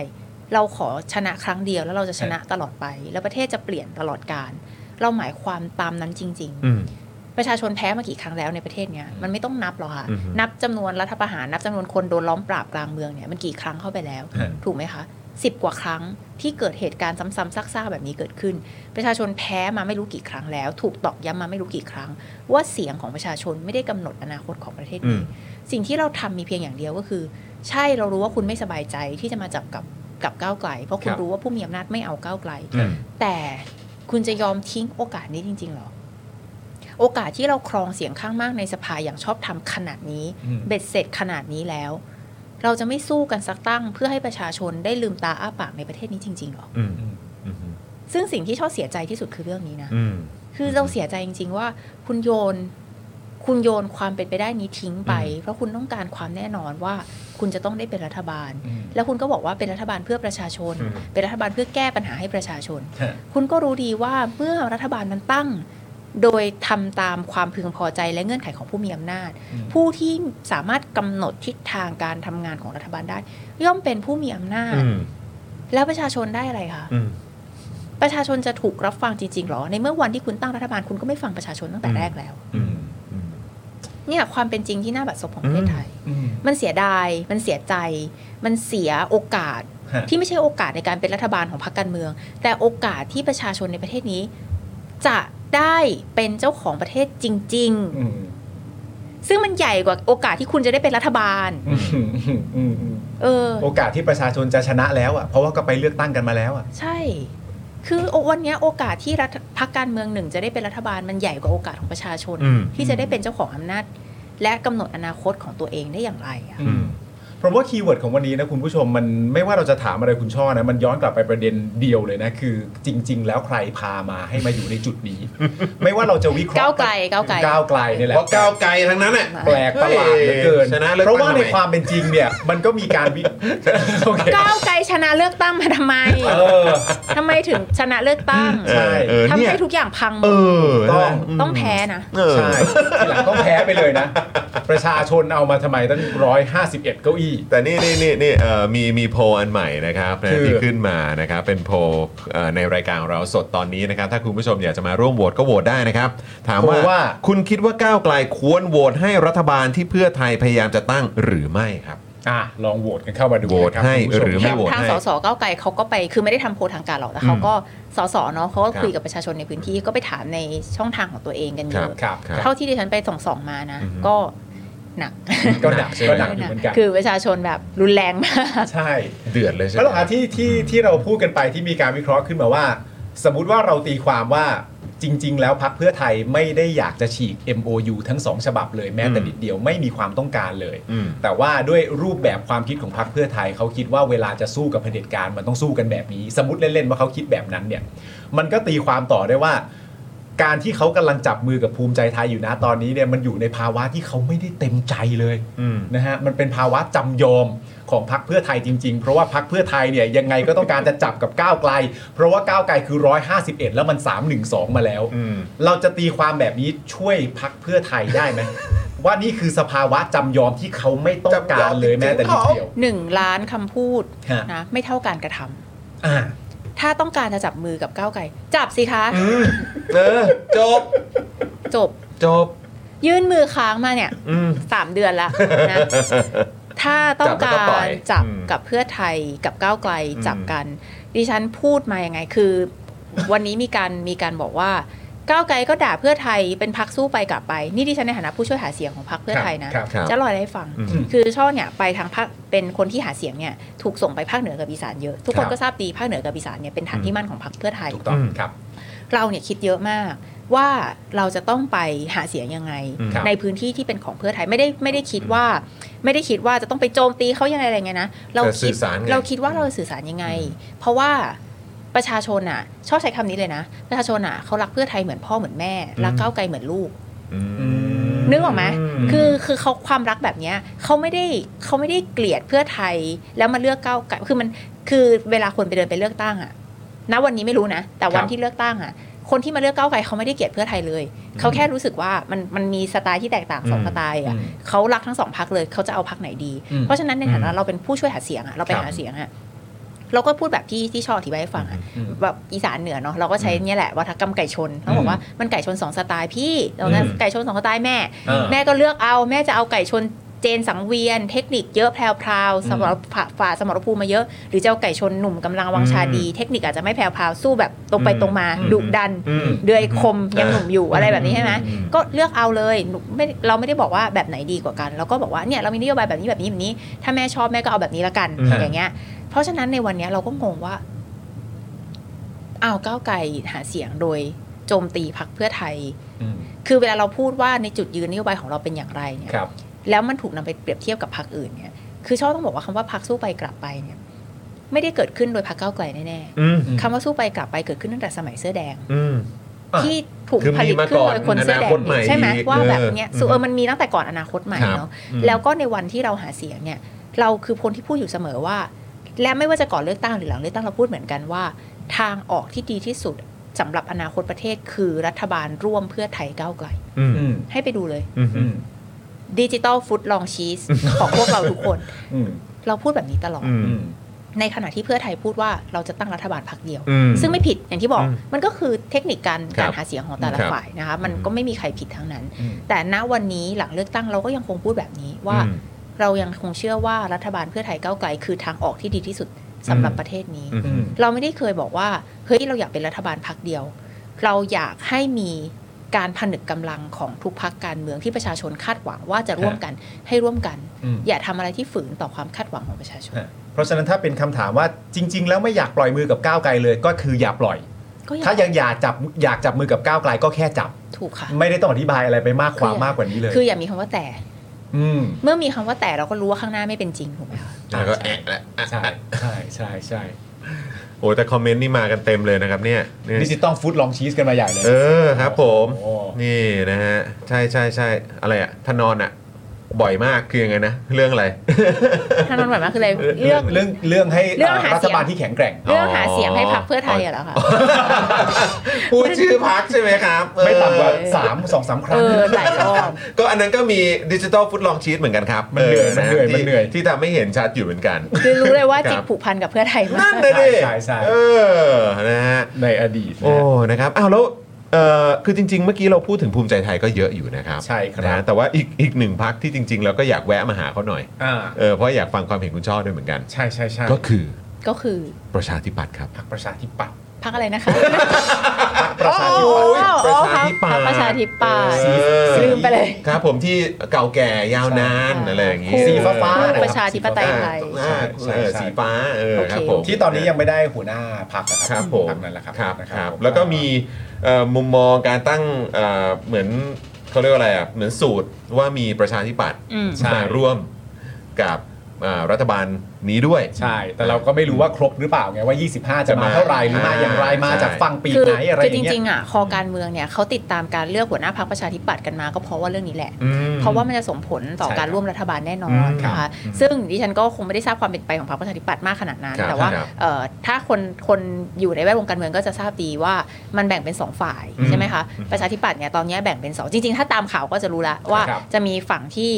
S6: เราขอชนะครั้งเดียวแล้วเราจะชนะตลอดไป แล้วประเทศจะเปลี่ยนตลอดการ เราหมายความตามนั้นจริง ๆ
S1: อืม
S6: ประชาชนแพ้มากี่ครั้งแล้วในประเทศเนี้ยมันไม่ต้องนับหรอกค่ะ
S1: อือฮึ
S6: นับจำนวนรัฐประหาร นับจำนวนคนโดนล้อมปราบกลางเมืองเนี่ยมันกี่ครั้งเข้าไปแล้ว
S3: ฮะ
S6: ถูกไหมคะสิบกว่าครั้งที่เกิดเหตุการณ์ซ้ำๆซากๆแบบนี้เกิดขึ้น ประชาชนแพ้มาไม่รู้กี่ครั้งแล้ว ถูกตอกย้ำมาไม่รู้กี่ครั้ง ว่าเสียงของประชาชนไม่ได้กำหนดอนาคตของประเทศ
S1: อื
S6: นี้
S1: ม
S6: สิ่งที่เราทำมีเพียงอย่างเดียวก็คือ ใช่เรารู้ว่าคุณไม่สบายใจที่จะมาจับกับกับก้าวไกล เพราะคุณ
S1: ครับ
S6: รู้ว่าผู้มีอำนาจไม่เอาก้าวไกล
S1: อืม
S6: แต่คุณจะยอมทิ้งโอกาสนี้จริง ๆ หรอ โอกาสที่เราครองเสียงข้างมากในสภาอย่างชอบทำขนาดนี้
S3: อืม
S6: เบ็ดเสร็จขนาดนี้แล้ว เราจะไม่สู้กันสักตั้ง เพื่อให้ประชาชนได้ลืมตาอ้าปากในประเทศนี้จริงๆหรอ
S1: อืมอืม
S6: ซึ่งสิ่งที่ชอบเสียใจที่สุดคือเรื่องนี้นะ
S1: อืม
S6: คือเราเสียใจจริง ๆ ว่าคุณโยน คุณโยนความเป็นไปได้นี้ทิ้งไป เพราะคุณต้องการความแน่นอนว่าคุณจะต้องได้เป็นรัฐบาล
S3: อืม
S6: แล้วคุณก็บอกว่าเป็นรัฐบาลเพื่อประชาชน
S1: อืม
S6: เป็นรัฐบาลเพื่อแก้ปัญหาให้ประชาชน
S3: ฮะ
S6: คุณก็รู้ดีว่าเมื่อรัฐบาลมันตั้ง โดยทำตามความพึงพอใจและเงื่อนไขของผู้มีอำนาจ ผู้ที่สามารถกำหนดทิศทางการทำงานของรัฐบาลได้ ย่อมเป็นผู้มีอำนาจ
S1: อืม
S6: แล้วประชาชนได้อะไรคะ
S1: อืม
S6: ประชาชนจะถูกรับฟังจริงๆหรอ ในเมื่อวันที่คุณตั้งรัฐบาลคุณก็ไม่ฟังประชาชนตั้งแต่
S1: อืม
S6: แรกแล้ว
S1: อืม
S6: เนี่ยความเป็นจริงที่น่าบัดซบของประเท
S1: อื
S6: ศ
S1: ม
S6: ไทย มันเสียดาย มันเสียใจ มันเสียโอกาส
S3: ฮะ
S6: ที่ไม่ใช่โอกาสในการเป็นรัฐบาลของพรรคการเมือง แต่โอกาสที่ประชาชนในประเทศนี้ จะได้เป็นเจ้าของประเทศจริง ๆ ซึ่งมันใหญ่กว่าโอกาสที่คุณจะได้เป็นรัฐบาล เออ
S3: โอกาสที่ประชาชนจะชนะแล้วอ่ะเพราะว่าก็ไปเลือกตั้งกันมาแล้วอ่ะ
S6: ใช่ คือวันเนี้ยโอกาสที่รัฐพรรคการเมืองหนึ่งจะได้เป็นรัฐบาลมันใหญ่กว่าโอกาสของประชาชน
S1: อืม
S6: ที่จะได้เป็นเจ้าของอำนาจ และกำหนดอนาคตของตัวเองได้อย่างไรอะ
S1: อืม
S3: เพราะว่าคีย์เวิร์ดของวันนี้นะคุณผู้ชมมันไม่ว่าเราจะถามอะไรคุณช่อนะมันย้อนกลับไปประเด็นเดียวเลยนะ คือจริง ๆ แล้วใครพามาให้มาอยู่ในจุด นี้ ไม่ว่าเราจะวิเคราะห์
S6: ก้าวไกลก้าวไกล
S3: ก้าวไกลนี่แหละ
S1: เพราะก้าวไกลทั้งนั้นแหละ
S3: แปลกประหลาดเหลือเกิน
S1: ชนะเลือกตั้ง
S3: เพราะว่าใน
S1: ทำไม
S3: ความเป็นจริง เนี่ย มันก็มีการวิ โอเค
S6: ก้าวไกลชนะเลือกตั้งมาทำไม
S3: เออ
S6: ทำไมถึงชนะเลือกตั้ง
S1: เออ
S3: ใช่
S1: เออ
S6: ทำ
S1: เนี่ย
S6: ให้ทุกอย่างพังหม
S1: เออ
S6: ด
S3: ต้อง
S6: ต้องแพ้นะ
S1: เออ
S3: ใช่ทีหลังต้องแพ้ไปเลยนะ ประชาชนเอามาทำไมตั้ง151เก้าอี้
S1: แต่นี่นี่นี่นี่เอ่อมีมีโพลอันใหม่นะครับนะ
S3: คือ
S1: ที่ขึ้นมานะครับเป็นโพลเอ่อในรายการของเราสดตอนนี้นะครับ ถ้าคุณผู้ชมอยากจะมาร่วมโหวตก็โหวตได้นะครับ ถามว่าคุณคิดว่าก้าวไกลควรโหวตให้รัฐบาลที่เพื่อไทยพยายามจะตั้งหรือไม่ครับ
S3: อ่ะลองโหวตกันเข้ามาดู
S1: โหวต
S3: นะครับ
S1: ให้
S3: คุณผู้ชม
S1: หรือไม่
S3: คบ
S1: โหวต
S6: ทาง
S1: ให้
S6: สสก้าวไกลเขาก็ไป คือไม่ได้ทำโพลทางการหรอกแต่เขาก็สสเนาะเขาก็
S1: ครับ
S6: คุยกับประชาชนในพื้นที่ก็ไปถามในช่องทางของตัวเองกันเย
S1: ครับ
S6: อะ
S3: ครับ
S1: ครับ
S6: เท่าที่ดิฉันไปส่องสองๆมานะ
S1: อือฮึ
S6: ก็หนัก
S3: ก็หนัก
S1: ใช่ไหม
S3: ก็หนักอยู่เหมือนกัน
S6: คือประชาชนแบบรุนแรงมาก
S3: ใช่
S1: เดือดเลยใช่ไหม
S3: ก็หลังที่ที่ที่เราพูดกันไปที่มีการวิเคราะห์ขึ้นมาว่า สมมุติว่าเราตีความว่าจริง ๆ แล้วพักเพื่อไทยไม่ได้อยากจะฉีก MOU ทั้งสองฉบับเลยแม้แต่นิดเดียวไม่มีความต้องการเลย
S1: อืม
S3: แต่ว่าด้วยรูปแบบความคิดของพรรคเพื่อไทยเขาคิดว่าเวลาจะสู้กับเผด็จการมันต้องสู้กันแบบนี้ สมมติเล่นๆว่าเขาคิดแบบนั้นเนี่ย มันก็ตีความต่อได้ว่า การที่เขากำลังจับมือกับภูมิใจไทยอยู่นะตอนนี้เนี่ยมันอยู่ในภาวะที่เขาไม่ได้เต็มใจเลย
S1: อืม
S3: นะฮะมันเป็นภาวะจำยอมของพรรคเพื่อไทยจริง ๆ เพราะว่าพรรคเพื่อไทยเนี่ยยังไงก็ต้องการจะจับกับก้าวไกล เพราะว่าก้าวไกลคือ 151 แล้วมัน 312 มาแล้ว
S1: อืม
S3: เราจะตีความแบบนี้ช่วยพักเพื่อไทยได้ ไหม ว่านี่คือสภาวะจำยอมที่เขาไม่ต้องการเลยแม้แต่นิดเดียว
S6: หนึ่งล้านคำพูด
S3: ฮะ
S6: นะไม่เท่าการกระทำ
S3: อ่า
S6: ถ้าต้องการจะจับมือกับก้าวไกล จับสิคะ
S1: เออ จบ
S6: จบ
S1: จบ
S6: ยื่นมือค้างมาเนี่ย
S1: อืม
S6: สามเดือนละ นะ ถ้าต้อง
S1: จับแล้วก็
S6: กา
S1: ปล่อ
S6: ร
S1: ย
S6: จับ
S1: อืม
S6: กับเพื่อไทยกับก้าวไกล
S1: อืม
S6: จับกัน ดิฉันพูดมายังไงคือ วันนี้มีการมีการบอกว่า ก้าวไกลก็ด่าเพื่อไทยเป็นพักสู้ไปกลับไป นี่ดิฉันในฐานะผู้ช่วยหาเสียงของพักเพื่อไทยนะ
S3: ครับ
S1: ครับ
S6: จะลอยอะไรให้ฟัง
S1: อืม
S6: คือช่อเนี่ยไปทางภาคเป็นคนที่หาเสียงเนี่ยถูกส่งไปภาคเหนือกับอีสานเยอะทุกคนก็ทราบดีภาคเหนือกับอีสานเนี่ยเป็นฐานที่มั่นของพรรคเพื่อไทย
S3: ถูกต้อง
S1: อืม
S3: ครับ
S6: เราเนี่ยคิดเยอะมากว่าเราจะต้องไปหาเสียงยังไง
S1: อืม
S3: ครับ
S6: ในพื้นที่ที่เป็นของเพื่อไทยไม่ได้ไม่ได้คิดว่า ไม่ได้คิดว่าจะต้องไปโจมตีเขายังไงอะไรไงนะเรา
S1: แต่สื่
S6: คิด
S1: อสารไง
S6: เราคิดว่าเราจะสื่อสารยังไง เพราะว่าประชาชนอ่ะชอบใช้คำนี้เลยนะ ประชาชนอ่ะเขารักเพื่อไทยเหมือนพ่อเหมือนแม่รักก้าวไกลเหมือนลูก
S1: อืม
S6: นึกออกไหม
S1: ม
S6: คือคือเขาความรักแบบเนี้ยเขาไม่ได้เขาไม่ได้เกลียดเพื่อไทยแล้วมาเลือกก้าวไกลคือมันคือเวลาคนไปเดินไปเลือกตั้งอะณวันนี้ไม่รู้นะ แต่วั
S3: ค
S6: น
S3: รับ
S6: ที่เลือกตั้งอะคนที่มาเลือกก้าวไกลเขาไม่ได้เกลียดเพื่อไทยเลย เขาแค่รู้สึกว่ามันมันมีสไตล์ที่แตกต่างสองสไตล์อะ
S3: อืม
S6: เขารักทั้งสองพักเลยเขาจะเอาพักไหนดี
S3: อืม
S6: เพราะฉะนั้นในฐานะเราเป็นผู้ช่วยหาเสียงอะเราไป
S3: ครับ
S6: หาเสียงอะเราก็พูดแบบที่ที่ชออธิบายให้ฟังอะ
S3: อืม
S6: แบบอีสานเหนือเนาะเราก็ใช้เนี่ยแหละวัฒกรรมไก่ชนเขาบอ
S3: อื
S6: ก
S3: ม
S6: ว่ามันไก่ชนสองสไตล์พี่เราเนี่ย
S3: อืม
S6: ไก่ชนสองสไตล์แม่
S3: เออ
S6: แม่ก็เลือกเอาแม่จะเอาไก่ชนเจนสังเวียน เทคนิคเยอะแพรวพราวสมรฝ่าฝ่าสมรภูมิมาเยอะ หรือจะเอาไก่ชนหนุ่มกำลังวังชาดี เทคนิคอาจจะไม่แพรวพราวสู้แบบตรงไปตรงมา
S3: อืม
S6: ดุดัน
S3: อืม
S6: เดือยคมยังหนุ่มอยู่อะไรแบบนี้ใช่ไหม
S3: อืม
S6: ก็เลือกเอาเลยหนูไม่เราไม่ได้บอกว่าแบบไหนดีกว่ากัน เราก็บอกว่าเนี่ยเรามีนโยบายแบบนี้แบบนี้แบบนี้ ถ้าแม่ชอบแม่ก็เอาแบบนี้ละกัน
S1: อืม
S6: อย่างเงี้ย เพราะฉะนั้นในวันเนี้ยเราก็งงว่าอ้าวก้าวไกลหาเสียงโดยโจมตีพักเพื่อไทย
S3: อืม
S6: คือเวลาเราพูดว่าในจุดยืนนโยบายของเราเป็นอย่างไรเนี่ย
S3: ครับ
S6: แล้วมันถูกนำไปเปรียบเทียบกับพักอื่นเนี่ยคือชอบต้องบอกว่าคำว่าพักสู้ไปกลับไปเนี่ย ไม่ได้เกิดขึ้นโดยพักก้าวไกลแน่
S1: อืม
S6: ๆคำว่าสู้ไปกลับไปเกิดขึ้นตั้งแต่สมัยเสื้อแดง
S1: อืม
S3: อ่ะ
S6: ที่ถูก
S1: คือ
S6: ผลิตขึ้นโดยคนเสื้อแด
S1: มีมาก่อนอนาคต
S6: ง
S1: ใหม่
S6: ใช่ไหม
S1: อีก
S6: ว่าแบบเนี้ย
S1: เออ
S6: สุเออมันมีตั้งแต่ก่อนอนาคตใหม่
S1: ครับ
S6: เนาะ
S1: อืม
S6: แล้วก็ในวันที่เราหาเสียงเนี่ย เราคือคนที่พูดอยู่เสมอว่า และไม่ว่าจะก่อนเลือกตั้งหรือหลังเลือกตั้งเราพูดเหมือนกันว่า ทางออกที่ดีที่สุด สำหรับอนาคตประเทศคือรัฐบาลร่วมเพื่อไทยก้าวไกล
S1: อืม
S3: อืม
S6: ให้ไปดูเลย
S1: อืม
S3: อืม
S6: ดิจิตอลฟุตลองชี สของพวกเราทุกคน
S3: อืม
S6: เราพูดแบบนี้ตลอด
S1: อืม
S3: อืม
S6: ในขณะที่เพื่อไทยพูดว่าเราจะตั้งรัฐบาลพรรคเดียว
S1: อืม
S6: ซึ่งไม่ผิดอย่างที่บอก
S1: อืม
S6: มันก็คือเทคนิคการ
S1: ครับ
S6: การหาเสียงของแต่ละ
S1: ครับ
S6: ฝ่ายนะคะมัน
S1: อืม
S6: ก็ไม่มีใครผิดทั้งนั้น
S3: อืม
S6: แต่ณวันนี้หลังเลือกตั้งเราก็ยังคงพูดแบบนี้ว่า
S1: อืม
S6: เรายังคงเชื่อว่ารัฐบาลเพื่อไทยก้าวไกลคือทางออกที่ดีที่สุดสำหรับ
S1: อืม
S6: ประเทศนี้
S1: อืม
S3: อืม
S6: เราไม่ได้เคยบอกว่าเฮ้ยเราอยากเป็นรัฐบาลพักเดียว เราอยากให้มีการผนึกกำลังของทุกพักการเมืองที่ประชาชนคาดหวังว่าจะร่วมกันให้ร่วมกัน
S3: อืม
S6: อย่าทำอะไรที่ฝืนต่อความคาดหวังของประชาชน
S3: ฮะเพราะฉะนั้นถ้าเป็นคำถามว่าจริง ๆ แล้วไม่อยากปล่อยมือกับก้าวไกลเลยก็คืออย่าปล่อย
S6: ก็อย่า
S3: ถ้ายังอยากจับอยากจับมือกับก้าวไกลก็แค่จับ
S6: ถูกค่ะ
S3: ไม่ได้ต้องอธิบายอะไรไปมากความมากกว่านี้เลย
S6: คืออย่ามีคำว่าแต่
S3: อืม
S6: เมื่อมีคำว่าแต่เราก็รู้ว่าข้างหน้าไม่เป็นจริงถูกไหมคะ
S1: แล้วก็แอะแล้ว
S3: ใช่ใช่ใช่ใช่
S1: โอ้แต่คอมเมนต์นี่มากันเต็มเลยนะครับเนี่ยเนี่ย
S3: ดิจิตอลฟู้ดลองชีสกันมาใหญ่เลย
S1: เออครับผม
S3: โอ้
S1: นี่นะฮะ ใช่ใช่ใช่อะไรอะทานอนอะบ่อยมากคือยังไงนะ เรื่องอะไร
S6: ถ้านอนไหวมากคืออะไรเลือก
S3: เรื่องเรื่องให้
S6: เรื่องหาเสียง
S3: รัฐบาลที่แข็งแกร่ง
S6: เรื่องหาเสียงให้พรรคเพื่อไทยอะเหรอคะ
S1: พูดชื่อพักใช่ไหมครับเออ
S3: ไม่ต่ำกว่าสามสองสามครั้
S6: เอง อหลายรอบ
S1: ก็อันนั้นก็มีดิจิ t a ลฟุตลองชี t เหมือนกันครับ
S3: มันเหนื่อยมันเหนื่อย
S1: ที่
S3: มันเหนื่อย
S1: ที่ทำให้เห็นชัดอยู่เหมือนกัน
S6: คือรู้เลยว่า
S1: ครับ
S6: จิตผูกพันกับเพื่อไทยมาก
S1: นั่นนะดิ
S3: ใช่ใช่
S1: เออนะฮะ
S3: ในอดีตนะ
S1: โอ้
S3: ฮะ
S1: นะครับ อ้าว แล้วเอ่อคือจริง ๆ เมื่อกี้เราพูดถึงภูมิใจไทยก็เยอะอยู่นะครับ
S3: ใช่ครับ
S1: นะแต่ว่าอีกอีกหนึ่งพักที่จริง ๆ แล้วก็อยากแวะมาหาเขาหน่อย
S3: อ่า
S1: เออ เพราะอยากฟังความเห็นคุณช่อด้วยเหมือนกัน
S3: ใช่ใช่ใช่
S1: ก็คือ
S6: ก็คือ
S1: ประชาธิปัตย์ครับ
S3: พรรคประชาธิปัตย์
S6: พรรคอะไรนะคะ
S3: พรรคประชาธิปัตย์
S1: ป
S6: อ๋อ
S1: ระ
S6: อ๋อ
S1: ชาธิปัตย์
S6: พรรคประชาธิปัตย์
S1: เออ
S6: ลืมไปเลย
S1: ครับผมที่เก่าแก่ยาวนาน
S6: ใช่
S1: อะไรอย่างงี้
S3: สีฟ้าๆ
S6: พรรคประชาธิปไตยไทย
S1: อ่า
S3: ใช่
S1: เออ
S3: ใช่
S1: สีฟ้า เออ
S6: โอเค
S1: ครับผม
S3: ที่ตอนนี้ยังไม่ได้หัวหน้าพรรคนะค
S1: ค
S3: รั
S1: รับผม
S3: พรรคนั้นแหละครับ
S1: ครับ
S3: นะครับ ผ
S1: แล้วก็มีเอ่อมุมมองการตั้งเอ่อเหมือนเขาเรียกว่าอะไรอ่ะ เหมือนสูตรว่ามีประชาธิปัตย์
S6: อืม
S3: ใช่
S1: มาร่วมกับอ่ารัฐบาลนี้ด้วย
S3: ใช่ แต่เราก็ไม่รู้ว่าครบหรือเปล่าไงว่า 25 จะมาเท่าไหร่หรือมาอย่างไรมาจากฝั่งปีกไหนอะไร
S6: คือ
S3: อ
S6: จ
S3: ย่างเงี้
S6: ริง
S3: ย
S6: ๆอ่ะคอการเมืองเนี่ยเขาติดตามการเลือกหัวหน้าพรรคประชาธิปัตย์กันมาก็เพราะว่าเรื่องนี้แหละ
S1: อืม
S6: เพราะว่ามันจะส่งผลต่อ
S3: ใช่
S6: การร่วมรัฐบาลแน่นอ
S1: อืม
S6: น
S1: ครับ
S6: นะคะซึ่งดิฉันก็คงไม่ได้ทราบความเป็นไปของพรรคประชาธิปัตย์มากขนาดนั้น
S1: ครับ
S6: แต่ว่า
S1: ครับ
S6: เอ่อถ้าคนคนอยู่ในแวดวงการเมืองก็จะทราบดีว่ามันแบ่งเป็นสองฝ่าย
S1: อืม
S6: ใช่ไหมคะประชาธิปัตย์เนี่ยตอนเนี้ยแบ่งเป็นสองจริง ๆ ถ้าตามข่าวก็จะรู้ละว่า
S3: ครับ
S6: จะมีฝั่งที่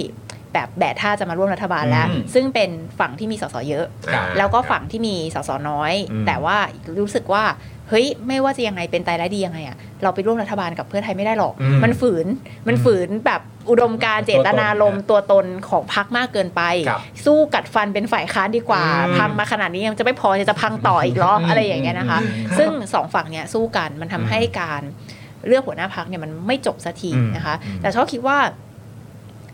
S6: แบบแบะท่าจะมาร่วมรัฐบาลแล้ว
S3: อืม
S6: ซึ่งเป็นฝั่งที่มีสสเยอะ
S1: ครับ
S6: แล้วก็ฝั่งที่มีสสน้อย
S1: อืม
S6: แต่ว่ารู้สึกว่าเฮ้ยไม่ว่าจะยังไงเป็นตายร้ายดียังไงอะเราไปร่วมรัฐบาลกับเพื่อไทยไม่ได้หรอก มันฝืนมันฝืนแบบอุดมการณ์
S3: ตั
S6: เจ
S3: วตน
S6: ตนารมณ์ตัวตนของพักมากเกินไป
S3: ครับ
S6: สู้กัดฟันเป็นฝ่ายค้านดีกว่า
S1: อืม
S6: พังมาขนาดนี้ยังจะไม่พอยังจะพังต่ออีกเหรอ
S3: อืม
S6: อะไรอย่างเงี้ยนะคะ
S3: อืม
S6: ซึ่งสองฝั่งเนี้ยสู้กันมันทำให้การเลือกหัวหน้าพักเนี่ยมันไม่จบสักที
S1: อืม
S6: นะคะ
S1: อืม
S6: แต่ชอบคิดว่า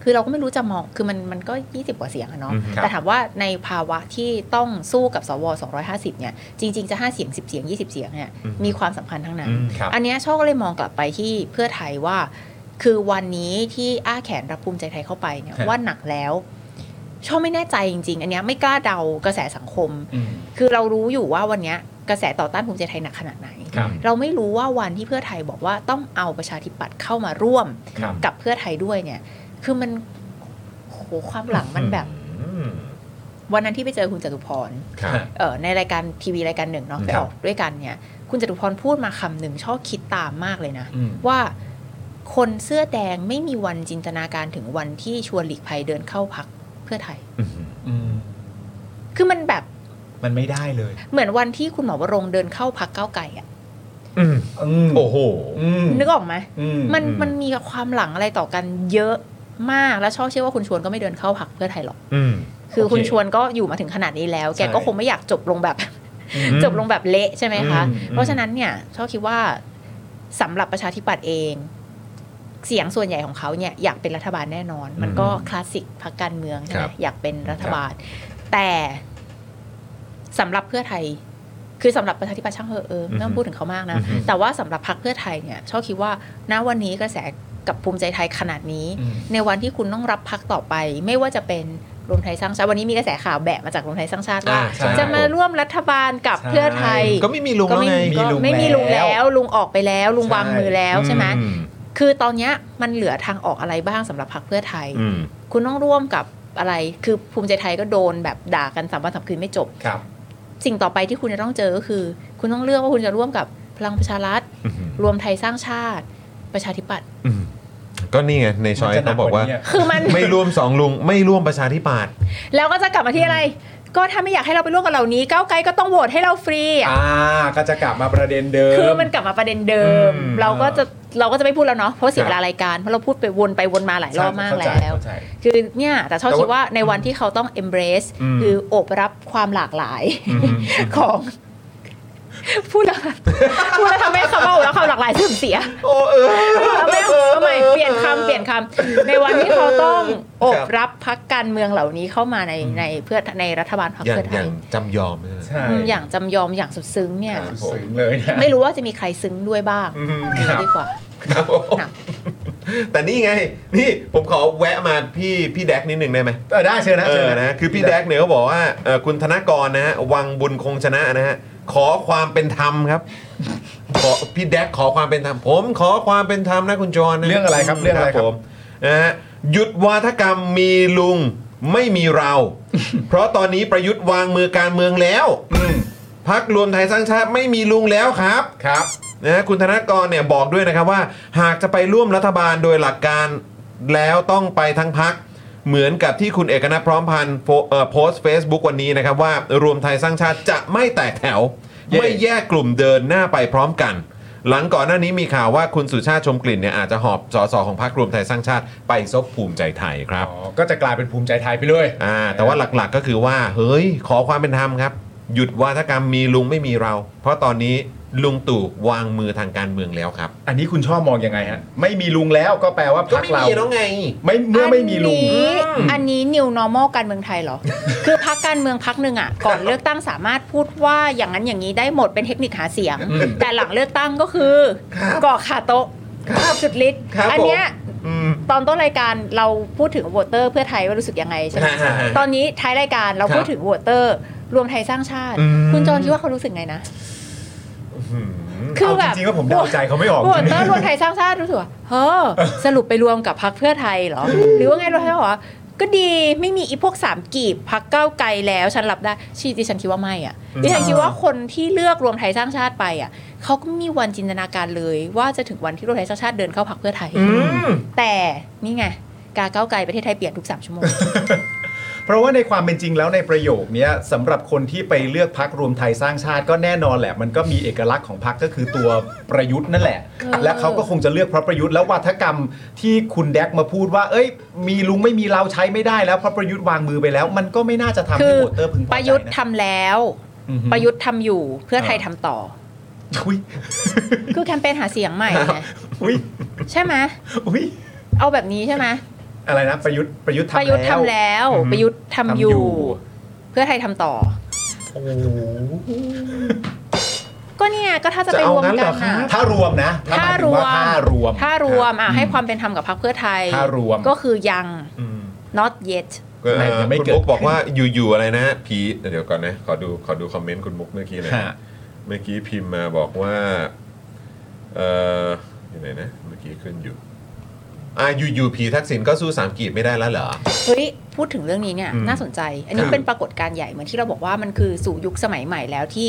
S6: คือเราก็ไม่รู้จะมองคือมันมันก็ 20 กว่าเสียงอะเนาะ
S1: อืมครับ
S6: แต่ถามว่าในภาวะที่ต้องสู้กับสว 250 เนี่ย จริง ๆ จะ 5 เสียง 10 เสียง 20 เสียงเนี่ย
S1: อืม
S6: มีความสำคัญทั้งนั้น
S1: อืม
S3: ครับ
S6: อันเนี้ยช่อก็เลยมองกลับไปที่เพื่อไทยว่า คือวันนี้ที่อ้าแขนรับภูมิใจไทยเข้าไปเนี่ย
S3: ครับ
S6: ว่าหนักแล้ว ช่อไม่แน่ใจจริง ๆ อันเนี้ยไม่กล้าเดากระแสสังคม
S3: อืม
S6: คือเรารู้อยู่ว่าวันเนี้ยกระแสต่อต้านภูมิใจไทยหนักขนาดไหน
S3: ครับ
S6: เราไม่รู้ว่าวันที่เพื่อไทยบอกว่าต้องเอาประชาธิปัตย์เข้ามาร่วม
S3: ครับ
S6: กับเพื่อไทยด้วยเนี่ย คือมันโหความหลังมันแบบ
S1: อืม
S6: วันนั้นที่ไปเจอคุณจตุพร
S1: ครับ
S6: เอ่อในรายการทีวีรายการหนึ่งเนาะ
S1: ครับ
S6: ไปออกด้วยกันเนี่ย คุณจตุพรพูดมาคำหนึ่งชอบคิดตามมากเลยนะ
S3: อืม
S6: ว่าคนเสื้อแดงไม่มีวันจินตนาการถึงวันที่ชวนหลีกภัยเดินเข้าพักเพื่อไทย
S1: อืม
S3: อืม
S6: คือมันแบบ
S3: มันไม่ได้เลย
S6: เหมือนวันที่คุณหมอวรงค์เดินเข้าพักเก้าวไก่อะ
S1: อืม
S3: อืม
S1: โอ้โห
S3: อืม
S6: นึกออกไหม
S3: อืม
S6: มัน
S1: อืม
S6: มันมีความหลังอะไรต่อกันเยอะมากและชอบเชื่อว่าคุณชวนก็ไม่เดินเข้าพักเพื่อไทยหรอก
S1: อืม
S6: คือคุณชวนก็อยู่มาถึงขนาดนี้แล้ว แกก็คงไม่อยากจบลงแบบ
S3: อืม
S6: จบลงแบบเละใช่ไหมคะ
S1: อืมอืม
S6: เพราะฉะนั้นเนี่ยชอบคิดว่าสำหรับประชาธิปัตย์เอง เสียงส่วนใหญ่ของเขาเนี่ยอยากเป็นรัฐบาลแน่นอน มันก็คลาสสิกพรรคการเมืองใช่ไห
S1: ครั
S6: ม
S1: บ
S6: อยากเป็นรัฐบาล แต่สำหรับเพื่อไทย คือสำหรับประชาธิปัตย์ช่างเหอะเออไม่ต้องพูดถึงเขามากนะ
S1: อืม
S6: แต่ว่าสำหรับพรรคเพื่อไทยเนี่ยชอบคิดว่าณวันนี้กระแสกับภูมิใจไทยขนาดนี้
S3: อืม
S6: ในวันที่คุณต้องรับพักต่อไป ไม่ว่าจะเป็นรวมไทยสร้างชาติวันนี้มีกระแสข่าวแบะมาจากรวมไทยสร้างชาติว่า
S1: อ่าใช่
S6: จะมาร่วมรัฐบาลกับ
S3: ใช่
S6: เพื่อไทย
S1: ก็ไม่มีลุง
S6: ก็
S1: แล้ว
S6: ไม่
S1: ไง
S6: มีก็
S3: ลุง
S6: ไม่มีลุง
S3: แล้
S6: แล้ว ว ลุงออกไปแล้ว ลุงวางมือแล้วใช่ไหม
S1: อื
S6: คือตอนเนี้ยมันเหลือทางออกอะไรบ้างสำหรับพรรคเพื่อไทย
S1: อืม
S6: คุณต้องร่วมกับอะไร คือภูมิใจไทยก็โดนแบบด่ากันสามวันสามคืนไม่จบ
S3: ครับ
S6: สิ่งต่อไปที่คุณจะต้องเจอก็คือ คุณต้องเลือกว่าคุณจะร่วมกับพ ลังประชารัฐ รวมไทยสร้างชาติ ประชาธิปัตย์
S1: ก็นี่ไงในช้อย
S3: มันจะหนั
S1: เขา
S3: ก
S1: บอกว่า
S3: กว่านี้อะ
S6: คือมัน
S1: ไม่ร่วมสองลุง ไม่ร่วมประชาธิปัตย์
S6: แล้วก็จะกลับมาที่อะไร ก็ถ้าไม่อยากให้เราไปร่วมกับเหล่านี้ก้าวไกลก็ต้องโหวตให้เราฟรีอะ
S3: อ่าก็จะกลับมาประเด็นเดิม
S6: คือมันกลับมาประเด็นเดิม
S3: อืม
S6: เราก็จะเราก็จะไม่พูดแล้วเนาะเพราะเสียเวลารายการเพราะเราพูดไปวนไปวนมาหลายรอบมาก
S3: เข้ใจ
S6: แล้ว
S3: เข้าใจ
S6: คือเนี่ยแต่เท่า
S3: แต่ว่า
S6: คิดว่าในวันที่เขาต้อง embrace
S3: อืม
S6: คือโอบรับความหลากหลายของ พูดแล้วพูดแล้วทำให้คำว่าโอบรับความหลากหลายเสื่อมเสีย
S1: โอ้เออ
S6: เอาไม่เอาเอาใหม่เปลี่ยนคำเปลี่ยนคำในวันที่เขาต้องโอบรับพักการเมืองเหล่านี้เข้ามาในในเพื่อในรัฐบาลพรรค
S1: อย่าง
S6: เพื่อไท
S1: อย่าย งจำยอมใช่ไหม
S3: ใช่
S6: อืมอย่างจำยอมอย่างสุดซึ้งเนี่ย
S1: ครับ
S3: สึงเลยนะ
S6: ไม่รู้ว่าจะมีใครซึ้งด้วยบ้าง
S3: อืม
S6: นี่
S3: ครับ
S6: ดีกว่า
S1: ครับผม
S6: ครับ
S1: แต่นี่ไง นี่ผมขอแวะมาพี่พี่แดกนิดนึงได้ไหม
S3: เออได้เชิญนะ
S1: เอ
S3: เชิญ
S1: อนะ คือพี่แดกเนี่ยเขาบอกว่าเอ่อคุณธนกรนะฮะ วังบุญคงชนะนะฮะ ขอความเป็นธรรมครับ ขอพี่แดกขอความเป็นธรรม ผมขอความเป็นธรรมนะคุณจรนะ
S3: เรื่องอะไรครับเรื่องอะไรครับ
S1: ผมนะฮะ หยุดวาทกรรมมีลุงไม่มีเรา เพราะตอนนี้ประยุทธ์วางมือการเมืองแล้ว
S3: อืม
S1: พักรวมไทยสร้างชาติไม่มีลุงแล้วครับ
S3: ครับ
S1: นะฮะคุณธนกรเนี่ยบอกด้วยนะครับว่า หากจะไปร่วมรัฐบาลโดยหลักการแล้วต้องไปทั้งพัก เหมือนกับที่คุณเอกนัทพร้อมพันธ์โพเอ่อโพสต์ Facebook วันนี้นะครับว่ารวมไทยสร้างชาติจะไม่แตกแถว
S3: เย้
S1: ไม่แยกกลุ่มเดินหน้าไปพร้อมกัน หลังก่อนหน้านี้มีข่าวว่าคุณสุชาติชมกลิ่นเนี่ยอาจจะหอบสสของพรรครวมไทยสร้างชาติไปซบภูมิใจไทยครับ
S3: อ๋อก็จะกลายเป็นภูมิใจไทยไปเลย
S1: อ่าแต่ว่าหลักๆก็คือว่า เฮ้ย ขอความเป็นธรรมครับ หยุดวาทกรรมมีลุงไม่มีเรา เพราะตอนนี้ลุงตู่วางมือทางการเมืองแล้วครับ
S3: อันนี้คุณชอบมองยังไงฮะ ไม่มีลุงแล้วก็แปลว่าพรรคเราไม่เมื่อไม่มีลุง
S6: อันนี้อันนี้ new normal การเมืองไทยเหรอ คือพักการเมืองพักหนึ่งอ่ะ ก่อนเลือกตั้งสามารถพูดว่าอย่างนั้นอย่างนี้ได้หมดเป็นเทคนิคหาเสียง แต่หลังเลือกตั้งก็คือก่อขาโต๊ะภาพสุดฤทธิ์
S1: ครับ
S6: อัเนี้ย
S1: ผมอืม
S6: ตอนต้นรายการเราพูดถึงโหวตเตอร์เพื่อไทยว่ารู้สึกยังไงใช่ไหม
S1: ฮะฮะฮะ
S6: ตอนนี้ท้ายรายการเรา
S1: ครับ
S6: พูดถึงโหวตเตอร์ รวมไทยสร้างชาติ
S1: อืม
S6: คุณจรคิดว่าเขารู้สึกไงนะ คือ
S3: เอา
S6: แบบ
S3: จริงๆว่าผมเดาใจเขาไม่ออก
S6: โหวต
S3: จริง
S6: เตอร์รวมไทยสร้างชาติรู้สึกว่าเฮ้ อสรุปไปรวมกับพักเพื่อไทยเหรอ หรือว่าไงรวมไทยบอกว่าก็ดีไม่มีอีพวกสามกีบพักก้าวไกลแล้วฉันรับได้ชีดิฉันคิดว่าไม่อ่ะดิฉันคิดว่าคนที่เลือกรวมไทยสร้างชาติไปอ่ะเขาก็ไม่มีวันจินตนาการเลย ว่าจะถึงวันที่รวมไทยสร้างชาติเดินเข้าพักเพื่อไทย แต่นี่ไงกาก้าวไกลประเทศไทยเปลี่ยนทุกสามชั่วโมง
S3: ๆเพราะว่าในความเป็นจริงแล้วในประโยคเนี้ยสำหรับคนที่ไปเลือกพักรวมไทยสร้างชาติก็แน่นอนแหละ มันก็มีเอกลักษณ์ของพักก็คือตัวประยุทธ์นั่นแหละ
S6: เออ
S3: และเขาก็คงจะเลือกเพราะประยุทธ์แล้ววัฒกรรมที่คุณแดกมาพูดว่า เอ้ย มีลุงไม่มีเราใช้ไม่ได้แล้วเพราะประยุทธ์วางมือไปแล้ว มันก็ไม่น่าจะทำ
S6: คื
S3: ให้โหวตเตอร์พึงพอใจน
S6: ประยุทธ์ทำแล้ว
S3: อือฮึ
S6: ประยุทธ์ทำอยู่เพื่อไทย
S3: อ่า
S6: ทำต่อ
S3: อุ้ย
S6: คือแคมเปญหาเสียงใหม่ไง
S3: อุ้ย
S6: ใช่ไหม
S3: อุ้ย
S6: เอาแบบนี้ใช่ไหม
S3: อะไรนะประยุทธ์ประยุทธ์ทำ
S6: ป
S3: แล้ว
S6: ระยุทธ์ทำแล้ว
S3: อือฮึ
S6: ประยุทธ์ทำ
S3: ทำ
S6: อ
S3: อยู่
S6: ยู่ เพื่อไทยทำต่อ
S3: โอ้
S6: ก็เนี่ยก็ถ้าจะไป
S1: จะเอา
S6: รวม
S1: งั้น
S6: กั
S1: เหร
S6: น
S1: อครั
S6: นะ
S1: บ
S3: ถ้ารวมนะห
S6: ถ้าม
S3: ยถึ
S6: รง วม
S3: ถ้ารวม
S6: ถ้ารวมอ่ะให้ความเป็นธรรมกับพรรคเพื่อไทย
S3: ถ้ารวม
S6: ก็คือยัง not yet
S1: เอ่อ
S3: ไม่ยังไม่
S1: คุณ
S3: เกิด
S1: มุกบอกว่าอยู่ๆอะไรนะผีเดี๋ยวก่อนนะ ขอดูขอดูคอมเมนต์คุณมุกเมื่อกี้หน่อย
S3: ฮะ
S1: เมื่อกี้พิมพ์มาบอกว่าเอ่ออยู่ไหนนะ เมื่อกี้ขึ้นอยู่อ่าอยู่ๆผีทักษิณก็สู้สามกีบไม่ได้แล้วเหรอ
S6: เฮ้ยพูดถึงเรื่องนี้เนี่ย
S1: อืม
S6: น่าสนใจ อันนี้
S1: ครับ
S6: เป็นปรากฏการณ์ใหญ่เหมือนที่เราบอกว่ามันคือสู่ยุคสมัยใหม่แล้วที่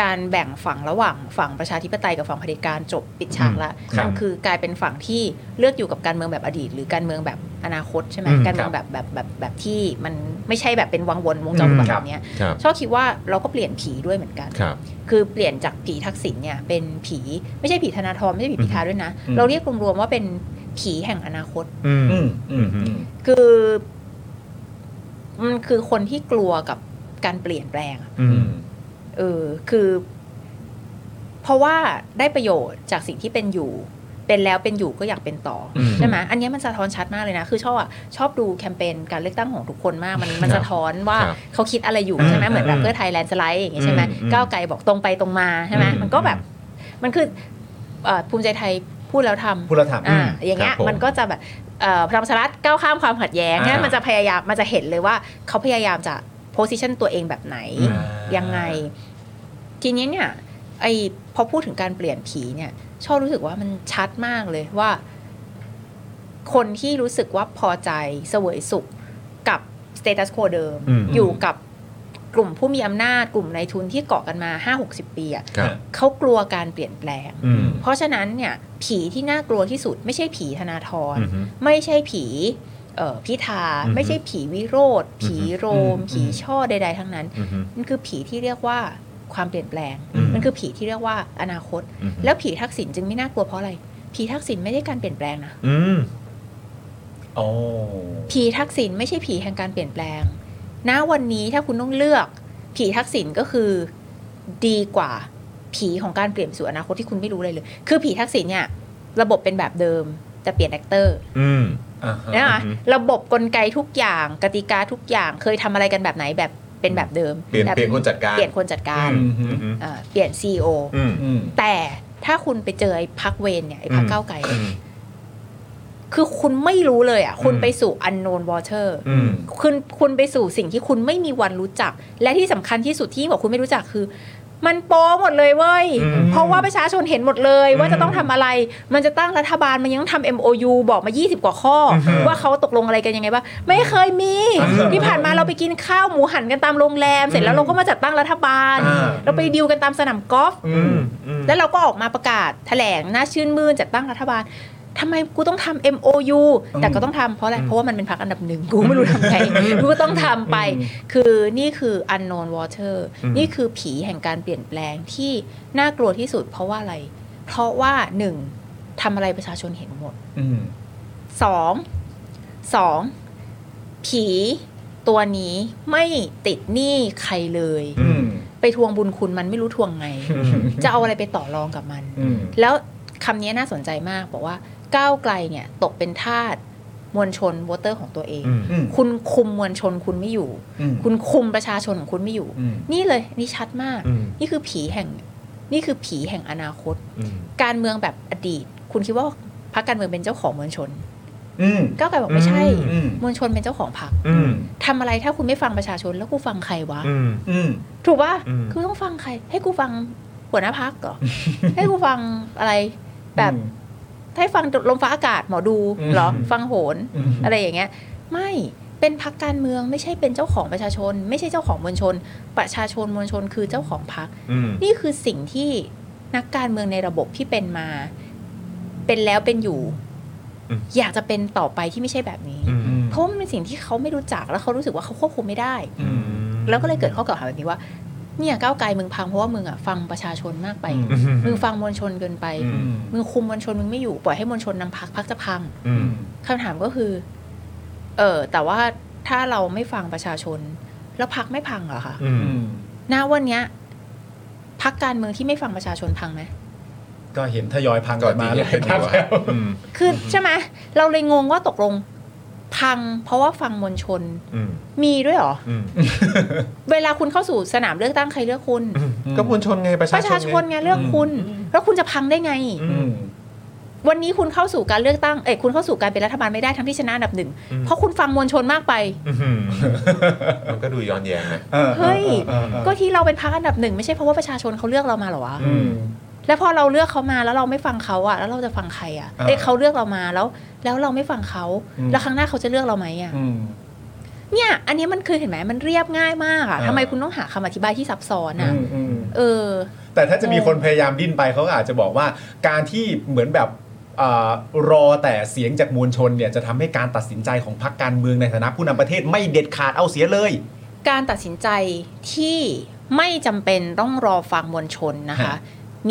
S6: การแบ่งฝั่งระหว่างฝั่งประชาธิปไตยกับฝั่งเผด็จการจบปิดฉากละ
S3: ครับ
S6: มันคือกลายเป็นฝั่งที่เลือกอยู่กับการเมืองแบบอดีต หรือการเมืองแบบอนาคตใช่ไหม
S1: อืม
S6: การเมืองแบบแบบแบบแบบที่มันไม่ใช่แบบเป็นวังวนวงจรแบบเนี้ย
S1: ครับ
S6: ชอบคิดว่าเราก็เปลี่ยนผีด้วยเหมือนกัน
S1: ครับ
S6: คือเปลี่ยนจากผีทักษิณเนี่ยเป็นผีไม่ใช่ผีธนาธรไม่ใช่ผีพิธาด้วยนะ
S3: อืม
S6: เราเรียกรวมๆว่าเป็นผีแห่งอนาคต
S1: อืม
S3: อืมอืมอืม
S6: คือมันคือคนที่กลัวกับการเปลี่ยนแปลงอะ
S1: อืม
S6: เออคือ เพราะว่าได้ประโยชน์จากสิ่งที่เป็นอยู่ เป็นแล้วเป็นอยู่ก็อยากเป็นต่ออ
S3: ม
S6: ใช่ไหมอันเนี้ยมันสะท้อนชัดมากเลยนะ คือชอบอ่ะชอบดูแคมเปญการเลือกตั้งของทุกคนมาก มันมัน
S1: ครับ
S6: สะท้อนว่า
S1: ครับ
S6: เขาคิดอะไรอยู่ใช่ไหม
S3: อืม
S6: เหมือนแบบเพื่อไทยแลนด์สไลด์อย่างเงี้ยใช่ไหม
S1: อืมอืม
S6: ก้าวไกลบอกตรงไปตรงมาใช่ไหม
S1: อืม
S6: มันก็แบบ มันคือเอ่อภูมิใจไทยพูดแล้วทำ
S3: พูดแล้วถาม
S6: อ่าอย่างเงี้
S1: ค
S6: ย
S1: รับผม
S6: มันก็จะแบบเอ่อพลังประชารัฐก้าวข้ามความขัดแย้ง
S3: อ่า
S6: เนี่ยมันจะพยายามมันจะเห็นเลยว่าเขาพยายามจะโพสิชันตัวเองแบบไหน
S1: อืม
S6: ยังไง ทีนี้เนี่ยไอพอพูดถึงการเปลี่ยนผีเนี่ย ชอบรู้สึกว่ามันชัดมากเลยว่า คนที่รู้สึกว่าพอใจเสวยสุขกับสเตตัส q คเดิม
S1: อืม
S6: อยู่กับ กลุ่มผู้มีอำนาจกลุ่มนายทุนที่เกาะกันมา 5 60 ปีอะ
S1: ครับ
S6: เขากลัวการเปลี่ยนแปลง
S1: อืม
S6: เพราะฉะนั้นเนี่ยผีที่น่ากลัวที่สุดไม่ใช่ผีธนาธร
S1: อืม
S6: ไม่ใช่ผีเอ่อพิธา
S1: อือฮึ
S6: ไม่ใช่ผีวิโรธผีโรม ผีช่อใด ๆ ทั้งนั้น มันคือผีที่เรียกว่าความเปลี่ยนแปลง
S1: อืม
S6: มันคือผีที่เรียกว่าอนาคต แล้วผีทักษิณจึงไม่น่ากลัวเพราะอะไร ผีทักษิณไม่ได้การเปลี่ยนแปลงนะ
S1: อืม
S3: โอ้
S6: ผีทักษิณไม่ใช่ผีแห่งการเปลี่ยนแปลง ณ วันนี้ถ้าคุณต้องเลือก ผีทักษิณก็คือดีกว่าผีของการเปลี่ยนสู่อนาคตที่คุณไม่รู้เลยเลย คือผีทักษิณเนี่ยระบบเป็นแบบเดิมแต่เปลี่ยนแอคเตอร์
S1: อืม
S3: อ่าฮะ
S6: นะคะ
S1: อือฮึ
S6: ระบบกลไกทุกอย่างกติกาทุกอย่างเคยทำอะไรกันแบบไหนแบบเป็นแบบเดิม
S1: เปลี่ยน
S6: แบบ
S1: เปลี่ยนคนจัดการ
S6: เปลี่ยนคนจัดการ
S3: อืม
S6: อ่าเปลี่ยนซีอ
S1: อืม
S3: อืม
S6: แต่ถ้าคุณไปเจอไอ้พักเวนเนี่ยไอ้พัก
S1: อืม
S6: เก้าวไก่คือคุณไม่รู้เลยอ่ะคุณไปสู่อันโนนวอเ t อร์
S1: อืม
S6: คุณคุณไปสู่สิ่งที่คุณไม่มีวันรู้จัก และที่สำคัญที่สุดที่บอกคุณไม่รู้จักคือ มันโป้หมดเลยเว้ย
S1: อืม
S6: เพราะว่าประชาชนเห็นหมดเลยว่า
S1: อืม
S6: จะต้องทำอะไร มันจะตั้งรัฐบาลมันยังต้องทำ MOU บอกมา 20 กว่าข้ออ
S1: ม
S6: ว่าเขาตกลงอะไรกันยังไงบ้างไม่เคยมี
S1: อืม
S6: ที่ผ่านมาเราไปกินข้าวหมูหันกันตามโรงแรม เสร็จแล้วเราก็มาจัดตั้งรัฐบาล
S1: อ่า
S6: เราไปดีลกันตามสนามกอล์ฟ
S1: อืมอืม
S6: แล้วเราก็ออกมาประกาศแถลงน่าชื่นมื่นจัดตั้งรัฐบาลทำไมกูต้องทำ MOU แต่ก็ต้องทำเพราะอะไรเพราะว่ามันเป็นพักอันดับหนึ่งกูไม่รู้ทำไงกูก็ ต้องทำไป คือนี่คือ unknown water
S1: อืม
S6: นี่คือผีแห่งการเปลี่ยนแปลงที่น่ากลัวที่สุดเพราะว่าอะไร เพราะว่าหนึ่งทำอะไรประชาชนเห็นหมด
S3: อืม
S6: สองสองผีตัวนี้ไม่ติดหนี้ใครเลย
S3: อืม
S6: ไปทวงบุญคุณมันไม่รู้ทวงไง จะเอาอะไรไปต่อรองกับมัน
S3: อืม
S6: แล้วคำนี้น่าสนใจมากบอกว่าก้าวไกลเนี่ยตกเป็นทาสมวลชนวอเตอร์ของตัวเอง
S1: อืม
S3: อืม
S6: คุณคุมมวลชนคุณไม่อยู่ คุณคุมประชาชนของคุณไม่อยู่
S3: อืม
S6: นี่เลยนี่ชัดมาก
S1: อืม
S6: นี่คือผีแห่ง นี่คือผีแห่งอนาคต
S1: อืม
S6: การเมืองแบบอดีต คุณคิดว่าพรรคการเมืองเป็นเจ้าของมวลชน
S3: อืม
S6: ก้าวไกลบอกไม่ใช่
S1: อื
S3: อืม
S6: มวลชนเป็นเจ้าของพรรค
S1: อืม
S6: ทำอะไรถ้าคุณไม่ฟังประชาชนแล้วกูฟังใครวะ
S1: อืม
S3: อืม
S6: ถูกป่ะ
S1: อืม
S6: คือต้องฟังใคร ให้กูฟังหัวหน้าพักเหรอ ให้กูฟังอะไรแบบให้ฟังลมฟ้าอากาศหมอดูเหรอ
S3: อืม
S6: ฟังโหน
S3: อืม
S6: อะไรอย่างเงี้ยไม่เป็นพักการเมืองไม่ใช่เป็นเจ้าของประชาชน ไม่ใช่เจ้าของมวลชน ประชาชนมวลชนคือเจ้าของพัก
S1: อืม
S6: นี่คือสิ่งที่นักการเมืองในระบบที่เป็นมา เป็นแล้วเป็นอยู่
S1: อืม
S6: อยากจะเป็นต่อไปที่ไม่ใช่แบบนี้
S1: อืม
S3: อืม
S6: เพราะมันเป็นสิ่งที่เขาไม่รู้จักแล้วเขารู้สึกว่าเขาควบคุมไม่ได้
S3: อืม
S6: แล้วก็เลยเกิดข้อกล่าวหาแบบนี้ว่า เนี่ยก้าวไกลมึงพังเพราะว่ามึงอะฟังประชาชนมากไป
S3: อืม
S6: มึงฟังมวลชนเกินไป
S1: อืม
S6: มึงคุมมวลชนมึงไม่อยู่ปล่อยให้มวลชนนำพักพักจะพัง
S1: อืม
S6: คำถามก็คือ เออแต่ว่าถ้าเราไม่ฟังประชาชน แล้วพักไม่พังเหรอคะ
S1: อืม
S3: อืม
S6: ณวันเนี้ยพักการเมืองที่ไม่ฟังประชาชนพังไหม
S3: ก็เห็นทยอยพังกันมา
S1: ก็จริง
S3: เลยครับ
S1: เห็นอยู่อะ
S3: แล้ว
S1: อืม
S6: คือใช่ไหมเราเลยงงว่าตกลงพัง เพราะว่าฟังมวลชน
S1: อืม
S6: มีด้วยเหรอ
S1: อืม
S6: เวลาคุณเข้าสู่สนามเลือกตั้งใครเลือกคุณ
S1: ก็มวลชนไงประชา
S6: ป
S1: ชน
S6: ระชาชนไงเลือกคุณ แล้วคุณจะพังได้ไง
S3: อืม
S6: วันนี้คุณเข้าสู่การเลือกตั้งเอ้ยคุณเข้าสู่การเป็นรัฐบาลไม่ได้ทั้งที่ชนะอันดับหนึ่งเพราะคุณฟังมวลชนมากไป
S1: อืมมันก็ดูย้อนแย้งนะ
S6: เฮ้ย ก็ที่เราเป็นพักอันดับหนึ่งไม่ใช่เพราะว่าประชาชนเขาเลือกเรามาเหรอวะ
S3: อืม
S6: แล้วพอเราเลือกเขามาแล้วเราไม่ฟังเขาอะแล้วเราจะฟังใครอะ
S3: อ่า
S6: เอ้ยเขาเลือกเรามาแล้ว แล้วเราไม่ฟังเขา
S3: อืม
S6: แล้วครั้งหน้าเขาจะเลือกเราไหมอะ
S3: อืม
S6: เนี่ย อันนี้มันคือเห็นไหมมันเรียบง่ายมากอะ
S3: อ่า
S6: ทำไมคุณต้องหาคำอธิบายที่ซับซ้อน
S3: อื
S6: อะ
S3: มอืม
S6: เออ
S3: แต่ถ้าจะมีคนพยายามดิ้นไปเขาก็อาจจะบอกว่าการที่เหมือนแบบเอ่อรอแต่เสียงจากมวลชนเนี่ยจะทำให้การตัดสินใจของพรรคการเมืองในฐานะผู้นำประเทศไม่เด็ดขาดเอาเสียเลย
S6: การตัดสินใจที่ไม่จำเป็นต้องรอฟังมวลชนนะคะ
S3: ฮะ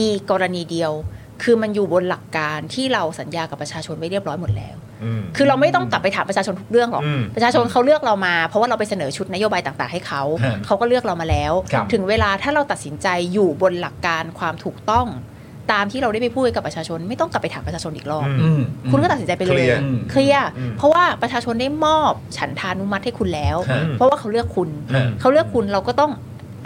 S6: มีกรณีเดียว คือมันอยู่บนหลักการที่เราสัญญากับประชาชนไว้เรียบร้อยหมดแล้ว
S1: อืม
S6: คือเราไม่ต้องกลับไปถามประชาชนทุกเรื่องหรอก
S1: อืม
S6: ประชาชนเขาเลือกเรามา เพราะว่าเราไปเสนอชุดนโยบายต่าง ๆ ให้เขา
S3: ฮะ
S6: เขาก็เลือกเรามาแล้ว
S3: ครับ
S6: ถึงเวลาถ้าเราตัดสินใจอยู่บนหลักการความถูกต้อง ตามที่เราได้ไปพูดกับประชาชน ไม่ต้องกลับไปถามประชาชนอีกรอบ
S1: อืม
S3: อืม
S6: คุณก็ตัดสินใจไปเล
S1: เคลี
S6: ย
S1: ยร์
S6: เคลียร์
S1: อืม
S6: เพราะว่าประชาชนได้มอบฉันทานุมัติให้คุณแล้ว
S3: ฮะ
S6: เพราะว่าเขาเลือกคุณ
S3: อืม
S6: เขาเลือกคุณเราก็ต้อง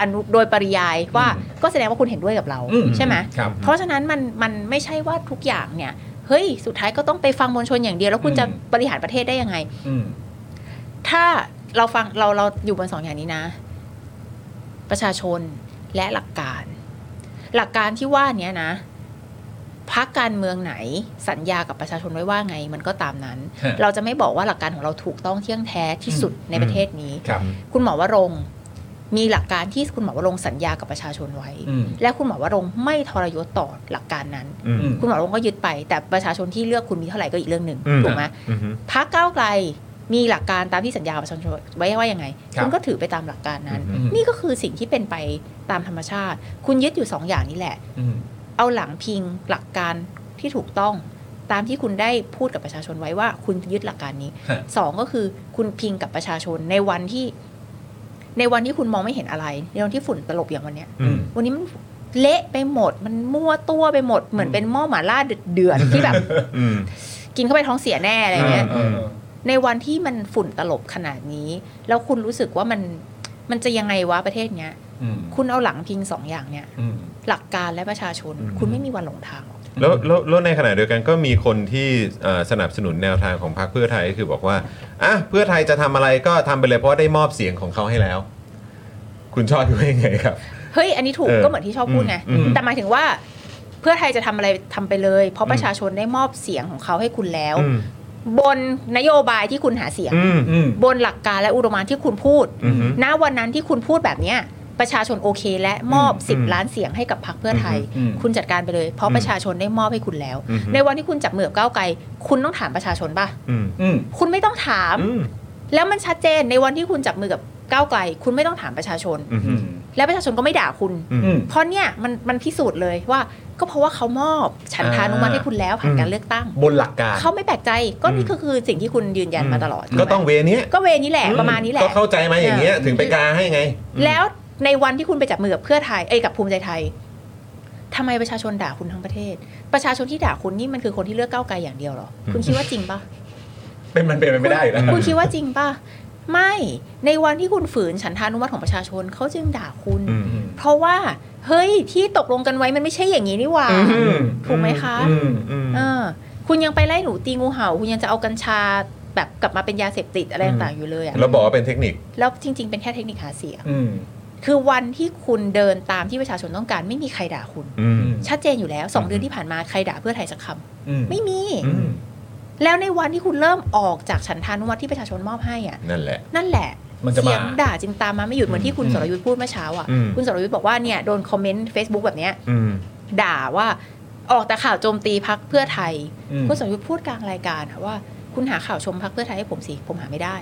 S6: อนุโดยปริยายว่าก็แสดงว่าคุณเห็นด้วยกับเรา
S3: อืม
S6: ใช่ไหม
S3: ครับ
S6: เพราะฉะนั้นมันมันไม่ใช่ว่าทุกอย่างเนี่ยเฮ้ยสุดท้ายก็ต้องไปฟังมวลชนอย่างเดียว แล้วคุณ
S3: อืม
S6: จะบริหารประเทศได้ยังไง
S3: อืม
S6: ถ้าเราฟังเราเราอยู่บนสองอย่างนี้นะ ประชาชนและหลักการ หลักการที่ว่าเนี้ยนะพักการเมืองไหนสัญญากับประชาชนไว้ว่าไง มันก็ตามนั้น
S3: ฮะ
S6: เราจะไม่บอกว่าหลักการของเราถูกต้องเที่ยงแท้ที่สุดในประเทศนี้
S3: ครับ
S6: คุณหมอวรงค์ มีหลักการที่คุณหมอวรงค์สัญญากับประชาชนไว้
S3: อืม
S6: และคุณหมอวรงค์ไม่ทรยศต่อหลักการนั้น
S1: อืม
S3: อืม
S6: คุณหมอวรงค์ก็ยึดไป แต่ประชาชนที่เลือกคุณมีเท่าไหร่ก็อีกเรื่องหนึ่ง
S1: อืม
S6: ถูกไหม
S1: อืม
S6: พักก้าวไกลมีหลักการตามที่สัญญากับประชาชนไว้ว่ายังไง
S3: ครับ
S6: ณก็ถือไปตามหลักการนั้น
S3: อืม
S6: นี่ก็คือสิ่งที่เป็นไปตามธรรมชาติ คุณยึดอยู่สองอย่างนี้แหละ
S3: อืม
S6: เอาหลังพิงหลักการที่ถูกต้อง ตามที่คุณได้พูดกับประชาชนไว้ว่าคุณยึดหลักการนี้
S3: ฮะ
S6: สองก็คือคุณพิงกับประชาชนในวันที่ ในวันที่คุณมองไม่เห็นอะไร ในวันที่ฝุ่นตลบอย่างวันเนี้ย
S3: อืม
S6: วันนี้มันเละไปหมด มันมั่วตัวไปหมด เหมือนเป็นหม้อหมาล่าเดือดๆที่แบบ
S1: อืม
S6: กินเข้าไปท้องเสียแน่อะไรเงี้ย
S3: เออเออเออ
S6: ในวันที่มันฝุ่นตลบขนาดนี้ แล้วคุณรู้สึกว่ามันมันจะยังไงวะประเทศเนี้ย
S3: อืม
S6: คุณเอาหลังพิงสองอย่างเนี่ย
S3: อืม
S6: หลักการและประชาชน
S1: อืม
S6: คุณไม่มีวันหลงทางหรอก
S1: แล้วแล้วแล้วในขณะเดียวกันก็มีคนที่เอ่อสนับสนุนแนวทางของพรรคเพื่อไทยก็คือบอกว่าอ่ะเพื่อไทยจะทำอะไรก็ทำไปเลยเพราะได้มอบเสียงของเขาให้แล้ว คุณชอบคิดว่ายังไงครับ
S6: เฮ้ย อันนี้ถูก
S1: เออ
S6: ก็เหมือนที่ชอบพูดไง
S1: อืม
S6: แต่หมายถึงว่า เพื่อไทยจะทำอะไรทำไปเลย เพราะประชาชนได้มอบเสียงของเขาให้คุณแล้ว
S1: อืม
S6: บนนโยบายที่คุณหาเสียง
S1: อืม
S3: อืม
S6: บนหลักการและอุดมการณ์ที่คุณพูด
S1: อืม
S6: ณวันนั้นที่คุณพูดแบบเนี้ยประชาชนโอเค และมอบ
S1: อืม
S6: 10 ล้านเสียงให้กับพรรคเพื่อไทย
S3: อืม
S6: คุณจัดการไปเลย เพราะประชาชนได้มอบให้คุณแล้ว
S1: อืม
S6: ในวันที่คุณจับมือกับก้าวไกล คุณต้องถามประชาชนป่ะ
S1: อืม
S3: อืม
S6: คุณไม่ต้องถาม
S1: อืม
S6: แล้วมันชัดเจนในวันที่คุณจับมือกับก้าวไกล คุณไม่ต้องถามประชาชน
S1: อืม
S3: อืม
S6: และประชาชนก็ไม่ด่าคุณ
S1: อืม
S3: อืม
S6: เพราะเนี่ยมันมันพิสูจน์เลยว่า ก็เพราะว่าเขามอบฉันทานุมัติให้คุณแล้วผ่าน
S1: อ่า
S6: การเลือกตั้ง
S3: บนหลักการ
S6: เขาไม่แปลกใจก็นี่ก็คือสิ่งที่คุณยืนยันมาตลอด
S1: ก็
S6: ถูไหม
S1: ต้องเวเนี้ย
S6: ก็เวนี้แหละประมาณนี้แหละ
S1: ก็เข้าใจมาอย่างเงี้ยถึงไปกาให้ไง
S6: แล้วในวันที่คุณไปจับมือกับเพื่อไทยเอ้ยกับภูมิใจไทยทำไมประชาชนด่าคุณทั้งประเทศ ประชาชนที่ด่าคุณนี่มันคือคนที่เลือกก้าวไกลอย่างเดียวเหรอ คุณคิดว่าจริงปะ
S3: เป็นมันเป็นไปไม่ได้อยู่แล้ว
S6: คุณคิดว่าจริงปะไม่ในวันที่คุณฝืนฉันทานุวัตของประชาชนเขาจึงด่าคุณ
S1: อืม
S3: อืม
S6: เพราะว่าเฮ้ยที่ตกลงกันไว้มันไม่ใช่อย่างนี้นี่หว่า
S3: อืม
S6: ถูกไหมคะ
S3: อืม
S1: อืม
S6: เออคุณยังไปไล่หนูตีงูเห่า คุณยังจะเอากัญชาแบบกลับมาเป็นยาเสพติดอะไร
S1: อืม
S6: ต่างๆอยู่เลยอะ
S1: แล้วบอกว่าเป็นเทคนิค
S6: แล้วจริง ๆ เป็นแค่เทคนิคหาเสียง
S3: อืม
S6: คือวันที่คุณเดินตามที่ประชาชนต้องการไม่มีใครด่าคุณ
S1: อืม
S6: ชัดเจนอยู่แล้วสอง
S1: อืม
S6: เดือนที่ผ่านมาใครด่าเพื่อไทยสักค
S3: อืม
S6: ำไม่มี
S1: อืม
S6: แล้วในวันที่คุณเริ่มออกจากฉันทานุวัตที่ประชาชนมอบให้อ่ะ
S1: นั่นแหละ
S6: นั่นแหละ
S3: มันจะมา
S6: เสียงด่าจึงตามมาไม่หยุดเหมือนที่คุณ
S3: อืม
S6: สรยุทธ์พูดเมื่อเช้าอ่ะ
S1: อืม
S6: คุณสรยุทธ์บอกว่าเนี่ยโดนคอมเมนต์ Facebook แบบเนี้ย
S1: อืม
S6: ด่าว่าออกแต่ข่าวโจมตีพักเพื่อไทย
S3: อืม
S6: คุณสรยุทธ์พูดกลางรายการค่ะว่า คุณหาข่าวชมพักเพื่อไทยให้ผมสิผมหาไม่ได้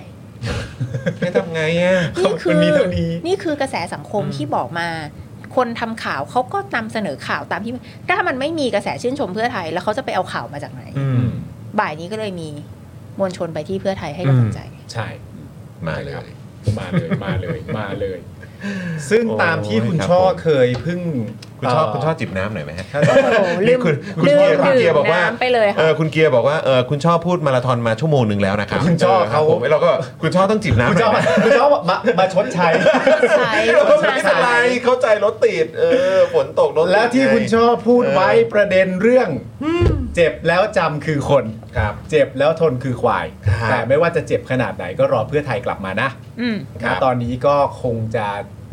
S1: ให้ทำไงอ่ะ
S6: นี่คือ
S3: มันมีเท่านี้
S6: นี่คือกระแสสังคม
S1: อืม
S6: ที่บอกมา คนทำข่าวเขาก็นำเสนอข่าวตามที่ถ้ามันไม่มีกระแสชื่นชมเพื่อไทย แล้วเขาจะไปเอาข่าวมาจากไหน
S1: อืม
S6: บ่ายนี้ก็เลยมีมวลชนไปที่เพื่อไทยให้กำลังใจ
S3: ใช่
S1: มาเลย
S3: มาเลยมาเลยมาเลย ซึ่งตามที่คุณ
S1: โอ้ยครับ
S3: ช่อ
S1: ผม
S3: เคยเพึ่ง
S1: คุณชอบ
S3: เ
S1: คุณชอบจิบน้ำหน่อยไหมฮะ
S3: ถ้าต้อง
S6: โอ้โหลืม
S1: คุณคุณ
S6: ลืม
S1: เกียร์คุณเกียร์บอกว่า
S6: น้ำไปเลย
S1: เอ
S6: ค่ะ
S1: อคุณเกียร์บอกว่าเออคุณชอบพูดมาราธอนมาชั่วโมงหนึ่งแล้วนะครับ
S3: คุณชอบเขา
S1: ผมเราก็คุณชอบต้องจิบน้ำ
S3: คุณชอบ
S1: หน่ยนะ
S3: คุณชอบมามาชดใช้
S6: ใช่
S1: เราก็ไม่เป็นไร
S6: ใช่
S1: เข้าใจรถติดเออฝนตกรถติด
S3: และที่คุณชอบพูดไว้ประเด็นเรื่อง เจ็บแล้วจำคือคน
S1: ครับ
S3: เจ็บแล้วทนคือควาย
S1: ครับ
S3: แต่ไม่ว่าจะเจ็บขนาดไหนก็รอเพื่อไทยกลับมานะ
S6: อืม
S1: ครับ
S3: ณตอนนี้ก็คงจะ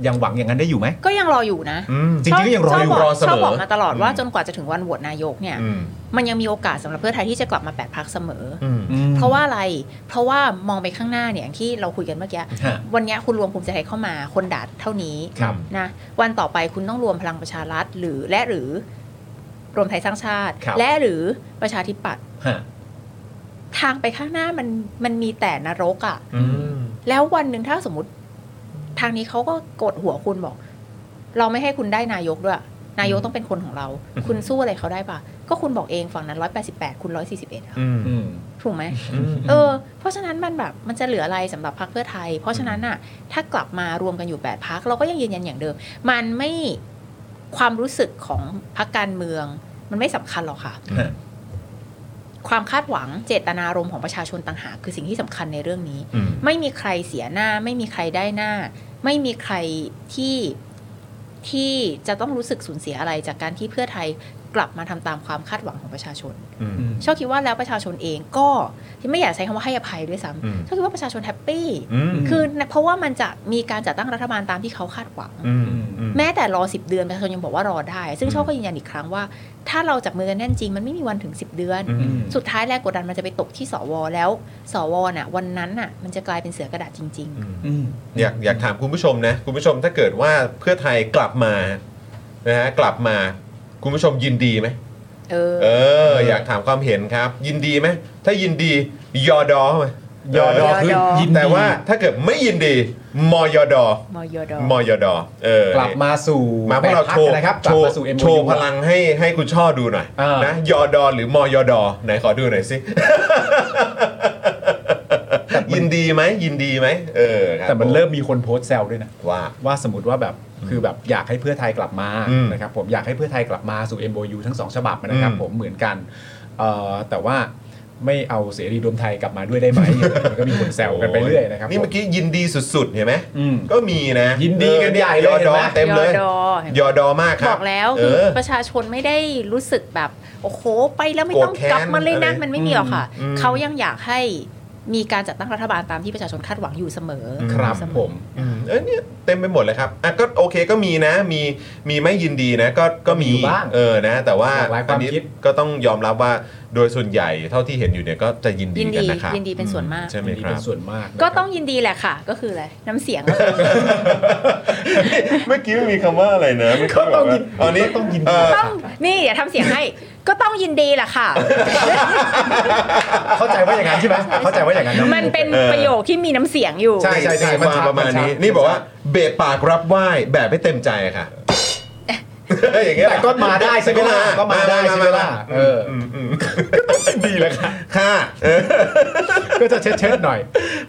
S3: ยังหวังอย่างนั้นได้อยู่ไหม
S6: ก็ยังรออยู่นะ
S1: อืม
S3: จริงๆก็ยังรออยู่
S6: ชบ
S1: ร
S6: บ
S1: อก เสมอ
S6: ชอบบอกมาตลอดว่า
S1: อืม
S6: จนกว่าจะถึงวันโหวตนายกเนี่ย
S1: อืม
S6: มันยังมีโอกาสสำหรับเพื่อไทยที่จะกลับมาแปดพักเสมออ
S1: อืม
S3: อืม
S6: เพราะว่าอะไร เพราะว่ามองไปข้างหน้าเนี่ยอย่างที่เราคุยกันเมื่อกี้
S3: ฮะ
S6: วันเนี้ยคุณรวมภูมิใจไทยเข้ามาคนด่าเท่านี้
S3: ครับ
S6: นะวันต่อไปคุณต้องรวมพลังประชารัฐหรือและหรือรวมไทยสร้างชาติ
S3: ครับ
S6: และหรือประชาธิปัตย์
S3: ฮะ
S6: ทางไปข้างหน้ามันมันมีแต่นรกอะ่ะ
S1: อืม
S6: แล้ววันหนึ่งถ้าสมมติ ทางนี้เขาก็กดหัวคุณบอก เราไม่ให้คุณได้นายกด้วย นายกต้องเป็นคนของเรา คุณสู้อะไรเขาได้ปะก็คุณบอกเองฝั่งนั้นร้อยแปดสิบแปดคุณร้อยสี่สิบเอ็ด
S1: อืม
S3: อืม
S6: ถูกไหม
S1: อืม
S6: เออเพราะฉะนั้นมันแบบมันจะเหลืออะไรสำหรับพรรคเพื่อไทย เพราะฉะนั้นน่ะ ถ้ากลับมารวมกันอยู่ 8พักเราก็ยังยืนยันอย่างเดิม มันไม่ความรู้สึกของพรรคการเมือง มันไม่สำคัญหรอกค่ะ
S1: อืม
S6: ความคาดหวังเจตนารมณ์ของประชาชนต่างหากคือสิ่งที่สำคัญในเรื่องนี้
S1: อืม
S6: ไม่มีใครเสียหน้า ไม่มีใครได้หน้า ไม่มีใครที่ที่จะต้องรู้สึกสูญเสียอะไรจากการที่เพื่อไทย กลับมาทำตามความคาดหวังของประชาชน
S1: อืม
S6: ชอบคิดว่าแล้วประชาชนเองก็ไม่อยากใช้คำว่าให้อภัยด้วยซ้
S1: อืม
S6: ำชอบคิดว่าประชาชนแฮปปี้
S1: อืม
S6: คือเพราะว่ามันจะมีการจัดตั้งรัฐบาลตามที่เขาคาดหวัง
S1: อืมอืม
S6: แม้แต่รอ 10 เดือนประชาชนยังบอกว่ารอได้ ซึ่งชอบก็ยืนยันอีกครั้งว่า ถ้าเราจับมือกันแน่นจริงมันไม่มีวันถึง 10 เดือน
S1: อืม
S6: สุดท้ายแรงกดดันมันจะไปตกที่สวแล้ว สวน่ะวันนั้นน่ะมันจะกลายเป็นเสือกระดาษจริง
S1: อืม
S3: อืม
S1: อยากอยากถามคุณผู้ชมนะคุณผู้ชมถ้าเกิดว่าเพื่อไทยกลับมานะฮะกลับมาคุณผู้ชมยินดีไหม
S6: ๆ เออ
S1: เออ อยากถามความเห็นครับ ยินดีไหมถ้ายินดียอดอเข้ามาย
S3: อดอคือ
S6: เออ
S3: ยินดี
S1: แต่ว่าถ้าเกิดไม่ยินดีมอยอดอ
S6: มอยดอ
S1: มอยอดอเออก
S3: ลับมาสู่
S1: มาพวกเรา
S3: แปดพ
S1: โช
S3: รรค
S1: ว์
S3: นะครับก
S1: โช
S3: ลับ
S1: ว์
S3: มาสู่ MOU
S1: โชว์พลังให้ให้คุณช่อดูหน่อย
S3: อ่าน
S1: นะยอดอหรือมอยอดอไหนขอดูหน่อยสิ ยินดีไหมยินดีไหมเออคบ
S3: แต่มันเริ่มมีคนโพสต์แซวด้วยนะ
S1: ว่า
S3: ว่าสมมติว่าแบบคือแบบอยากให้เพื่อไทยกลับมา
S1: อืม
S3: นะครับผมอยากให้เพื่อไทยกลับมาสู่ MOU ทั้งสองฉบับนะครับ
S1: อืม
S3: ผมเหมือนกันเอ่อแต่ว่าไม่เอาเสรีรวมไทยกลับมาด้วยได้ไหม มันก็มีคนแซวกันไปเรื่อยนะครับ
S1: นี่เมื่อ
S3: ผ
S1: กี้ยินดีสุดๆ เห็นไหม
S3: อืม
S1: ก็มีนะ
S3: ยินดีกันใหญ่เลย
S1: อดอ
S3: เห็นไหม
S1: เต็มเลย
S6: ยอดอเห็นไหม
S1: ยอดอมากครับบ
S6: อกแล้ว
S1: เอ
S6: คือ
S1: อ
S6: ประชาชนไม่ได้รู้สึกแบบ โอ้โห ไปแล้วไม่ต้อง
S1: โกรธแค้น
S6: กลับมาเลยนะ
S1: อะไร
S6: มันไม่มีหรอกค่ะ
S1: อืม
S6: เขายังอยากให้มีการจัดตั้งรัฐบาลตามที่ประชาชนคาดหวังอยู่เสมอ
S1: อืม
S3: ครับ
S6: เสม
S3: ผ
S6: อ
S3: ม
S1: อืมเออเนี่ยเต็มไปหมดเลยครับอ่ะก็โอเคก็มีนะ มีมีไม่ยินดีนะ ก็ก็มี
S3: มีอยู่บ้าง
S1: เออนะ แต่ว่า
S3: หลากหลายความ
S1: อันนี้
S3: คิด
S1: ก็ต้องยอมรับว่าโดยส่วนใหญ่เท่าที่เห็นอยู่เนี่ยก็จะยินดี
S6: ยินดี
S1: กันนะครับ
S6: ยินดีเป็นส่วนมาก
S1: ใช่ไหม
S3: นี่
S1: ครั
S3: เป็
S1: บ
S3: นส่วนมากนะครับ
S6: ก็ต้องยินดีแหละค่ะ ก็คืออะไร น้ำเสียง
S1: เมื่อกี้ไม่มีคำว่าอะไรนะเมื่กี้
S3: ก็ต้องยิน
S1: แบบว่าอันนี้
S3: ก็ต้องยินดี
S1: เ
S6: ต้องนี่อย่าทำเสียงให้ ก็ต้องยินดีแหละค่ะ
S3: เข้าใจว่าอย่างนั้นใช่ไหมเข้าใจว่าอย่างนั้นอะ
S6: มันเป็นประโยคที่มีน้ำเสียงอยู่
S3: ใช่ใช่ใช่มันชัด
S1: ประมาณนี้
S3: มันชัด
S1: นี่บอกว่าเบะปากรับไหว้แบบไม่เต็มใจอะค่ะ อย่างเงี้ย
S3: แต่ก็มาได้ใช่ไหมล่ะก็มาได้ใช่ไหมล่ะเออดีแล้วค่ะ
S1: ค่ะเออ
S3: ก็จะเช็ดเช็ดๆหน่อย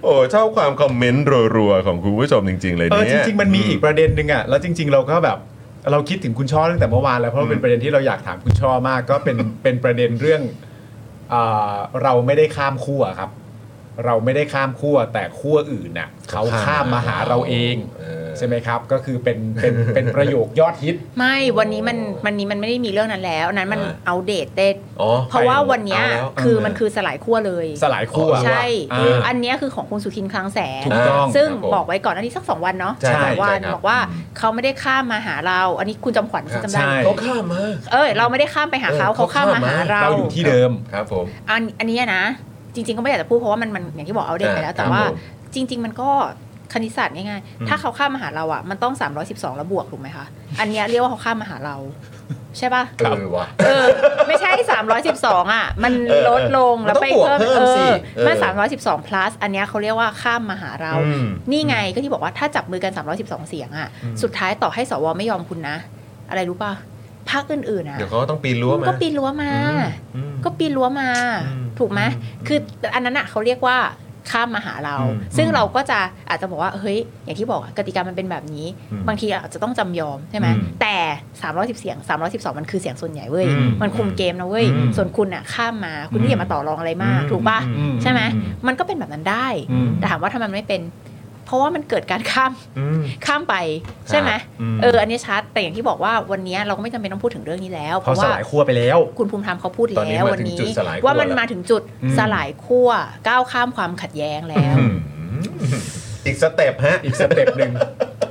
S1: โอ้ชอบความคอมเมนต์รัวๆของคุณผู้ชมจริง ๆ เลย
S3: เออ
S1: เนี่ย
S3: จริงๆมันมีอีกประเด็นหนึ่งอ่ะแล้วจริง ๆ เราก็แบบเราคิดถึงคุณช่อตั้งแต่เมื่อวานแล้วเพราะว่าเป็นประเด็นที่เราอยากถามคุณช่อมาก ก็เป็น เป็นประเด็นเรื่องเอ่อเราไม่ได้ข้ามขั้วครับ เราไม่ได้ข้ามขั้วแต่ขั้วอื่นน่ะเขาข้ามมาหาเราเอง
S1: เออ
S3: ใช่ไหมครับ ก็คือเป็น เป็นเป็นประโยคยอดฮิต
S6: ไม่วันนี้มันวันนี้มันไม่ได้มีเรื่องนั้นแล้วอันนั้นมัน
S1: อ่า
S6: เอาเดตเดต
S1: อ๋อ
S6: เพราะว่าวันเนี้ย
S1: เอาแล้ว
S6: คือ
S1: เ
S6: มันคือสลายขั้วเลย
S3: สลายขั้ว
S6: ใช่
S3: อ่า
S6: อันเนี้ยคือของคุณสุทินคลังแสง
S3: ถูกต้อง
S6: ซึ่ง
S1: ครับผม
S6: บอกไว้ก่อนอันนี้สักสองวันเนาะ
S1: ใช่
S6: สองวัน
S1: ใช่ครับ
S6: บอกว่าเขาไม่ได้ข้ามมาหาเรา อันนี้คุณจำขวัญคุณจำได้
S3: ใช่
S1: เขาข้ามมา
S6: เอ้ยเราไม่ได้ข้ามไปหาเขา
S1: เออ
S6: เขาข้าม
S1: เขาข้าม
S6: มาหา
S1: มา
S6: เรา
S3: เราอยู่ที่เดิม
S1: ครับผม
S6: อันอันเนี้ยนะ จริง ๆ ก็ไม่อยากจะพูดเพราะว่ามันมันอย่างที่บอกเอาเด็กไปแล้ว
S1: อ่า
S6: แต่ว่า
S1: ครับผม
S6: จริง ๆ มันก็คณิตศาสตร์ง่าย
S1: อืม
S6: ๆถ้าเขาข้ามมาหาเราอ่ะมันต้อง 312 แล้วบวกถูกไหมคะอันเนี้ยเรียกว่าเขาข้ามมาหาเรา ใช่ป่ะ
S1: เออว่ะ
S6: เออไม่ใช่ 312 อ่ะ มัน
S1: เออ
S6: ลดลง
S1: มัน
S6: แล้วไป
S1: ต้องบวก
S6: เพิ่ม
S1: เพิ่ม
S6: เอ
S1: สิ
S6: อ
S1: เออ
S6: ไม่312 plus อันเนี้ยเขาเรียกว่าข้ามมาหาเรา
S1: อืม
S6: นี่ไงก็ที่บอกว่าถ้าจับมือกัน 312 เสียงอ่ะ
S1: อืม
S6: สุดท้ายต่อให้สวไม่ยอมคุณนะ อะไรรู้ป่ะพรรคอื่นๆอ่ะ
S1: เดี๋ยวเขาก็ต้องปีนรั้วมา
S6: ก็ปีนรั้วมา
S1: อืม
S6: ก็ปีนรั้วมา
S1: อืม
S6: ถูกไหม
S1: อืม
S6: คืออันนั้นอ่ะเขาเรียกว่าข้ามมาหาเรา
S1: อืม
S6: ซึ่งเราก็จะอาจจะบอกว่าเฮ้ยอย่างที่บอกอะกติกามันเป็นแบบนี้
S1: อืม
S6: บางทีอาจจะต้องจำยอมใช่ไหม
S1: อืม
S6: แต่ 310 เสียง 312 มันคือเสียงส่วนใหญ่เว้ย
S1: อืม
S6: มันคุมเกมนะเว้ย
S1: อืม
S6: ส่วนคุณอ่ะข้ามมาคุณ
S1: อืม
S6: นี่อย่ามาต่อรองอะไรมาก
S1: อืม
S6: ถูกป่ะ
S1: อืม
S6: ใช่ไหม
S1: อืม
S6: มันก็เป็นแบบนั้นได้
S1: อืม
S6: แต่ถามว่าทำไมมันไม่เป็น เพราะว่ามันเกิดการข้าม
S1: อืม
S6: ข้ามไปใช่ไหม
S1: อืม
S6: เอออันนี้ชัดแต่อย่างที่บอกว่าวันนี้เราก็ไม่จำเป็นต้องพูดถึงเรื่องนี้แล้ว
S3: เพราะสลายขั้วไปแล้ว
S6: คุณภูมิธรรมเขาพูด
S1: ตอนนี้
S6: แล้ว
S1: มา
S6: วัน
S1: ถึง
S6: นี้
S1: จุดสลายขั้ว
S6: ว่ามัน
S1: แล้ว
S6: มาถึงจุด
S3: อืม
S6: สลายขั้วก้าวข้ามความขัดแย้งแล้ว
S1: อืมอีกสเต็ปฮะ
S3: อีกสเต็ปหนึ่ง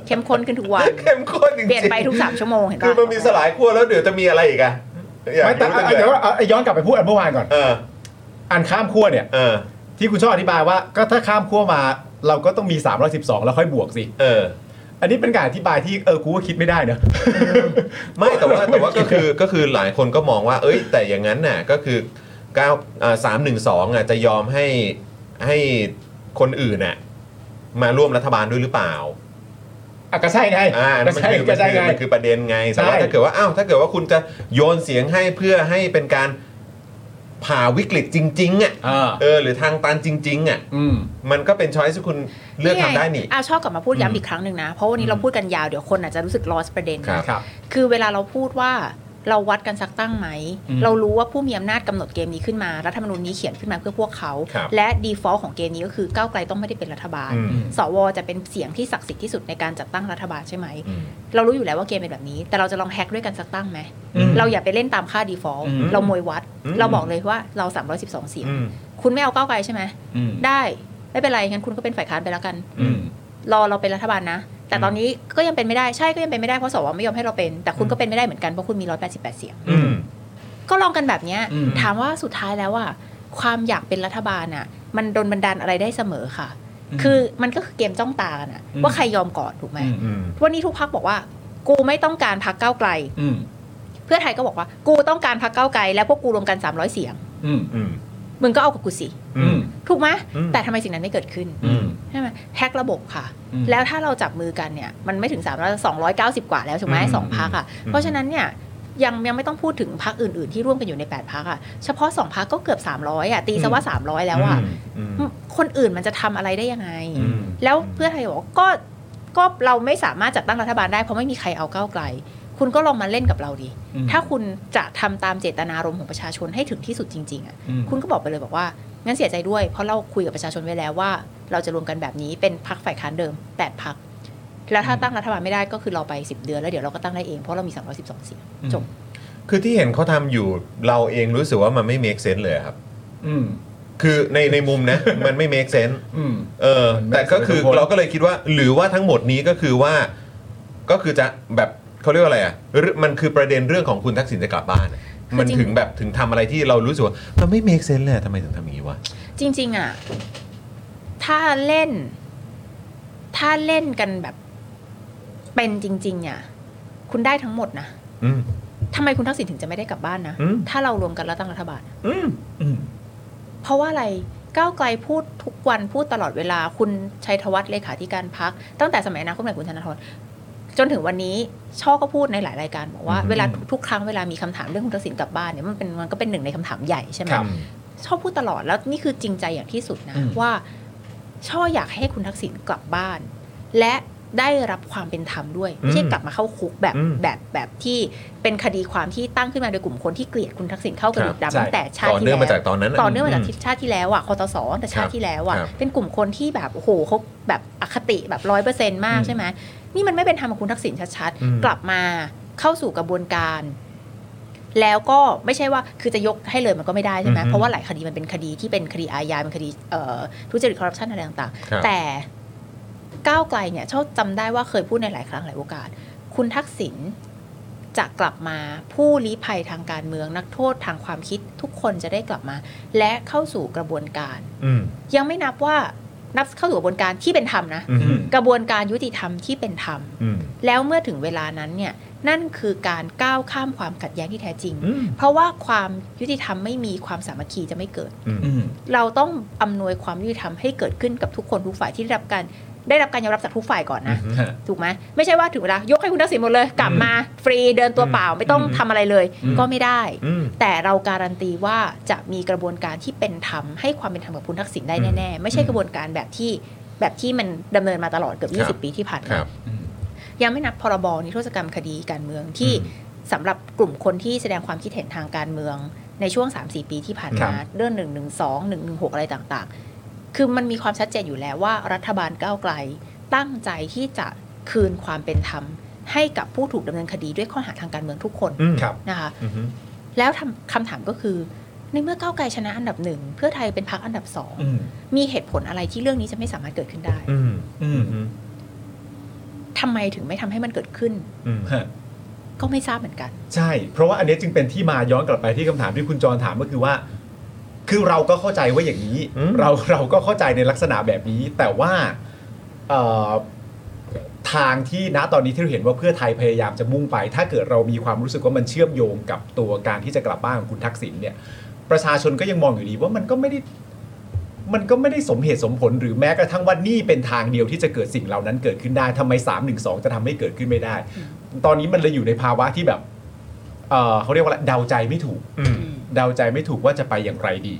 S6: เข้มข้นขึ้นทุกวัน
S1: เข้มข้นจริงๆ
S6: เปลี่ยนไปทุกสามชั่วโมงเห็น
S1: คือ
S6: ป่ะ
S1: มันมีสลายขั้วแล้วเดี๋ยวจะมีอะไรอีกอะอยาก
S3: ไม่แต่
S1: รู้
S3: อ่ะ
S1: จังล
S3: เดี๋ยวอ่ะย้อนกลับไปพูดอันเมื่อวานก่อน
S1: เออ
S3: อันข้ามขั้วเนี่ย
S1: เออ
S3: ที่คุณชอบอธิบายว่าก็ถ้าข้ามขั้วมาเราก็ต้องมี 312 แล้วค่อยบวกสิ
S1: เออ
S3: อันนี้เป็นการอธิบายที่เออกูก็คิดไม่ได้เนอะ
S1: ไม่แต่ว่าแต่ว่าก็คือก็คือหลายคนก็มองว่า เอ้ย แต่อย่างนั้นน่ะก็คือเก้าสามหนึ่งสองอ่ะจะยอมให้ให้คนอื่นน่ะมาร่วมรัฐบาลด้วยหรือเปล่า
S3: อ่ะก็ใช่ไง
S1: อ่านั่น
S3: ก็
S1: มัน
S3: ใช่
S1: คือ
S3: ก็
S1: มัน
S3: ใช่
S1: คือ
S3: ไง
S1: มันคือประเด็นไงแต่ว่า
S3: ใช่
S1: ถ้าเกิดว่าอ้าวถ้าเกิดว่าคุณจะโยนเสียงให้เพื่อให้เป็นการผ่าวิกฤตจริงๆอ่ะ
S3: อ่า
S1: เออหรือทางตันจริงๆอ่ะ
S3: อืม
S1: มันก็เป็นช้อยที่คุณเลือกทำได้นี่
S6: ไงอ้าวชอบกลับมาพูด
S1: อืม
S6: ย้ำอีกครั้งหนึ่งนะ เพราะวันนี้เราพูดกันยาวเดี๋ยวคนอาจจะรู้สึก lost ประเด็น
S1: ครับ
S6: คือเวลาเราพูดว่า เราวัดกันสักตั้งไหม เรารู้ว่าผู้มีอำนาจกำหนดเกมนี้ขึ้นมา รัฐธรรมนูญนี้เขียนขึ้นมาเพื่อพวกเขา
S1: ครับ
S6: และ default ของเกมนี้ก็คือก้าวไกลต้องไม่ได้เป็นรัฐบาล
S1: อืม
S6: สวจะเป็นเสียงที่ศักดิ์สิทธิ์ที่สุดในการจัดตั้งรัฐบาลใช่ไหม
S1: อืม
S6: เรารู้อยู่แล้วว่าเกมเป็นแบบนี้ แต่เราจะลองแฮกด้วยกันสักตั้งไหม
S3: อืม
S6: เราอย่าไปเล่นตามค่า default
S1: อืม
S6: เรามวยวัด
S1: อืม
S6: เราบอกเลยว่าเรา 312 เสียง
S1: อืม
S6: คุณไม่เอาก้าวไกลใช่ไหม
S3: อืม
S6: ได้ ไม่เป็นไร งั้นคุณก็เป็นฝ่ายค้านไปแล้วกัน
S3: อืม
S6: รอเราเป็นรัฐบาลนะ แต่ตอนนี้ก็ยังเป็นไม่ได้ ใช่ก็ยังเป็นไม่ได้ เพราะสวไม่ยอมให้เราเป็น แต่คุณก็เป็นไม่ได้เหมือนกัน เพราะคุณมี 188 เสียง
S1: อืม
S6: ก็ลองกันแบบเนี้ย
S3: อืม
S6: ถามว่าสุดท้ายแล้วอ่ะ ความอยากเป็นรัฐบาลอ่ะ มันโดนบันดาลอะไรได้เสมอค่ะ คือมันก็คือเกมจ้องตากันอ่ะ ว่าใครยอมก่อนถูกไหม
S1: อืม
S6: วันนี้ทุกพักบอกว่า กูไม่ต้องการพักก้าวไกล
S3: อืม
S6: เพื่อไทยก็บอกว่า กูต้องการพักเก้าวไกล แล้วพวกกูรวมกัน 300 เสียง
S3: อืม
S1: อืม
S6: มึงก็เอากับกูสิ
S1: อืม
S6: ถูกไหม
S1: อืม
S6: แต่ทำไมสิ่งนั้นไม่เกิดขึ้น
S3: อืม
S6: ใช่ไหมแฮกระบบค่ะ
S3: อืม
S6: แล้วถ้าเราจับมือกันเนี่ย มันไม่ถึง3 0 0 290 กว่าแล้วถูกไหม
S1: อืม
S6: สองพักอ่ะ
S1: อืม
S6: เพราะฉะนั้นเนี่ยยังยังไม่ต้องพูดถึงพักอื่น ๆ ที่ร่วมกันอยู่ใน 8พักอ่ะ เฉพาะ 2พักก็เกือบ 300อ่ะตีซะว่า 300 แล้วอ่ะ
S1: อืม
S6: คนอื่นมันจะทำอะไรได้ยังไง
S1: อืม
S6: แล้วเพื่อไทยบอกว่าก็ก็เราไม่สามารถจัดตั้งรัฐบาลได้เพราะไม่มีใครเอาก้าวไกล คุณก็ลองมาเล่นกับเราดิ
S3: อืม
S6: ถ้าคุณจะทำตามเจตนารมณ์ของประชาชนให้ถึงที่สุดจริงๆอ่ะ
S3: อืม
S6: คุณก็บอกไปเลยบอกว่า งั้นเสียใจด้วย เพราะเราคุยกับประชาชนไว้แล้วว่า เราจะรวมกันแบบนี้เป็นพักฝ่ายค้านเดิม 8พัก แล้วถ้าตั้งรัฐบาลไม่ได้ก็คือรอไป 10 เดือน แล้วเดี๋ยวเราก็ตั้งได้เองเพราะเรามี 312 เสียงจบ
S1: คือที่เห็นเขาทำอยู่เราเองรู้สึกว่ามันไม่ make sense เลยครับ
S3: อืม
S1: คือในในมุมนะ มันไม่ make sense
S3: อืม
S1: เออ
S3: มันไม่
S1: แต่ก็คือ
S3: make sense ทุกคน
S1: เราก็เลยคิดว่า หรือว่าทั้งหมดนี้ก็คือว่า ก็คือจะแบบเขาเรียกว่าอะไรอ่ะหรือมันคือประเด็นเรื่องของคุณทักษิณจะกลับบ้านอะ
S6: คือ
S1: มัน
S6: จริง
S1: ถึงแบบถึงทำอะไรที่เรารู้สึกว่ามันไม่ make sense เลยอะทำไมถึงทำอย่างนี้วะ
S6: จริง ๆ อ่ะ ถ้าเล่น ถ้าเล่นกันแบบเป็นจริง ๆ อ่ะ คุณได้ทั้งหมดนะ
S1: อืม
S6: ทำไมคุณทักษิณถึงจะไม่ได้กลับบ้านนะ
S1: อืม
S6: ถ้าเรารวมกันแล้วตั้งรัฐบาล
S1: อืม
S3: อืม
S6: เพราะว่าอะไรก้าวไกลพูดทุกวันพูดตลอดเวลาคุณชัยธวัฒน์เลขาธิการพัก ตั้งแต่สมัยอนาคตใหม่คุณธนาธรจนถึงวันนี้ช่อก็พูดในหลายรายการบอกว่าเวลาทุกครั้งเวลามีคำถามเรื่องคุณทักษิณกลับบ้านเนี่ยมันเป็นมันก็เป็นหนึ่งในคำถามใหญ่ใช่ไหม
S3: ครับ
S6: ชอบพูดตลอดแล้วนี่คือจริงใจอย่างที่สุดนะ
S3: อืม
S6: ว่าชอบอยากให้คุณทักษิณกลับบ้าน และได้รับความเป็นธรรมด้วยไม่ใช่กลับมาเข้าคุกแบบ
S1: อืม
S6: แบบแบบที่เป็นคดีความที่ตั้งขึ้นมาโดยกลุ่มคนที่เกลียดคุณทักษิณเข้ากระดูก
S1: ครับ
S6: ดำตั้งแต่ชาติ
S1: ต่อ
S6: ที่
S1: เนื่อง
S6: แล้ว
S1: มาจากตอนนั้นน่ะ
S6: ต่อเนื่องมาจาก
S1: อืม
S6: ชาติที่แล้วอ่ะคอตสตั้งแต่ชา
S1: ครั
S6: ติ
S1: บ
S6: ที่แล้วอ่ะ
S1: ครับ
S6: เป็นกลุ่มคนที่แบบโอ้โหเขาแบบอคติแบบร้อยเปอร์เซ็นต์มากใช่ไหมนี่มันไม่เป็นธรรมกับคุณทักษิณชัด
S1: อืม
S6: ๆกลับมาเข้าสู่กระบวนการ แล้วก็ไม่ใช่ว่าคือจะยกให้เลยมันก็ไม่ได้ใช่ไหม
S1: อือฮึ
S6: เพราะว่าหลายคดีมันเป็นคดีที่เป็นคดีอาญาเป็นคดีเอ่อทุจริตคอร์รัปชันอะไรต่าง
S1: ครับ
S6: ๆ แต่ก้าวไกลเนี่ยชอบจำได้ว่าเคยพูดในหลายครั้งหลายโอกาส คุณทักษิณจะกลับมาผู้ลี้ภัยทางการเมืองนักโทษทางความคิดทุกคนจะได้กลับมา และเข้าสู่กระบวนการ
S1: อืม
S6: ยังไม่นับว่านับเข้าสู่กระบวนการที่เป็นธรรมนะ
S1: อืม
S6: กระบวนการยุติธรรมที่เป็นธรรม
S1: อืม
S6: แล้วเมื่อถึงเวลานั้นเนี่ยนั่นคือการก้าวข้ามความขัดแย้งที่แท้จริง
S1: อืม
S6: เพราะว่าความยุติธรรมไม่มีความสามัคคีจะไม่เกิด
S1: อืม
S3: อืม
S6: เราต้องอำนวยความยุติธรรมให้เกิดขึ้นกับทุกคนทุกฝ่ายที่ได้รับการได้รับการยอมรับจากทุกฝ่ายก่อนนะถูกไหมไม่ใช่ว่าถึงเวลายกให้คุณทักษิณหมดเลย กลับมาฟรีเดินตัวเปล่าไม่ต้องทำอะไรเลย
S3: อืม
S6: ก็ไม่ได้
S1: อืม
S6: แต่เราการันตีว่าจะมีกระบวนการที่เป็นธรรมให้ความเป็นธรรมกับคุณทักษิณได้แน่ๆไม่ใช่กระบวนการแบบที่แบบที่มันดำเนินมาตลอดเกือบ
S1: ครับ
S6: 20 ปีที่ผ่าน
S1: ค
S6: มา
S1: รับ
S3: อืม
S6: ยังไม่นับพรบนิรโทษกรรมคดีการเมืองที่
S1: อืม
S6: สำหรับกลุ่มคนที่แสดงความคิดเห็นทางการเมือง ในช่วง 3-4 ปีที่ผ่าน
S3: ครั
S6: มา
S3: บ
S6: เรื่อง1 1 2 1 1 6 อะไรต่างๆ คือมันมีความชัดเจนอยู่แล้วว่ารัฐบาลก้าวไกล ตั้งใจที่จะคืนความเป็นธรรม ให้กับผู้ถูกดำเนินคดีด้วยข้อหาทางการเมืองทุกคน
S1: อืม
S3: ครับ
S6: นะคะ
S1: อืม
S6: แล้วทำคำถามก็คือ ในเมื่อก้าวไกลชนะอันดับหนึ่งเพื่อไทยเป็นพรรคอันดับสอง
S3: อืม
S6: มีเหตุผลอะไรที่เรื่องนี้จะไม่สามารถเกิดขึ้นได้
S1: อืม
S3: อื
S1: อื
S3: ม
S1: มอืม
S6: ทำไมถึงไม่ทำให้มันเกิดขึ้น
S1: อืม
S3: ฮะ
S6: ก็ไม่ทราบเหมือนกัน
S3: ใช่ เพราะว่าอันเนี้ยจึงเป็นที่มาย้อนกลับไปที่คำถามที่คุณจรถามก็คือว่า คือเราก็เข้าใจว่าอย่างนี้
S1: อืม
S3: เราเราก็เข้าใจในลักษณะแบบนี้ แต่ว่าเอ่อทางที่ณตอนนี้ที่เราเห็นว่าเพื่อไทยพยายามจะมุ่งไป ถ้าเกิดเรามีความรู้สึกว่ามันเชื่อมโยงกับตัวการที่จะกลับบ้านของคุณทักษิณเนี่ย ประชาชนก็ยังมองอยู่ดีว่ามันก็ไม่ได้ มันก็ไม่ได้สมเหตุสมผลหรือแม้กระทั่งว่านี่เป็นทางเดียวที่จะเกิดสิ่งเหล่านั้นเกิดขึ้นได้ทำไม3ามหนึ่งสองจะทำให้เกิดขึ้นไม่ได้ ตอนนี้มันเลยอยู่ในภาวะที่แบบเอ่อเขาเรียกว่าอะไรเดาใจไม่ถูก
S1: อืม
S3: เดาใจไม่ถูกว่าจะไปอย่างไรดี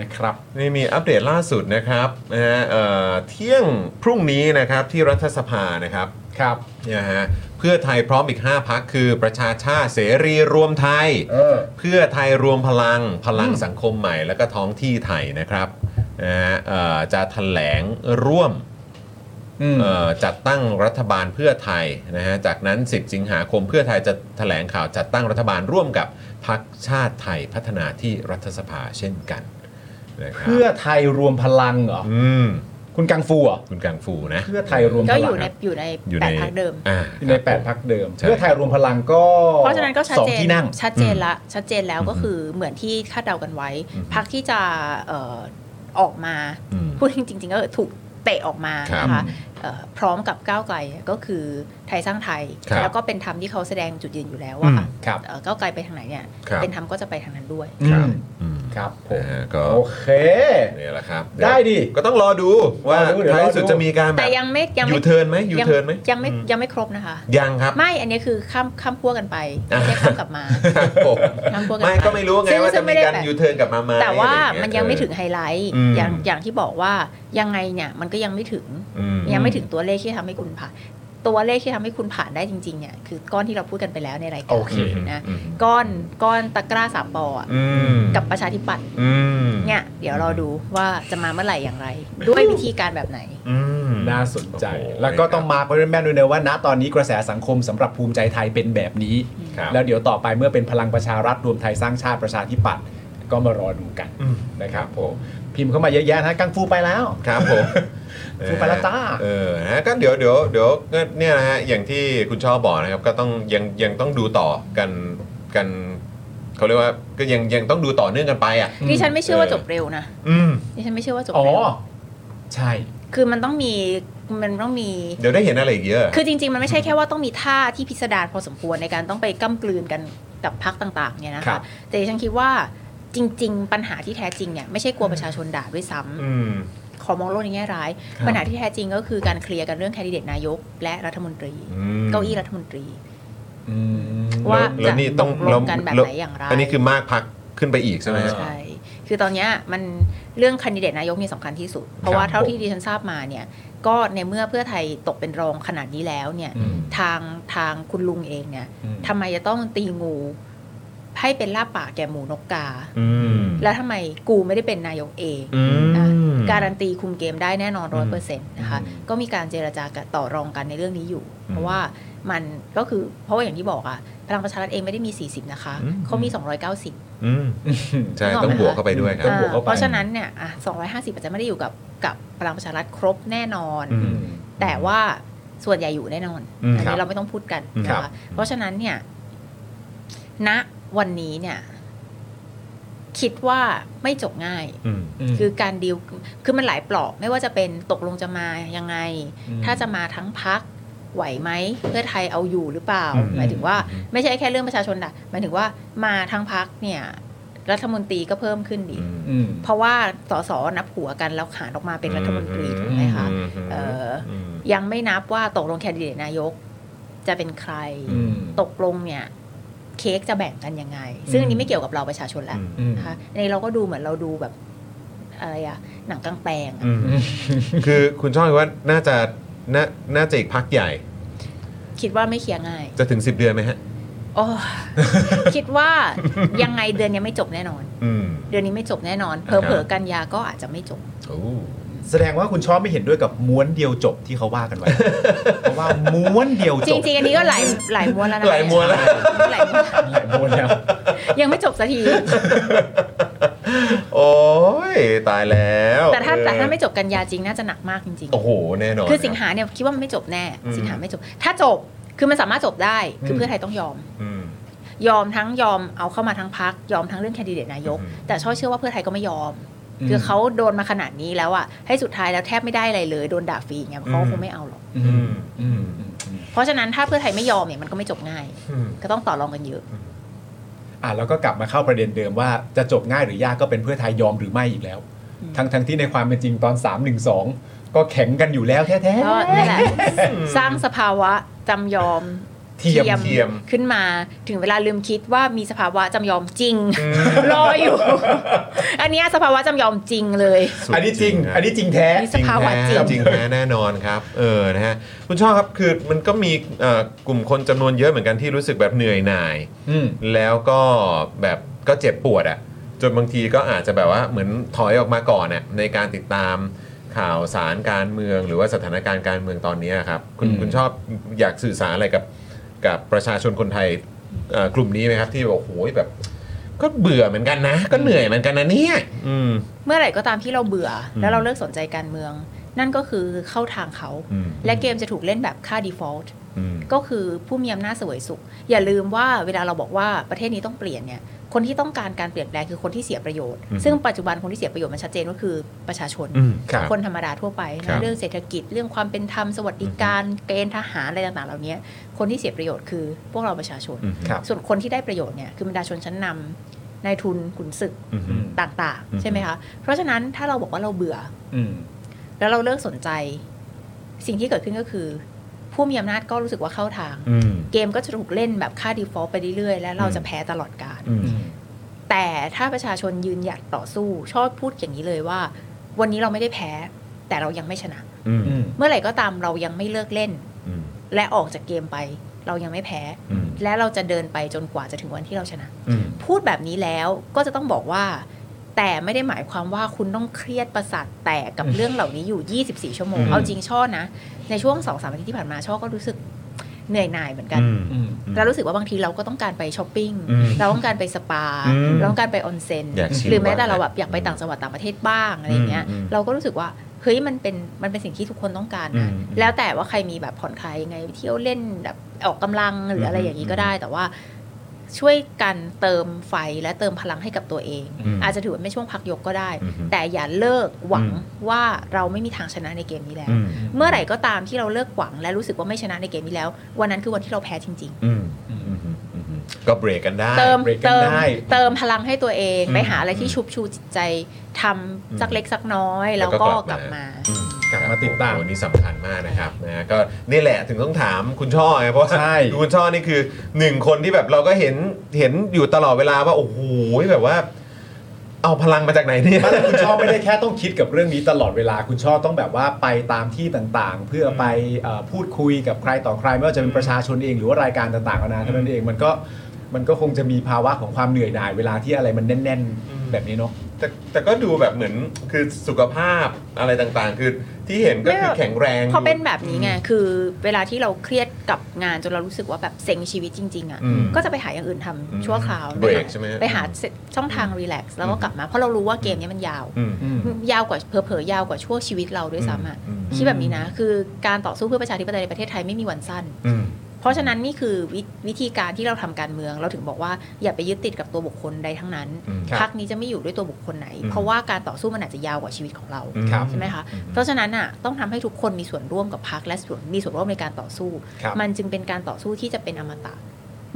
S3: นะครับ
S1: นี่มีอัปเดตล่าสุดนะครับนะฮะเอ่อเที่ยงพรุ่งนี้นะครับที่รัฐสภานะครับ
S3: ครับ
S1: นะฮะเพื่อไทยพร้อมอีก 5 พักคือประชาชาติเสรีรวมไทย
S3: เออ
S1: เพื่อไทยรวมพลังพลังสังคมใหม่ และก็ท้องที่ไทยนะครับนะฮะเอ่อจะแถลงร่วม
S3: อืม
S1: เอ่อจัดตั้งรัฐบาลเพื่อไทยนะฮะ จากนั้น 10 สิงหาคมเพื่อไทยจะแถลงข่าวจัดตั้งรัฐบาลร่วมกับพรรคชาติไทยพัฒนาที่รัฐสภาเช่นกันนะครับ
S3: เพื่อไทยรวมพลังเหรอ
S1: อืม
S3: คุณกังฟูเหรอ
S1: คุณกังฟูนะ
S3: เพื่อไทยรวมพ
S6: ก็อ
S3: ลัง
S6: ยู่ในอยู่ใน
S1: อยู่
S6: แป
S1: ใน
S6: ดพักเดิม
S1: อ่า
S3: อยู่ในแปด
S1: ครับ
S3: พักเดิม
S1: ใช่
S3: เพื่อไทยรวมพลังก็
S6: เพราะฉะนั้นก็ชัด
S3: สอง
S6: เจน
S3: ที่นั่ง
S6: ชัดเจนละชัดเจนแล้วก็คือเหมือนที่คาดเดากันไว้
S1: อืม
S6: พักที่จะเอ่อออกมา
S1: อืม
S6: พูดจริงๆก็ถูกเตะออกมา
S1: ครับ
S6: นะคะเอ่อพร้อมกับก้าวไกลก็คือไทยสร้างไทย
S1: ครับ
S6: แล้วก็เป็นธรรมที่เขาแสดงจุดยืนอยู่แล้วว่า
S1: อืม
S3: ครับ
S6: เอ่อก้าวไกลไปทางไหนเนี่ย
S1: ครับ
S6: เป็นธรรมก็จะไปทางนั้นด้วย
S3: อืม
S1: อืม
S3: ครับผม
S1: นะฮะก็
S3: โอเค
S1: เนี่ยแหละครับ
S3: ได้ดิ
S1: ก็ต้องรอดูว่าร
S3: อดูเดี๋ยว
S1: ท้าย
S3: รอดู
S1: สุดจะมีการแบ
S6: แต่
S1: บ
S6: ยังไม่ยัง
S1: ยู
S6: ไม่
S1: เทิร์นไหมยูเทิร์นไหม
S6: ยังไม่ยังไม่ครบนะคะ
S1: ยังครับ
S6: ไม่อันนี้คือข้ามข้ามพวกกันไปไม่ได้ข้ามกลับมา
S1: ครับผม
S6: ข้ามพวกกัน
S1: ไม่ก็ไม่รู้ไง
S6: ซึ่
S1: ว่า
S6: ซึ่
S1: จะมี
S6: ไได้
S1: การ
S6: แบบ
S1: ยูเทิร์นกลับมาไหม
S6: แต่ว่า
S1: อะไรอเ
S6: มันยังไม่ถึงไฮไลท์
S1: อืม
S6: อย่างอย่างที่บอกว่ายังไงเนี่ยมันก็ยังไม่ถึง
S1: อืม
S6: ยังไม่ถึงตัวเลขที่ทำให้คุณผ่าน ตัวเลขที่ทำให้คุณผ่านได้จริงๆเนี่ยคือก้อนที่เราพูดกันไปแล้วในรายการ
S3: โอเค
S6: นะก้อนก้อนตะกร้าสามปออะ
S1: อืม
S6: กับประชาธิปัตย์
S1: อืม
S6: เนี่ย เดี๋ยวรอดูว่าจะมาเมื่อไหร่อย่างไร ด้วยวิธีการแบบไหน
S1: อืม
S3: น่าสนใจ
S1: โอ้โห
S3: แล้วก็ต้องมาร์คไว้แม่นๆด้วยนะว่าณตอนนี้กระแสสังคมสำหรับภูมิใจไทยเป็นแบบนี้
S1: ครับ
S3: แล้วเดี๋ยวต่อไปเมื่อเป็นพลังประชารัฐรวมไทยสร้างชาติประชาธิปัตย์ก็มารอดูกัน
S1: อืม
S3: นะครับผมพิมพ์เข้ามาเยอะแยะนะกังฟูไปแล้ว
S1: ครับผม
S3: ฟูปาลาต้า
S1: เออนะก็เดี๋ยวเดี๋ยวเดี๋ยวก็เนี่ยนะฮะอย่างที่คุณชอบบอกนะครับ ก็ต้องยังยังต้องดูต่อกันกันเขาเรียกว่าก็ยังยังต้องดูต่อเนื่องกันไปอ่ะ
S6: ดิฉันไม่เชื่อว่าจบเร็วนะ
S1: อืม
S6: ดิฉันไม่เชื่อว่าจบ
S3: อ๋อ
S6: เร็ว
S3: ใช่
S6: คือมันต้องมีมันต้องมี
S1: เดี๋ยวได้เห็นอะไรอีกเยอะ
S6: คือจริงๆ มันไม่ใช่แค่ว่าต้องมีท่าที่พิสดารพอสมควรในการต้องไปก้ากลืนกันกับพักต่างๆเนี่ยนะ
S3: ครั
S6: คะ
S3: บ
S6: แต่ดิฉันคิดว่าจริง ๆ ปัญหาที่แท้จริงเนี่ยไม่ใช่กลัวประชาชนด่าด้วยซ้ำ
S1: อืม
S6: ขอมองโลกในแง่ร้าย
S1: ครับ
S6: ปัญหาที่แท้จริงก็คือการเคลียร์กันเรื่องแคนดิเดตนายก และรัฐมนตรี
S1: อืม
S6: เก้าอี้รัฐมนตรี
S3: อืม
S6: ว่า
S1: แล้
S6: จะ
S1: วนี่ต้อง
S6: ตกลงกันแบบไหนอย่างไร
S1: อันนี้คือมากพักขึ้นไปอีกใช่ไหมฮะ
S6: ใช่ คือตอนเนี้ยมันเรื่องคันดิเดตนายกเนี่ยสำคัญที่สุด เพราะว่า
S1: ครับ
S6: เท่าที่ดิฉันทราบมาเนี่ยก็ในเมื่อเพื่อไทยตกเป็นรองขนาดนี้แล้วเนี่ย
S3: อืม
S6: ทางทางคุณลุงเองเนี่ย
S3: อืม
S6: ทำไมจะต้องตีงูให้เป็นล่าบป่ากแก่หมูนกกา
S1: อืม
S6: แล้วทำไมกูไม่ได้เป็นนายกเอง
S1: อืม
S6: อ่ะ การันตีคุมเกมได้แน่นอนร้อยเปอร์เซ็นต์นะคะ
S3: อืม
S6: ก็มีการเจรจากนต่อรองกันในเรื่องนี้อยู่
S1: อืม
S6: เพราะว่ามันก็คือเพราะว่าอย่างที่บอกอะพลังประชารัฐเองไม่ได้มี 40 นะคะ
S1: อืม
S6: เขามี 290
S1: อืมใช่ต้องบวกเข้าไปด้วยครับ
S3: ต้องบวกเข้าไป
S6: เพราะฉะนั้นเนี่ยอ่ะ250 อาจจะไม่ได้อยู่กับกับพลังประชารัฐครบแน่นอน
S1: อื
S3: อื
S1: ม
S3: ม
S6: แต่ว่าส่วนใหญ่อยู่แน่นอน
S1: อืม
S6: อัน
S1: ครับ
S6: นี้เราไม่ต้องพูดกัน
S1: อืม
S6: นะครับ คะเพราะฉะนั้นเนี่ย ณ วันนี้เนี่ย คิดว่าไม่จบง่าย
S1: อืม
S6: คือการดีล คือมันหลายปลอก ไม่ว่าจะเป็นตกลงจะมายังไง
S3: อืม
S6: ถ้าจะมาทั้งพักไหวไหม เพื่อไทยเอาอยู่หรือเปล่า
S1: อืม
S6: หมายถึงว่า
S1: อืม
S6: ไม่ใช่แค่เรื่องประชาชนนะหมายถึงว่ามาทั้งพักเนี่ย รัฐมนตรีก็เพิ่มขึ้นดีก
S3: อืม
S6: เพราะว่าสสนับหัวกันแล้วหารออกมาเป็นรัฐมนตรีถูกไหมคะ เอ่อ ยังไม่นับว่าตกลงแคนดิเดตนายก จะเป็นใคร
S3: อืม
S6: ตกลงเนี่ย เค้กจะแบ่งกันยังไง ซึ่งอันนี้ไม่เกี่ยวกับเราประชาชนแล้ว
S3: อืม
S6: นะคะในเราก็ดูเหมือนเราดูแบบอะไรอะหนังกลางแปลงอะ
S1: คือคุณชอบว่าน่าจะน่าน่าจะอีกพักใหญ่
S6: คิดว่าไม่เคลียร์ง่าย
S1: จะถึง 10 เดือนไหมฮะ
S6: โอ้คิดว่ายังไงเดือนยังไม่จบแน่นอน
S1: อืม
S6: เดือนนี้ไม่จบแน่นอน
S1: ครับ
S6: เผลอๆกันยาก็อาจจะไม่จบ
S1: โอ้
S3: แสดงว่าคุณชอบไม่เห็นด้วยกับม้วนเดียวจบที่เขาว่ากันไว้ เพราะว่าม้วนเดียว
S6: จ
S3: จบ
S6: ริงๆ อันนี้ก็หลายหลายม้วนแล้วนะ
S1: หลายมวนแล้ว
S6: หลายม้วน
S3: หลายม้วนแล้ว
S6: ยังไม่จบสัก ที
S1: โอ้ยตายแล้ว
S6: แต่ถ้าแต่ถ้าไม่
S1: เออ
S6: จบกันยาจริงน่าจะหนักมากจริงๆ
S1: โอ้โห แน่นอน
S6: คือสิงหาเนี่ยคิดว่ามันไม่จบแน่
S1: อืม
S6: สิงหาไม่จบ ถ้าจบคือมันสามารถจบได้คือเพื่อไทยต้องยอม
S1: อืม
S6: ยอมทั้งยอมเอาเข้ามาทั้งพักยอมทั้งเรื่องแคนดิเดตนายก
S1: อืม
S6: แต่ช่อเชื่อว่าเพื่อไทยก็ไม่ยอม
S3: อืม
S6: คือเขาโดนมาขนาดนี้แล้วอ่ะให้สุดท้ายแล้วแทบไม่ได้อะไรเลยโดนด่าฟรีไงเขาคงไม่เอาหรอก
S3: อื
S1: อื
S3: ม
S1: ม
S3: อืมอืมอืม
S6: เพราะฉะนั้นถ้าเพื่อไทยไม่ยอมเนี่ยมันก็ไม่จบง่าย
S1: อืม
S6: ก็ต้องต่อรองกันเยอะ
S3: อ่ะแล้วก็กลับมาเข้าประเด็นเดิมว่าจะจบง่ายหรือยากก็เป็นเพื่อไทยยอมหรือไม่อีกแล้ว
S6: อืม
S3: ทั้งทั้งที่ในความเป็นจริงตอน 3 1 2 ก็แข็งกันอยู่แล้วแท้
S6: ก็นี่นแหละ สร้างสภาวะจำยอม
S1: เทียมเทียม
S6: ขึ้นมาถึงเวลาลืมคิดว่ามีสภาวะจำยอมจริง รออยู่ อันเนี้ยสภาวะจำยอมจริงเลย
S3: อันนี้จริง อันนี้จริงแท้
S6: มีสภาวะจริง
S1: จริงแท้แน่นอนครับ เออนะฮะคุณชอบครับคือมันก็มีเอ่อกลุ่มคนจำนวนเยอะเหมือนกันที่รู้สึกแบบเหนื่อยหน่าย
S3: อืม
S1: แล้วก็แบบก็เจ็บปวดอะ่ะจนบางทีก็อาจจะแบบว่าเหมือนถอยออกมาก่อนอะ่ะในการติดตามข่าวสารการเมืองหรือว่าสถานการณ์การเมืองตอนนี้ครับ คุณ
S3: อืม
S1: คุณชอบอยากสื่อสารอะไรกับกับประชาชนคนไทยเอ่อกลุ่มนี้ไหมครับ ที่บอกโอ้ยแบบ ก็เบื่อเหมือนกันนะ ก็เหนื่อยเหมือนกันนะเนี่ยอืม
S6: เมื่อไหร่ก็ตามที่เราเบื่อ
S1: อืม
S6: แล้วเราเลิกสนใจการเมือง นั่นก็คือเข้าทางเขา
S1: อืม
S6: และเกมจะถูกเล่นแบบค่า default
S1: อืม
S6: ก็คือผู้มีอำนาจเสวยสุข อย่าลืมว่าเวลาเราบอกว่าประเทศนี้ต้องเปลี่ยนเนี่ยคนที่ต้องการการเปลี่ยนแปลงคือคนที่เสียประโยชน์
S1: อืม
S6: ซึ่งปัจจุบันคนที่เสียประโยชน์มันชัดเจนก็คือประชาชน
S1: อืมครับ
S6: คนธรรมดาทั่วไปนะครับ เรื่องเศรษฐกิจเรื่องความเป็นธรรมสวัสดิการเกณฑ์ทหารอะไรต่างๆ เหล่านี้คนที่เสียประโยชน์คือพวกเราประชาชน
S1: อืม
S3: ครับ
S6: ส่วนคนที่ได้ประโยชน์เนี่ยคือบรรดาชนชั้นนำนายทุนขุนศึก
S1: อืม
S6: ต่าง
S1: อืม
S6: ๆ ใช่ไหมคะเพราะฉะนั้นถ้าเราบอกว่าเราเบื่อ
S3: อืม
S6: แล้วเราเลิกสนใจ สิ่งที่เกิดขึ้นก็คือ ผู้มีอำนาจก็รู้สึกว่าเข้าทาง
S1: อืม
S6: เกมก็จะถูกเล่นแบบค่า default ไปเรื่อยๆ และเราจะแพ้ตลอดกาล
S1: อืม
S6: แต่ถ้าประชาชนยืนหยัดต่อสู้ ชอบพูดอย่างนี้เลยว่า วันนี้เราไม่ได้แพ้ แต่เรายังไม่ชนะ
S1: อืม
S3: อืม
S6: เมื่อไหร่ก็ตามเรายังไม่เลิกเล่น
S1: อืม
S6: และออกจากเกมไป เรายังไม่แพ้
S1: อืม
S6: และเราจะเดินไปจนกว่าจะถึงวันที่เราชนะ
S1: อืม
S6: พูดแบบนี้แล้วก็จะต้องบอกว่า แต่ไม่ได้หมายความว่าคุณต้องเครียดประสาทแตกกับเรื่องเหล่านี้อยู่ 24 ชั่วโมง
S1: อืม
S6: เอาจริงช่อนะ ในช่วง2อสามอาทิตย์ที่ผ่านมาช่อก็รู้สึกเหนื่อยหน่ายเหมือนกัน
S1: อืม
S3: อืม
S6: เรารู้สึกว่าบางทีเราก็ต้องการไปช้อปปิ้ง
S1: อืม
S6: เราต้องการไปสปา
S1: อืม
S6: เราต้องการไปออนเซ็น
S1: อยากชิล
S6: หรือแม้แต่
S1: บ้าง
S6: เราแบบอยากไป
S1: อืม
S6: ต่างจังหวัดต่างประเทศบ้างอะไรอย่างเงี้ย
S1: อืม
S6: เราก็รู้สึกว่า เฮ้ย มันเป็น มันเป็นสิ่งที่ทุกคนต้องการนะ
S1: อืมอืม
S6: แล้วแต่ว่าใครมีแบบผ่อนคลายยังไงเที่ยวเล่นแบบออกกำลังหรืออะไรอย่างนี้ก็ได้ แต่ว่าช่วยกันเติมไฟและเติมพลังให้กับตัวเอง
S1: อืม
S6: อาจจะถือว่าไม่ช่วงพักยกก็ได้
S1: อือฮึ
S6: แต่อย่าเลิกหวัง
S1: อืม
S6: ว่าเราไม่มีทางชนะในเกมนี้แล้ว
S1: อืม
S6: เมื่อไหร่ก็ตามที่เราเลิกหวัง และรู้สึกว่าไม่ชนะในเกมนี้แล้ว วันนั้นคือวันที่เราแพ้จริง ๆ
S1: อืมอืมอืมอืมก็เบรกกันได้
S6: เติม
S3: break กัน
S6: เติม
S3: ได้
S6: เติมพลังให้ตัวเอง
S1: อืม
S6: ไปหาอะไรที่ชุบชูจิตใจทำ
S1: อืม
S6: สักเล็กสักน้อย แล้วก็กลับมา
S1: อืม
S3: กลับมาติดตาม
S1: วันนี้สำคัญมากนะครับนะฮะก็นี่แหละถึงต้องถามคุณช่อไงเพราะว่า
S3: ใช่
S1: คุณช่อนี่คือหนึ่งคนที่แบบเราก็เห็นเห็นอยู่ตลอดเวลาว่าโอ้โหแบบว่า เอาพลังมาจากไหนเนี่ย
S3: ไม่แต่คุณชอบไม่ได้แค่ต้องคิดกับเรื่องนี้ตลอดเวลา คุณชอบต้องแบบว่าไปตามที่ต่างๆ เพื่อไปเอ่อพูดคุยกับใครต่อใครไม่ว่าจะเป็นประชาชนเองหรือว่ารายการต่างๆนานาเท่านั้นเองมันก็มันก็คงจะมีภาวะของความเหนื่อยหน่ายเวลาที่อะไรมันแน่น
S1: อืม
S3: ๆ แบบนี้เนาะ
S1: แต่แต่ก็ดูแบบเหมือนคือสุขภาพอะไรต่างๆ คือที่เห็นก็คือแข็งแรง
S6: พอเป็นแบบนี้ไง คือเวลาที่เราเครียดกับงานจนเรารู้สึกว่าแบบเซ็งชีวิตจริง ๆ อ่ะ
S1: อืม
S6: ก็จะไปหาอย่างอื่นทำ
S1: อืม
S6: ชั่วคราว
S1: เบรก
S6: นะคะ
S1: ใช่ไหม
S6: ไปหาช่องทางรีแลกซ์แล้วก็กลับมา เพราะเรารู้ว่าเกมนี้มันยาว
S1: อืม
S6: ยาวกว่าเผลอๆยาวกว่าช่วงชีวิตเราด้วยซ้ำอ่ะ
S1: อืม
S6: คิดแบบนี้นะ คือการต่อสู้เพื่อประชาธิปไตยในประเทศไทยไม่มีวันสั้น
S1: อืม
S6: เพราะฉะนั้นนี่คือวิวิธีการที่เราทำการเมือง เราถึงบอกว่าอย่าไปยึดติดกับตัวบุคคลใดทั้งนั้น
S1: อืมครับ
S6: พักนี้จะไม่อยู่ด้วยตัวบุคคลไหน
S1: อืม
S6: เพราะว่าการต่อสู้มันอาจจะยาวกว่าชีวิตของเรา
S1: อืม
S3: ครับ
S6: ใช่ไหมคะ
S1: อืม
S6: เพราะฉะนั้นอ่ะต้องทำให้ทุกคนมีส่วนร่วมกับพักและส่วนมีส่วนร่วมในการต่อสู้
S3: ครับ
S6: มันจึงเป็นการต่อสู้ที่จะเป็นอมตะ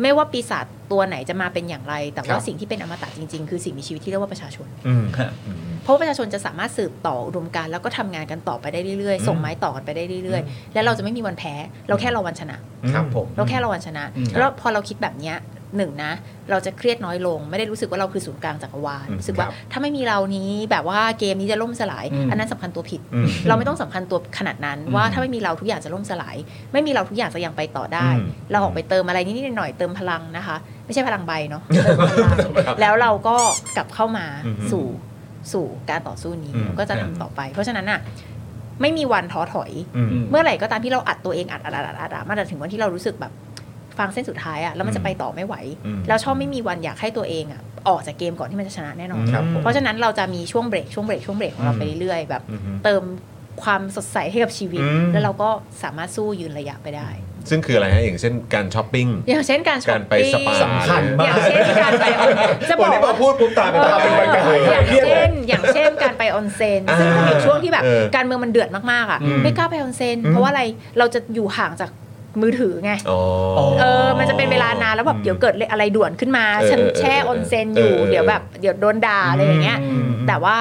S6: ไม่ว่าปีศาจตัวไหนจะมาเป็นอย่างไร แต่
S3: ครั
S6: ว่า
S3: บ
S6: สิ่งที่เป็นอมตะจริงๆ คือสิ่งมีชีวิตที่เรียกว่าประชาชน
S1: อืมอืม
S6: เพราะว่าประชาชนจะสามารถสืบต่ออุดมการณ์แล้วก็ทำงานกันต่อไปได้เรื่อยๆ ส่งไม้ต่อกันไปได้เรื่อยๆ และเราจะไม่มีวันแพ้ เราแค่รอวันชนะ
S3: ครับผม
S6: เราแค่เราวันชนะ
S3: อืมครับ
S6: แล้วพอเราคิดแบบเนี้ยหนึ่งนะ เราจะเครียดน้อยลง ไม่ได้รู้สึกว่าเราคือศูนย์กลางจักรวาล
S1: อืม
S6: รู้สึกว่า
S1: ครับ
S6: ถ้าไม่มีเรานี้แบบว่าเกมนี้จะล่มสลาย
S3: อืม
S6: อันนั้นสำคัญตัวผิด
S1: อืม
S6: เราไม่ต้องสำคัญตัวขนาดนั้น ว่าถ้าไม่มีเราทุกอย่างจะล่มสลาย ไม่มีเราทุกอย่างจะยังไปต่อได้
S1: อืม
S6: เราออกไปเติมอะไรนิดๆหน่อยๆเติมพลังนะคะ ไม่ใช่พลังใบเนาะเติมพลัง
S1: ครับ
S6: แล้วเราก็กลับเข้ามา
S1: อืม
S6: สู่สู่การต่อสู้นี้
S1: อืม
S6: ก็จะทำต่อไป เพราะฉะนั้นอ่ะไม่มีวันท้อถอย
S1: อืม
S6: เมื่อไหร่ก็ตามที่เราอัดตัวเองอัดอัดอัดอัดอัดอะมันจะถึงวันที่เรารู้สึกแบบฟังเส้นสุดท้ายอะแล้วมันจะไปต่อไม่ไหว
S1: อืม
S6: แล้วชอบไม่มีวันอยากให้ตัวเองอะออกจากเกมก่อนที่มันจะชนะแน่นอน
S1: ครับผม
S6: เพราะฉะนั้นเราจะมีช่วงเบรกช่วงเบรกช่วงเบรกของเรา
S1: อืม
S6: ไปเรื่อยๆแบบ
S1: อืม
S6: เติมความสดใสให้กับชีวิต
S1: อืม
S6: แล้วเราก็สามารถสู้ยืนระยะไปได้
S1: ซึ่งคืออะไรฮะอย่างเช่นการช้อปปิ้ง
S6: อย่างเช่นการช้
S1: กา
S6: อ
S1: ร
S6: ป
S1: ไป
S6: ปิ้ง
S1: สปา
S3: สำคัญมาก
S6: อย่างเช่นการไปออนจะบ
S1: วัน
S6: อก
S1: นี้พอ
S6: ว่า
S1: พูดปุ๊บตาเป็น
S6: เอ
S1: ตา
S6: อ
S1: เป็น
S6: อ
S1: วันกันเลย
S6: ย่างเช่นอย่างเช่นการไปออนเซ็น
S1: อ่า
S6: ซึ่งมันเป็นช่วงที่แบบ
S1: เออ
S6: การเมืองมันเดือดมากๆอ่ะ
S1: อืม
S6: ไม่กล้าไปออนเซ็น
S1: อืม
S6: เพราะว่าอะไรเราจะอยู่ห่างจากมือถือไง
S1: อ๋อ
S6: เออมันจะเป็นเวลานานแล้วแบบเดี๋ยวเกิดอะไรด่วนขึ้นมา
S1: เออ
S6: ฉันแช่ออนเซ็นอยู่
S1: เออเออ
S6: เดี๋ยวแบบเดี๋ยวโดนด่าอะไรอย่างเงี้ย
S1: อืม
S6: แต่ว่า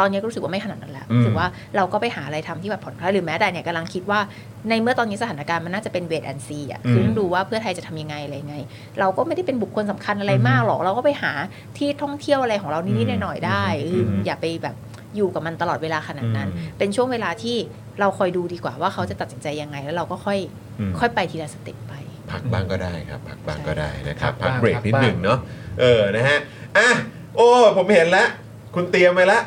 S6: ตอนนี้ก็รู้สึกว่าไม่ขนาดนั้นแล้ว
S1: อืม
S6: รู้สึกว่าเราก็ไปหาอะไรทำที่แบบผ่อนคลายหรือแม้แต่เนี่ยกำลังคิดว่าในเมื่อตอนนี้สถานการณ์มันน่าจะเป็นเวทแอนซีอ่ะคือต้องดูว่าเพื่อไทยจะทำยังไงอะไรยังไง เราก็ไม่ได้เป็นบุคคลสำคัญอะไรมากหรอกเราก็ไปหาที่ท่องเที่ยวอะไรของเรานิดๆหน่อยๆได้เอออย่าไปแบบอยู่กับมันตลอดเวลาขนาดนั้น เป็นช่วงเวลาที่เราคอยดูดีกว่าว่าเขาจะตัดสินใจยังไง แล้วเราก็ค่อย
S1: อืม
S6: ค่อยไปทีละสเต็ปไป
S1: พักบ้างก็ได้ครับ พักบ้างก็ได้นะครับ
S3: พั
S1: พั
S3: ก
S1: ก
S3: บ้าง
S1: เบรก
S3: พัก
S1: นิด
S3: บ้าง
S1: หนึ่งเนาะเออนะฮะอ่ะโอ้ผมเห็นแล้ว คุณเตรียมไปแล้ว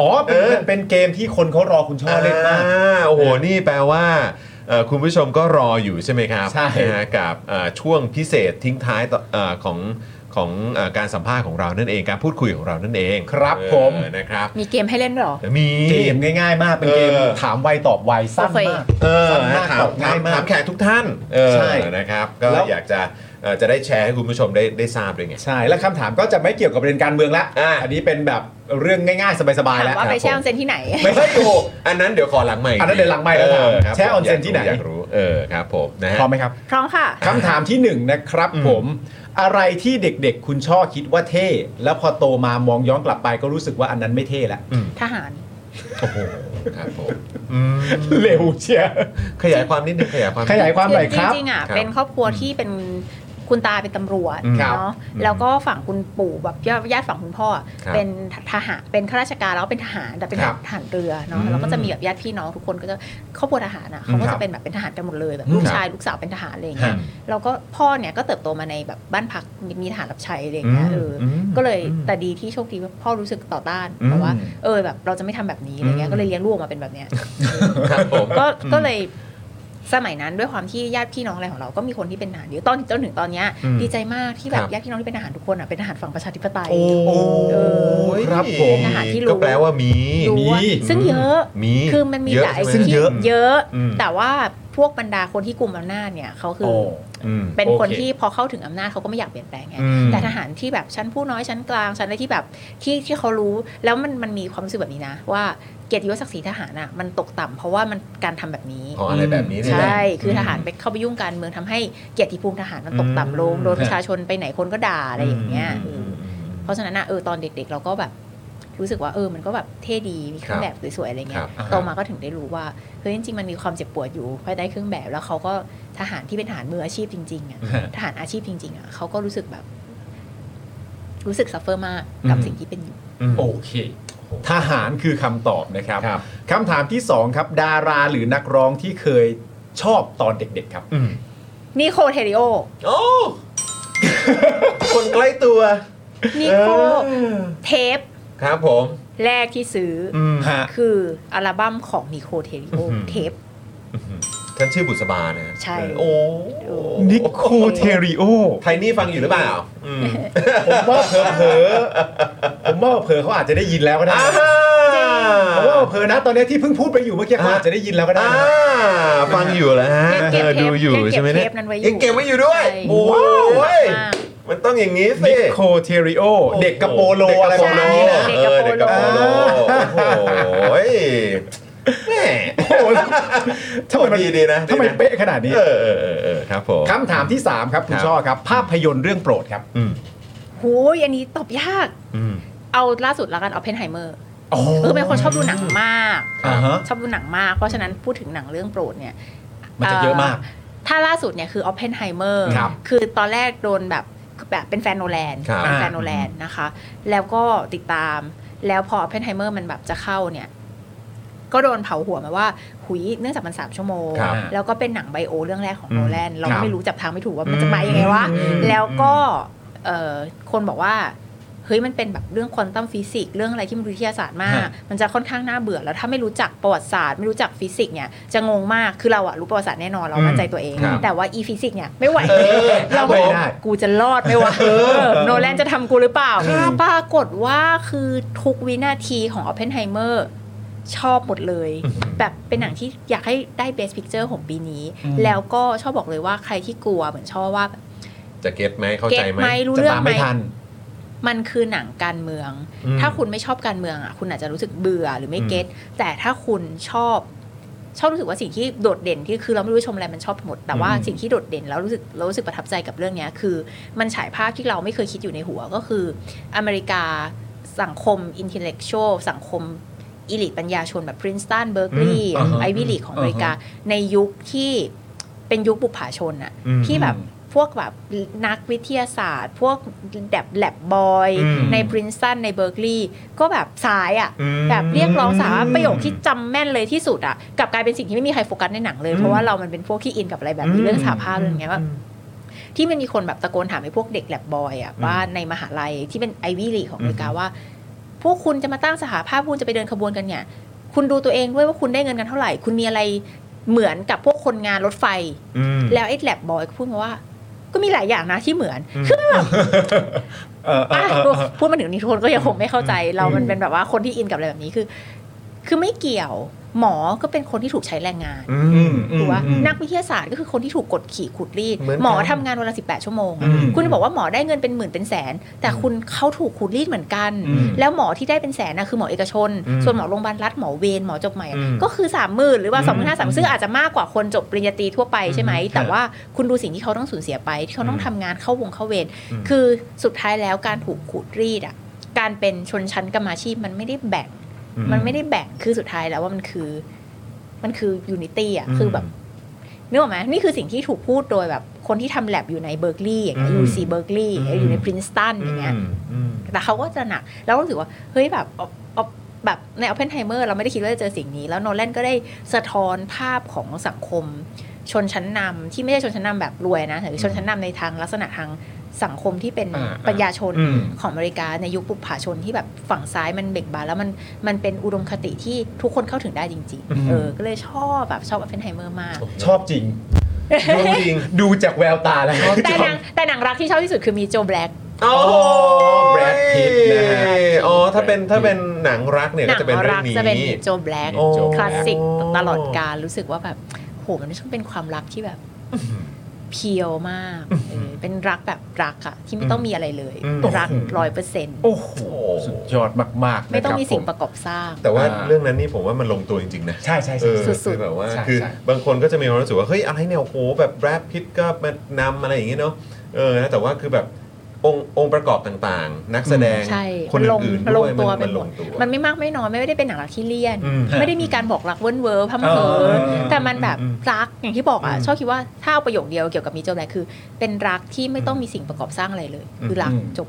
S3: อ๋อเป็น
S1: เออ
S3: เป็นเป็นเกมที่คนเขารอคุณช่อเล่นมาก
S1: อ่โอ้โห นี่แปลว่าเอ่อคุณผู้ชมก็รออยู่ใช่ไหมครับ
S3: ใช่
S1: นะฮะกับเอ่อช่วงพิเศษทิ้งท้ายต่อเอ่อของของเอ่อการสัมภาษณ์ของเรานั่นเองการพูดคุยของเรานั่นเอง
S3: ครับ
S1: เออ
S3: ผม
S1: นะครับ
S6: มีเกมให้เล่นหรอ
S1: มี
S3: เกมง่าย ๆ มากเป็นเกม
S1: เออ
S3: ถามไวตอบไวสั้น
S6: โอเค
S3: มาก
S1: เออ
S3: สั้นมาก
S1: ถาม
S3: ตอบง่ายมาก
S1: ถามแขกทุกท่านเออ
S3: ใช่
S1: นะครับ ก็
S3: แล้ว
S1: อยากจะเอ่อจะได้แชร์ให้คุณผู้ชมได้ได้ทราบด้วยไง
S3: ใช่แล้วคำถามก็จะไม่เกี่ยวกับประเด็นการเมืองละ
S1: อ่า
S3: นนี้เป็นแบบเรื่องง่ายๆ สบายๆ
S6: ถาม
S3: แล้ว
S6: ว่าไปแช่
S3: ค
S6: อ
S3: รั
S6: อบ น
S3: ผม
S6: เซนที่ ไหน
S1: ไม่ใช่โอ้อันนั้นเดี๋ยวขอหลังใหม่
S3: อันนั้นเดี๋ยวหลังไมค์แล้วถาม
S1: ครับ
S3: แชร์ออนเซ็นที่ไหน
S1: อยากรู้เออครับผมนะฮะ
S3: พร้อมไหมครับ
S6: พร้อมค่ะ
S3: คำถามที่หนึ่งนะครับ ผม อะไรที่เด็กๆ คุณชอบคิดว่าเท่ แล้วพอโตมามองย้อนกลับไปก็รู้สึกว่าอันนั้นไม่เท่ละ
S6: ทหาร
S1: โอ้โหครับผม
S3: เร็วเชีย
S1: ขยายความนิดนึงขยายความ
S3: ขยายความหน่อยครับ
S6: จริงๆอ่ะ
S1: ครับ
S6: เป็นครอบครัวที่เป็นคุณตาเป็นตำรวจ
S3: ครับ
S6: เนาะแล้วก็ฝั่งคุณปู่แบบญาติญาติฝั่งคุณพ่ออ่ะ
S1: ครับ
S6: เป็นทหารเป็นข้าราชการแล้วก็เป็นทหารแต่เป็น
S3: ครับ
S6: ทหารเรือเนาะ
S1: อืม
S6: แล้วก็จะมีแบบญาติพี่น้องทุกคนก็จะครอบครัวทหารอ่ะเขาก็
S3: ครั
S6: จะ
S3: บ
S6: เป็นแบบเป็นทหารกันหมดเลยแบบ
S3: อืม
S6: ลูก
S3: ครับ
S6: ชายลูกสาวเป็นทหารอะไรอย่างเงี้ย
S3: ฮะ
S6: แล้วก็พ่อเนี่ยก็เติบโตมาในแบบบ้านพักมีมีทหารรับใช้อะไรอย่างเงี้ย
S1: อืม
S6: เอออ
S1: ม
S6: ก็เลยแต่ดีที่โชคดีว่าพ่อรู้สึกต่อต้าน
S1: อืม
S6: เพราะว่าเออแบบเราจะไม่ทำแบบนี้อะไรเงี้ยก็เลยเลี้ยงลูกออกมาเป็นแบบเนี้ย
S1: ครับผม
S6: ก็ก็เลยสมัยนั้นด้วยความที่ญาติพี่น้องอะไรของเราก็มีคนที่เป็นทหารเยอะตอนจนถึงตอนเนี้ย
S1: อืม
S6: ดีใจมากที่แบ
S1: ครับ บ
S6: ญาติพี่น้องที่เป็นทหารทุกคนอ่ะเป็นทหารฝั่งประชาธิปไตย
S1: โอ้ย
S3: ครับผม
S6: อาหารที่รู้
S1: ก็แปลว่ามี
S6: ดูว่า
S3: มี
S6: ซึ่งเยอะ
S1: มี
S6: คือมันมี
S1: เยอะ
S6: หลาย
S1: ใช่ไหม
S6: ที่
S1: เยอะ
S6: เยอะ
S1: อืม
S6: แต่ว่าพวกบรรดาคนที่กลุ่มอำนาจเนี่ยเขาคือ
S3: โอ้
S6: อ
S1: อืม
S6: เป็นคน
S3: โอเค
S6: ที่พอเข้าถึงอำนาจเขาก็ไม่อยากเปลี่ยนแปลงไง
S1: อืม
S6: แต่ทหารที่แบบชั้นผู้น้อยชั้นกลางชั้นอะไรที่แบบที่ที่เขารู้แล้วมันมันมีความรู้สึกแบบนี้นะ ว่าเกียรติยศศักดิ์ศรีทหารอ่ะมันตกต่ำเพราะว่ามันการทำแบบนี้
S1: ของอะไรแบบนี้นี่แหละ
S6: ใช่ คือทหารไปเข้าไปยุ่งการเมืองทำให้เกียรติภูมิทหารมันตกต่ำลง
S1: อืม
S6: โดนประชาชนไปไหนคนก็ด่าอะไรอย่างเงี้ย
S1: อืม
S6: เออเพราะฉะนั้นนะเออตอนเด็กๆ เราก็แบบรู้สึกว่าเออมันก็แบบเท่ดี มีเครื่องแบบสวยๆอะไร
S1: ค
S6: เงี้
S1: รั
S6: ย
S1: บอ่าฮะ
S6: โตมาก็ถึงได้รู้ว่าเฮ้ยจริงๆมันมีความเจ็บปวดอยู่ภายใต้เครื่องแบบ แล้วเขาก็ทหารที่เป็นทหารมืออาชีพจริงๆอ่ะ
S3: ฮะ
S6: ทหารอาชีพจริงๆอ่ะเขาก็รู้สึกแบบ รู้สึกซัฟเฟอร์มากกับสิ่งที่เป็นอยู่
S1: อืม
S3: โอเค ทหารคือคำตอบนะครับ
S1: ครับ
S3: คำถามที่สองครับ ดาราหรือนักร้องที่เคยชอบตอนเด็กๆครับ
S1: อืม
S6: นิโคเทริโอ
S1: โอ้ คนใกล้ตัว
S6: นิโค
S1: เออ
S6: เทป
S1: ครับผม
S6: แรกที่ซื้ออ
S1: อืม
S3: ฮะ
S6: คืออัลบั้มของนิโคเทริโอ
S1: อื้อหือ
S6: เทป
S1: ท่านชื่อบุษบานะฮะ
S6: ใช่
S1: โอ้
S3: นิโคเทริโอ
S1: ไทนี่ฟังอยู่หรือเปล่าอืม
S3: ผมว่าเผลอเผลอๆผมว่าเผลอๆเขาอาจจะได้ยินแล้วก็ได้
S1: อ่า
S3: นะผมว่าเผลอๆนะตอนเนี้ยที่เพิ่งพูดไปอยู่เมื่อกี้เขาอาจจะได้ยินแล้วก็ได้
S1: อ่า
S3: นะ
S1: ฟังอยู่แล้วฮะ
S6: ยังเก็บ
S1: เออ
S6: เทป
S1: ดูอยู่
S6: ยังเก็บ
S1: ใช่ไหมเนี่ย
S6: เทปนั้นไว้อยู่
S1: ยังเก็บไว้อยู่ด้วย
S6: ใช่
S1: โอ้ย
S6: มาก
S1: มันต้องอย่างนี้สิ
S3: นิโคเทริโอ เด็กกระโปโล
S1: เด็ก
S3: อะไร
S1: ก
S3: ป
S1: โป
S3: ระ
S1: โล
S3: มาณนี้นะ
S6: เด็ก
S1: เอก
S6: ระ
S1: อ
S6: โป
S1: เด็กก
S6: โล
S1: ระโปโลโอ้โหยแหม
S3: โอ้โหทำไมมัน
S1: ดีดีนะดีนะ
S3: ทำไมเป๊ะขนาดนี้
S1: เออเออเออเออครับผม
S3: คำถามที่ 3 ครับ คุ
S1: ค
S3: ณ
S1: รับ
S3: ช่อครับ ภาพยนตร์เรื่องโปรดครับ
S1: อืม
S6: หูยอันนี้ตอบยาก
S1: อืม
S6: เอาล่าสุดละกันเอาเพนไฮเมอร์
S3: โอ้โห
S6: คือเป็นคนชอบดูหนังมาก
S3: อ่าฮะ
S6: ชอบดูหนังมาก เพราะฉะนั้นพูดถึงหนังเรื่องโปรดเนี่ย
S3: มันจะเยอะมาก
S6: ถ้าล่าสุดเนี่ยคือออ p พนไฮเมอร์
S3: ครับ
S6: คือตอนแรกโดนแบบแบบเป็นแฟนโนแลน
S1: ครับ
S6: เป็น
S3: อ่า
S6: แฟนโนแลนนะคะ แล้วก็ติดตาม แล้วพอออ p พนไฮเมอร์มันแบบจะเข้าเนี่ย ก็โดนเผาหัวมาว่าหุยเนื่องจากมันสามชั่วโมง
S1: ครับ
S6: แล้วก็เป็นหนังไบโอเรื่องแรกของ
S1: อืม
S6: โนแลนเรา
S3: ครับ
S6: ไม่รู้จับทางไม่ถูกว่ามันจะมายังไงวะ แล้วก็เอ่อคนบอกว่า เฮ้ยมันเป็นแบบเรื่องควอนตัมฟิสิกส์เรื่องอะไรที่มันวิทยาศาสตร์มาก
S3: ฮะ
S6: มันจะค่อนข้างน่าเบื่อ แล้วถ้าไม่รู้จักประวัติศาสตร์ ไม่รู้จักฟิสิกส์เนี่ยจะงงมากคือเราอะรู้ประวัติศาสตร์แน่นอนเรามั่นใจตัวเอง
S1: ครับ
S6: แต่ว่าอีฟิสิกส์เนี่ยไม่ไหว
S1: เออ
S6: เรา
S1: ไม่
S6: ไม่
S1: ได้
S6: กูจะรอดไหมวะโนแลนจะทำกูหรือเปล่าปรากฏว่าคือทุกวินาทีของออ p เพนไฮเมอร์ ชอบหมดเลย แบบเป็นหนังที่อยากให้ได้ Best Picture ของปีนี้
S3: อืม
S6: แล้วก็ชอบบอกเลยว่าใครที่กลัวเหมือนชอบว่าแบบ
S1: จะเก็ตไหมเข้า
S6: เก็
S1: ใจ
S6: ต
S1: ไหม
S6: ไหมรู้
S3: จะ
S6: เรื่อง
S3: ตาม
S6: ไหม
S3: ไม่ทัน
S6: มันคือหนังการเมือง
S1: อืม
S6: ถ้าคุณไม่ชอบการเมืองอ่ะคุณอาจจะรู้สึกเบื่อหรือไม่เก็ตแต่ถ้าคุณชอบ ชอบรู้สึกว่าสิ่งที่โดดเด่นที่คือเราไม่รู้ชมอะไรมันชอบหมด แต่ว่าสิ่งที่โดดเด่นแล้วรู้สึกเรารู้สึกประทับใจกับเรื่องเนี้ยคือ มันฉายภาพที่เราไม่เคยคิดอยู่ในหัวก็คือ อเมริกาสังคมอินเทลเล็กชวลสังคม อีลิตปัญญาชนแบบพรินสตันเบอร์กลีย์
S3: อืมอ่าฮะ
S6: ไอวิลีของอเมริกา ในยุคที่เป็นยุคบุปผาชนอะ
S3: อืม
S6: ที่แบบพวกแบบนักวิทยาศาสตร์ พวกแดบแลบบอย
S3: อืม
S6: ในพรินสตันในเบอร์กลีย์ก็แบบสายอะ
S3: อืม
S6: แบบเรียกร้องสารประโยคที่จำแม่นเลยที่สุดอะกลับกลายเป็นสิ่งที่ไม่มีใครโฟกัสในหนังเลย เพราะว่าเรามันเป็นพวกที่อินกับอะไรแบบนี้เรื่องสาภาพเรื่องไงว่า ที่มันมีคนแบบตะโกนถามไอ้พวกเด็กแลบบอยอะว่าในมหาลัยที่เป็นไอวี่ลีของอเมริกาว่า พวกคุณจะมาตั้งสหภาพคุณจะไปเดินขบวนกันเนี่ย คุณดูตัวเองด้วยว่าคุณได้เงินกันเท่าไหร่ คุณมีอะไรเหมือนกับพวกคนงานรถไฟ แล้วไอ้แลบบอยก็พูดมาว่า ก็มีหลายอย่างนะที่เหมือน คือมันแบบอ่ะพูดมาถึงนี้ทุกคนก็ยังคงไม่เข้าใจ เรามันเป็นแบบว่าคนที่อินกับอะไรแบบนี้คือ คือไม่เกี่ยวหมอก็เป็นคนที่ถูกใช้แรงงาน ถูกว่านักวิทยาศาสตร์ก็คือคนที่ถูกกดขี่ขุดรีด
S1: เหมือนกัน
S6: หมอทำงานวันละสิบแปดชั่วโมงอะ
S3: อืม
S6: คุณจะบอกว่าหมอได้เงินเป็นหมื่นเป็นแสน แต่คุณเขาถูกขุดรีดเหมือนกัน
S3: อืม
S6: แล้วหมอที่ได้เป็นแสนนะคือหมอเอกชน
S3: อืม
S6: ส่วนหมอโรงพยาบาลรัฐหมอเวรหมอจบใหม่อะ
S3: อืม
S6: ก็คือสามหมื่นหรือว่า
S3: อืม
S6: สองพันห้าสามซึ่งอาจจะมากกว่าคนจบปริญญาตรีทั่วไปใช่ไหม
S3: อืม
S6: แต่ว่าคุณดูสิ่งที่เขาต้องสูญเสียไปที่เขาต้องทำงานเข้าวงเข้าเวร
S3: อืม
S6: คือสุดท้ายแล้วการถูกขุดรีดอ่ะการเป็นชนชั้นกรรมาชีพมันไม่ได้แบ่ง มันไม่ได้แบ่งคือสุดท้ายแล้วว่ามันคือ มันคือยูนิตี้อ่ะ คือแบบนึกออกไหมนี่คือสิ่งที่ถูกพูดโดยแบบคนที่ทำแ a บอยู่ในเบอร์กลีย์อย่างเงี้ย
S3: อืม
S6: ยูซีเบอร์กลีย์อย่างเงี้ย
S3: อืม
S6: อยู่ในพรินสตันอย่างเงี้ยแต่เขาก็จะหนัก แล้วก็รู้สึกว่า เฮ้ยแบบเอาเอาแบบใน o อ p เพนไฮเมอร์เราไม่ได้คิดว่าจะเจอสิ่งนี้ แล้วโนแลนก็ได้สะท้อนภาพของสังคม ชนชั้นนำที่ไม่ใช่ชนชั้นนำแบบรวยนะแต่ชนชั้นนำในทางลักษณะทางสังคมที่เป็น
S3: อ่าๆ
S6: ปัญญาชน
S3: อืม
S6: ของอเมริกาในยุคปุปผาชนที่แบบฝั่งซ้ายมันเบ่งบานแล้วมันมันเป็นอุดมคติที่ทุกคนเข้าถึงได้จริง
S3: อืม
S6: ๆ เออ ก็เลยชอบแบบชอบอเฟนไฮเมอร์มาก
S3: ชอบจริง
S1: ดูจริง
S3: ดูจากแววตาแล้ว
S6: แต่หนังแต่หนังรักที่ชอบที่สุดคือมีโจแบล็ก
S1: โอ้
S3: แบรดพิตต์นะฮะ
S1: อ๋อถ้าเป็นถ้าเป็นหนังรักเนี่ย
S6: ห
S1: ก็
S6: นัง
S1: จะเป็นเรื่อ
S6: รั
S1: งนี้
S6: จะเป็นโจแบล็ก
S1: โอ้
S6: คลาสสิกตลอดการรู้สึกว่าแบบโหมันช่างเป็นความรักที่แบบเพียวมากเออเป็นรักแบบรักอะที่ไม่ต้องมีอะไรเลย รักร้อยเปอร์เซ็นต์
S3: โอ้โหสุดยอดมากๆ
S6: ไม่ต้อ
S3: นะค
S6: ง
S3: รับ
S6: มีสิ่ง
S3: ผ
S6: ประกอบสร้าง
S1: แต่ว่า
S3: อ่า
S1: เรื่องนั้นนี่ผมว่ามันลงตัวจริงๆนะ
S3: ใช่ใช่
S1: เอ
S3: ใช่
S1: อคื
S6: สุดๆ
S1: อแบบว่า
S3: ใช่
S1: คือ
S3: ใช่
S1: บางคนก็จะมีความรู้สึกว่าเฮ้ยอะไรเนี่ยโอ้โหแบบแรปพิทก็มานำอะไรอย่างเงี้ยเนาะเออนะแต่ว่าคือแบบองค์องค์ประกอบต่างๆ นักแสดง
S6: ใช่
S1: คนอื่นๆด้วย
S6: ตัว
S1: มัน
S6: ไป
S1: มัน
S6: หม
S1: ล
S6: ด
S1: งตัว
S6: มันไม่มากไม่น้อยไม่ได้เป็นหนังรักที่เลี่ยน
S1: อืม
S6: ไม่ได้มีการบอกรักเวิ้นเวอร์พัมเพอ
S3: เออ
S6: แต่มันแบบ
S1: อืม
S6: รักอย่างที่บอกอ่ะชอบคิดว่าถ้าเอาประโยคเดียวเกี่ยวกับมีเจ้าแหลคือ เป็นรักที่ไม่ต้องมีสิ่งประกอบสร้างอะไรเลย คือรัก
S3: อืม
S6: จบ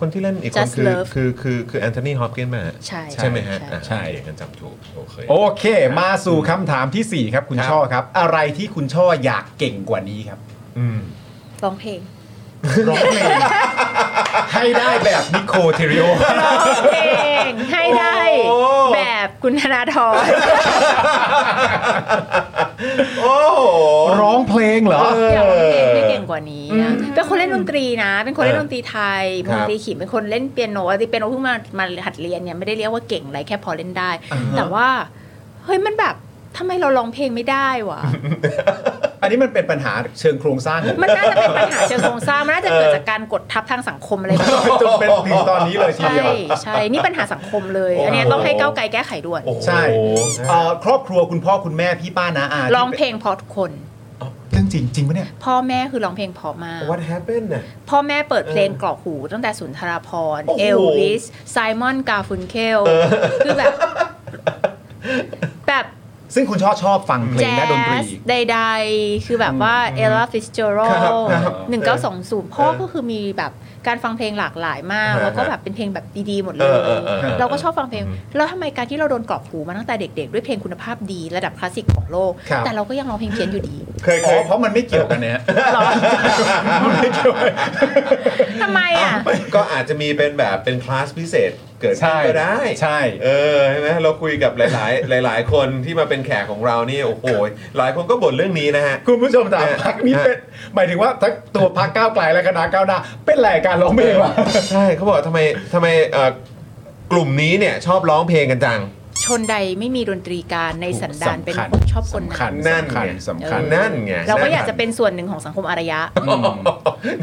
S1: คนที่เล่นอีกคน
S6: Just
S1: คือ
S6: Love
S1: คือคือคือแอนโทนีฮอปกินส์มาฮะ
S6: ใช่
S1: ใช่ไหมฮะ
S6: ใช่
S1: อ่ะ
S3: ใช่
S1: โอเคงั้นจำถูกโอเค
S3: โอเค มาสู่คำถามทีสี่ 4 ครับคุณ
S1: ครับ
S3: ช่อครับ อะไรที่คุณช่ออยากเก่งกว่านี้ครับ
S1: อืม
S6: ร้องเพลง
S3: ร้องเพลงให้ได้แบบนิโคเทริโอ
S6: ร้องเพลงให้ได้แบบคุณธนาธร
S1: โอ้โห
S3: ร้องเพลงเหรอ
S1: เออ
S6: อ
S1: อ
S6: ยากร้องเพลงได้เก่งกว่านี้นะเป็นคนเล่นดนตรีนะ เป็นคนเล่นดนตรีไทย
S1: ครับ
S6: ดนตรีขีดเป็นคนเล่นเปียโนที่เปียโนเพิ่งมามาหัดเรียนเนี่ยไม่ได้เรียกว่าเก่งอะไรแค่พอเล่นได้
S3: อ่าฮะ
S6: แต่ว่าเฮ้ยมันแบบทำไมเราร้องเพลงไม่ได้วะ
S3: อันนี้มันเป็นปัญหาเชิงโครงสร้างของ
S6: มันน่าจะเป็นปัญหาเชิงโครงสร้าง มันน่าจะเกิดจากการกดทับทางสังคมอะไรแบบ นี้
S3: จนเป็นถึงตอนนี้เลยที
S6: ใช่
S3: เดียว
S6: ใช่ นี่ปัญหาสังคมเลย อันเนี้ยต้องให้ก้าวไกลแก้ไขด่วน
S1: โอ้โห
S3: ใช่เอ่อครอบครัวคุณพ่อคุณแม่พี่ป้านาอา
S6: ร้องเพลงเพอทุกคน
S3: เรื่องจริงจริงปะเนี่ย
S6: พ่อแม่คือร้องเพลงเพอมาก
S1: what happened น่ะ
S6: พ่อแม่เปิดเพลงกรอกหูตั้งแต่สุนทรภรณ์
S1: โอ้โห
S6: เอลวิส ไซมอนกาฟุนเคล คือแบบ แบบ
S3: ซึ่งคุณชอบชอบฟังเพลง
S6: แจ๊
S3: และดนตรี
S6: สใดๆ คือแบบว่าเอลล่าฟิสเจอรล
S1: ครับ
S6: หนึ่งเก้าสองศูนย์พ่อก็คือมีแบบการฟังเพลงหลากหลายมาก
S1: ฮะ
S6: แล้วก็แบบเป็นเพลงแบบดีๆหมดเลย
S1: เออเออเออเออ
S6: เราก็ชอบฟังเพลง แล้วทำไมการที่เราโดนกรอบหูมาตั้งแต่เด็กๆ ด้วยเพลงคุณภาพดีระดับคลาสสิกของโลก
S3: ครับ
S6: แต่เราก็ยังร้องเพลงเพี้ยนอยู่ดี
S1: เคยเค
S3: อ๋
S1: ย
S3: อเพราะมันไม่เกี่ยวกันเนี่ย มันไม่เกี่ยวกัน
S6: ทำไมอ่ะ
S1: ก็อาจจะมีเป็นแบบเป็นคลาสพิเศษเกิดขึ้นก็ได้
S3: ใช่
S1: เออใช่ไหมเราคุยกับหลาย ๆ หลาย ๆ คนที่มาเป็นแขกของเรานี่โอ้โหหลายคนก็บ่นเรื่องนี้นะฮะ
S3: คุณผู้ชมถามพักนี้เป็นหมายถึงว่าทั้งตัวพักก้าวไกลและคณะก้าวหน้าเป็นรายการร้องเพลงวะ
S1: ใช่เขาบอกว่าทำไมทำไมเอ่อกลุ่มนี้เนี่ยชอบร้องเพลงกันจัง
S6: ช ชนใดไม่มีดนตรีการในสันดานเป็น
S3: สำคัญ
S6: คนชอบคน
S3: สำคั
S6: นั้
S3: ญ
S6: น
S1: นั่นไง
S3: สำคัญ
S6: เออ
S1: นั่นไง
S6: เราก็อยา
S1: นั่
S6: ก
S1: นไง
S6: จะเป็นส่วนหนึ่งของสังคมอารยะ
S1: โอ้โห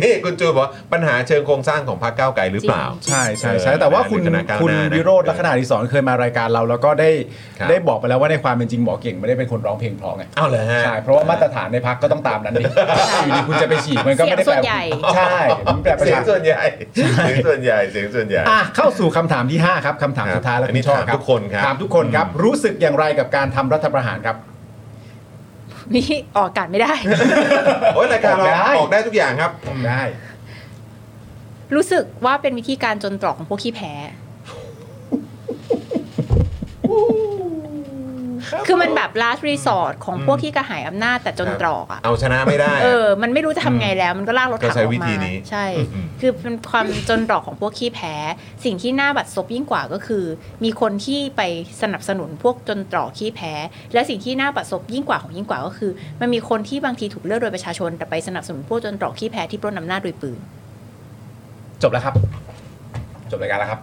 S1: นี่คุณจูนบอกว่าปัญหาเชิงโครงสร้างของพรรคก้าวไกลหรือเปล่า
S3: ใช่ใช่ใช่แต่ว่าคุณ
S1: เออในคณะก้าวหน้า
S3: คุณวิโรธ
S1: นะ
S3: ลักษณะดิสอนเคยมารายการเรา แล้วก็ได้
S1: ครับ
S3: ได้บอกไปแล้วว่าในความเป็นจริงหมอเก่งไม่ได้เป็นคนร้องเพลงเพราะไง
S1: เอาเลยฮะ
S3: ใช่เพราะว่ามาตรฐานในพักก็ต้องตามนั้นดิอยู่ดีคุณจะไปฉีกมันก็ไม่ได้
S6: เสียง
S3: แปล
S6: ส่วนใหญ่
S3: ใช่มันแปลประ
S1: เสีย
S3: ชาง
S1: ส่วนใหญ่ เสียงส่วนใหญ่เสียงส่วนใหญ่
S3: อ่ะเข้าสู่คำถามที่ 5 ครับคำถาม
S1: ครับ
S3: สุดท้ายแล้ว
S1: อันนี้
S3: คุณชอบ
S1: ถาม
S3: ครับ
S1: ทุกคนครับ
S3: ถามทุกคนครับ รู้สึกอย่างไรกับการทำรัฐประหารครับ
S6: นี่ออกอากาศไม่ได้
S1: โอ้ยรายการเรา
S3: ออกได้
S1: ออกได้ทุกอย่างครับ
S3: ได้
S6: รู้สึกว่าเป็นวิธีการจนตรอกของพวกขี้แพ้ คือมันแบบลาสรีสอร์ทของพวกที่กระหายอำนาจแต่จนตรอกอ่ะ
S1: เอาชนะไม่ได้
S6: เออ มันไม่รู้จะทำไงแล้ว มันก็ลากรถถังอ
S1: ก็ใช้
S6: อก
S1: วิธี
S6: มา
S1: นี้
S6: ใช่
S1: อืม
S6: คือเป็นความจนตรอกของพวกขี้แพ้ สิ่งที่น่าบัดซบยิ่งกว่าก็คือ มีคนที่ไปสนับสนุนพวกจนตรอกขี้แพ้ และสิ่งที่น่าบัดซบยิ่งกว่าของยิ่งกว่าก็คือ มันมีคนที่บางทีถูกเลือกโดยประชาชน แต่ไปสนับสนุนพวกจนตรอกขี้แพ้ที่ปล้นอำนาจโดยปืน
S3: จบแล้วครับ จบรายการแล้วครับ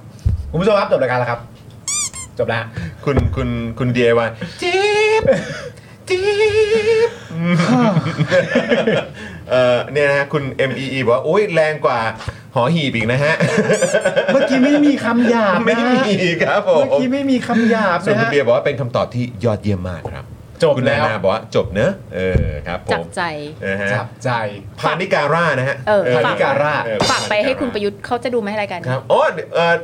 S3: คุณผู้ชมครับจบรายการแล้วครับ จบแล้วฮะ
S1: คุณคุณคุณเดียวจิ๊บจิ๊บ เออเนี่ยนะฮะคุณ MEE บอกว่าอุ้ยแรงกว่าหอหีบอีกนะฮะ
S3: เมื่อกี้ไม่มีคำหยาบนะ
S1: ไม่มีครับผม
S3: เมื่อกี้ไม่มีคำหยาบ
S1: ส่วน
S3: นะ
S1: คุณ
S3: ฮะ
S1: เบียร์บอกว่าเป็นคำตอบที่ยอดเยี่ยมมากครับ
S3: จบ
S1: คุณ
S3: แล้
S1: นาว นาบอกว่าจบเนอะเออครับผ
S6: จับ
S1: ม
S6: ใจ
S1: นะฮะ
S3: จับใจ
S1: พานิการ่านะฮะ
S6: เออ
S3: พานิการ่า
S1: เออ
S6: ฝากไปให้คุณประยุทธ์เขาจะดูไหมรายการ
S1: ค
S6: นี้
S1: รับโอ้เออ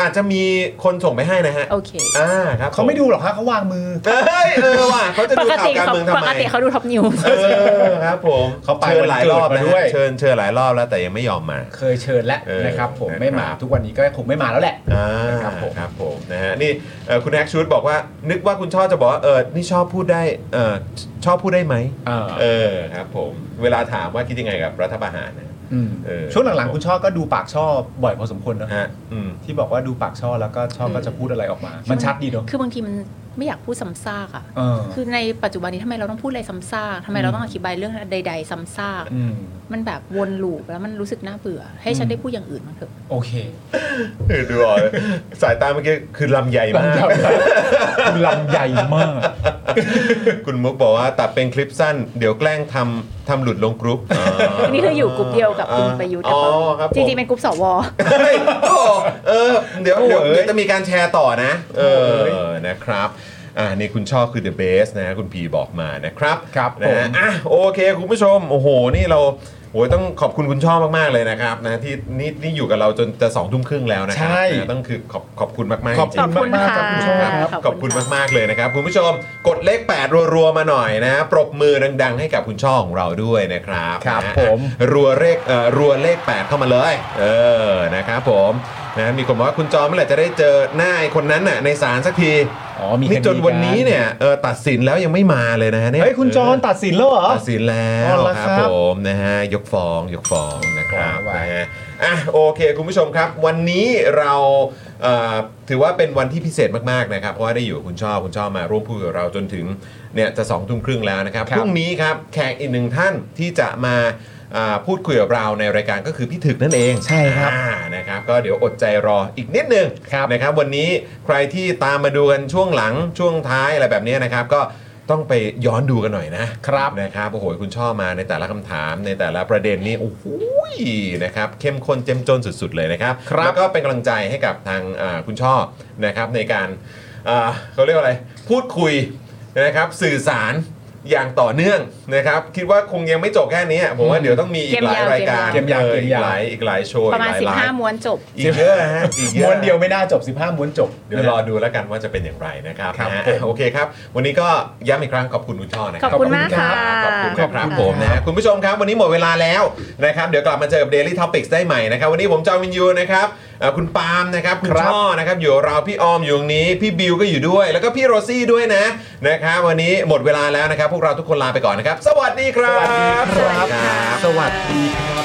S1: อาจจะมีคนส่งไปให้นะฮะ
S6: โอเค
S1: อ่าครับ
S3: เขาไม่ดูหรอกฮะเขาวางมือ
S1: เอ้ยเออว่ะเขาจะ
S6: ป
S1: ดู
S6: ก
S1: ข่าว
S6: ติ
S1: การ
S6: เขา
S1: เมืองทำ
S6: ปก
S1: ไม
S6: ติเขาดูท็อปนิว
S1: เออครับผม
S3: เขาไป
S1: เชิญหลายรอบนะ
S3: วันเกิดมาด้
S1: ฮะ
S3: วย
S1: เชิญเชิญหลายรอบแล้วแต่ยังไม่ยอมมา
S3: เคยเชิญแล้ว
S1: เออ
S3: นะครับ ผม
S1: นะครับ
S3: ไม่มาทุกวันนี้ก็คงไม่มาแล้วแหละ
S1: อ่า
S3: ครับผม
S1: ครับผมนะฮะนี่เอ่อคุณแอคชูดบอกว่านึกว่าคุณชอบจะบอกว่าเออนี่ชอบพูดได้เออชอบพูดได้ไหม
S3: เออ
S1: เออครับผมเวลาถามว่าคิดยังไงกับรัฐประหารนะ
S3: ม
S1: เออ
S3: ช่วงหลังๆคุณชอบก็ดูปากช่อบ่อยพอสมควรเนอะ
S1: ฮะอืม
S3: ที่บอกว่าดูปากช่อแล้วก็ชอบก็จะพูดอะไรออกมา มันชัดดีเนอะ
S6: คือบางทีมันไม่อยากพูดซ้ำซากอ่ะ
S3: เออ
S6: คือในปัจจุบันนี้ทำไมเราต้องพูดอะไรซ้ำซากทำไม
S3: อืม
S6: เราต้องอธิบายเรื่องใด ๆซ้ำซาก
S3: ม
S6: มันแบบวนลูปแล้วมันรู้สึกน่าเบื่อ ให้ฉันได้พูดอย่างอื่นบ้างเถอะ
S3: โอเค
S1: คือดูออกเลย สายตาเมื่อกี้คือลำใหญ่มาก
S3: คุณลำใหญ่มาก
S1: คุณมุกบอกว่าตัดเป็นคลิปสั้น เดี๋ยวแกล้งทำทำหลุดลงกรุ๊ป
S6: อันนี้คืออยู่กลุ่มเดียวกับคุณประยุทธ์
S1: อ๋อค
S6: กับเขา
S1: รับ
S6: จริงๆเป็นกลุ่มสว
S1: เฮ้ยโอ้เออเดี๋ยว
S3: โอ้
S1: เดี๋ยว
S3: เอ้ย
S1: เดี๋ยวจะมีการแชร์ต่อนะ เอ
S3: โอ้
S1: อ
S3: เอ้ย
S1: นะครับอ่านี่คุณชอบคือ the best นะคุณพีบอกมานะครับ
S3: ครับ
S1: นะ
S3: ผ
S1: ฮะ
S3: ม
S1: อ่ะโอเคคุณผู้ชมโอ้โหนี่เราโอ้ยต้องขอบคุณคุณชอบมากๆเลยนะครับนะที่นี่นี่อยู่กับเราจนจะสองทุ่มครึ่งแล้วนะครั
S3: ใช่
S1: นะต้องคือขอบขอบคุณมากๆ
S3: ขอบ
S1: จริงๆ
S3: คุณมากมากๆครับคุณชอบครับ
S1: ขอบคุณมาก ๆ เลยนะครับ คุณผู้ชมกดเลข 8 รัว ๆ มาหน่อยนะ ปรบมือดัง ๆ ให้กับคุณช่อของเราด้วยนะครับ
S3: ครับ
S1: นะฮะ
S3: ผม
S1: รัวเลขเอ่อรัวเลข 8 เข้ามาเลย เออนะครับผมนะมีคนบอกว่าคุณจอมเมื่อไหร่จะได้เจอหน้าไอ้คนนั้นน่ะในศาลสักที
S3: อ๋อมีคดี
S1: นี่จนวันนี้
S3: กั
S1: เนี่ยเออตัดสินแล้วยังไม่มาเลยนะฮะเนี่ย
S3: เฮ้ยคุณจอห์นตัดสินแล้วเหรอ
S1: ตัดสินแล้ว
S3: อ๋อเหรอ
S1: ค
S3: ครั
S1: รับบผมนะฮะยกฟ้องยกฟ้องนะครับ
S3: ไว้
S1: นะฮะอ่ะโอเค คุณผู้ชมครับ วันนี้เราเอ่อถือว่าเป็นวันที่พิเศษมากๆนะครับ เพราะว่าได้อยู่กับคุณชอบคุณชอบมาร่วมพูดกับเราจนถึงเนี่ยจะสองทุ่มครึ่งแล้วนะครับ
S3: ครั
S1: พ
S3: บ
S1: รุ่งนี้ครับแขกอีกหนึ่งท่านที่จะมาอ่าพูดคุยกับเราในรายการก็คือพี่ถึกนั่นเอง
S3: ใช่ครับ
S1: อ่านะครับ ก็เดี๋ยวอดใจรออีกนิดนึง
S3: ครับ
S1: นะครับ วันนี้ใครที่ตามมาดูกันช่วงหลังช่วงท้ายอะไรแบบนี้นะครับ ก็ต้องไปย้อนดูกันหน่อยนะครับ นะครับโอ้โหคุณชอบมาในแต่ละคำถามในแต่ละประเด็นนี่โอ้โห นะครับเข้มข้นเจ้มจนสุด ๆ เลยนะครับ
S3: ครับ
S1: แล้วก็เป็นกำลังใจให้กับทางอ่าคุณช่อนะครับในการอ่าเขาเรียกว่าอะไร พูดคุยนะครับสื่อสารอย่างต่อเนื่องนะครับ คิดว่าคงยังไม่จบแค่นี้อะผมว่าเดี๋ยวต้องมีอีกหลายรายการ
S3: เกมยาว
S1: ออ
S3: เกม
S1: อีก
S3: ยาว
S1: หลายอีกหลายโชว์
S6: ประมาณ
S1: อีกหลยไลฟ์
S6: 15 ม้วนจบ
S1: อีกเยอะฮะอีกเยอะ
S3: ม้วนเดียวไม่น่าจบ 15ม้วนจบ
S1: เดี๋ยวรอดูแล้วกันว่าจะเป็นอย่างไรนะครับ
S3: ครับ
S1: นะฮะ
S3: ผม
S1: โอเคครับ วันนี้ก็ย้ำอีกครั้งขอบคุณคุณช่อนะครั
S6: ขอบคุณมากค่ะ
S1: ขอบคุณครับขอบคุณนะครับ
S3: ขอบคุณครับ
S1: ผมนะฮะคุณผู้ชมครับ วันนี้หมดเวลาแล้วนะครับเดี๋ยวกลับมาเจอกับ Daily Topics ได้ใหม่นะครับ วันนี้ผมจอห์นวินยูนะครับเอ่อคุณปาล์มนะครับคุณ
S3: ครับ
S1: ช่อนะครับอยู่กับเราพี่ออมอยู่ตรงนี้ พี่บิวก็อยู่ด้วย แล้วก็พี่โรซี่ด้วยนะนะครับวันนี้หมดเวลาแล้วนะครับพวกเราทุกคนลาไปก่อนนะครับ สวัสดีครับ
S3: สวัสดีครับ